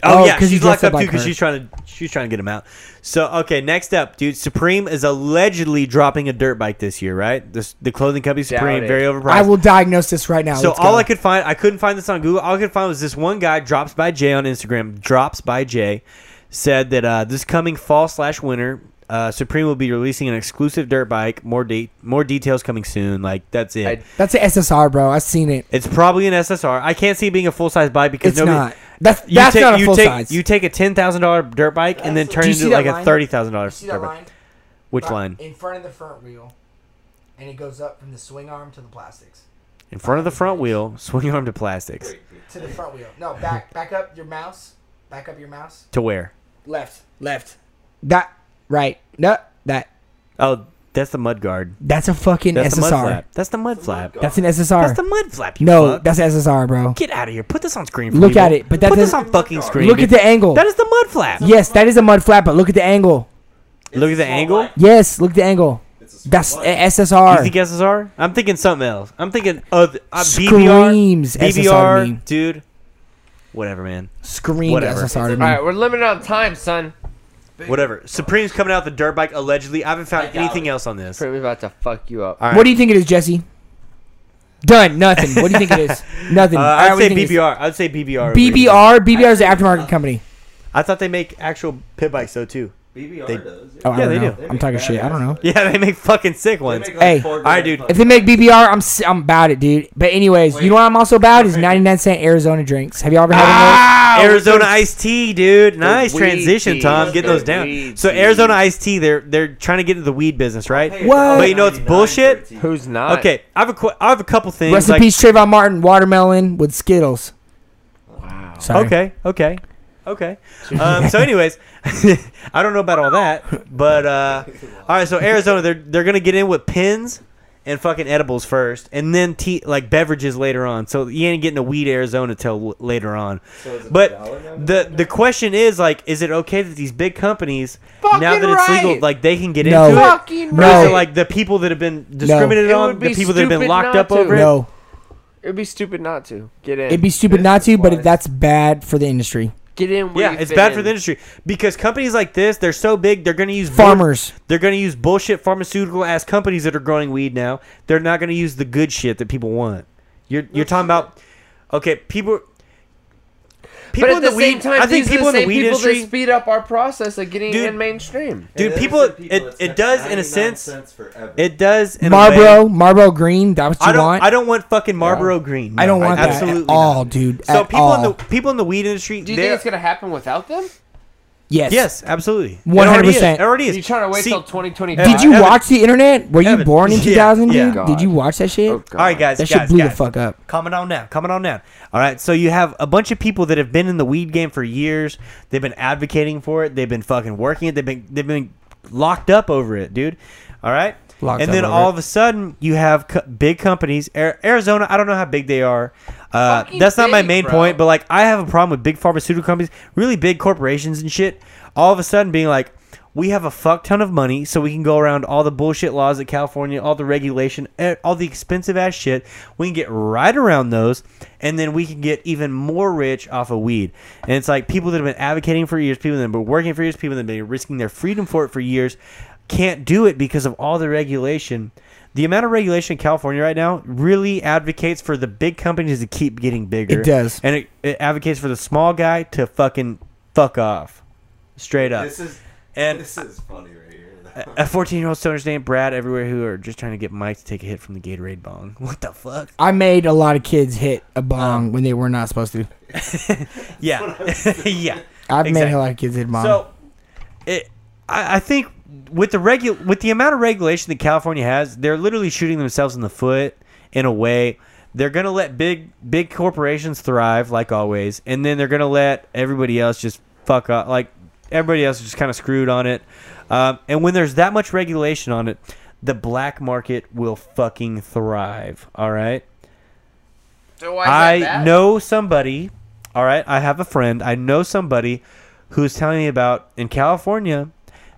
[SPEAKER 5] Oh,
[SPEAKER 1] Oh,
[SPEAKER 5] yeah,
[SPEAKER 1] 'cause
[SPEAKER 5] she's
[SPEAKER 1] he
[SPEAKER 5] locked
[SPEAKER 1] dressed
[SPEAKER 5] up
[SPEAKER 1] up
[SPEAKER 5] too
[SPEAKER 1] like
[SPEAKER 5] because
[SPEAKER 1] her.
[SPEAKER 5] she's trying to she's trying to get him out. So okay, next up, dude. Supreme is allegedly dropping a dirt bike this year, right? This, the clothing company
[SPEAKER 4] Doubt
[SPEAKER 5] Supreme,
[SPEAKER 4] it.
[SPEAKER 5] very overpriced.
[SPEAKER 1] I will diagnose this right now.
[SPEAKER 5] So
[SPEAKER 1] Let's
[SPEAKER 5] all
[SPEAKER 1] go.
[SPEAKER 5] I could find, I couldn't find this on Google. All I could find was this one guy, drops by Jay on Instagram, drops by Jay, said that uh, this coming fall slash winter, uh, Supreme will be releasing an exclusive dirt bike. More de- more details coming soon. Like that's it.
[SPEAKER 4] I-
[SPEAKER 1] That's an SSR, bro. I've seen it.
[SPEAKER 5] it's probably an SSR. I can't see it being a full size bike because
[SPEAKER 1] It's
[SPEAKER 5] nobody.
[SPEAKER 1] not. That's
[SPEAKER 5] You
[SPEAKER 1] that's
[SPEAKER 5] take,
[SPEAKER 1] not a
[SPEAKER 5] you
[SPEAKER 1] full
[SPEAKER 5] take,
[SPEAKER 1] size.
[SPEAKER 5] You take a ten thousand dollar dirt bike and then turn
[SPEAKER 1] Do
[SPEAKER 5] it
[SPEAKER 1] you
[SPEAKER 5] into
[SPEAKER 1] see that
[SPEAKER 5] like a
[SPEAKER 1] line?
[SPEAKER 5] thirty thousand dollars dirt bike. Which line?
[SPEAKER 1] In front of the front wheel, and it goes up from the swing arm to the plastics
[SPEAKER 5] In front of the front wheel, swing arm to plastics.
[SPEAKER 1] to the front wheel. No, back back up your mouse. Back up your mouse.
[SPEAKER 5] To where?
[SPEAKER 1] Left, left. That right. No, that
[SPEAKER 5] Oh, That's the mud guard.
[SPEAKER 1] That's a fucking
[SPEAKER 5] That's the mud
[SPEAKER 1] SSR.
[SPEAKER 5] flap. That's the mud flap.
[SPEAKER 1] That's an SSR.
[SPEAKER 5] That's the mud flap. You
[SPEAKER 1] no,
[SPEAKER 5] fuck.
[SPEAKER 1] that's SSR, bro.
[SPEAKER 5] Get out of here. Put this on screen. For
[SPEAKER 1] Look
[SPEAKER 5] people.
[SPEAKER 1] at it, but that
[SPEAKER 5] put this
[SPEAKER 1] doesn't-
[SPEAKER 5] on fucking screen.
[SPEAKER 1] Look at the angle.
[SPEAKER 5] That is the mud flap.
[SPEAKER 1] yes, that is a mud flap, but look at the angle.
[SPEAKER 5] Look at the angle.
[SPEAKER 1] Yes, look at the angle. That's a SSR.
[SPEAKER 5] You think SSR? I'm thinking something else. I'm thinking other uh, BBR.
[SPEAKER 1] Screams SSR to me.
[SPEAKER 5] BBR, dude. Whatever, man.
[SPEAKER 1] Screams
[SPEAKER 5] Whatever.
[SPEAKER 1] SSR to
[SPEAKER 4] All
[SPEAKER 1] me.
[SPEAKER 4] right, we're limited on time, son.
[SPEAKER 5] Whatever. Supreme's coming out with the dirt bike allegedly. I haven't found anything else on this.
[SPEAKER 20] Pretty about to fuck you up.
[SPEAKER 5] All right.
[SPEAKER 1] What do you think it is, Jesse? Done. Nothing. What do you think it is? Nothing.
[SPEAKER 5] Uh,
[SPEAKER 1] All
[SPEAKER 5] I'd
[SPEAKER 1] right, what
[SPEAKER 5] say
[SPEAKER 1] do you think it is?
[SPEAKER 5] BBR. I'd say BBR.
[SPEAKER 1] BBR. BBR is the aftermarket company.
[SPEAKER 5] I thought they make actual pit bikes though too.
[SPEAKER 8] BBR
[SPEAKER 5] They-
[SPEAKER 8] does.
[SPEAKER 1] Oh, I
[SPEAKER 5] Yeah,
[SPEAKER 1] don't
[SPEAKER 5] they
[SPEAKER 1] know.
[SPEAKER 5] do.
[SPEAKER 8] They
[SPEAKER 1] I'm
[SPEAKER 8] make
[SPEAKER 1] talking
[SPEAKER 8] badass
[SPEAKER 1] shit. I don't know.
[SPEAKER 8] bikes.
[SPEAKER 5] Yeah, they make fucking sick
[SPEAKER 8] They
[SPEAKER 5] ones.
[SPEAKER 8] make, like,
[SPEAKER 1] Hey.
[SPEAKER 8] four
[SPEAKER 5] right,
[SPEAKER 8] grand
[SPEAKER 5] dude.
[SPEAKER 8] bikes.
[SPEAKER 1] If they make BBR, I'm s- I'm about it, dude. But anyways, you know what I'm also about is 99 cent Arizona drinks. Have y'all ever had
[SPEAKER 5] Ah, Arizona iced tea, dude. Nice
[SPEAKER 20] weed
[SPEAKER 5] transition,
[SPEAKER 20] tea.
[SPEAKER 5] Tom. Get those
[SPEAKER 20] The
[SPEAKER 5] down.
[SPEAKER 20] weed
[SPEAKER 5] so
[SPEAKER 20] tea.
[SPEAKER 5] Arizona iced tea, they're they're trying to get into the weed business, right?
[SPEAKER 8] Hey,
[SPEAKER 1] What?
[SPEAKER 8] $1.99
[SPEAKER 5] But you know it's
[SPEAKER 8] for a
[SPEAKER 5] bullshit?
[SPEAKER 8] tea.
[SPEAKER 20] Who's not?
[SPEAKER 5] Okay, I have a qu- I have a couple
[SPEAKER 1] one?
[SPEAKER 5] things.
[SPEAKER 1] Rest in
[SPEAKER 5] like-
[SPEAKER 1] peace, Trayvon Martin, watermelon with Skittles. Wow. Sorry.
[SPEAKER 5] Okay, okay, okay. Um, so, anyways, I don't know about all that, but uh, all right. So Arizona, they're they're gonna get in with pins and fucking edibles first, and then tea like beverages later on. So you ain't getting a weed Arizona till w- later on.
[SPEAKER 8] So is it
[SPEAKER 5] But
[SPEAKER 8] dollar now?
[SPEAKER 5] the the question is like, is it okay that these big companies now
[SPEAKER 4] Fucking
[SPEAKER 5] that it's legal,
[SPEAKER 4] right.
[SPEAKER 5] like they can get
[SPEAKER 1] No.
[SPEAKER 5] into it?
[SPEAKER 4] Fucking
[SPEAKER 5] Or is
[SPEAKER 1] No.
[SPEAKER 5] it like the people that have been discriminated
[SPEAKER 4] It
[SPEAKER 5] on,
[SPEAKER 4] would be
[SPEAKER 5] the people that have been
[SPEAKER 4] stupid
[SPEAKER 5] locked
[SPEAKER 4] not
[SPEAKER 5] up
[SPEAKER 4] to.
[SPEAKER 5] over it?
[SPEAKER 1] No,
[SPEAKER 4] It'd be stupid not to get in.
[SPEAKER 1] it'd be stupid not to, but that's bad for the industry.
[SPEAKER 4] get in. Where
[SPEAKER 5] Yeah,
[SPEAKER 4] you
[SPEAKER 5] it's
[SPEAKER 4] fit
[SPEAKER 5] bad
[SPEAKER 4] in.
[SPEAKER 5] for the industry because companies like this, they're so big, they're going to use more-
[SPEAKER 1] Farmers.
[SPEAKER 5] They're going to use bullshit pharmaceutical ass companies that are growing weed now. They're not going to use the good shit that people want. You're you're talking about okay, people. People
[SPEAKER 4] but at the, same time,
[SPEAKER 5] I think
[SPEAKER 4] these are the
[SPEAKER 5] people in the
[SPEAKER 4] same
[SPEAKER 5] weed
[SPEAKER 4] people
[SPEAKER 5] industry,
[SPEAKER 4] that speed up our process of getting
[SPEAKER 5] Dude.
[SPEAKER 4] in mainstream.
[SPEAKER 8] And
[SPEAKER 5] dude.
[SPEAKER 8] ever
[SPEAKER 5] People,
[SPEAKER 8] since
[SPEAKER 5] it,
[SPEAKER 8] it's
[SPEAKER 5] it
[SPEAKER 8] like
[SPEAKER 5] does in a
[SPEAKER 8] 99
[SPEAKER 5] sense.
[SPEAKER 8] cents forever.
[SPEAKER 5] It does in a way.
[SPEAKER 1] Marlboro, Marlboro Green. That what you
[SPEAKER 5] I don't.
[SPEAKER 1] want?
[SPEAKER 5] I don't want fucking Marlboro Green.
[SPEAKER 1] I don't
[SPEAKER 5] No,
[SPEAKER 1] want that
[SPEAKER 5] absolutely
[SPEAKER 1] at all,
[SPEAKER 5] not.
[SPEAKER 1] dude.
[SPEAKER 5] So
[SPEAKER 1] at
[SPEAKER 5] people
[SPEAKER 1] all.
[SPEAKER 5] in the people in the weed industry.
[SPEAKER 4] Do you
[SPEAKER 5] they're-
[SPEAKER 4] think it's gonna happen without them?
[SPEAKER 1] yes,
[SPEAKER 5] Yes, absolutely. It
[SPEAKER 1] 100%.
[SPEAKER 5] already is. It already is.
[SPEAKER 4] You trying to wait
[SPEAKER 5] See,
[SPEAKER 4] till 2020?
[SPEAKER 1] Did you
[SPEAKER 5] Evan-
[SPEAKER 1] watch the internet? Were you
[SPEAKER 5] Evan.
[SPEAKER 1] born in
[SPEAKER 5] Yeah,
[SPEAKER 1] 2000,
[SPEAKER 5] yeah.
[SPEAKER 1] dude? Did you watch that shit?
[SPEAKER 5] All right, guys.
[SPEAKER 1] that
[SPEAKER 5] guys,
[SPEAKER 1] shit blew
[SPEAKER 5] guys.
[SPEAKER 1] the fuck up.
[SPEAKER 5] Coming on now. Coming on now. All right. So you have a bunch of people that have been in the weed game for years. They've been advocating for it. They've been fucking working it. They've been they've been locked up over it, dude. All right.
[SPEAKER 1] Locked
[SPEAKER 5] and
[SPEAKER 1] up
[SPEAKER 5] then
[SPEAKER 1] over
[SPEAKER 5] all
[SPEAKER 1] it.
[SPEAKER 5] of a sudden you have co- big companies. Ar- Arizona. I don't know how big they are. Uh,
[SPEAKER 4] Fucking
[SPEAKER 5] that's not my
[SPEAKER 4] big,
[SPEAKER 5] main
[SPEAKER 4] bro.
[SPEAKER 5] point. But like, I have a problem with big pharmaceutical companies, really big corporations and shit. All of a sudden being like. We have a fuck ton of money, so we can go around all the bullshit laws that California, all the regulation, eh, all the expensive ass shit. We can get right around those, and then we can get even more rich off of weed. And it's like people that have been advocating for years, people that have been working for years, people that have been risking their freedom for it for years, can't do it because of all the regulation. The amount of regulation in California right now really advocates for the big companies to keep getting bigger.
[SPEAKER 1] It does.
[SPEAKER 5] and it, it advocates for the small guy to fucking fuck off, straight up.
[SPEAKER 8] This is
[SPEAKER 5] and
[SPEAKER 8] this is funny right here. though.
[SPEAKER 5] a 14 year old stoner's named Brad everywhere who are just trying to get Mike to take a hit from the Gatorade bong. What the fuck?
[SPEAKER 1] I made a lot of kids hit
[SPEAKER 2] Oh.
[SPEAKER 1] a bong when they were not supposed to.
[SPEAKER 5] Yeah. yeah.
[SPEAKER 1] I've made
[SPEAKER 5] Exactly.
[SPEAKER 1] a lot of kids hit a bong.
[SPEAKER 5] So, it, I, I think with the regu- with the amount of regulation that California has, they're literally shooting themselves in the foot in a way. They're gonna let big big corporations thrive like always, and then they're gonna let everybody else just fuck up. Like everybody else is just kind of screwed on it. Um, and when there's that much regulation on it, the black market will fucking thrive. All right.
[SPEAKER 4] So why is that
[SPEAKER 5] I
[SPEAKER 4] bad?
[SPEAKER 5] know somebody. All right, I have a friend. I know somebody who's telling me about in California.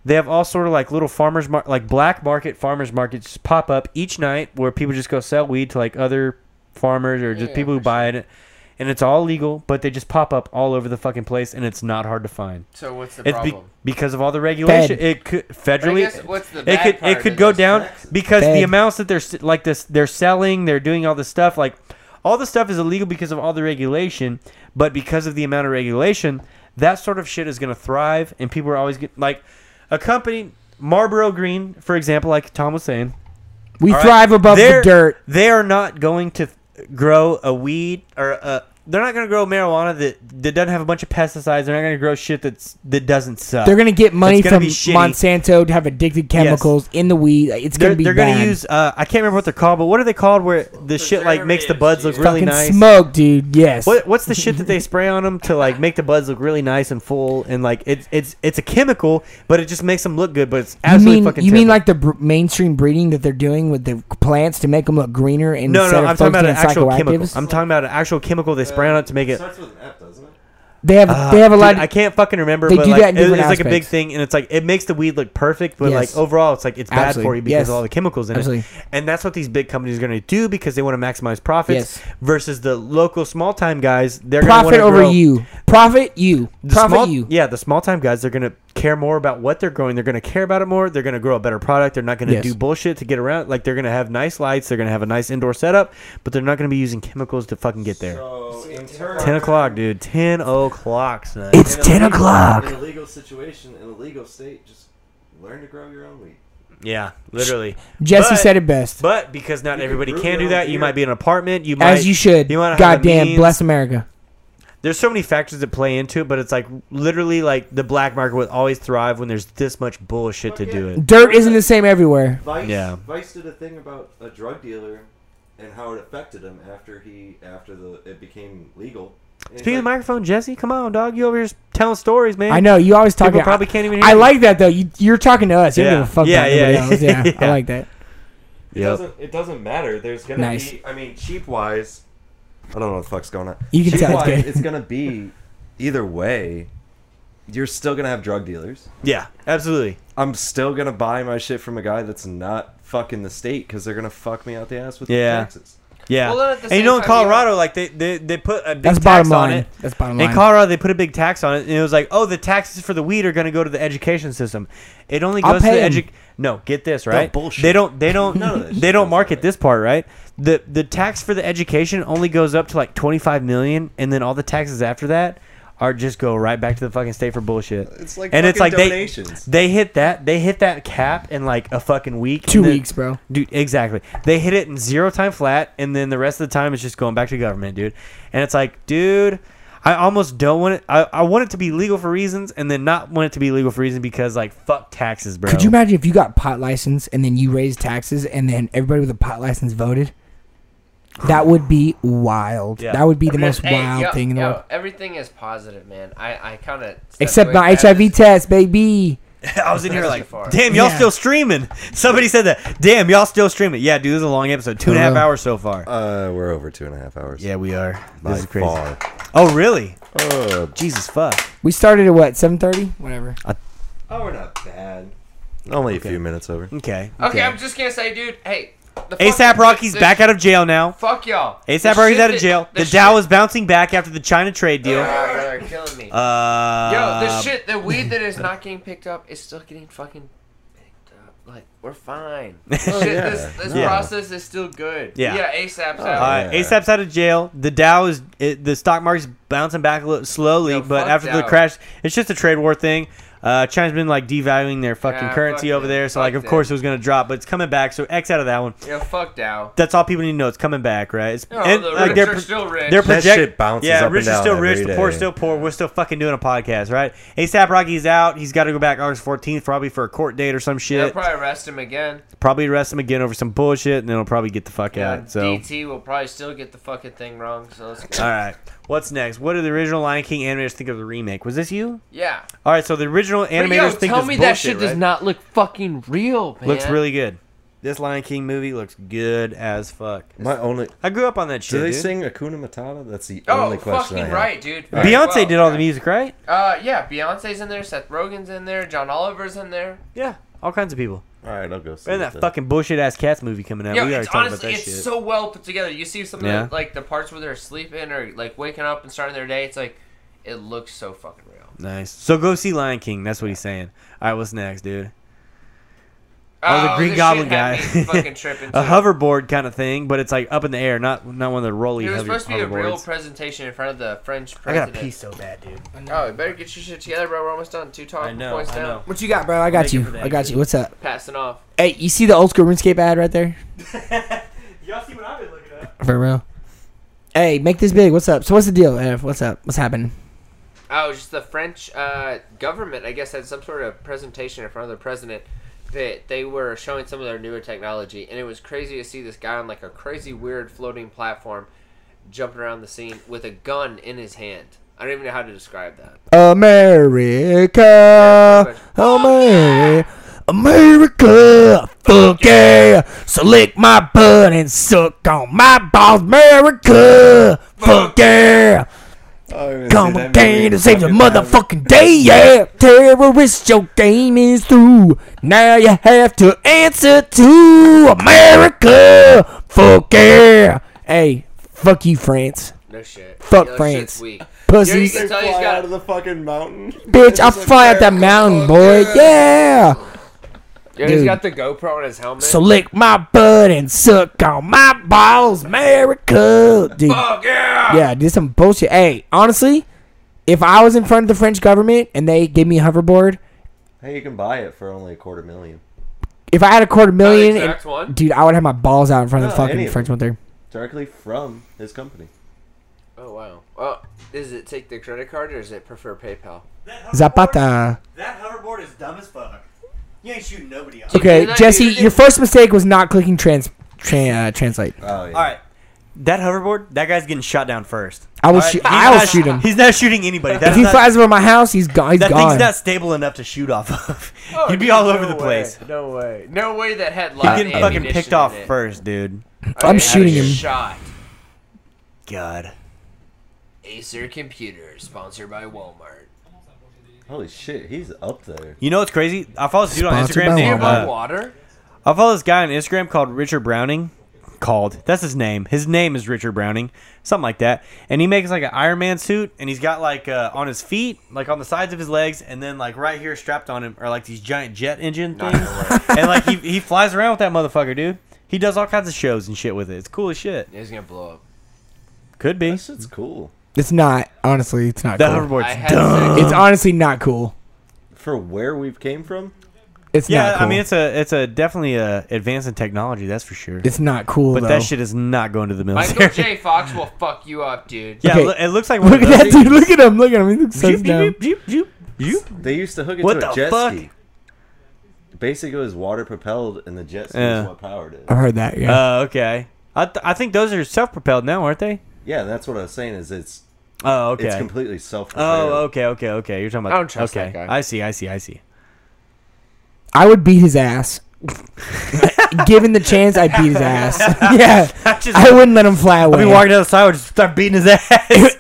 [SPEAKER 5] They have all sort of like little farmers mar- like black market farmers markets just pop up each night where people just go sell weed to like other farmers or just
[SPEAKER 4] Yeah,
[SPEAKER 5] people who buy it, and it's all legal. But they just pop up all over the fucking place, and it's not hard to find.
[SPEAKER 4] So what's the
[SPEAKER 5] It's be-
[SPEAKER 4] problem?
[SPEAKER 5] because of all the regulation.
[SPEAKER 1] Fed.
[SPEAKER 5] It could
[SPEAKER 4] But I
[SPEAKER 5] federally.
[SPEAKER 4] guess what's the
[SPEAKER 5] it
[SPEAKER 4] bad
[SPEAKER 5] could
[SPEAKER 4] part
[SPEAKER 5] it could
[SPEAKER 4] of
[SPEAKER 5] go
[SPEAKER 4] this?
[SPEAKER 5] down because the
[SPEAKER 1] Fed.
[SPEAKER 5] amounts that they're s- like this they're selling they're doing all this stuff like all this stuff is illegal because of all the regulation but because of the amount of regulation that sort of shit is going to thrive and people are always get, like a company Marlboro Green for example like Tom was saying
[SPEAKER 1] we
[SPEAKER 5] all right,
[SPEAKER 1] thrive above the
[SPEAKER 5] they're-
[SPEAKER 1] dirt.
[SPEAKER 5] They are not going to grow a weed or a,
[SPEAKER 2] They're not gonna grow marijuana that, that doesn't have a bunch of pesticides. They're not gonna grow shit that's that doesn't suck.
[SPEAKER 1] They're gonna get money
[SPEAKER 2] It's gonna
[SPEAKER 1] from
[SPEAKER 2] be shitty.
[SPEAKER 1] Monsanto to have addicted chemicals in the weed. It's
[SPEAKER 2] They're,
[SPEAKER 1] gonna be
[SPEAKER 2] they're
[SPEAKER 1] bad.
[SPEAKER 2] gonna use. Uh, I can't remember what they're called, but what are they called? Where the shit like makes the buds look really
[SPEAKER 1] fucking
[SPEAKER 2] nice.
[SPEAKER 1] smoke, dude. Yes.
[SPEAKER 2] What, what's the shit that they spray on them to like make the buds look really nice and full and like it's it's it's a chemical, but it just makes them look good. But it's
[SPEAKER 1] You
[SPEAKER 2] absolutely
[SPEAKER 1] mean
[SPEAKER 2] fucking.
[SPEAKER 1] you mean
[SPEAKER 2] terrible.
[SPEAKER 1] like the br- mainstream breeding that they're doing with the plants to make them look greener and
[SPEAKER 2] no
[SPEAKER 1] instead
[SPEAKER 2] no?
[SPEAKER 1] of
[SPEAKER 2] I'm talking about an
[SPEAKER 1] focusing
[SPEAKER 2] actual
[SPEAKER 1] on
[SPEAKER 2] chemical.
[SPEAKER 1] psychoactives?
[SPEAKER 2] I'm talking about an actual chemical they spray on it to make
[SPEAKER 8] It
[SPEAKER 2] it.
[SPEAKER 8] starts with an F, doesn't it?
[SPEAKER 1] They have
[SPEAKER 2] Ah,
[SPEAKER 1] they have a
[SPEAKER 2] dude,
[SPEAKER 1] lot.
[SPEAKER 2] I
[SPEAKER 1] Of,
[SPEAKER 2] can't fucking remember.
[SPEAKER 1] They
[SPEAKER 2] but
[SPEAKER 1] do
[SPEAKER 2] like,
[SPEAKER 1] that in
[SPEAKER 2] it- it's
[SPEAKER 1] different
[SPEAKER 2] like a big
[SPEAKER 1] aspects.
[SPEAKER 2] thing, and it's like it makes the weed look perfect, but
[SPEAKER 1] Yes.
[SPEAKER 2] like overall, it's like it's bad for
[SPEAKER 1] Absolutely.
[SPEAKER 2] you because
[SPEAKER 1] Yes.
[SPEAKER 2] of all the chemicals in
[SPEAKER 1] Absolutely.
[SPEAKER 2] it. And that's what these big companies are going to do because they want to maximize profits.
[SPEAKER 1] Yes.
[SPEAKER 2] Versus the local small time guys, they're going to
[SPEAKER 1] profit over you. Profit you.
[SPEAKER 2] The
[SPEAKER 1] Profit
[SPEAKER 2] small,
[SPEAKER 1] you.
[SPEAKER 2] Yeah, the small time guys, they're going to care more about what they're growing. They're going to care about it more. They're going to grow a better product. They're not going to
[SPEAKER 1] Yes.
[SPEAKER 2] do bullshit to get around. Like, they're going to have nice lights. They're going to have a nice indoor setup, but they're not going to be using chemicals to fucking get there.
[SPEAKER 8] So in turn,
[SPEAKER 2] 10 o'clock, dude. 10 o'clock, son.
[SPEAKER 1] It's
[SPEAKER 8] in a
[SPEAKER 1] 10
[SPEAKER 8] legal-
[SPEAKER 1] o'clock.
[SPEAKER 8] In a legal situation, in a legal state, just learn to grow your own weed.
[SPEAKER 2] Yeah, literally.
[SPEAKER 1] Jesse
[SPEAKER 2] But-
[SPEAKER 1] said it best.
[SPEAKER 2] But because not everybody
[SPEAKER 8] brew
[SPEAKER 2] can
[SPEAKER 8] your
[SPEAKER 2] do
[SPEAKER 8] own
[SPEAKER 2] that, you
[SPEAKER 8] beer.
[SPEAKER 2] might be in an apartment. You might,
[SPEAKER 1] As you should.
[SPEAKER 2] You might not have the
[SPEAKER 1] Goddamn,
[SPEAKER 2] means.
[SPEAKER 1] bless America.
[SPEAKER 2] There's so many factors that play into it, but it's like literally like the black market would always thrive when there's this much bullshit to do it.
[SPEAKER 1] Dirt isn't the same everywhere.
[SPEAKER 8] Vice,
[SPEAKER 2] Yeah.
[SPEAKER 8] Vice did a thing about a drug dealer and how it affected him after he after the it became legal. And he's
[SPEAKER 2] Speaking of the
[SPEAKER 8] like,
[SPEAKER 2] microphone, Jesse, come on, dog. You over here telling stories, man.
[SPEAKER 1] I know you always talk.
[SPEAKER 2] People
[SPEAKER 1] about-
[SPEAKER 2] probably can't even hear
[SPEAKER 1] I
[SPEAKER 2] you.
[SPEAKER 1] like that though. You, you're talking to us. You
[SPEAKER 2] Yeah.
[SPEAKER 1] don't give a fuck
[SPEAKER 2] Yeah,
[SPEAKER 1] about anybody
[SPEAKER 2] yeah,
[SPEAKER 1] else. Yeah, I
[SPEAKER 2] yeah.
[SPEAKER 1] like that.
[SPEAKER 8] It doesn't it doesn't matter. There's gonna
[SPEAKER 1] Nice.
[SPEAKER 8] be I mean cheap wise I don't know what the fuck's going on.
[SPEAKER 1] You can
[SPEAKER 8] cheap
[SPEAKER 1] tell it's
[SPEAKER 8] wise,
[SPEAKER 1] good.
[SPEAKER 8] it's gonna be either way, you're still gonna have drug dealers.
[SPEAKER 2] Yeah, absolutely.
[SPEAKER 8] I'm still gonna buy my shit from a guy that's not fucking the state because they're gonna fuck me out the ass with the
[SPEAKER 2] Yeah.
[SPEAKER 8] taxes.
[SPEAKER 2] Yeah.
[SPEAKER 4] Well, then at the
[SPEAKER 2] and you
[SPEAKER 4] same
[SPEAKER 2] know, in
[SPEAKER 4] time, you
[SPEAKER 2] Colorado, like they, they, they put a big
[SPEAKER 1] That's
[SPEAKER 2] tax
[SPEAKER 1] bottom
[SPEAKER 2] on
[SPEAKER 1] line.
[SPEAKER 2] it.
[SPEAKER 1] That's bottom
[SPEAKER 2] In
[SPEAKER 1] line.
[SPEAKER 2] Colorado, they put a big tax on it, and it was like, oh, the taxes for the weed are going to go to the education system. It only
[SPEAKER 1] I'll
[SPEAKER 2] goes to the
[SPEAKER 1] pay 'em.
[SPEAKER 2] edu. No, get this right.
[SPEAKER 8] bullshit.
[SPEAKER 2] They don't. They don't.
[SPEAKER 8] None of this
[SPEAKER 2] they
[SPEAKER 8] shit
[SPEAKER 2] don't
[SPEAKER 8] goes
[SPEAKER 2] market
[SPEAKER 8] away.
[SPEAKER 2] this part right. The the tax for the education only goes up to like twenty five million, and then all the taxes after that are just go right back to the fucking state for bullshit.
[SPEAKER 8] It's like
[SPEAKER 2] and it's like
[SPEAKER 8] fucking
[SPEAKER 2] they
[SPEAKER 8] donations.
[SPEAKER 2] they hit that they hit that cap in like a fucking week.
[SPEAKER 1] Two
[SPEAKER 2] and then-
[SPEAKER 1] weeks, bro.
[SPEAKER 2] Dude, exactly. They hit it in zero time flat, and then the rest of the time it's just going back to government, dude. And it's like, dude, I almost don't want it. I, I want it to be legal for reasons, and then not want it to be legal for reasons because, like, fuck taxes, bro.
[SPEAKER 1] Could you imagine if you got pot license and then you raised taxes and then everybody with a pot license voted? That would be wild.
[SPEAKER 2] Yeah.
[SPEAKER 1] That would be the
[SPEAKER 4] But
[SPEAKER 1] most
[SPEAKER 4] it's- hey,
[SPEAKER 1] wild
[SPEAKER 4] yo-
[SPEAKER 1] thing in the
[SPEAKER 4] yo,
[SPEAKER 1] world.
[SPEAKER 4] Everything is positive, man. I, I kind of
[SPEAKER 1] Except my HIV test, baby.
[SPEAKER 2] I was in here
[SPEAKER 4] That's
[SPEAKER 2] like,
[SPEAKER 4] too far.
[SPEAKER 2] damn, y'all
[SPEAKER 1] Yeah.
[SPEAKER 2] still streaming. Somebody said that. Damn, y'all still streaming. Yeah, dude, this is a long episode. Two and a half
[SPEAKER 1] For real.
[SPEAKER 2] hours so far.
[SPEAKER 8] Uh, we're over two and a half hours.
[SPEAKER 2] yeah, we are.
[SPEAKER 8] by
[SPEAKER 2] This is crazy.
[SPEAKER 8] far.
[SPEAKER 2] Oh, really?
[SPEAKER 8] Uh,
[SPEAKER 2] Jesus fuck.
[SPEAKER 1] We started at what, seven thirty? Whatever.
[SPEAKER 8] oh, we're not bad. Only a few minutes over.
[SPEAKER 2] Okay.
[SPEAKER 4] Okay, I'm just gonna say, dude. Hey, the fuck-
[SPEAKER 2] ASAP Rocky's
[SPEAKER 4] the-
[SPEAKER 2] back out of jail now.
[SPEAKER 4] Fuck y'all.
[SPEAKER 2] ASAP
[SPEAKER 4] The
[SPEAKER 2] Rocky's
[SPEAKER 4] shit
[SPEAKER 2] out of
[SPEAKER 4] that-
[SPEAKER 2] jail. The
[SPEAKER 4] shit-
[SPEAKER 2] Dow is bouncing back after the China trade deal.
[SPEAKER 4] Ah, bro, they're killing me.
[SPEAKER 2] Uh,
[SPEAKER 4] Yo, the shit, the weed that is not getting picked up is still getting fucking picked up. Like, we're fine. shit, this, this
[SPEAKER 2] Oh, Yeah.
[SPEAKER 4] process is still good.
[SPEAKER 2] Yeah.
[SPEAKER 4] Yeah, ASAP's out.
[SPEAKER 2] All right,
[SPEAKER 8] Yeah.
[SPEAKER 2] ASAP's out of jail. The Dow is it, the stock market's bouncing back a little slowly,
[SPEAKER 4] Yo,
[SPEAKER 2] but
[SPEAKER 4] fuck
[SPEAKER 2] after the
[SPEAKER 4] Dow.
[SPEAKER 2] crash, it's just a trade war thing. Uh, China's been like devaluing their fucking
[SPEAKER 4] Yeah,
[SPEAKER 2] currency
[SPEAKER 4] fuck
[SPEAKER 2] over
[SPEAKER 4] it.
[SPEAKER 2] there, so like
[SPEAKER 4] Fuck
[SPEAKER 2] of course it
[SPEAKER 4] them.
[SPEAKER 2] was gonna drop, but it's coming back. So X out of that one.
[SPEAKER 4] Yeah, fuck Dow.
[SPEAKER 2] That's all people need to know. It's coming back, right? It's,
[SPEAKER 4] No,
[SPEAKER 2] and,
[SPEAKER 4] the
[SPEAKER 2] like,
[SPEAKER 4] rich
[SPEAKER 2] they're
[SPEAKER 4] are
[SPEAKER 2] pro-
[SPEAKER 4] still rich.
[SPEAKER 2] They're
[SPEAKER 8] That
[SPEAKER 2] project-
[SPEAKER 8] shit bounces
[SPEAKER 2] Yeah,
[SPEAKER 8] up and
[SPEAKER 2] rich is
[SPEAKER 8] down
[SPEAKER 2] still
[SPEAKER 8] every
[SPEAKER 2] rich. The poor is
[SPEAKER 8] day.
[SPEAKER 2] still poor. We're still fucking doing a podcast, right? ASAP Rocky's out. He's got to go back August 14th, probably for a court date or some
[SPEAKER 4] They'll
[SPEAKER 2] shit.
[SPEAKER 4] probably arrest him again.
[SPEAKER 2] probably arrest him again over some bullshit, and then he'll probably get the fuck
[SPEAKER 4] Yeah,
[SPEAKER 2] out. So Uh,
[SPEAKER 4] DT Uh, will probably still get the fucking thing wrong. So let's go.
[SPEAKER 2] All right. What's next? What did the original Lion King animators think of the remake? Was this you?
[SPEAKER 4] Yeah.
[SPEAKER 2] All right. So the original
[SPEAKER 4] But
[SPEAKER 2] animators
[SPEAKER 4] yo,
[SPEAKER 2] think
[SPEAKER 4] tell
[SPEAKER 2] this
[SPEAKER 4] me
[SPEAKER 2] bullshit,
[SPEAKER 4] that shit does
[SPEAKER 2] right?
[SPEAKER 4] not look fucking real, man.
[SPEAKER 2] looks really good. This Lion King movie looks good as fuck.
[SPEAKER 8] My only.
[SPEAKER 2] I grew up on that shit.
[SPEAKER 8] Do they
[SPEAKER 2] dude.
[SPEAKER 8] sing Akuna Matata? That's the
[SPEAKER 4] Oh,
[SPEAKER 8] only question I
[SPEAKER 4] fucking
[SPEAKER 8] have.
[SPEAKER 4] right, dude.
[SPEAKER 2] Beyonce
[SPEAKER 4] Well,
[SPEAKER 2] did all
[SPEAKER 4] yeah.
[SPEAKER 2] the music, right?
[SPEAKER 4] Uh, yeah, Beyonce's in there, Seth Rogen's in there, John Oliver's in there.
[SPEAKER 2] Yeah. All kinds of people.
[SPEAKER 8] All right, I'll go. see
[SPEAKER 2] And
[SPEAKER 8] what
[SPEAKER 2] that
[SPEAKER 8] the-
[SPEAKER 2] fucking bullshit ass cats movie coming out.
[SPEAKER 4] Yo,
[SPEAKER 2] we already
[SPEAKER 4] it's
[SPEAKER 2] talked about
[SPEAKER 4] honestly,
[SPEAKER 2] that
[SPEAKER 4] it's
[SPEAKER 2] shit.
[SPEAKER 4] so well put together. You see some
[SPEAKER 2] Yeah.
[SPEAKER 4] of the, like the parts where they're sleeping or like waking up and starting their day. It's like it looks so fucking real.
[SPEAKER 2] nice. So go see Lion King. That's what he's saying. All right. What's next, dude? Oh, the Green
[SPEAKER 4] this
[SPEAKER 2] Goblin
[SPEAKER 4] shit had
[SPEAKER 2] guy.
[SPEAKER 4] me fucking tripping.
[SPEAKER 2] A
[SPEAKER 4] too.
[SPEAKER 2] hoverboard kind of thing, but it's like up in the air, not not one of the rolly.
[SPEAKER 4] It was
[SPEAKER 2] hover-
[SPEAKER 4] supposed to be a real
[SPEAKER 2] hoverboards.
[SPEAKER 4] presentation in front of the French
[SPEAKER 2] I got
[SPEAKER 4] president.
[SPEAKER 2] a piece so bad, dude.
[SPEAKER 4] Oh, you better get your shit together, bro. We're almost done. Two talk
[SPEAKER 2] I know,
[SPEAKER 4] points
[SPEAKER 2] I
[SPEAKER 4] down.
[SPEAKER 2] know.
[SPEAKER 1] What you got, bro? I got
[SPEAKER 2] Thank you
[SPEAKER 1] you.
[SPEAKER 2] for that,
[SPEAKER 1] I got
[SPEAKER 2] dude.
[SPEAKER 1] you. What's up?
[SPEAKER 4] Passing off.
[SPEAKER 1] Hey, you see the old school RuneScape ad right there?
[SPEAKER 2] Y'all see what I've been looking at?
[SPEAKER 1] For real. Hey, make this big. What's up? So what's the deal, Ev? What's up? What's happening?
[SPEAKER 4] Oh, just the French uh, government, I guess, had some sort of presentation in front of the president that they were showing some of their newer technology, and it was crazy to see this guy on like a crazy weird floating platform jumping around the scene with a gun in his hand. I don't even know how to describe that.
[SPEAKER 1] America, America, America, fuck yeah! So lick my butt and suck on my balls, America, fuck yeah! Come again to save the motherfucking day, yeah. Terrorist, your game is through. Now you have to answer to America. Fuck yeah. Hey, fuck you, France.
[SPEAKER 4] No shit.
[SPEAKER 1] Fuck
[SPEAKER 4] Yeah, that
[SPEAKER 1] France.
[SPEAKER 4] shit's weak.
[SPEAKER 1] Pussies.
[SPEAKER 4] You're-
[SPEAKER 8] They
[SPEAKER 4] That's all he's
[SPEAKER 8] fly
[SPEAKER 4] got.
[SPEAKER 8] out of the fucking mountain.
[SPEAKER 1] Bitch, I'll fly up that mountain, boy. Yeah.
[SPEAKER 4] Yeah, he's
[SPEAKER 1] Dude.
[SPEAKER 4] got the GoPro on his helmet.
[SPEAKER 1] So lick my butt and suck on my balls, America. Dude.
[SPEAKER 4] Fuck yeah!
[SPEAKER 1] Yeah, did some bullshit. Hey, honestly, if I was in front of the French government and they gave me a hoverboard,
[SPEAKER 8] Hey, you can buy it for only a quarter million.
[SPEAKER 1] if I had a quarter million, and-
[SPEAKER 4] exact Oh, one?
[SPEAKER 1] dude, I would have my balls out in front of the
[SPEAKER 8] No, any
[SPEAKER 1] fucking
[SPEAKER 8] of
[SPEAKER 1] French
[SPEAKER 8] them.
[SPEAKER 1] one there.
[SPEAKER 8] Directly from his company.
[SPEAKER 4] Oh wow. Oh, does it take the credit card or does it prefer PayPal?
[SPEAKER 1] Zapata.
[SPEAKER 5] That hoverboard is dumb as fuck. You ain't shooting nobody on.
[SPEAKER 1] Okay,
[SPEAKER 4] do that,
[SPEAKER 1] Jesse,
[SPEAKER 4] dude.
[SPEAKER 1] your first mistake was not clicking trans, tran- uh, translate.
[SPEAKER 8] Oh yeah.
[SPEAKER 5] All right. That hoverboard, that guy's getting shot down first.
[SPEAKER 1] I will
[SPEAKER 5] All right,
[SPEAKER 1] shoot.
[SPEAKER 5] he's
[SPEAKER 1] I will
[SPEAKER 5] not-
[SPEAKER 1] shoot him.
[SPEAKER 5] He's not shooting anybody.
[SPEAKER 1] If
[SPEAKER 5] That's
[SPEAKER 1] he
[SPEAKER 5] not-
[SPEAKER 1] flies over my house, he's gone. He's
[SPEAKER 5] that
[SPEAKER 1] gone. Oh,
[SPEAKER 5] thing's not stable enough to shoot off of. He'd be all over the place.
[SPEAKER 4] No way. No way that had
[SPEAKER 5] He's
[SPEAKER 4] live
[SPEAKER 5] getting fucking picked off first, dude.
[SPEAKER 1] I'm shooting him.
[SPEAKER 4] Shot.
[SPEAKER 5] God.
[SPEAKER 4] Acer Computer, sponsored by Walmart.
[SPEAKER 8] Holy shit, he's up there.
[SPEAKER 5] You know what's crazy? I follow this dude on
[SPEAKER 1] Sponsored
[SPEAKER 5] Instagram
[SPEAKER 1] by
[SPEAKER 5] named
[SPEAKER 1] Walmart.
[SPEAKER 5] uh,
[SPEAKER 4] water?
[SPEAKER 5] I follow this guy on Instagram called Richard Browning. Called. That's his name. His name is Richard Browning, something like that. And he makes like an Iron Man suit, and he's got like uh, on his feet, like on the sides of his legs, and then like right here strapped on him are like these giant jet engine things. and like he, he flies around with that motherfucker, dude. He does all kinds of shows and shit with it. It's cool as shit.
[SPEAKER 4] It's gonna blow up.
[SPEAKER 5] Could be.
[SPEAKER 8] This shit's cool.
[SPEAKER 1] It's not. Honestly, it's not.
[SPEAKER 5] The
[SPEAKER 1] Cool.
[SPEAKER 4] I
[SPEAKER 5] hoverboard's
[SPEAKER 4] had
[SPEAKER 5] Oh, dumb.
[SPEAKER 1] It's honestly not cool.
[SPEAKER 8] For where we've came from,
[SPEAKER 1] It's
[SPEAKER 5] Yeah,
[SPEAKER 1] not. Cool.
[SPEAKER 5] I mean it's a it's a definitely a advance in technology, that's for sure.
[SPEAKER 1] it's not cool.
[SPEAKER 5] but
[SPEAKER 1] though.
[SPEAKER 5] that shit is not going to the military.
[SPEAKER 4] Michael J. Fox will fuck you up, dude.
[SPEAKER 5] Yeah,
[SPEAKER 1] Okay.
[SPEAKER 5] it loo- it looks like one
[SPEAKER 1] Look
[SPEAKER 5] of
[SPEAKER 1] at that
[SPEAKER 5] those things.
[SPEAKER 1] dude. Look at him. Look at him. He looks so
[SPEAKER 5] Zoop,
[SPEAKER 1] dumb.
[SPEAKER 5] zoop, zoop, zoop, zoop.
[SPEAKER 8] they used to hook it
[SPEAKER 5] What
[SPEAKER 8] to a
[SPEAKER 5] the
[SPEAKER 8] jet
[SPEAKER 5] fuck?
[SPEAKER 8] ski. Basically, it was water propelled, and the jet ski
[SPEAKER 5] Yeah.
[SPEAKER 8] is what powered it.
[SPEAKER 1] I've heard that. Yeah.
[SPEAKER 5] Oh, okay. I, th- I think those are self-propelled now, aren't they?
[SPEAKER 8] Yeah, that's what I was saying. Is it's
[SPEAKER 5] Oh, okay.
[SPEAKER 8] it's completely self.
[SPEAKER 5] oh, okay, okay, okay. You're talking about.
[SPEAKER 4] I don't trust
[SPEAKER 5] okay.
[SPEAKER 4] that guy.
[SPEAKER 5] I see, I see, I see.
[SPEAKER 1] I would beat his ass. Given the chance, I'd beat his ass. yeah.
[SPEAKER 5] I just,
[SPEAKER 1] I
[SPEAKER 5] I
[SPEAKER 1] wouldn't let him fly away.
[SPEAKER 5] will be walking down the sidewalk, just start beating his ass.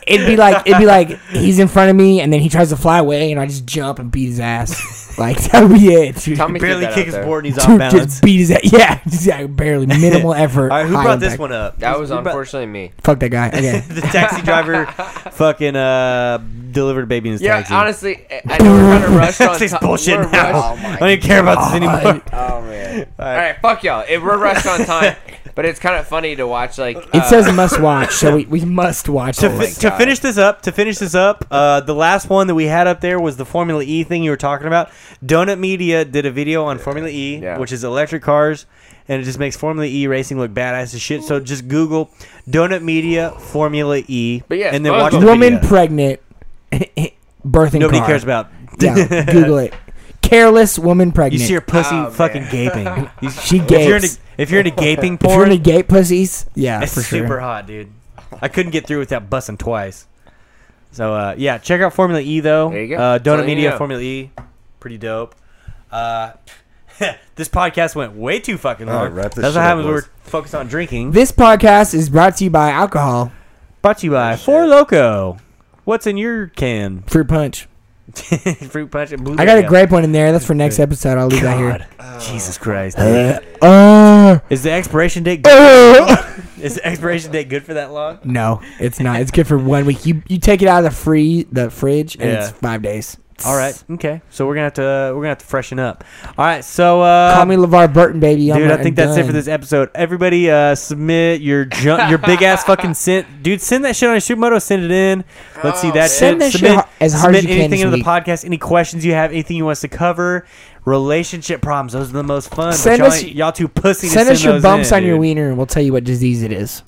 [SPEAKER 1] it'd be like it'd be like he's in front of me and then he tries to fly away and I just jump and beat his ass. Like that would be it. Dude,
[SPEAKER 4] Tommy did
[SPEAKER 5] barely
[SPEAKER 4] that
[SPEAKER 5] kick
[SPEAKER 4] out
[SPEAKER 5] his
[SPEAKER 4] there.
[SPEAKER 5] board and he's off
[SPEAKER 1] Dude,
[SPEAKER 5] balance.
[SPEAKER 1] just beat his ass. Yeah, exactly. Barely minimal effort.
[SPEAKER 5] All right, who
[SPEAKER 1] high
[SPEAKER 5] brought this
[SPEAKER 1] impact.
[SPEAKER 5] one up?
[SPEAKER 4] That was
[SPEAKER 5] Who brought-
[SPEAKER 4] unfortunately me.
[SPEAKER 1] Fuck that guy. Okay.
[SPEAKER 5] the taxi driver, fucking uh, delivered a baby in his
[SPEAKER 4] Yeah,
[SPEAKER 5] taxi.
[SPEAKER 4] honestly, I- I know we're kind of rushed on.
[SPEAKER 5] That's just
[SPEAKER 4] to-
[SPEAKER 5] bullshit
[SPEAKER 4] we're
[SPEAKER 5] now.
[SPEAKER 4] rushed-
[SPEAKER 5] I don't even care about this anymore.
[SPEAKER 4] Oh man! All right, fuck y'all. If we're rushed on time, but it's kind of funny to watch. Like
[SPEAKER 1] It says must watch, so we, we must watch
[SPEAKER 5] Uh, to, fi-
[SPEAKER 1] this.
[SPEAKER 5] to finish this up, to finish this up, uh, the last one that we had up there was the Formula E thing you were talking about. Donut Media did a video on Formula E,
[SPEAKER 4] Yeah.
[SPEAKER 5] which is electric cars, and it just makes Formula E racing look badass as shit. So just Google Donut Media Formula E,
[SPEAKER 4] But yeah,
[SPEAKER 5] and then
[SPEAKER 4] it's
[SPEAKER 5] watch
[SPEAKER 4] fun.
[SPEAKER 5] the
[SPEAKER 1] Woman
[SPEAKER 5] video.
[SPEAKER 1] pregnant, birthing.
[SPEAKER 5] Nobody
[SPEAKER 1] car.
[SPEAKER 5] cares about.
[SPEAKER 1] Yeah, Google it. Careless woman
[SPEAKER 5] You
[SPEAKER 1] pregnant.
[SPEAKER 5] see her pussy
[SPEAKER 4] Oh,
[SPEAKER 5] fucking
[SPEAKER 4] man.
[SPEAKER 5] gaping. You-
[SPEAKER 1] she
[SPEAKER 5] If you're, into,
[SPEAKER 1] gapes.
[SPEAKER 5] if you're into gaping
[SPEAKER 1] If you're
[SPEAKER 5] porn,
[SPEAKER 1] into gay pussies, yeah,
[SPEAKER 5] it's
[SPEAKER 1] for sure.
[SPEAKER 5] super hot, dude. I couldn't get through without busting twice. So uh, yeah, check out Formula E though.
[SPEAKER 4] There you go.
[SPEAKER 5] Uh,
[SPEAKER 4] That's all
[SPEAKER 5] Donut
[SPEAKER 4] you
[SPEAKER 5] Media
[SPEAKER 4] know.
[SPEAKER 5] Formula E, pretty dope. Uh, this podcast went way too fucking long.
[SPEAKER 8] All right, wrap this
[SPEAKER 5] That's what
[SPEAKER 8] shit up,
[SPEAKER 5] happens when we're
[SPEAKER 8] boys.
[SPEAKER 5] focused on drinking.
[SPEAKER 1] This podcast is brought to you by alcohol.
[SPEAKER 5] Brought to you by Four Loco. What's in your can?
[SPEAKER 1] Fruit punch.
[SPEAKER 5] Fruit punch and blue.
[SPEAKER 1] I got a grape one in there. That's for next episode. I'll leave that here.
[SPEAKER 5] Jesus
[SPEAKER 4] uh,
[SPEAKER 5] Christ!
[SPEAKER 1] Uh,
[SPEAKER 5] Is the expiration date good?
[SPEAKER 1] uh.
[SPEAKER 5] is the expiration date good for that long?
[SPEAKER 1] no, it's not. It's good for one week. You you take it out of the free the fridge and it's
[SPEAKER 5] Yeah.
[SPEAKER 1] five days.
[SPEAKER 5] All right, okay. So we're gonna have to uh, we're gonna have to freshen up. All right, so uh,
[SPEAKER 1] Call me LeVar Burton, baby. I'm
[SPEAKER 5] Dude,
[SPEAKER 1] not-
[SPEAKER 5] I think
[SPEAKER 1] I'm
[SPEAKER 5] that's it for
[SPEAKER 1] done.
[SPEAKER 5] this episode. Everybody, uh, submit your junk, your big ass fucking sent. Dude, send that shit on Shimoto. Send it in. Let's see
[SPEAKER 4] Oh,
[SPEAKER 5] that
[SPEAKER 4] man.
[SPEAKER 5] shit.
[SPEAKER 1] Send that shit
[SPEAKER 5] submit,
[SPEAKER 1] ho- as hard as
[SPEAKER 5] submit
[SPEAKER 1] you can
[SPEAKER 5] anything
[SPEAKER 1] this
[SPEAKER 5] into the
[SPEAKER 1] week.
[SPEAKER 5] podcast. Any questions you have? Anything you want us to cover? Relationship problems. Those are the most fun. but
[SPEAKER 1] Send
[SPEAKER 5] y'all,
[SPEAKER 1] us-
[SPEAKER 5] ain't- y'all too pussy. to
[SPEAKER 1] Send us your
[SPEAKER 5] those
[SPEAKER 1] bumps
[SPEAKER 5] in,
[SPEAKER 1] on your
[SPEAKER 5] dude.
[SPEAKER 1] wiener, and we'll tell you what disease it is.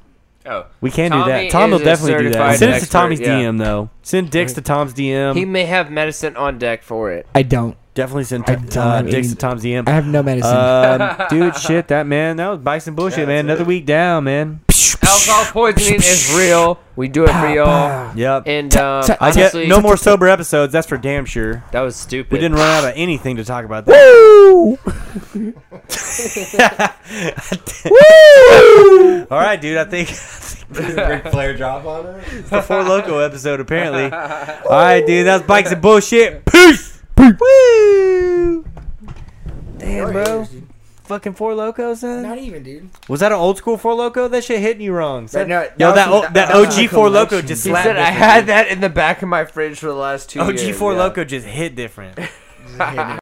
[SPEAKER 4] Oh,
[SPEAKER 2] We can do
[SPEAKER 4] Tommy
[SPEAKER 2] that. Tom will
[SPEAKER 4] is a
[SPEAKER 2] definitely do that.
[SPEAKER 4] certified
[SPEAKER 2] Send it to
[SPEAKER 4] expert,
[SPEAKER 2] Tommy's
[SPEAKER 4] yeah.
[SPEAKER 2] DM though. Send dicks to Tom's DM.
[SPEAKER 4] He may have medicine on deck for it.
[SPEAKER 1] I don't.
[SPEAKER 2] definitely send
[SPEAKER 1] I
[SPEAKER 2] to-
[SPEAKER 1] don't
[SPEAKER 2] uh,
[SPEAKER 1] have
[SPEAKER 2] dicks
[SPEAKER 1] any-
[SPEAKER 2] to Tom's DM.
[SPEAKER 1] I have no medicine.
[SPEAKER 2] Um, dude, shit, that man, that was bikes and bullshit,
[SPEAKER 5] Yeah,
[SPEAKER 2] man.
[SPEAKER 5] that's
[SPEAKER 2] Another
[SPEAKER 5] it.
[SPEAKER 2] week down, man.
[SPEAKER 4] Alcohol poisoning is real. We do it for y'all.
[SPEAKER 2] Yep.
[SPEAKER 4] And um,
[SPEAKER 1] Tut, tut,
[SPEAKER 2] I get
[SPEAKER 4] honestly,
[SPEAKER 2] no more sober episodes. That's for damn sure.
[SPEAKER 4] That was stupid.
[SPEAKER 2] We didn't run out of anything to talk about. That.
[SPEAKER 1] Woo! Woo!
[SPEAKER 2] All right, dude. I think
[SPEAKER 5] Ric Flair drop on it.
[SPEAKER 2] the four loco episode apparently. All right, dude. That's bikes and bullshit. Peace. Woo. Damn, bro. Fucking four locos, son.
[SPEAKER 1] Not even, dude.
[SPEAKER 2] Was that an old school four loco? That shit hitting you wrong. son.
[SPEAKER 1] no,
[SPEAKER 2] Yo,
[SPEAKER 1] that
[SPEAKER 2] that
[SPEAKER 1] was-
[SPEAKER 2] o- that
[SPEAKER 1] that was
[SPEAKER 2] OG
[SPEAKER 1] a
[SPEAKER 2] four loco
[SPEAKER 1] collection.
[SPEAKER 2] just
[SPEAKER 1] He
[SPEAKER 4] He
[SPEAKER 2] slapped.
[SPEAKER 4] said I
[SPEAKER 2] different,
[SPEAKER 4] had
[SPEAKER 2] dude.
[SPEAKER 4] that in the back of my fridge for the last two years.
[SPEAKER 2] OG four
[SPEAKER 4] yeah.
[SPEAKER 2] loco just hit different.